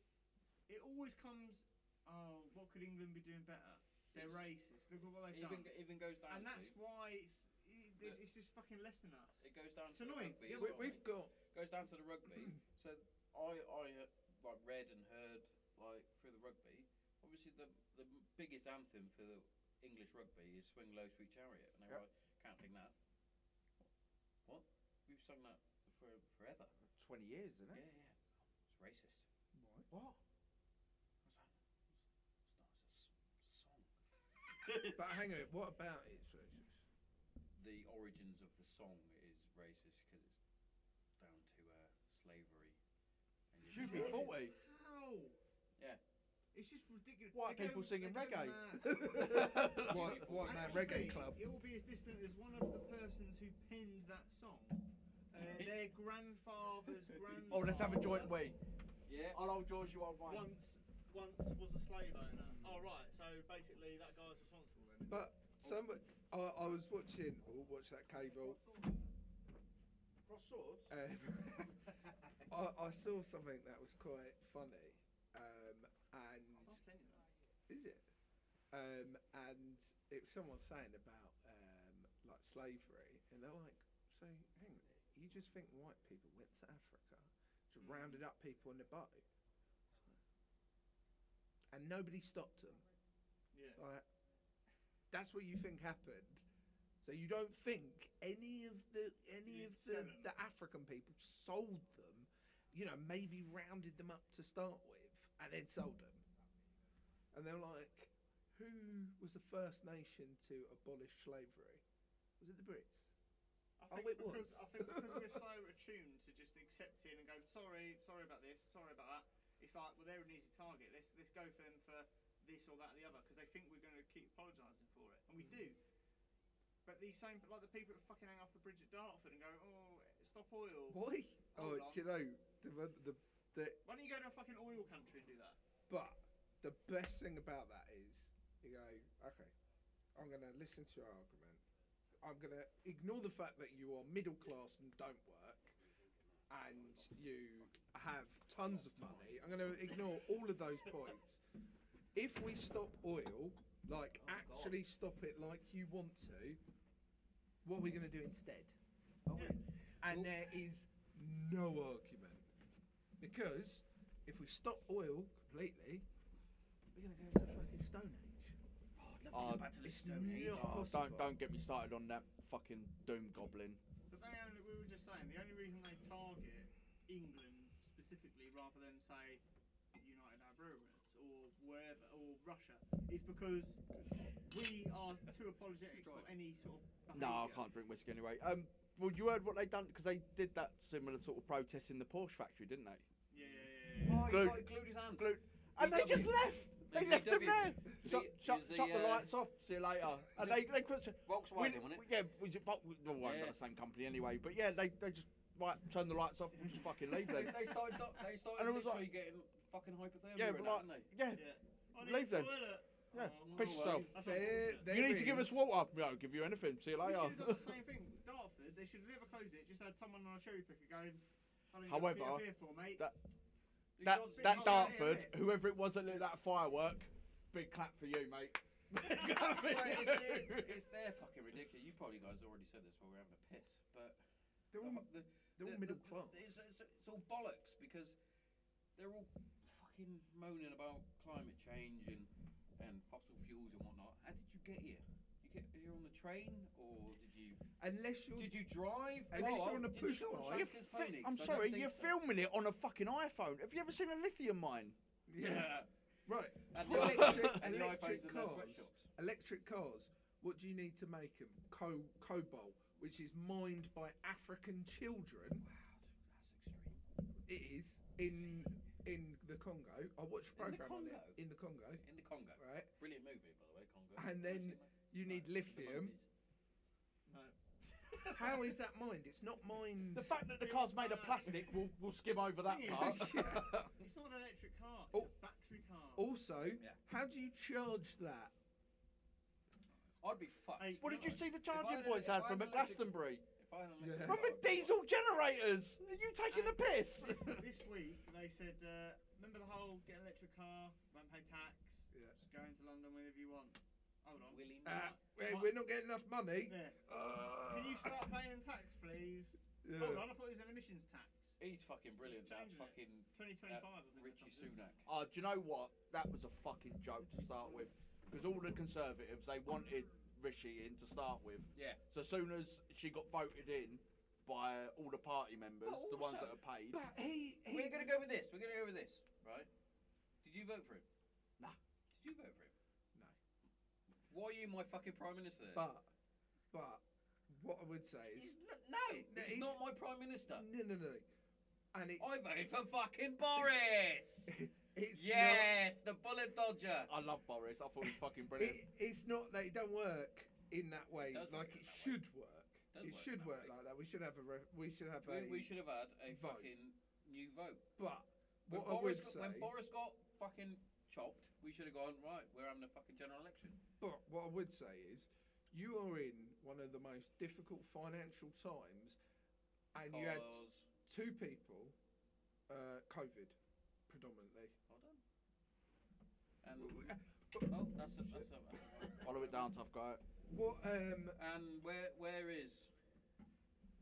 [SPEAKER 2] it always comes. Oh, what could England be doing better? They're
[SPEAKER 1] It's-
[SPEAKER 2] racist. Look at what they've
[SPEAKER 1] even,
[SPEAKER 2] done.
[SPEAKER 1] even goes down
[SPEAKER 2] And
[SPEAKER 1] to.
[SPEAKER 2] that's why it's it,
[SPEAKER 1] Look.
[SPEAKER 2] it's just fucking less than us.
[SPEAKER 1] It goes down
[SPEAKER 2] It's
[SPEAKER 1] to the
[SPEAKER 2] annoying.
[SPEAKER 1] rugby
[SPEAKER 2] Yeah,
[SPEAKER 1] as
[SPEAKER 4] We,
[SPEAKER 1] well,
[SPEAKER 4] we've
[SPEAKER 1] mate.
[SPEAKER 4] got
[SPEAKER 1] goes down to the rugby. so I I uh, like read and heard like through the rugby. Obviously, the the m- biggest anthem for the English rugby is "Swing Low, Sweet Chariot," and they're
[SPEAKER 3] Yep.
[SPEAKER 1] like, "Can't sing that." What? We've sung that for forever.
[SPEAKER 3] Twenty years, isn't
[SPEAKER 1] Yeah,
[SPEAKER 3] it?
[SPEAKER 1] yeah. It's racist.
[SPEAKER 3] What?
[SPEAKER 1] I was like, it's not it's a s- song.
[SPEAKER 4] But hang on, what about it? So it's just-
[SPEAKER 1] the origins of the song is racist because it's down to uh, slavery.
[SPEAKER 3] You
[SPEAKER 1] And you're
[SPEAKER 3] should be
[SPEAKER 1] describing-
[SPEAKER 3] forty.
[SPEAKER 2] How?
[SPEAKER 1] Yeah.
[SPEAKER 2] It's just ridiculous.
[SPEAKER 3] White
[SPEAKER 2] They
[SPEAKER 3] people
[SPEAKER 2] go-
[SPEAKER 3] singing
[SPEAKER 2] they go
[SPEAKER 3] reggae.
[SPEAKER 2] mad.
[SPEAKER 4] White, white
[SPEAKER 2] And
[SPEAKER 4] man
[SPEAKER 2] it will
[SPEAKER 4] reggae
[SPEAKER 2] be-
[SPEAKER 4] club.
[SPEAKER 2] It will be as distant as one of the persons who penned that song. Uh, their grandfather's grandfather.
[SPEAKER 3] Oh, let's have a joint wee.
[SPEAKER 1] Yeah.
[SPEAKER 3] I'll hold yours, you hold mine.
[SPEAKER 2] Once, once was a slave owner. Oh right, so basically that guy's responsible then.
[SPEAKER 4] But some, I, I was watching. Oh, watch that cable.
[SPEAKER 3] Cross swords.
[SPEAKER 4] Um, I, I saw something that was quite funny, um, and
[SPEAKER 2] I'll send you that.
[SPEAKER 4] Is it? Um, and it was someone saying about um, like slavery, and they're like, "So hang on, a minute, you just think white people went to Africa, just rounded up people in a boat? and nobody stopped them.
[SPEAKER 2] Yeah.
[SPEAKER 4] Like, that's what you think happened. So you don't think any of the any of
[SPEAKER 2] You
[SPEAKER 4] the,
[SPEAKER 2] sell 'em.
[SPEAKER 4] the African people sold them, you know, maybe rounded them up to start with and then sold them. And they're like, who was the first nation to abolish slavery? Was it the Brits?
[SPEAKER 2] I
[SPEAKER 4] Oh,
[SPEAKER 2] think
[SPEAKER 4] it
[SPEAKER 2] because,
[SPEAKER 4] was.
[SPEAKER 2] I think because we're so attuned to just accepting and going, sorry, sorry about this, sorry about that. It's like, well, they're an easy target. Let's let's go for them for this or that or the other because they think we're going to keep apologising for it, and we
[SPEAKER 4] Mm.
[SPEAKER 2] do. But these same, like the people that fucking hang off the bridge at Dartford and go, oh, stop oil.
[SPEAKER 4] Why? Oh, do
[SPEAKER 2] Hold
[SPEAKER 4] you know the, one- the the
[SPEAKER 2] Why don't you go to a fucking oil country and do that?
[SPEAKER 4] but the best thing about that is you go okay, I'm gonna listen to your argument. I'm gonna ignore the fact that you are middle class and don't work, and you have tons of money. I'm gonna ignore all of those points. If we stop oil, like
[SPEAKER 1] Oh, God.
[SPEAKER 4] actually stop it like you want to, what are we gonna do instead?
[SPEAKER 1] Oh,
[SPEAKER 2] Yeah.
[SPEAKER 4] and there is no argument because if we stop oil completely, we're going to go into the fucking Stone Age.
[SPEAKER 1] I'd love to
[SPEAKER 3] Uh,
[SPEAKER 1] go back to the
[SPEAKER 4] it's
[SPEAKER 1] Stone Age.
[SPEAKER 4] not-
[SPEAKER 3] Oh,
[SPEAKER 4] possible.
[SPEAKER 3] don't don't get me started on that fucking doom goblin.
[SPEAKER 2] But they only, we were just saying, the only reason they target England specifically rather than, say, the United Arab Emirates or wherever, or Russia, is because we are too apologetic for any sort of
[SPEAKER 3] No, I
[SPEAKER 2] behaviour.
[SPEAKER 3] can't drink whiskey anyway. Um, well, you heard what they done because they did that similar sort of protest in the Porsche factory, didn't they?
[SPEAKER 2] Yeah, yeah, yeah, yeah.
[SPEAKER 1] Oh,
[SPEAKER 3] Glue.
[SPEAKER 1] he's got glued his hand.
[SPEAKER 3] Glue. And they just
[SPEAKER 1] VW.
[SPEAKER 3] left. They left them
[SPEAKER 1] VW.
[SPEAKER 3] there.
[SPEAKER 1] The-
[SPEAKER 3] Shut, shut,
[SPEAKER 1] is the,
[SPEAKER 3] shut the
[SPEAKER 1] uh,
[SPEAKER 3] lights off. See you later. And they they couldn't. say-
[SPEAKER 1] Volkswagen,
[SPEAKER 3] we-
[SPEAKER 1] wasn't it?
[SPEAKER 3] Yeah, was it? Vol- No, we're
[SPEAKER 1] Yeah.
[SPEAKER 3] the same company anyway. But yeah, they they just right turn the lights off and just fucking leave
[SPEAKER 1] they,
[SPEAKER 3] them.
[SPEAKER 1] they started. do- They started
[SPEAKER 3] And it was
[SPEAKER 1] literally
[SPEAKER 3] like-
[SPEAKER 1] getting fucking hypothermia.
[SPEAKER 3] Yeah,
[SPEAKER 1] Yeah,
[SPEAKER 3] but
[SPEAKER 1] and
[SPEAKER 3] like-
[SPEAKER 1] that, didn't
[SPEAKER 3] Yeah,
[SPEAKER 2] I need
[SPEAKER 3] Leave
[SPEAKER 2] the
[SPEAKER 3] them.
[SPEAKER 2] toilet.
[SPEAKER 3] yeah. Piss
[SPEAKER 1] Oh, well.
[SPEAKER 3] yourself.
[SPEAKER 2] That's
[SPEAKER 4] There,
[SPEAKER 2] unfortunate.
[SPEAKER 4] there
[SPEAKER 3] You need to give
[SPEAKER 4] is-
[SPEAKER 3] us water. No, I'll give you anything. See you
[SPEAKER 2] We
[SPEAKER 3] later.
[SPEAKER 2] should have done the same thing. Dartford, they should have never closed it. Just had someone on a cherry picker going, I don't
[SPEAKER 3] However,
[SPEAKER 2] know beer for, mate.
[SPEAKER 3] that-
[SPEAKER 1] they?
[SPEAKER 3] That,
[SPEAKER 1] These odds-
[SPEAKER 3] that
[SPEAKER 1] these odds-
[SPEAKER 3] Dartford, whoever it was that lit that firework, big clap for you, mate.
[SPEAKER 1] Well, it's, it's, it's their fucking ridiculous. You probably guys already said this while we were having a piss, but
[SPEAKER 4] They're all,
[SPEAKER 1] the ho- the,
[SPEAKER 4] they're all
[SPEAKER 1] Oh, the-
[SPEAKER 4] middle
[SPEAKER 1] the-
[SPEAKER 4] class.
[SPEAKER 1] It's, it's, it's all bollocks because they're all fucking moaning about climate change and, and fossil fuels and whatnot. How did you get here? You get here on the train or did you
[SPEAKER 4] Unless you're.
[SPEAKER 1] did you drive?
[SPEAKER 4] At least
[SPEAKER 1] Oh,
[SPEAKER 4] you're on a
[SPEAKER 1] did you
[SPEAKER 4] push
[SPEAKER 1] go on
[SPEAKER 4] bike.
[SPEAKER 3] You're
[SPEAKER 1] Tractor's
[SPEAKER 3] fi-
[SPEAKER 1] Phoenix? I
[SPEAKER 3] I'm
[SPEAKER 1] don't
[SPEAKER 3] sorry,
[SPEAKER 1] think
[SPEAKER 3] you're
[SPEAKER 1] so.
[SPEAKER 3] filming it on a fucking iPhone. Have you ever seen a lithium mine?
[SPEAKER 4] Yeah. Right.
[SPEAKER 1] and the,
[SPEAKER 4] Electric,
[SPEAKER 1] and the iPhones
[SPEAKER 4] electric
[SPEAKER 1] in their
[SPEAKER 4] cars.
[SPEAKER 1] sweatshops.
[SPEAKER 4] Electric cars. What do you need to make them? Co- cobalt, which is mined by African children. It is in in the Congo. I watched a
[SPEAKER 1] In the
[SPEAKER 4] program on
[SPEAKER 1] Congo?
[SPEAKER 4] it in the Congo.
[SPEAKER 1] In the Congo.
[SPEAKER 4] Right.
[SPEAKER 1] Brilliant movie, by the way, Congo.
[SPEAKER 4] And
[SPEAKER 1] Have you
[SPEAKER 4] then
[SPEAKER 1] seen that?
[SPEAKER 4] You
[SPEAKER 1] No,
[SPEAKER 4] need
[SPEAKER 1] the
[SPEAKER 4] lithium.
[SPEAKER 1] monkeys.
[SPEAKER 4] How is that mined? It's not mined.
[SPEAKER 3] The fact that the car's made of plastic, we'll, we'll skim over that
[SPEAKER 2] Yeah.
[SPEAKER 3] part.
[SPEAKER 2] It's not an electric car, it's
[SPEAKER 4] Oh.
[SPEAKER 2] a battery car.
[SPEAKER 4] also,
[SPEAKER 1] Yeah.
[SPEAKER 4] how do you charge that?
[SPEAKER 1] I'd be fucked.
[SPEAKER 2] Hey,
[SPEAKER 3] what did you see the
[SPEAKER 1] If I
[SPEAKER 3] charging
[SPEAKER 1] had a-
[SPEAKER 3] points
[SPEAKER 1] if
[SPEAKER 3] had
[SPEAKER 1] I
[SPEAKER 3] from
[SPEAKER 1] had
[SPEAKER 3] at
[SPEAKER 1] a electric-
[SPEAKER 3] Glastonbury?
[SPEAKER 1] If I had an
[SPEAKER 4] Yeah.
[SPEAKER 1] electric
[SPEAKER 3] From
[SPEAKER 1] car,
[SPEAKER 3] the
[SPEAKER 1] I'd be
[SPEAKER 3] diesel generators? Are you taking the piss?
[SPEAKER 2] this, this week they said, uh, remember the whole get an electric car, won't pay tax,
[SPEAKER 4] Yeah.
[SPEAKER 2] just go into London whenever you want. Hold on.
[SPEAKER 1] fucked. Willy
[SPEAKER 4] Uh,
[SPEAKER 1] nilly.
[SPEAKER 4] Hey,
[SPEAKER 2] What?
[SPEAKER 4] we're not getting enough money.
[SPEAKER 2] Yeah.
[SPEAKER 4] Uh,
[SPEAKER 2] Can you start paying tax, please?
[SPEAKER 4] yeah.
[SPEAKER 2] Hold on, I thought it was an emissions tax.
[SPEAKER 1] He's fucking brilliant. That
[SPEAKER 2] changing it.
[SPEAKER 1] fucking
[SPEAKER 2] 2025, I think. that
[SPEAKER 1] Richie
[SPEAKER 2] comes in.
[SPEAKER 1] Sunak.
[SPEAKER 3] Oh, do you know what? That was a fucking joke to start with. Because all the Conservatives, they wanted Rishi in to start with.
[SPEAKER 1] Yeah.
[SPEAKER 3] So as soon as she got voted in by all the party members,
[SPEAKER 1] But
[SPEAKER 3] the ones
[SPEAKER 1] also-
[SPEAKER 3] that are paid.
[SPEAKER 4] But he, he
[SPEAKER 1] We're gonna go with this. We're gonna go with this, right? Did you vote for him?
[SPEAKER 3] Nah.
[SPEAKER 1] Did you vote for him?
[SPEAKER 4] No.
[SPEAKER 1] Why are you my fucking prime minister? then?
[SPEAKER 4] But, but what I would say is
[SPEAKER 1] he's n- no,
[SPEAKER 4] No,
[SPEAKER 1] he's,
[SPEAKER 4] he's-
[SPEAKER 1] not my prime minister.
[SPEAKER 4] no, no, no, and it's
[SPEAKER 1] I voted for fucking Boris.
[SPEAKER 4] it's
[SPEAKER 1] yes, the bullet dodger.
[SPEAKER 3] I love Boris. I thought he was fucking
[SPEAKER 4] Not,
[SPEAKER 3] brilliant.
[SPEAKER 4] it, it's not that it don't work in that way.
[SPEAKER 1] It does
[SPEAKER 4] like
[SPEAKER 1] work
[SPEAKER 4] it
[SPEAKER 1] in that way.
[SPEAKER 4] should work.
[SPEAKER 1] Does
[SPEAKER 4] It
[SPEAKER 1] work in
[SPEAKER 4] should
[SPEAKER 1] that
[SPEAKER 4] work
[SPEAKER 1] way.
[SPEAKER 4] like that. We should have a. Re- we should have a.
[SPEAKER 1] We, we should have had a
[SPEAKER 4] vote.
[SPEAKER 1] fucking new vote.
[SPEAKER 4] But
[SPEAKER 1] When
[SPEAKER 4] what I
[SPEAKER 1] Boris,
[SPEAKER 4] would
[SPEAKER 1] got,
[SPEAKER 4] say.
[SPEAKER 1] when Boris got fucking chopped, we should have gone right. We're having a fucking general election.
[SPEAKER 4] But what I would say is, you are in one of the most difficult financial times, and you had
[SPEAKER 1] Cause-
[SPEAKER 4] two people, uh, COVID, predominantly.
[SPEAKER 1] Hold on. And oh, that's a, that's a, that's a
[SPEAKER 3] Follow it down, tough guy.
[SPEAKER 4] What? Um,
[SPEAKER 1] And where where is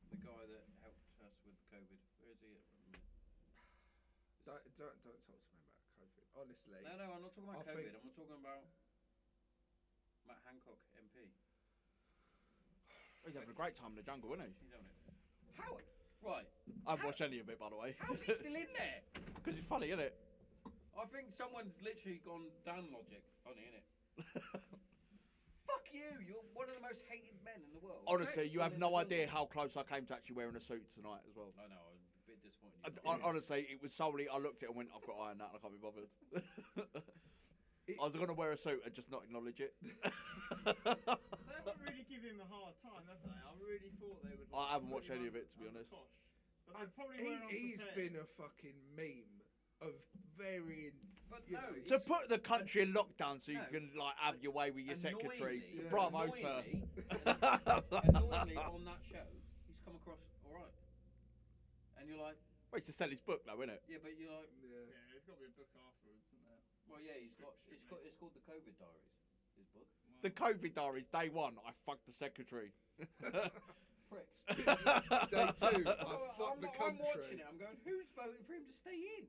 [SPEAKER 1] the guy that helped us with COVID? Where is he? At?
[SPEAKER 4] don't, don't don't talk to me about COVID. honestly.
[SPEAKER 1] No, no, I'm not talking about
[SPEAKER 4] I
[SPEAKER 1] COVID.
[SPEAKER 4] think-
[SPEAKER 1] I'm talking about Matt Hancock, MP.
[SPEAKER 3] He's having a great time in the jungle, isn't he?
[SPEAKER 1] He's on it. How? Right.
[SPEAKER 3] I haven't
[SPEAKER 1] How-
[SPEAKER 3] watched any of it, by the way.
[SPEAKER 1] How's he still in there?
[SPEAKER 3] Because it's funny, isn't it?
[SPEAKER 1] I think someone's literally gone down logic. Funny, isn't it? Fuck you. You're one of the most hated men in the world.
[SPEAKER 3] Honestly, you
[SPEAKER 1] Still
[SPEAKER 3] have
[SPEAKER 1] in the
[SPEAKER 3] no idea
[SPEAKER 1] jungle.
[SPEAKER 3] how close I came to actually wearing a suit tonight as well.
[SPEAKER 1] I know. I'm a bit disappointed.
[SPEAKER 3] I,
[SPEAKER 1] you
[SPEAKER 3] I-
[SPEAKER 1] not.
[SPEAKER 3] Uh, honestly, it was solely I looked at it and went, I've got iron out, I can't be bothered. I was going to wear a suit and just not acknowledge it.
[SPEAKER 2] They haven't really given him a hard time, have they? I really thought they would.
[SPEAKER 3] I haven't watched any of it, to be honest.
[SPEAKER 2] Kosh, but they probably
[SPEAKER 4] He,
[SPEAKER 2] weren't
[SPEAKER 4] he's
[SPEAKER 2] unprepared.
[SPEAKER 4] been a fucking meme of varying.
[SPEAKER 1] But
[SPEAKER 4] you
[SPEAKER 1] no,
[SPEAKER 4] know,
[SPEAKER 3] to
[SPEAKER 1] it's-
[SPEAKER 3] put the country in lockdown so you
[SPEAKER 1] No.
[SPEAKER 3] can like have your way with your secretary.
[SPEAKER 4] Yeah.
[SPEAKER 1] Annoyingly-
[SPEAKER 3] Bravo, sir.
[SPEAKER 1] annoyingly, annoyingly on that show, he's come across all right. And you're like,
[SPEAKER 3] Wait to sell his book though, innit?
[SPEAKER 1] yeah, but you're like,
[SPEAKER 3] uh,
[SPEAKER 4] Yeah.
[SPEAKER 2] Yeah, it's got to be a book afterwards, isn't there?
[SPEAKER 1] well, yeah, he's got,
[SPEAKER 2] Restriction,
[SPEAKER 1] it's got,
[SPEAKER 2] mate.
[SPEAKER 1] it's called the COVID Diaries, his book.
[SPEAKER 3] The
[SPEAKER 2] Well,
[SPEAKER 3] COVID diaries, day one, I fucked the secretary.
[SPEAKER 1] Pricks.
[SPEAKER 4] Day two, I
[SPEAKER 1] Well,
[SPEAKER 4] fucked
[SPEAKER 1] I'm,
[SPEAKER 4] the
[SPEAKER 1] I'm
[SPEAKER 4] country.
[SPEAKER 1] watching it. I'm going, who's voting for him to stay in?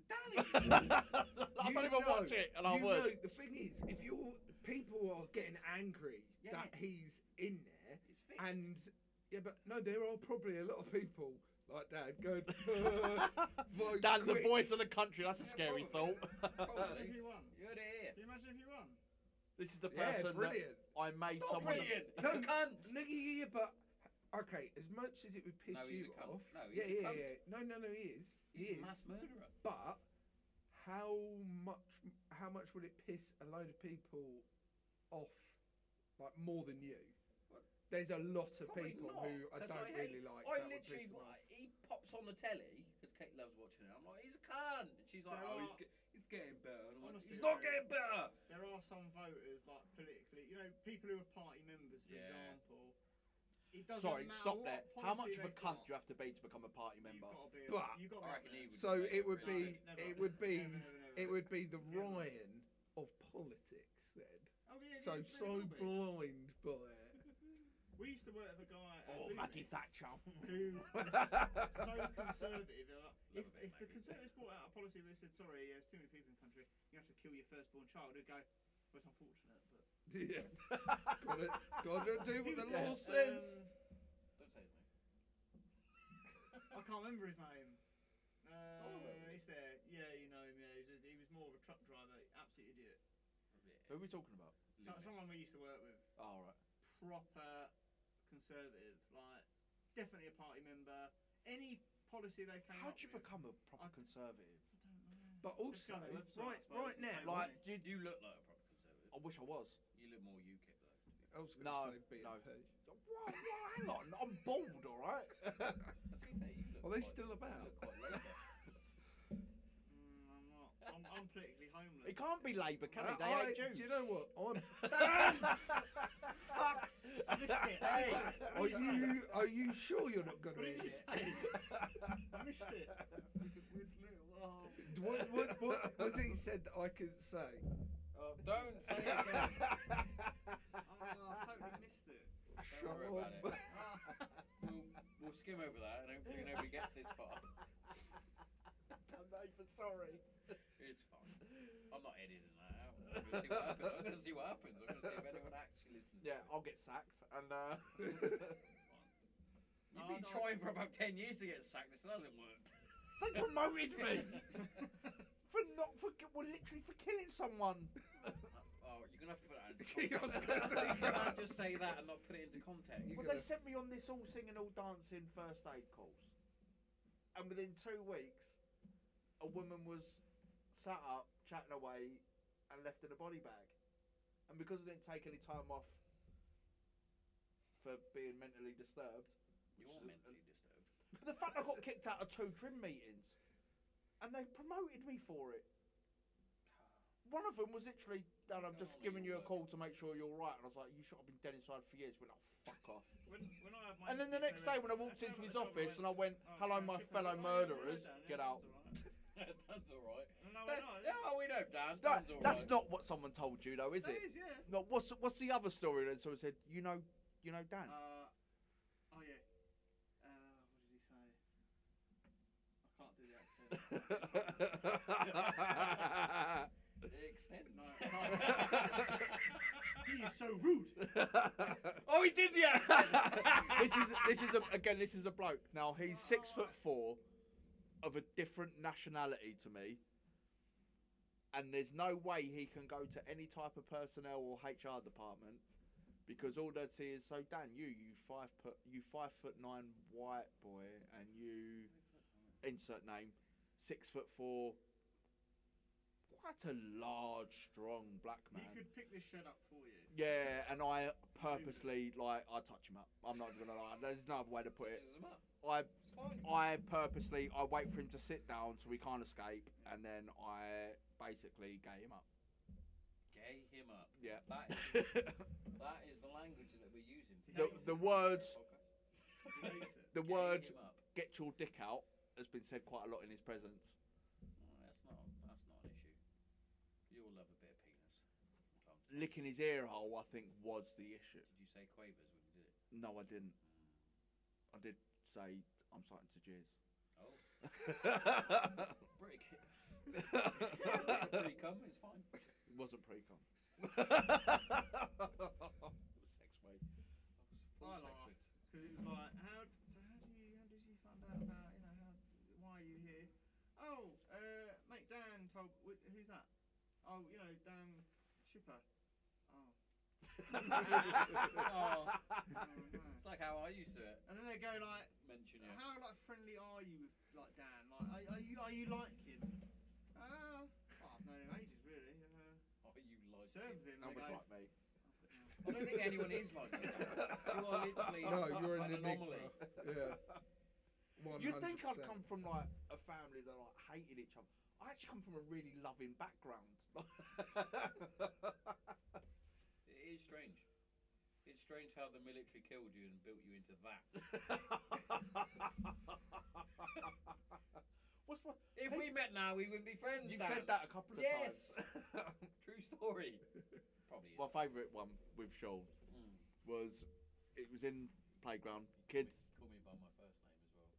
[SPEAKER 1] Danny.
[SPEAKER 3] I
[SPEAKER 4] You
[SPEAKER 3] don't even
[SPEAKER 4] know-
[SPEAKER 3] watch it, and I
[SPEAKER 4] you
[SPEAKER 3] would.
[SPEAKER 4] know, the thing is, if you're people are getting angry
[SPEAKER 1] Yeah.
[SPEAKER 4] that he's in there,
[SPEAKER 1] it's fixed.
[SPEAKER 4] and yeah, but no, there are probably a lot of people like that going. vote
[SPEAKER 3] Dan, the
[SPEAKER 4] quick.
[SPEAKER 3] voice of the country. That's a
[SPEAKER 1] Yeah,
[SPEAKER 3] scary
[SPEAKER 1] probably.
[SPEAKER 3] thought.
[SPEAKER 2] Imagine if he won.
[SPEAKER 1] you heard it here.
[SPEAKER 2] Can you imagine if he won?
[SPEAKER 3] this is the
[SPEAKER 4] Yeah,
[SPEAKER 3] person that
[SPEAKER 4] brilliant.
[SPEAKER 3] I made
[SPEAKER 1] Stop
[SPEAKER 3] someone.
[SPEAKER 1] brilliant. He's
[SPEAKER 4] No,
[SPEAKER 1] a cunt.
[SPEAKER 4] No, yeah, yeah, yeah, but okay. As much as it would piss
[SPEAKER 1] No, he's
[SPEAKER 4] you
[SPEAKER 1] a cunt.
[SPEAKER 4] off,
[SPEAKER 1] No, he's
[SPEAKER 4] yeah,
[SPEAKER 1] a
[SPEAKER 4] yeah,
[SPEAKER 1] cunt.
[SPEAKER 4] yeah. No, no, no, he is. He
[SPEAKER 1] He's
[SPEAKER 4] is.
[SPEAKER 1] a mass murderer.
[SPEAKER 4] But how much? How much would it piss a load of people off? Like more than you.
[SPEAKER 1] Well,
[SPEAKER 4] There's a lot of
[SPEAKER 1] Probably
[SPEAKER 4] people
[SPEAKER 1] not,
[SPEAKER 4] who I
[SPEAKER 1] 'cause
[SPEAKER 4] don't
[SPEAKER 1] hate-
[SPEAKER 4] really like.
[SPEAKER 1] I
[SPEAKER 4] that would
[SPEAKER 1] literally,
[SPEAKER 4] piss them off.
[SPEAKER 1] he pops on the telly because Kate loves watching it. I'm like, he's a cunt. And she's like,
[SPEAKER 2] There
[SPEAKER 1] oh, he's,
[SPEAKER 2] are-
[SPEAKER 1] ge- he's getting better. And I'm like,
[SPEAKER 2] Honestly,
[SPEAKER 1] he's not
[SPEAKER 2] though-
[SPEAKER 1] getting better.
[SPEAKER 2] There are some voters, like politically, you know, people who are party members, for
[SPEAKER 1] Yeah.
[SPEAKER 2] example. It doesn't
[SPEAKER 3] Sorry,
[SPEAKER 2] matter
[SPEAKER 3] stop
[SPEAKER 2] what
[SPEAKER 3] there. How much
[SPEAKER 2] policy
[SPEAKER 3] of a
[SPEAKER 2] they've
[SPEAKER 3] cunt
[SPEAKER 2] got,
[SPEAKER 3] do you have to be to become a party member?
[SPEAKER 2] You've
[SPEAKER 4] But-
[SPEAKER 2] got to be. you got
[SPEAKER 1] I reckon he would.
[SPEAKER 4] So
[SPEAKER 1] make
[SPEAKER 4] it would
[SPEAKER 1] really
[SPEAKER 4] be,
[SPEAKER 1] good.
[SPEAKER 2] never.
[SPEAKER 4] it would be,
[SPEAKER 2] Never, never, never.
[SPEAKER 4] it would be the
[SPEAKER 2] Yeah.
[SPEAKER 4] Ryan of politics. Then,
[SPEAKER 2] Oh, yeah,
[SPEAKER 4] so
[SPEAKER 2] yeah,
[SPEAKER 4] so
[SPEAKER 2] really will be.
[SPEAKER 4] blind by it.
[SPEAKER 2] We used to work with a guy. At
[SPEAKER 3] Oh,
[SPEAKER 2] Loomis
[SPEAKER 3] Maggie Thatcher.
[SPEAKER 2] Who was so conservative? uh,
[SPEAKER 1] bit
[SPEAKER 2] If, if the
[SPEAKER 1] Maggie.
[SPEAKER 2] Conservatives brought out a policy that said, "Sorry, there's too many people in the country. You have to kill your firstborn child," it'd go, "Well, it's unfortunate, but
[SPEAKER 4] Yeah. gotta, gotta do what the
[SPEAKER 2] Yeah,
[SPEAKER 4] law says.
[SPEAKER 2] um,
[SPEAKER 1] Don't say his name.
[SPEAKER 2] I can't remember his name. Uh,
[SPEAKER 1] Oh.
[SPEAKER 2] he's there. Yeah, you know him. Yeah, he was, he was more of a truck driver, absolute idiot.
[SPEAKER 3] Who are we talking about?
[SPEAKER 2] So,
[SPEAKER 1] Loomis.
[SPEAKER 2] someone we used to work with,
[SPEAKER 3] Oh, all right.
[SPEAKER 2] proper conservative, like definitely a party member. Any policy they came
[SPEAKER 3] How
[SPEAKER 2] up
[SPEAKER 3] do you
[SPEAKER 2] with,
[SPEAKER 3] become a
[SPEAKER 2] I-
[SPEAKER 3] proper conservative?
[SPEAKER 4] But also,
[SPEAKER 2] Just go on their website,
[SPEAKER 4] right,
[SPEAKER 2] I suppose,
[SPEAKER 4] right
[SPEAKER 2] and pay
[SPEAKER 4] now,
[SPEAKER 2] more.
[SPEAKER 3] Like,
[SPEAKER 2] Right.
[SPEAKER 3] do you,
[SPEAKER 1] You look like a proper conservative.
[SPEAKER 3] I wish I was.
[SPEAKER 1] You look more UKIP though. to be
[SPEAKER 4] I was gonna
[SPEAKER 3] No,
[SPEAKER 4] say BNP.
[SPEAKER 3] no. Whoa, whoa, hang on, I'm bald, all right.
[SPEAKER 1] honest. To be fair, you look
[SPEAKER 4] Are they
[SPEAKER 1] quite-
[SPEAKER 4] still
[SPEAKER 1] You
[SPEAKER 4] about?
[SPEAKER 1] look quite Labour.
[SPEAKER 2] Mm, I'm not. I'm, I'm politically homeless.
[SPEAKER 3] it can't be Labour, can
[SPEAKER 4] Uh,
[SPEAKER 3] it? They
[SPEAKER 4] I-
[SPEAKER 3] hate Jews.
[SPEAKER 4] Do you know what? I'm,
[SPEAKER 1] Fuck's sake.
[SPEAKER 4] are you are you sure you're not gonna
[SPEAKER 2] What
[SPEAKER 4] be?
[SPEAKER 2] did you
[SPEAKER 4] in
[SPEAKER 2] say? I missed it. Oh,
[SPEAKER 4] it? What, what, what was it said that I couldn't say?
[SPEAKER 1] Oh, don't say it again.
[SPEAKER 2] Oh, I totally missed it.
[SPEAKER 4] Shut
[SPEAKER 1] worry about
[SPEAKER 4] up.
[SPEAKER 1] it. We'll, we'll skim over that. I don't think nobody gets this far.
[SPEAKER 3] I'm not even sorry.
[SPEAKER 1] It's fine. I'm not editing that out. I'm going to see what happens. I'm going to see what happens. I'm going to see if anyone actually listens.
[SPEAKER 3] Yeah, I'll get sacked, and uh,
[SPEAKER 1] You've been trying for about 10 years to get sacked. This hasn't worked.
[SPEAKER 3] they promoted me for not for ki- well, literally for killing someone.
[SPEAKER 1] Oh, you're going to have to put that into
[SPEAKER 4] I was gonna
[SPEAKER 1] context.
[SPEAKER 4] say
[SPEAKER 1] you
[SPEAKER 4] that.
[SPEAKER 1] can't just say that and not put it into context.
[SPEAKER 4] You
[SPEAKER 3] Well,
[SPEAKER 4] gonna-
[SPEAKER 3] they sent me on this all singing, all dancing first aid course, and within two weeks, a woman was sat up chatting away and left in a body bag, and because I didn't take any time off for being mentally disturbed, which
[SPEAKER 1] You're
[SPEAKER 3] is a-
[SPEAKER 1] mentally disturbed.
[SPEAKER 3] the fact I got kicked out of two trim meetings, and they promoted me for it. One of them was literally, "Dan, I'm
[SPEAKER 1] Go
[SPEAKER 3] just
[SPEAKER 1] on,
[SPEAKER 3] giving you a
[SPEAKER 1] you'll
[SPEAKER 3] call to make sure you're all right," and I was like, "You should have been dead inside for years." He Went, "Oh, fuck off."
[SPEAKER 2] When, when I had my
[SPEAKER 3] And then the
[SPEAKER 2] interview,
[SPEAKER 3] next day,
[SPEAKER 2] they
[SPEAKER 3] when
[SPEAKER 2] went,
[SPEAKER 3] I walked
[SPEAKER 2] "Actually,
[SPEAKER 3] into his
[SPEAKER 2] I've got a job," I
[SPEAKER 3] office
[SPEAKER 2] went,
[SPEAKER 3] and I went,
[SPEAKER 2] "Oh,
[SPEAKER 3] "Hello,
[SPEAKER 2] yeah,
[SPEAKER 3] my
[SPEAKER 2] shit, I'm
[SPEAKER 3] fellow
[SPEAKER 2] like, "Oh, yeah, yeah,
[SPEAKER 3] murderers,
[SPEAKER 2] Dan, yeah,
[SPEAKER 3] get
[SPEAKER 2] that's
[SPEAKER 3] out."
[SPEAKER 2] all right."
[SPEAKER 1] Dan's all right.
[SPEAKER 2] And I
[SPEAKER 1] Dan,
[SPEAKER 2] went, "Oh, yeah."
[SPEAKER 1] oh, we know Dan.
[SPEAKER 3] That-
[SPEAKER 1] Dan's all right.
[SPEAKER 3] that's not what someone told you, though, is
[SPEAKER 2] That
[SPEAKER 3] it?
[SPEAKER 2] is, yeah.
[SPEAKER 3] No, what's what's the other story? Then someone said, "You know, you know, Dan."
[SPEAKER 2] Uh, oh yeah. Uh, what did he say? I can't do the accent.
[SPEAKER 1] It extends.
[SPEAKER 2] He is so rude. Uh.
[SPEAKER 1] oh, he did the
[SPEAKER 3] this is this is a, again this is a bloke. Now he's six foot four, of a different nationality to me. And there's no way he can go to any type of personnel or HR department because all they'd see is so Dan, you you five put you five foot nine white boy and you insert name six foot four. Quite a large, strong black man.
[SPEAKER 2] He could pick this shed up for you.
[SPEAKER 3] Yeah, and I purposely like I touch him up. I'm not gonna lie. There's no other way to put it. I
[SPEAKER 1] It's fine.
[SPEAKER 3] I purposely I wait for him to sit down so he can't escape, and then I basically gay him up.
[SPEAKER 1] Gay him up.
[SPEAKER 3] Yeah.
[SPEAKER 1] That is, that is the language that we're using.
[SPEAKER 2] The-
[SPEAKER 1] today.
[SPEAKER 3] the words-
[SPEAKER 2] He hates it.
[SPEAKER 3] The
[SPEAKER 1] Gay
[SPEAKER 3] word
[SPEAKER 1] him up.
[SPEAKER 3] "get your dick out" has been said quite a lot in his presence.
[SPEAKER 1] No, that's not. That's not an issue. You all love a bit of penis. Tom.
[SPEAKER 3] Licking his ear hole, I think, was the issue.
[SPEAKER 1] Did you say quavers when you did it?
[SPEAKER 3] No, I didn't. I did say I'm starting to
[SPEAKER 1] Oh,
[SPEAKER 3] jizz.
[SPEAKER 1] pretty. c-
[SPEAKER 3] it
[SPEAKER 1] pretty cum. It's fine.
[SPEAKER 3] wasn't pre-com. Sex way.
[SPEAKER 1] Full
[SPEAKER 2] I
[SPEAKER 1] sex
[SPEAKER 2] laughed.
[SPEAKER 1] with-
[SPEAKER 2] Because it was like, how, d- so how do you, how did you find out about, you know, how, why are you here? Oh, uh, mate, Dan told, wh- who's that? Oh, you know, Dan Shipper. Oh. oh, no.
[SPEAKER 1] It's like how I used to
[SPEAKER 2] And then they go like,
[SPEAKER 1] mention it.
[SPEAKER 2] how like friendly are you with like Dan? Like, are, are you are you like him? Uh, well, I've known him ages, really. Uh,
[SPEAKER 1] Are Oh, you like?
[SPEAKER 2] served
[SPEAKER 1] it?
[SPEAKER 2] with him.
[SPEAKER 3] That was
[SPEAKER 2] They go,
[SPEAKER 3] like me.
[SPEAKER 1] I don't think anyone is like you. You are literally
[SPEAKER 4] No, you're an
[SPEAKER 1] an
[SPEAKER 4] enigma.
[SPEAKER 1] anomaly.
[SPEAKER 4] Yeah.
[SPEAKER 3] You'd think I'd
[SPEAKER 4] 100%.
[SPEAKER 3] come from like a family that like hated each other. I actually come from a really loving background.
[SPEAKER 1] It is strange. It's strange how the military killed you and built you into that.
[SPEAKER 3] What's my?
[SPEAKER 1] If we met now, we wouldn't be friends.
[SPEAKER 3] You've
[SPEAKER 1] Dan.
[SPEAKER 3] said that a couple of
[SPEAKER 1] Yes.
[SPEAKER 3] times.
[SPEAKER 1] True story. Probably.
[SPEAKER 3] my
[SPEAKER 1] Is.
[SPEAKER 3] favourite one with Shoal
[SPEAKER 1] Mm.
[SPEAKER 3] was it was in playground kids.
[SPEAKER 1] Call me by my first name as well.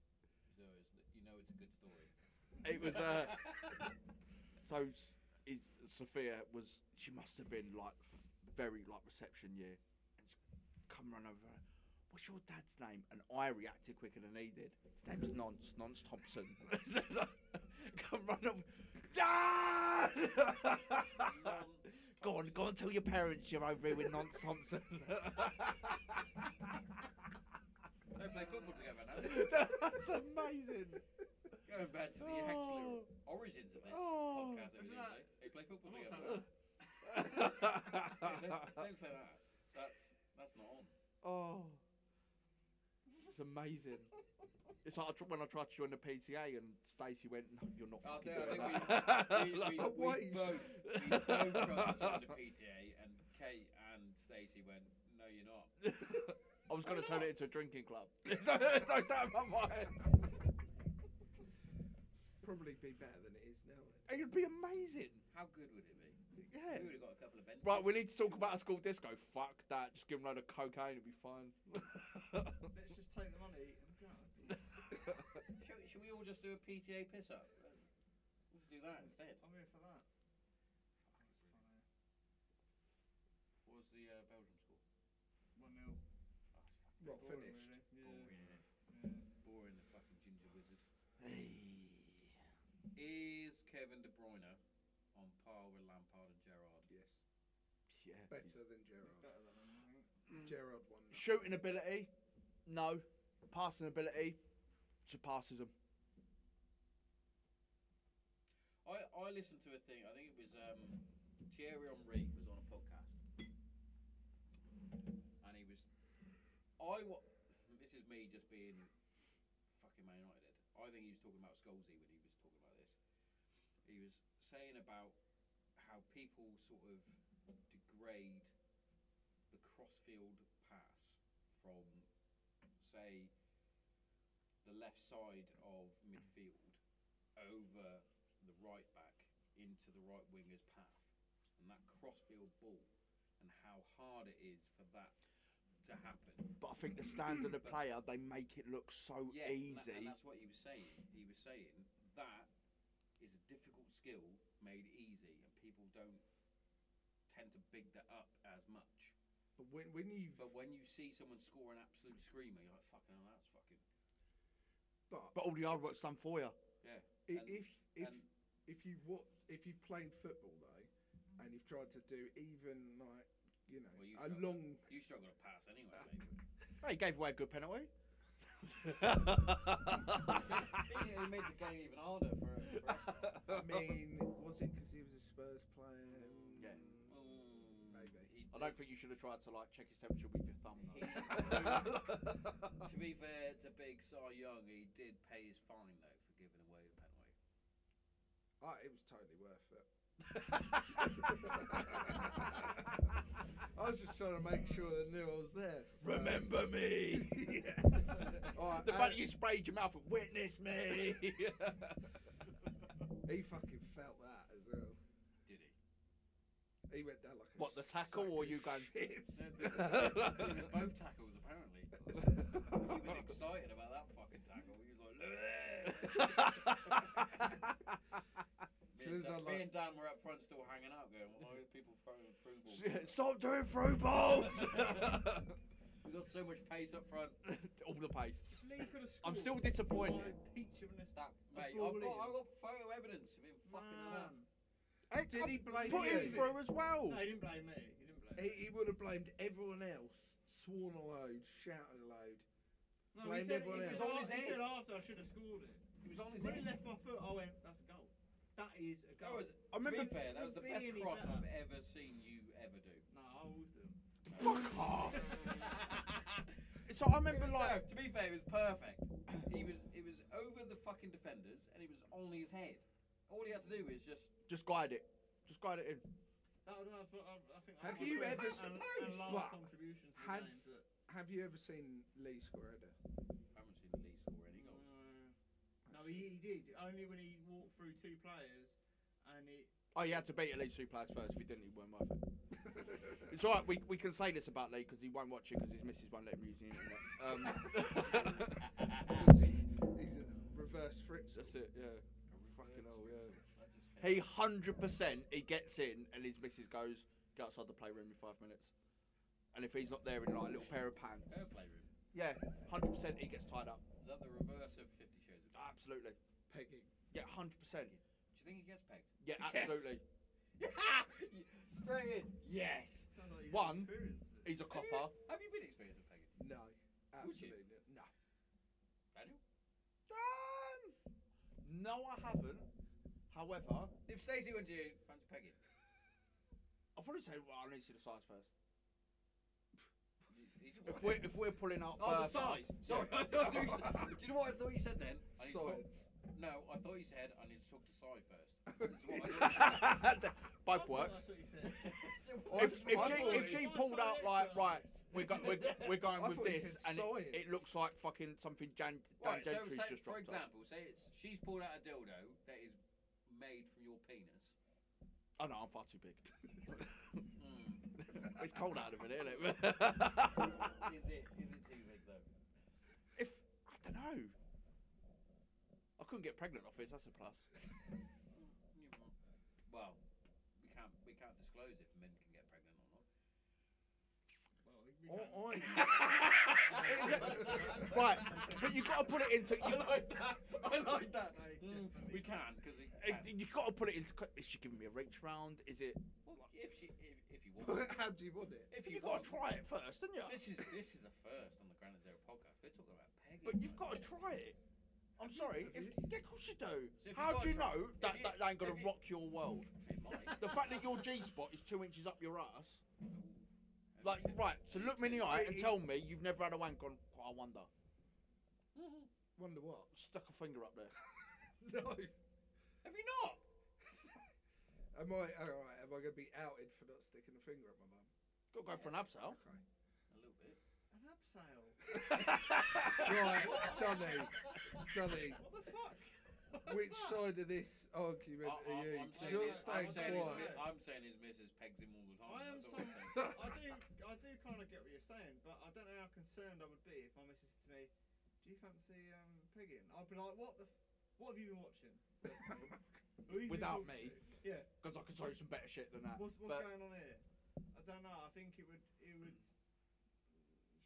[SPEAKER 1] So it's, you know it's a good story.
[SPEAKER 3] It was uh, so s- is Sophia was she must have been like f- very like reception year, and she come run over. her, What's your dad's name? And I reacted quicker than he did. His name's Nonce Nonce Thompson. So, like, come run over. Dad! go on, go on, tell your parents you're over here with Nonce Thompson.
[SPEAKER 1] They play football together now.
[SPEAKER 3] That's amazing.
[SPEAKER 1] Going back to the actual origins of this
[SPEAKER 3] Oh.
[SPEAKER 1] podcast.
[SPEAKER 2] Isn't
[SPEAKER 1] Everything,
[SPEAKER 2] that-
[SPEAKER 1] eh? they play football
[SPEAKER 2] I'm not
[SPEAKER 1] together.
[SPEAKER 2] saying that.
[SPEAKER 1] Don't- don't say that. That's that's not on.
[SPEAKER 3] Oh, it's amazing. it's like I tr- when I tried to join the PTA and Stacey went, "No, you're not
[SPEAKER 1] Oh,
[SPEAKER 3] fucking
[SPEAKER 1] I
[SPEAKER 3] doing
[SPEAKER 1] think
[SPEAKER 3] that."
[SPEAKER 1] We,
[SPEAKER 3] Like,
[SPEAKER 1] we,
[SPEAKER 4] But what
[SPEAKER 1] we
[SPEAKER 4] is-
[SPEAKER 1] both, we both tried to join the PTA, and Kate and Stacey went, "No, you're not."
[SPEAKER 3] I was going to
[SPEAKER 1] Why
[SPEAKER 3] turn
[SPEAKER 1] not?
[SPEAKER 3] it into a drinking club. There's no there's no doubt in my mind.
[SPEAKER 4] Probably be better than it is now.
[SPEAKER 3] It would be amazing.
[SPEAKER 1] How good would it be?
[SPEAKER 3] Yeah.
[SPEAKER 1] We would have got a couple of benches.
[SPEAKER 3] Right, we need to talk about a school disco. Fuck that. Just give them a load of cocaine. It'll be fine.
[SPEAKER 2] Let's just take the money and go.
[SPEAKER 1] Should, should we all just do a PTA piss up? Let's do that instead.
[SPEAKER 2] I'm here for that.
[SPEAKER 1] What was the uh, Belgium school?
[SPEAKER 2] One nil.
[SPEAKER 4] Well, finished.
[SPEAKER 2] Really.
[SPEAKER 1] Boring, innit?
[SPEAKER 2] Yeah. yeah.
[SPEAKER 1] Boring the fucking ginger wizard.
[SPEAKER 3] Hey.
[SPEAKER 1] Is Kevin De Bruyne on par with Lampard and Gerrard?
[SPEAKER 4] Yes.
[SPEAKER 3] Yeah.
[SPEAKER 4] Better than
[SPEAKER 2] It's
[SPEAKER 4] Gerard. Mm.
[SPEAKER 2] better than him, I think.
[SPEAKER 4] Gerard won. that.
[SPEAKER 3] Shooting ability, no. Passing ability, surpasses them.
[SPEAKER 1] I, I listened to a thing. I think it was um, Thierry Henry was on a podcast, and he was. I wa- This is me just being fucking Man United. I think he was talking about Scholesy when he was talking about this. He was saying about how people sort of degrade the crossfield pass from, say, the left side of midfield over the right back into the right winger's path and that crossfield ball and how hard it is for that to happen.
[SPEAKER 3] But I think the standard of
[SPEAKER 1] But-
[SPEAKER 3] player, they make it look so
[SPEAKER 1] Yeah, and
[SPEAKER 3] easy.
[SPEAKER 1] that- and that's what he was saying. He was saying that skill made easy, and people don't tend to big that up as much.
[SPEAKER 4] But when when you
[SPEAKER 1] But when you see someone score an absolute screamer, you're like, fucking hell, that's fucking.
[SPEAKER 4] but
[SPEAKER 3] But all the hard work's done for you.
[SPEAKER 4] I-
[SPEAKER 1] And-
[SPEAKER 4] if if
[SPEAKER 1] and-
[SPEAKER 4] if you what if you've played football though, and you've tried to do even like you know
[SPEAKER 1] Well, you
[SPEAKER 4] a
[SPEAKER 1] struggle.
[SPEAKER 4] long
[SPEAKER 1] You struggle to pass anyway, mate.
[SPEAKER 3] Hey, he gave away a good penalty.
[SPEAKER 1] He made the game even harder for, for us.
[SPEAKER 4] I mean, was it because he was a Spurs player?
[SPEAKER 3] Yeah.
[SPEAKER 1] Mm,
[SPEAKER 4] Maybe.
[SPEAKER 1] he
[SPEAKER 3] I
[SPEAKER 1] did.
[SPEAKER 3] don't think you should have tried to like check his temperature with your thumb. Though.
[SPEAKER 1] To be fair to Big Cy Young, he did pay his fine though for giving away the penalty.
[SPEAKER 4] Oh, it was totally worth it. I was just trying to make sure they knew I was there. so-
[SPEAKER 3] Remember me.
[SPEAKER 4] Alright,
[SPEAKER 3] the
[SPEAKER 4] uh,
[SPEAKER 3] fact that you sprayed your mouth and witness me.
[SPEAKER 4] He fucking felt that as well.
[SPEAKER 1] Did he?
[SPEAKER 4] He went down like a
[SPEAKER 3] What, the tackle
[SPEAKER 4] sack
[SPEAKER 3] or
[SPEAKER 4] of
[SPEAKER 3] you going-
[SPEAKER 4] shit.
[SPEAKER 1] It was both tackles apparently. He was excited about that fucking tackle. He was like, "Look at that." me, and
[SPEAKER 4] Should've
[SPEAKER 1] Dan,
[SPEAKER 4] done
[SPEAKER 1] me
[SPEAKER 4] like-
[SPEAKER 1] and Dan were up front still hanging out, going, "Why are people throwing through balls?"
[SPEAKER 3] Shit, Stop doing through balls.
[SPEAKER 1] We got so much pace up front.
[SPEAKER 3] All the pace.
[SPEAKER 2] If Lee could have
[SPEAKER 3] I'm still
[SPEAKER 2] scored by
[SPEAKER 3] disappointed.
[SPEAKER 2] a peach of an estate,
[SPEAKER 1] That, mate,
[SPEAKER 2] ball
[SPEAKER 1] I've got,
[SPEAKER 2] in.
[SPEAKER 1] I've got photo evidence of him fucking it up.
[SPEAKER 2] man.
[SPEAKER 3] Hey,
[SPEAKER 4] Did
[SPEAKER 3] I
[SPEAKER 4] he blame
[SPEAKER 3] Put
[SPEAKER 4] you?
[SPEAKER 3] him through as well.
[SPEAKER 2] No, he didn't blame me. He didn't blame
[SPEAKER 4] He,
[SPEAKER 2] me.
[SPEAKER 4] he would have blamed everyone else, sworn a load, shouted a load.
[SPEAKER 2] No, he
[SPEAKER 4] blamed
[SPEAKER 2] said,
[SPEAKER 4] everyone
[SPEAKER 2] he
[SPEAKER 4] else.
[SPEAKER 2] said
[SPEAKER 1] It's on his
[SPEAKER 2] af- he
[SPEAKER 1] head.
[SPEAKER 2] said after I should have scored it.
[SPEAKER 1] He was on his
[SPEAKER 2] When he
[SPEAKER 1] head.
[SPEAKER 2] left my foot, I went, that's a goal. That is a
[SPEAKER 1] That
[SPEAKER 2] goal.
[SPEAKER 1] was,
[SPEAKER 3] I remember.
[SPEAKER 1] to be fair, that was the
[SPEAKER 2] Couldn't
[SPEAKER 1] best
[SPEAKER 2] be any
[SPEAKER 1] cross
[SPEAKER 2] better.
[SPEAKER 1] I've ever seen you ever do.
[SPEAKER 2] No, I always do.
[SPEAKER 3] Fuck off. So I remember
[SPEAKER 1] It was-
[SPEAKER 3] like
[SPEAKER 1] no, to be fair, it was perfect. He was it was over the fucking defenders and it was on his head. All he had to do was just
[SPEAKER 3] just guide it, just guide it in.
[SPEAKER 2] That was, that was, I, I think
[SPEAKER 4] Have
[SPEAKER 2] that was
[SPEAKER 4] you
[SPEAKER 2] my
[SPEAKER 4] ever
[SPEAKER 2] best
[SPEAKER 4] supposed,
[SPEAKER 2] and, and last
[SPEAKER 4] but
[SPEAKER 2] contribution to the
[SPEAKER 4] had-
[SPEAKER 2] game, but-
[SPEAKER 4] Have you ever seen Lee square header?
[SPEAKER 1] I haven't seen the least score any goals.
[SPEAKER 2] No, he, he did. Only when he walked through two players and it.
[SPEAKER 3] Oh, you had to beat at least two players first. If you didn't, you weren't worth it. It's all right. We, we can say this about Lee because he won't watch it because his missus won't let him use the internet. Um,
[SPEAKER 4] Was he, he's a reverse fritz.
[SPEAKER 3] that's it. Yeah. Fucking hell, yeah.
[SPEAKER 1] That just
[SPEAKER 3] He hundred percent he gets in and his missus goes get outside the playroom in five minutes, and if he's not there in like a little pair of pants,
[SPEAKER 1] Her playroom.
[SPEAKER 3] yeah, hundred percent he gets tied up.
[SPEAKER 1] Is that the reverse of Fifty Shades of Grey?
[SPEAKER 3] Absolutely.
[SPEAKER 4] Pegging.
[SPEAKER 3] Yeah, hundred percent.
[SPEAKER 1] Do you think he gets pegged?
[SPEAKER 3] Yeah,
[SPEAKER 4] Yes.
[SPEAKER 3] absolutely.
[SPEAKER 1] Straight in. Yes.
[SPEAKER 2] Sounds like he's
[SPEAKER 3] One.
[SPEAKER 2] experienced it.
[SPEAKER 3] He's a copper.
[SPEAKER 1] Have you been experienced with pegging?
[SPEAKER 4] No, absolutely no.
[SPEAKER 1] Daniel?
[SPEAKER 3] Um, no, I haven't. However,
[SPEAKER 1] If Stacey went to you, fancy pegging.
[SPEAKER 3] I'll probably say well, I need to see the size first.
[SPEAKER 1] He's- he's-
[SPEAKER 3] If we're if we're pulling out,
[SPEAKER 1] Oh,
[SPEAKER 3] uh,
[SPEAKER 1] the size. Sorry. I thought you said- Do you know what I thought you said then? I need to talk-
[SPEAKER 4] Sides.
[SPEAKER 1] No, I thought you said I need to talk to Si first. That's what I thought you said.
[SPEAKER 2] I
[SPEAKER 3] uh, both
[SPEAKER 2] thought
[SPEAKER 3] works.
[SPEAKER 2] That's what he said.
[SPEAKER 1] So it was
[SPEAKER 3] If,
[SPEAKER 1] like-
[SPEAKER 3] if
[SPEAKER 4] I
[SPEAKER 3] she
[SPEAKER 4] thought
[SPEAKER 3] if
[SPEAKER 4] it-
[SPEAKER 3] she
[SPEAKER 2] I
[SPEAKER 3] pulled
[SPEAKER 2] saw
[SPEAKER 3] out
[SPEAKER 2] it
[SPEAKER 3] like
[SPEAKER 2] first.
[SPEAKER 3] right, we're go, we're, we're going
[SPEAKER 4] I
[SPEAKER 3] with
[SPEAKER 4] thought you
[SPEAKER 3] this,
[SPEAKER 4] said
[SPEAKER 3] and it, it
[SPEAKER 4] science.
[SPEAKER 3] looks like fucking something Jan Dan
[SPEAKER 1] Right, so
[SPEAKER 3] Gentry's
[SPEAKER 1] say-
[SPEAKER 3] just
[SPEAKER 1] for
[SPEAKER 3] dropped off.
[SPEAKER 1] example, say it's she's pulled out a dildo that is made from your penis.
[SPEAKER 3] Oh no, I'm far too big.
[SPEAKER 2] Hmm.
[SPEAKER 1] Mm.
[SPEAKER 3] it's cold out of it, isn't it?
[SPEAKER 1] is it is it too big though?
[SPEAKER 3] If I don't know, I couldn't get pregnant off this. That's a plus.
[SPEAKER 1] You want- Well, we can't we can't disclose if men can get pregnant or not.
[SPEAKER 2] Well, we
[SPEAKER 4] I,
[SPEAKER 2] can't-
[SPEAKER 3] right, but you got to put it into.
[SPEAKER 1] I
[SPEAKER 3] You,
[SPEAKER 1] like that. I like that.
[SPEAKER 2] Like,
[SPEAKER 1] Mm,
[SPEAKER 2] definitely.
[SPEAKER 1] we can because
[SPEAKER 3] you got to put it into. co- Is she giving me a reach round? Is it?
[SPEAKER 1] if she if, if you
[SPEAKER 4] I,
[SPEAKER 1] want
[SPEAKER 4] how do you want it?
[SPEAKER 1] if
[SPEAKER 3] You,
[SPEAKER 1] you
[SPEAKER 3] got
[SPEAKER 1] want
[SPEAKER 3] to try it first, didn't you?
[SPEAKER 1] this is this is a first on the Granite Zero podcast. We're talking about pegging.
[SPEAKER 3] But you've got to
[SPEAKER 1] mate.
[SPEAKER 3] try it. I'm sorry. If, yeah, of course you do.
[SPEAKER 1] So if you
[SPEAKER 3] How
[SPEAKER 1] gotta
[SPEAKER 3] do you
[SPEAKER 1] try-
[SPEAKER 3] know
[SPEAKER 1] if
[SPEAKER 3] that
[SPEAKER 1] you-
[SPEAKER 3] that ain't gonna
[SPEAKER 1] if you-
[SPEAKER 3] rock your world?
[SPEAKER 1] It might.
[SPEAKER 3] The fact that your G spot is two inches up your ass.
[SPEAKER 1] Ooh.
[SPEAKER 3] Like right. So look me in the eye and
[SPEAKER 4] It-
[SPEAKER 3] tell me you've never had a wank on. I wonder.
[SPEAKER 4] Wonder what?
[SPEAKER 3] Stuck a finger up there.
[SPEAKER 4] No.
[SPEAKER 1] Have you not?
[SPEAKER 4] Am I all right? Am I going to be outed for not sticking a finger at my mum?
[SPEAKER 3] Got to go for an abseil.
[SPEAKER 4] Okay.
[SPEAKER 1] A little bit.
[SPEAKER 2] An abseil.
[SPEAKER 4] Right, Dunny, Dunny,
[SPEAKER 2] What the fuck? What's
[SPEAKER 4] which
[SPEAKER 2] that?
[SPEAKER 4] side of this argument
[SPEAKER 1] I-
[SPEAKER 4] are
[SPEAKER 1] I-
[SPEAKER 4] you?
[SPEAKER 1] I'm
[SPEAKER 4] 'Cause
[SPEAKER 1] saying
[SPEAKER 4] you're
[SPEAKER 1] his-
[SPEAKER 4] staying
[SPEAKER 1] I'm saying his
[SPEAKER 4] quiet.
[SPEAKER 1] mi- I'm saying his missus pegs him all the time.
[SPEAKER 2] I am
[SPEAKER 1] that's all I'm saying.
[SPEAKER 2] some, I do, I do kind of get what you're saying, but I don't know how concerned I would be if my missus said to me, "Do you fancy um, pigging?" I'd be like, "What the, f- What have you been watching? first of all? Who have you been
[SPEAKER 3] Without
[SPEAKER 2] talking
[SPEAKER 3] me.
[SPEAKER 2] to? Yeah.
[SPEAKER 3] Because I could throw some better shit than that.
[SPEAKER 2] What's, what's
[SPEAKER 3] but
[SPEAKER 2] going on here? I don't know. I think it would it would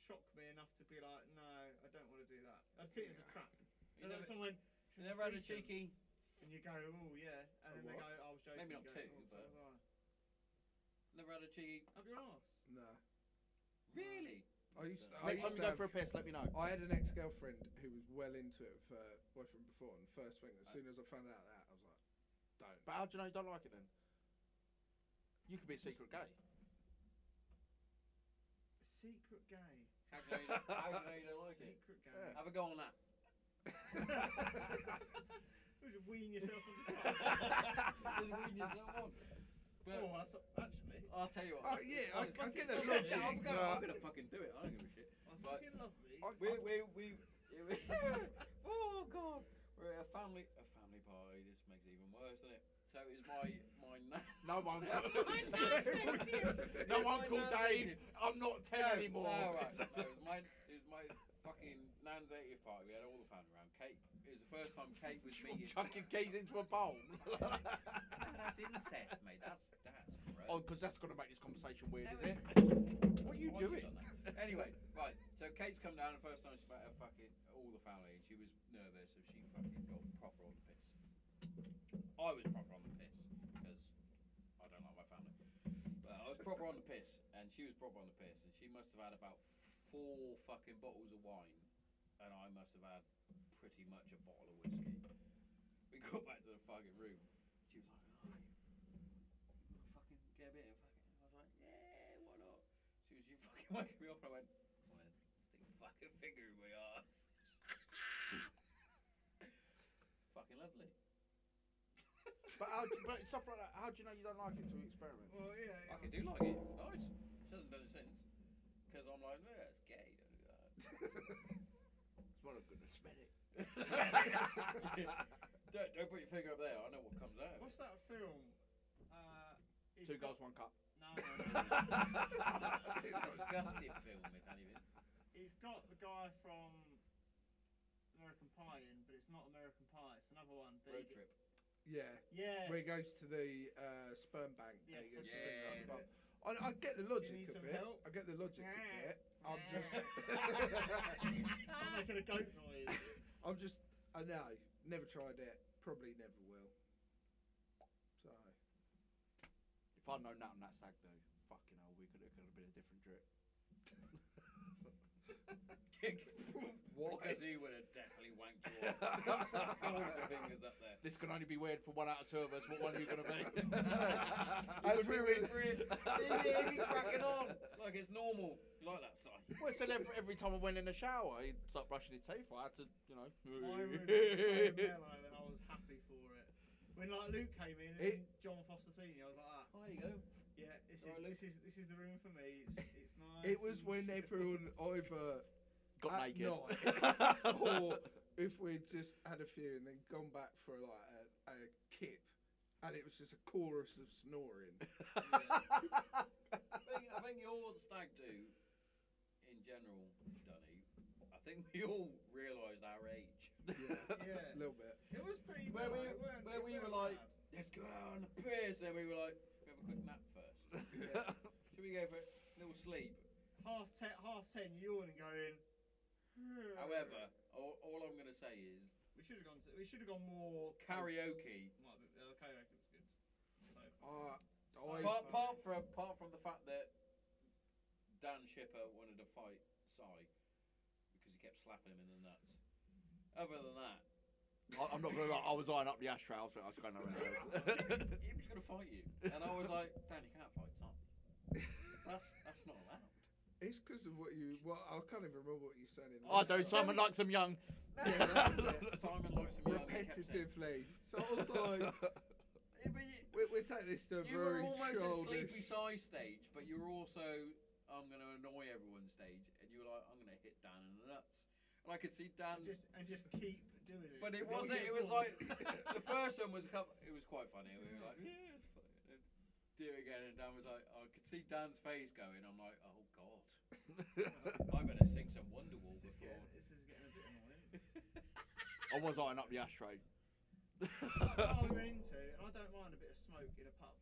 [SPEAKER 2] shock me enough to be like, no, I don't want to do that. I'd see it as a trap.
[SPEAKER 1] You
[SPEAKER 2] You know,
[SPEAKER 1] never,
[SPEAKER 2] someone
[SPEAKER 1] you never had a
[SPEAKER 2] freedom,
[SPEAKER 1] cheeky.
[SPEAKER 2] and you go, oh yeah, and
[SPEAKER 4] A
[SPEAKER 2] then they
[SPEAKER 4] what?
[SPEAKER 2] go, I was joking.
[SPEAKER 1] Maybe
[SPEAKER 2] you
[SPEAKER 1] not
[SPEAKER 2] go,
[SPEAKER 1] two,
[SPEAKER 2] "Oh, so
[SPEAKER 1] but-
[SPEAKER 2] was I."
[SPEAKER 1] Never had a cheeky. Mm.
[SPEAKER 2] up your ass.
[SPEAKER 4] No.
[SPEAKER 1] Really?
[SPEAKER 4] I used to. I
[SPEAKER 3] next
[SPEAKER 4] used
[SPEAKER 3] time
[SPEAKER 4] to
[SPEAKER 3] you go
[SPEAKER 4] have-
[SPEAKER 3] for a piss, let me know.
[SPEAKER 4] I had an ex-girlfriend who was well into it for her boyfriend before, and the first thing, as soon as I found out that, I was like, "Don't."
[SPEAKER 3] But how do you know you don't like it then? You could be a secret gay.
[SPEAKER 2] Secret gay.
[SPEAKER 1] How do you know you don't, how do you, know you don't like it?
[SPEAKER 2] Secret gay.
[SPEAKER 3] Yeah.
[SPEAKER 1] Have a go on that.
[SPEAKER 2] Would you wean yourself into
[SPEAKER 1] Just wean yourself on. But
[SPEAKER 2] Oh, that's actually.
[SPEAKER 1] I'll tell you
[SPEAKER 4] Oh
[SPEAKER 1] what.
[SPEAKER 4] yeah, I, I get the
[SPEAKER 2] fucking-
[SPEAKER 1] Yeah,
[SPEAKER 4] logic.
[SPEAKER 1] I'm, gonna,
[SPEAKER 4] but-
[SPEAKER 1] I'm gonna fucking do it. I don't give a shit.
[SPEAKER 2] I
[SPEAKER 1] Right.
[SPEAKER 2] fucking love these.
[SPEAKER 1] We we we. oh god, we're at a family a family party. This makes it even worse, doesn't it? So it was my my nan.
[SPEAKER 3] No one.
[SPEAKER 2] dad's
[SPEAKER 1] It
[SPEAKER 3] no
[SPEAKER 1] was
[SPEAKER 3] one
[SPEAKER 1] my
[SPEAKER 3] called
[SPEAKER 1] nan's
[SPEAKER 3] Dave.
[SPEAKER 1] 80th
[SPEAKER 3] I'm not ten
[SPEAKER 1] no,
[SPEAKER 3] anymore.
[SPEAKER 1] No, right. no, it was my it was my fucking nan's 80th party. We had all the family around. Kate. It was the first time Kate was meeting. Ah,
[SPEAKER 3] Chucking keys into a bowl.
[SPEAKER 1] that's incest, mate. That's that's gross.
[SPEAKER 3] oh, because that's gonna make this conversation weird,
[SPEAKER 1] No,
[SPEAKER 3] is it? What are you
[SPEAKER 1] Why has she
[SPEAKER 3] doing?
[SPEAKER 1] done that? anyway, right. So Kate's come down the first time she met her fucking all the family, and she was nervous, so she fucking got proper on the piss. I was proper on the piss because I don't like my family, but I was proper on the piss, and she was proper on the piss, and she must have had about four fucking bottles of wine, and I must have had pretty much a bottle of whiskey. We got back to the fucking room. She was like, "Oh, you wanna fucking get a bit of fucking." I was like, "Yeah, why not?" She was, you fucking waking me up. And I went, well, then stick a fucking finger in my arse. fucking lovely.
[SPEAKER 3] But, how, do- but stuff like that. How do you know you don't like it till you experiment?
[SPEAKER 2] Well, yeah. yeah.
[SPEAKER 1] Fucking do like it. Oh, It's nice. She hasn't done it since. Because I'm like, no, that's gay. Don't do that.
[SPEAKER 3] It's well, I'm gonna smell it.
[SPEAKER 1] don't, don't put your finger up there. I know what comes out. of
[SPEAKER 2] What's that film? Uh, it's
[SPEAKER 3] Two
[SPEAKER 2] got-
[SPEAKER 3] girls, one cup.
[SPEAKER 2] No, no, no.
[SPEAKER 1] it. disgusting film, if anything.
[SPEAKER 2] It's got the guy from American Pie in, but it's not American Pie. It's another one. but
[SPEAKER 1] Road
[SPEAKER 2] he-
[SPEAKER 1] trip.
[SPEAKER 4] Yeah,
[SPEAKER 2] Yes.
[SPEAKER 4] where he goes to the uh, sperm bank. and
[SPEAKER 2] Yes,
[SPEAKER 4] he
[SPEAKER 2] that's
[SPEAKER 4] gets to think
[SPEAKER 1] yeah,
[SPEAKER 2] it,
[SPEAKER 4] about-
[SPEAKER 2] that's it.
[SPEAKER 4] I, I get the
[SPEAKER 2] need
[SPEAKER 4] logic of
[SPEAKER 2] some
[SPEAKER 4] it.
[SPEAKER 2] help?
[SPEAKER 4] I get the logic of it. I'm just.
[SPEAKER 2] I'm making a goat noise.
[SPEAKER 4] I'm just. I know. Never tried it. Probably never will. So
[SPEAKER 3] If I'd known that on that stag do, fucking hell, we could it could have been a different trip. Why?
[SPEAKER 1] Because he would have definitely wanked you off. Stuck all the fingers up there.
[SPEAKER 3] This can only be weird for one out of two of us. What one are you gonna be?
[SPEAKER 4] As
[SPEAKER 1] As we
[SPEAKER 4] we
[SPEAKER 1] were
[SPEAKER 4] were-
[SPEAKER 1] free, leave me cracking on. Like it's normal. You like that sign?
[SPEAKER 3] Well, so every, every time I went in the shower, he'd start brushing his teeth. I had to, you know.
[SPEAKER 2] I remember so mellow and I was happy for it. When like Luke came in
[SPEAKER 4] It-
[SPEAKER 2] and John Foster Senior, I was like, ah,
[SPEAKER 1] There you go.
[SPEAKER 2] yeah, this is
[SPEAKER 1] Right, Luke.
[SPEAKER 2] this is this is the room for me. It's, it's
[SPEAKER 4] it
[SPEAKER 2] nice.
[SPEAKER 4] was
[SPEAKER 2] and
[SPEAKER 4] when
[SPEAKER 2] chill.
[SPEAKER 4] everyone either
[SPEAKER 3] Got
[SPEAKER 4] at
[SPEAKER 3] naked.
[SPEAKER 4] night, or if we'd just had a few and then gone back for like a, a kip, and it was just a chorus of snoring.
[SPEAKER 1] I think, I think your stag do, in general, Dunny. I think we all realised our age.
[SPEAKER 2] Yeah.
[SPEAKER 4] a little bit.
[SPEAKER 2] It was pretty.
[SPEAKER 1] Where
[SPEAKER 2] mellow,
[SPEAKER 1] we-
[SPEAKER 2] it weren't-
[SPEAKER 1] where
[SPEAKER 2] it
[SPEAKER 1] we
[SPEAKER 2] weren't
[SPEAKER 1] were like-
[SPEAKER 2] bad.
[SPEAKER 1] Let's go out on the piss, and we were like, we have a quick nap first. Should we go for a little sleep?
[SPEAKER 2] half ten, half ten, yawning, going. "Hmm."
[SPEAKER 1] However, all, all I'm going to say is
[SPEAKER 2] we should have gone. To, we should have gone more
[SPEAKER 1] karaoke.
[SPEAKER 2] Might be, uh, karaoke was good. So,
[SPEAKER 4] Uh, I,
[SPEAKER 1] Apart,
[SPEAKER 2] But-
[SPEAKER 1] apart from apart from the fact that Dan Shipper wanted to fight Sai because he kept slapping him in the nuts. Other than that,
[SPEAKER 3] I, I'm not gonna lie. I was eyeing up the ashtray. I was, I was going around.
[SPEAKER 1] he was going to fight you, and I was like, Dan, you can't fight Sai. That's that's not allowed.
[SPEAKER 4] it's because of what you. Well, I can't even remember what you said in. the last
[SPEAKER 3] I do.
[SPEAKER 4] time.
[SPEAKER 3] Simon likes them young.
[SPEAKER 4] Yeah, that's it.
[SPEAKER 1] Simon likes him young, he kept saying-
[SPEAKER 4] repetitively. So I was like,
[SPEAKER 1] Yeah, but you,
[SPEAKER 4] we, we take this to a
[SPEAKER 1] you
[SPEAKER 4] very
[SPEAKER 1] were almost at sleepy
[SPEAKER 4] childish.
[SPEAKER 1] Sai stage, but you were also I'm going to annoy everyone stage, and you were like, I'm going to hit Dan in the nuts, and I could see Dan
[SPEAKER 2] and just and just keep doing it.
[SPEAKER 1] Um, But it
[SPEAKER 2] Until we
[SPEAKER 1] wasn't.
[SPEAKER 2] get
[SPEAKER 1] It was
[SPEAKER 2] bored.
[SPEAKER 1] like the first one was a couple. It was quite funny. We were like, yeah, it's funny. And do it again, and Dan was like, I could see Dan's face going. I'm like, oh god, I better sing some Wonderwall
[SPEAKER 2] This is
[SPEAKER 1] before.
[SPEAKER 2] getting, this is getting a bit annoying.
[SPEAKER 3] I was eyeing up the ashtray.
[SPEAKER 2] That's what I went into, and I don't mind a bit of smoke in a pub.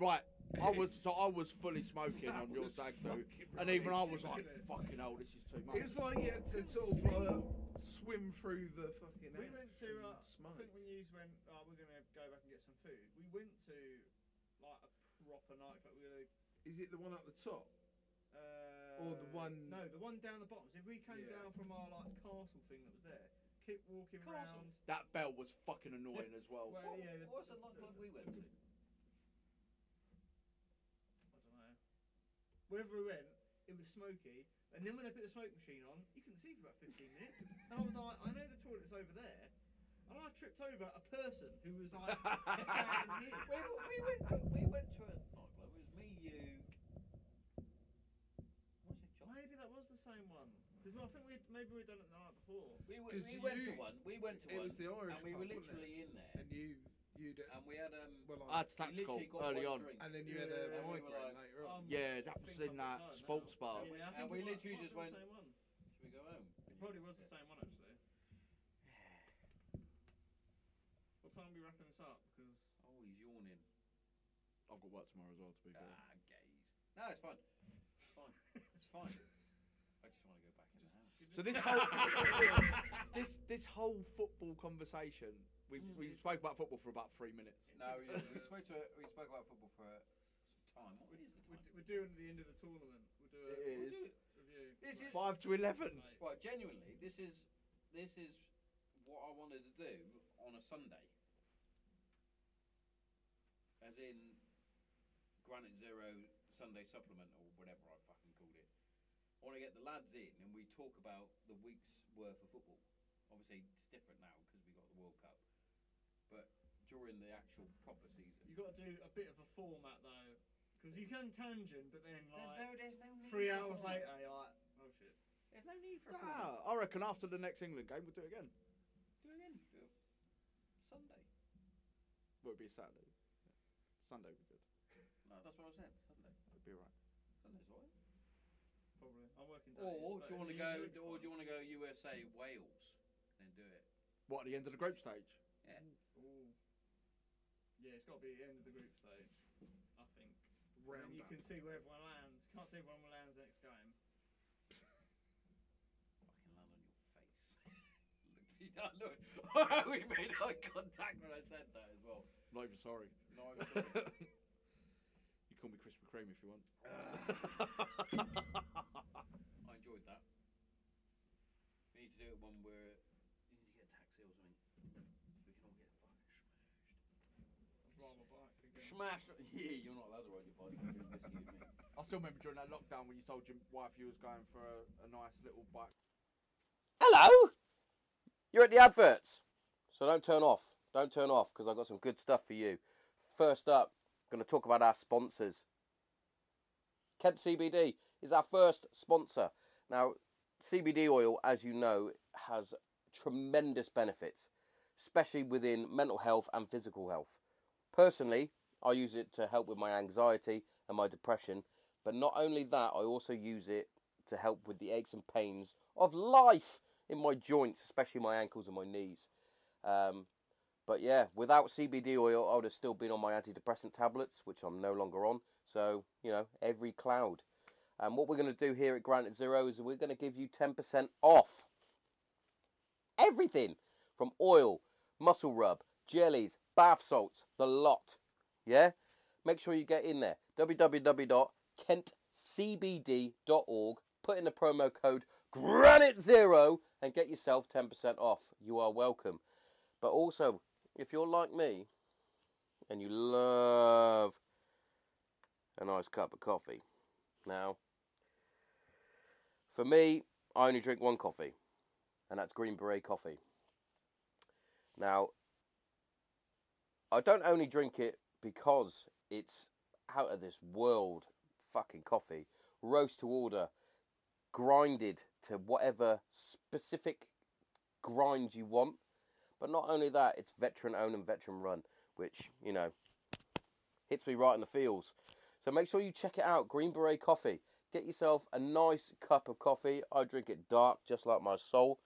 [SPEAKER 3] Right, I was so I was fully smoking on your stag do, and even I was like,
[SPEAKER 4] ridiculous.
[SPEAKER 3] "Fucking hell, this is too much."
[SPEAKER 4] It's like you had to sort of like, swim through the fucking. ash
[SPEAKER 2] We went to,
[SPEAKER 4] and
[SPEAKER 2] uh, I
[SPEAKER 4] smoke.
[SPEAKER 2] think when you went, oh, we're going to go back and get some food, we went to like a proper nightclub. We were,
[SPEAKER 4] Is it the one at the top?
[SPEAKER 2] uh,
[SPEAKER 4] Or the one-
[SPEAKER 2] No, the one down the bottom. So if we came
[SPEAKER 4] Yeah.
[SPEAKER 2] down from our like castle thing that was there, keep walking
[SPEAKER 1] Castle?
[SPEAKER 2] round.
[SPEAKER 3] That bell was fucking annoying as well.
[SPEAKER 2] Well,
[SPEAKER 1] What,
[SPEAKER 2] yeah, the,
[SPEAKER 1] what was the nightclub we went to?
[SPEAKER 2] I don't know. Wherever we went, it was smoky. And then when they put the smoke machine on, you couldn't see for about 15 minutes. And I was like, I know the toilet's over there. And I tripped over a person who was like standing here.
[SPEAKER 1] We, w- we went to we went to a nightclub. It was me, you. Was it John?
[SPEAKER 2] Maybe that was the same one. Because I think we maybe we'd done it the night before.
[SPEAKER 1] We, w-
[SPEAKER 4] 'Cause
[SPEAKER 1] we went to
[SPEAKER 4] you-
[SPEAKER 1] one. We went to
[SPEAKER 4] It
[SPEAKER 1] one,
[SPEAKER 4] was the Irish
[SPEAKER 1] and we were
[SPEAKER 4] pub, wasn't it?
[SPEAKER 1] literally in there,
[SPEAKER 4] And you, you.
[SPEAKER 1] and we had um.
[SPEAKER 4] Well,
[SPEAKER 3] I
[SPEAKER 4] I,
[SPEAKER 3] had tactical
[SPEAKER 1] we literally got
[SPEAKER 3] early
[SPEAKER 1] one
[SPEAKER 3] on.
[SPEAKER 1] Drink.
[SPEAKER 4] and then you
[SPEAKER 2] Yeah,
[SPEAKER 4] had a
[SPEAKER 1] and we were
[SPEAKER 4] migraine
[SPEAKER 1] like, "Oh
[SPEAKER 4] later on.
[SPEAKER 2] um,
[SPEAKER 3] Yeah, that
[SPEAKER 2] I
[SPEAKER 3] was in
[SPEAKER 2] think I've
[SPEAKER 3] that
[SPEAKER 2] retired now.
[SPEAKER 3] sports bar.
[SPEAKER 2] Yeah,
[SPEAKER 1] And
[SPEAKER 2] I think
[SPEAKER 1] we
[SPEAKER 2] it might-
[SPEAKER 1] literally just
[SPEAKER 2] might have been
[SPEAKER 1] went-
[SPEAKER 2] the same one.
[SPEAKER 1] Should we go home?
[SPEAKER 2] It probably was the same one actually. What time are we wrapping this up? Because
[SPEAKER 1] Oh, he's yawning.
[SPEAKER 3] I've got work tomorrow as well. To be fair.
[SPEAKER 1] Ah, gaze. No, it's fine. It's fine. It's fine. I just want to go back in the house.
[SPEAKER 3] So this whole this this whole football conversation, we
[SPEAKER 1] Mm.
[SPEAKER 3] we spoke about football for about three minutes.
[SPEAKER 1] No, we, we spoke to we spoke about football for some time. What is the
[SPEAKER 2] we're,
[SPEAKER 1] time?
[SPEAKER 2] d- we're doing the end of the tournament. We'll do a
[SPEAKER 3] It
[SPEAKER 2] we'll do
[SPEAKER 3] is.
[SPEAKER 2] a review.
[SPEAKER 1] This is-
[SPEAKER 3] Five to eleven.
[SPEAKER 2] Mate,
[SPEAKER 1] Right, genuinely, this is this is what I wanted to do on a Sunday. As in Granite Zero Sunday supplement or whatever I fucking called it. I want to get the lads in and we talk about the week's worth of football. Obviously, it's different now because we got the World Cup. But during the actual proper season,
[SPEAKER 2] you got to do a bit of a format though, because you can tangent, but then
[SPEAKER 1] there's
[SPEAKER 2] like
[SPEAKER 1] no there's no need
[SPEAKER 2] three
[SPEAKER 1] for
[SPEAKER 2] hours
[SPEAKER 1] football.
[SPEAKER 2] later, you're like, oh shit.
[SPEAKER 1] There's no need for a football.
[SPEAKER 3] Ah, I reckon after the next England game, we'll do it again.
[SPEAKER 1] Do it again. Do it Sunday.
[SPEAKER 3] Well, it'd be a Saturday. Sunday would be good.
[SPEAKER 1] No, that's what I said. Sunday.
[SPEAKER 3] It'd be all right.
[SPEAKER 1] Sunday's all right.
[SPEAKER 2] Probably. I'm working days.
[SPEAKER 1] Or do
[SPEAKER 2] but
[SPEAKER 1] you want to
[SPEAKER 2] you
[SPEAKER 1] go?
[SPEAKER 2] should be
[SPEAKER 1] Or do
[SPEAKER 2] fine.
[SPEAKER 1] you want to go USA Wales? Then do it.
[SPEAKER 3] What at the end of the group stage?
[SPEAKER 2] Ooh. Yeah, it's got to be the end of the group stage, I think. And
[SPEAKER 4] Round
[SPEAKER 2] then you
[SPEAKER 4] up.
[SPEAKER 2] can see where everyone lands. Can't see everyone will land the next game.
[SPEAKER 1] Fucking land on your face. Look, see, I know- we made eye contact when I said that as well.
[SPEAKER 3] Not even sorry.
[SPEAKER 1] No, I'm sorry.
[SPEAKER 3] you call me Chris McCream if you want.
[SPEAKER 1] I enjoyed that. We need to do it when we're. We need to get taxi or something, so we can all get fucking
[SPEAKER 2] I'd rather bike again.
[SPEAKER 1] smashed. Smashed. Yeah, you're not allowed to ride your bike. Excuse me.
[SPEAKER 3] I still remember during that lockdown when you told your wife you was going for a, a nice little bike.
[SPEAKER 6] Hello? You're at the adverts. So don't turn off. Don't turn off because I've got some good stuff for you. First up, going to talk about our sponsors. Kent CBD is our first sponsor. Now, CBD oil, as you know, has tremendous benefits, especially within mental health and physical health. Personally, I use it to help with my anxiety and my depression, but not only that, I also use it to help with the aches and pains of life in my joints, especially my ankles and my knees. Um, but yeah, without CBD oil, I would have still been on my antidepressant tablets, which I'm no longer on. So, you know, every cloud. And what we're going to do here at Granite Zero is we're going to give you 10% off everything from oil, muscle rub, jellies, bath salts, the lot. Yeah? Make sure you get in there. www.kentcbd.org. Put in the promo code Granite Zero and get yourself 10% off. You are welcome. But also, if you're like me and you love a nice cup of coffee, now, for me, I only drink one coffee, and that's Green Beret coffee. Now, I don't only drink it because it's out of this world fucking coffee, roast to order, grinded to whatever specific grind you want. But not only that, it's veteran owned and veteran run, which, you know, hits me right in the feels. So make sure you check it out Green Beret Coffee. Get yourself a nice cup of coffee. I drink it dark, just like my soul.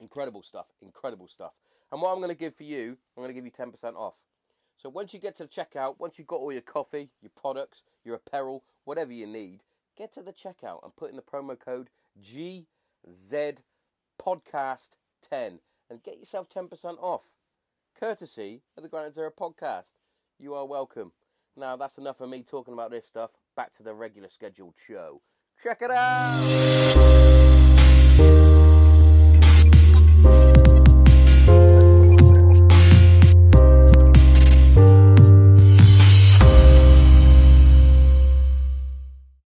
[SPEAKER 6] Incredible stuff, incredible stuff. And what I'm going to give for you, I'm going to give you 10% off. So once you get to the checkout, once you've got all your coffee, your products, your apparel, whatever you need, get to the checkout and put in the promo code GZPodcast10 and get yourself 10% off. Courtesy of the Granite Zero podcast. You are welcome. Now, that's enough of me talking about this stuff. Back to the regular scheduled show. Check it out!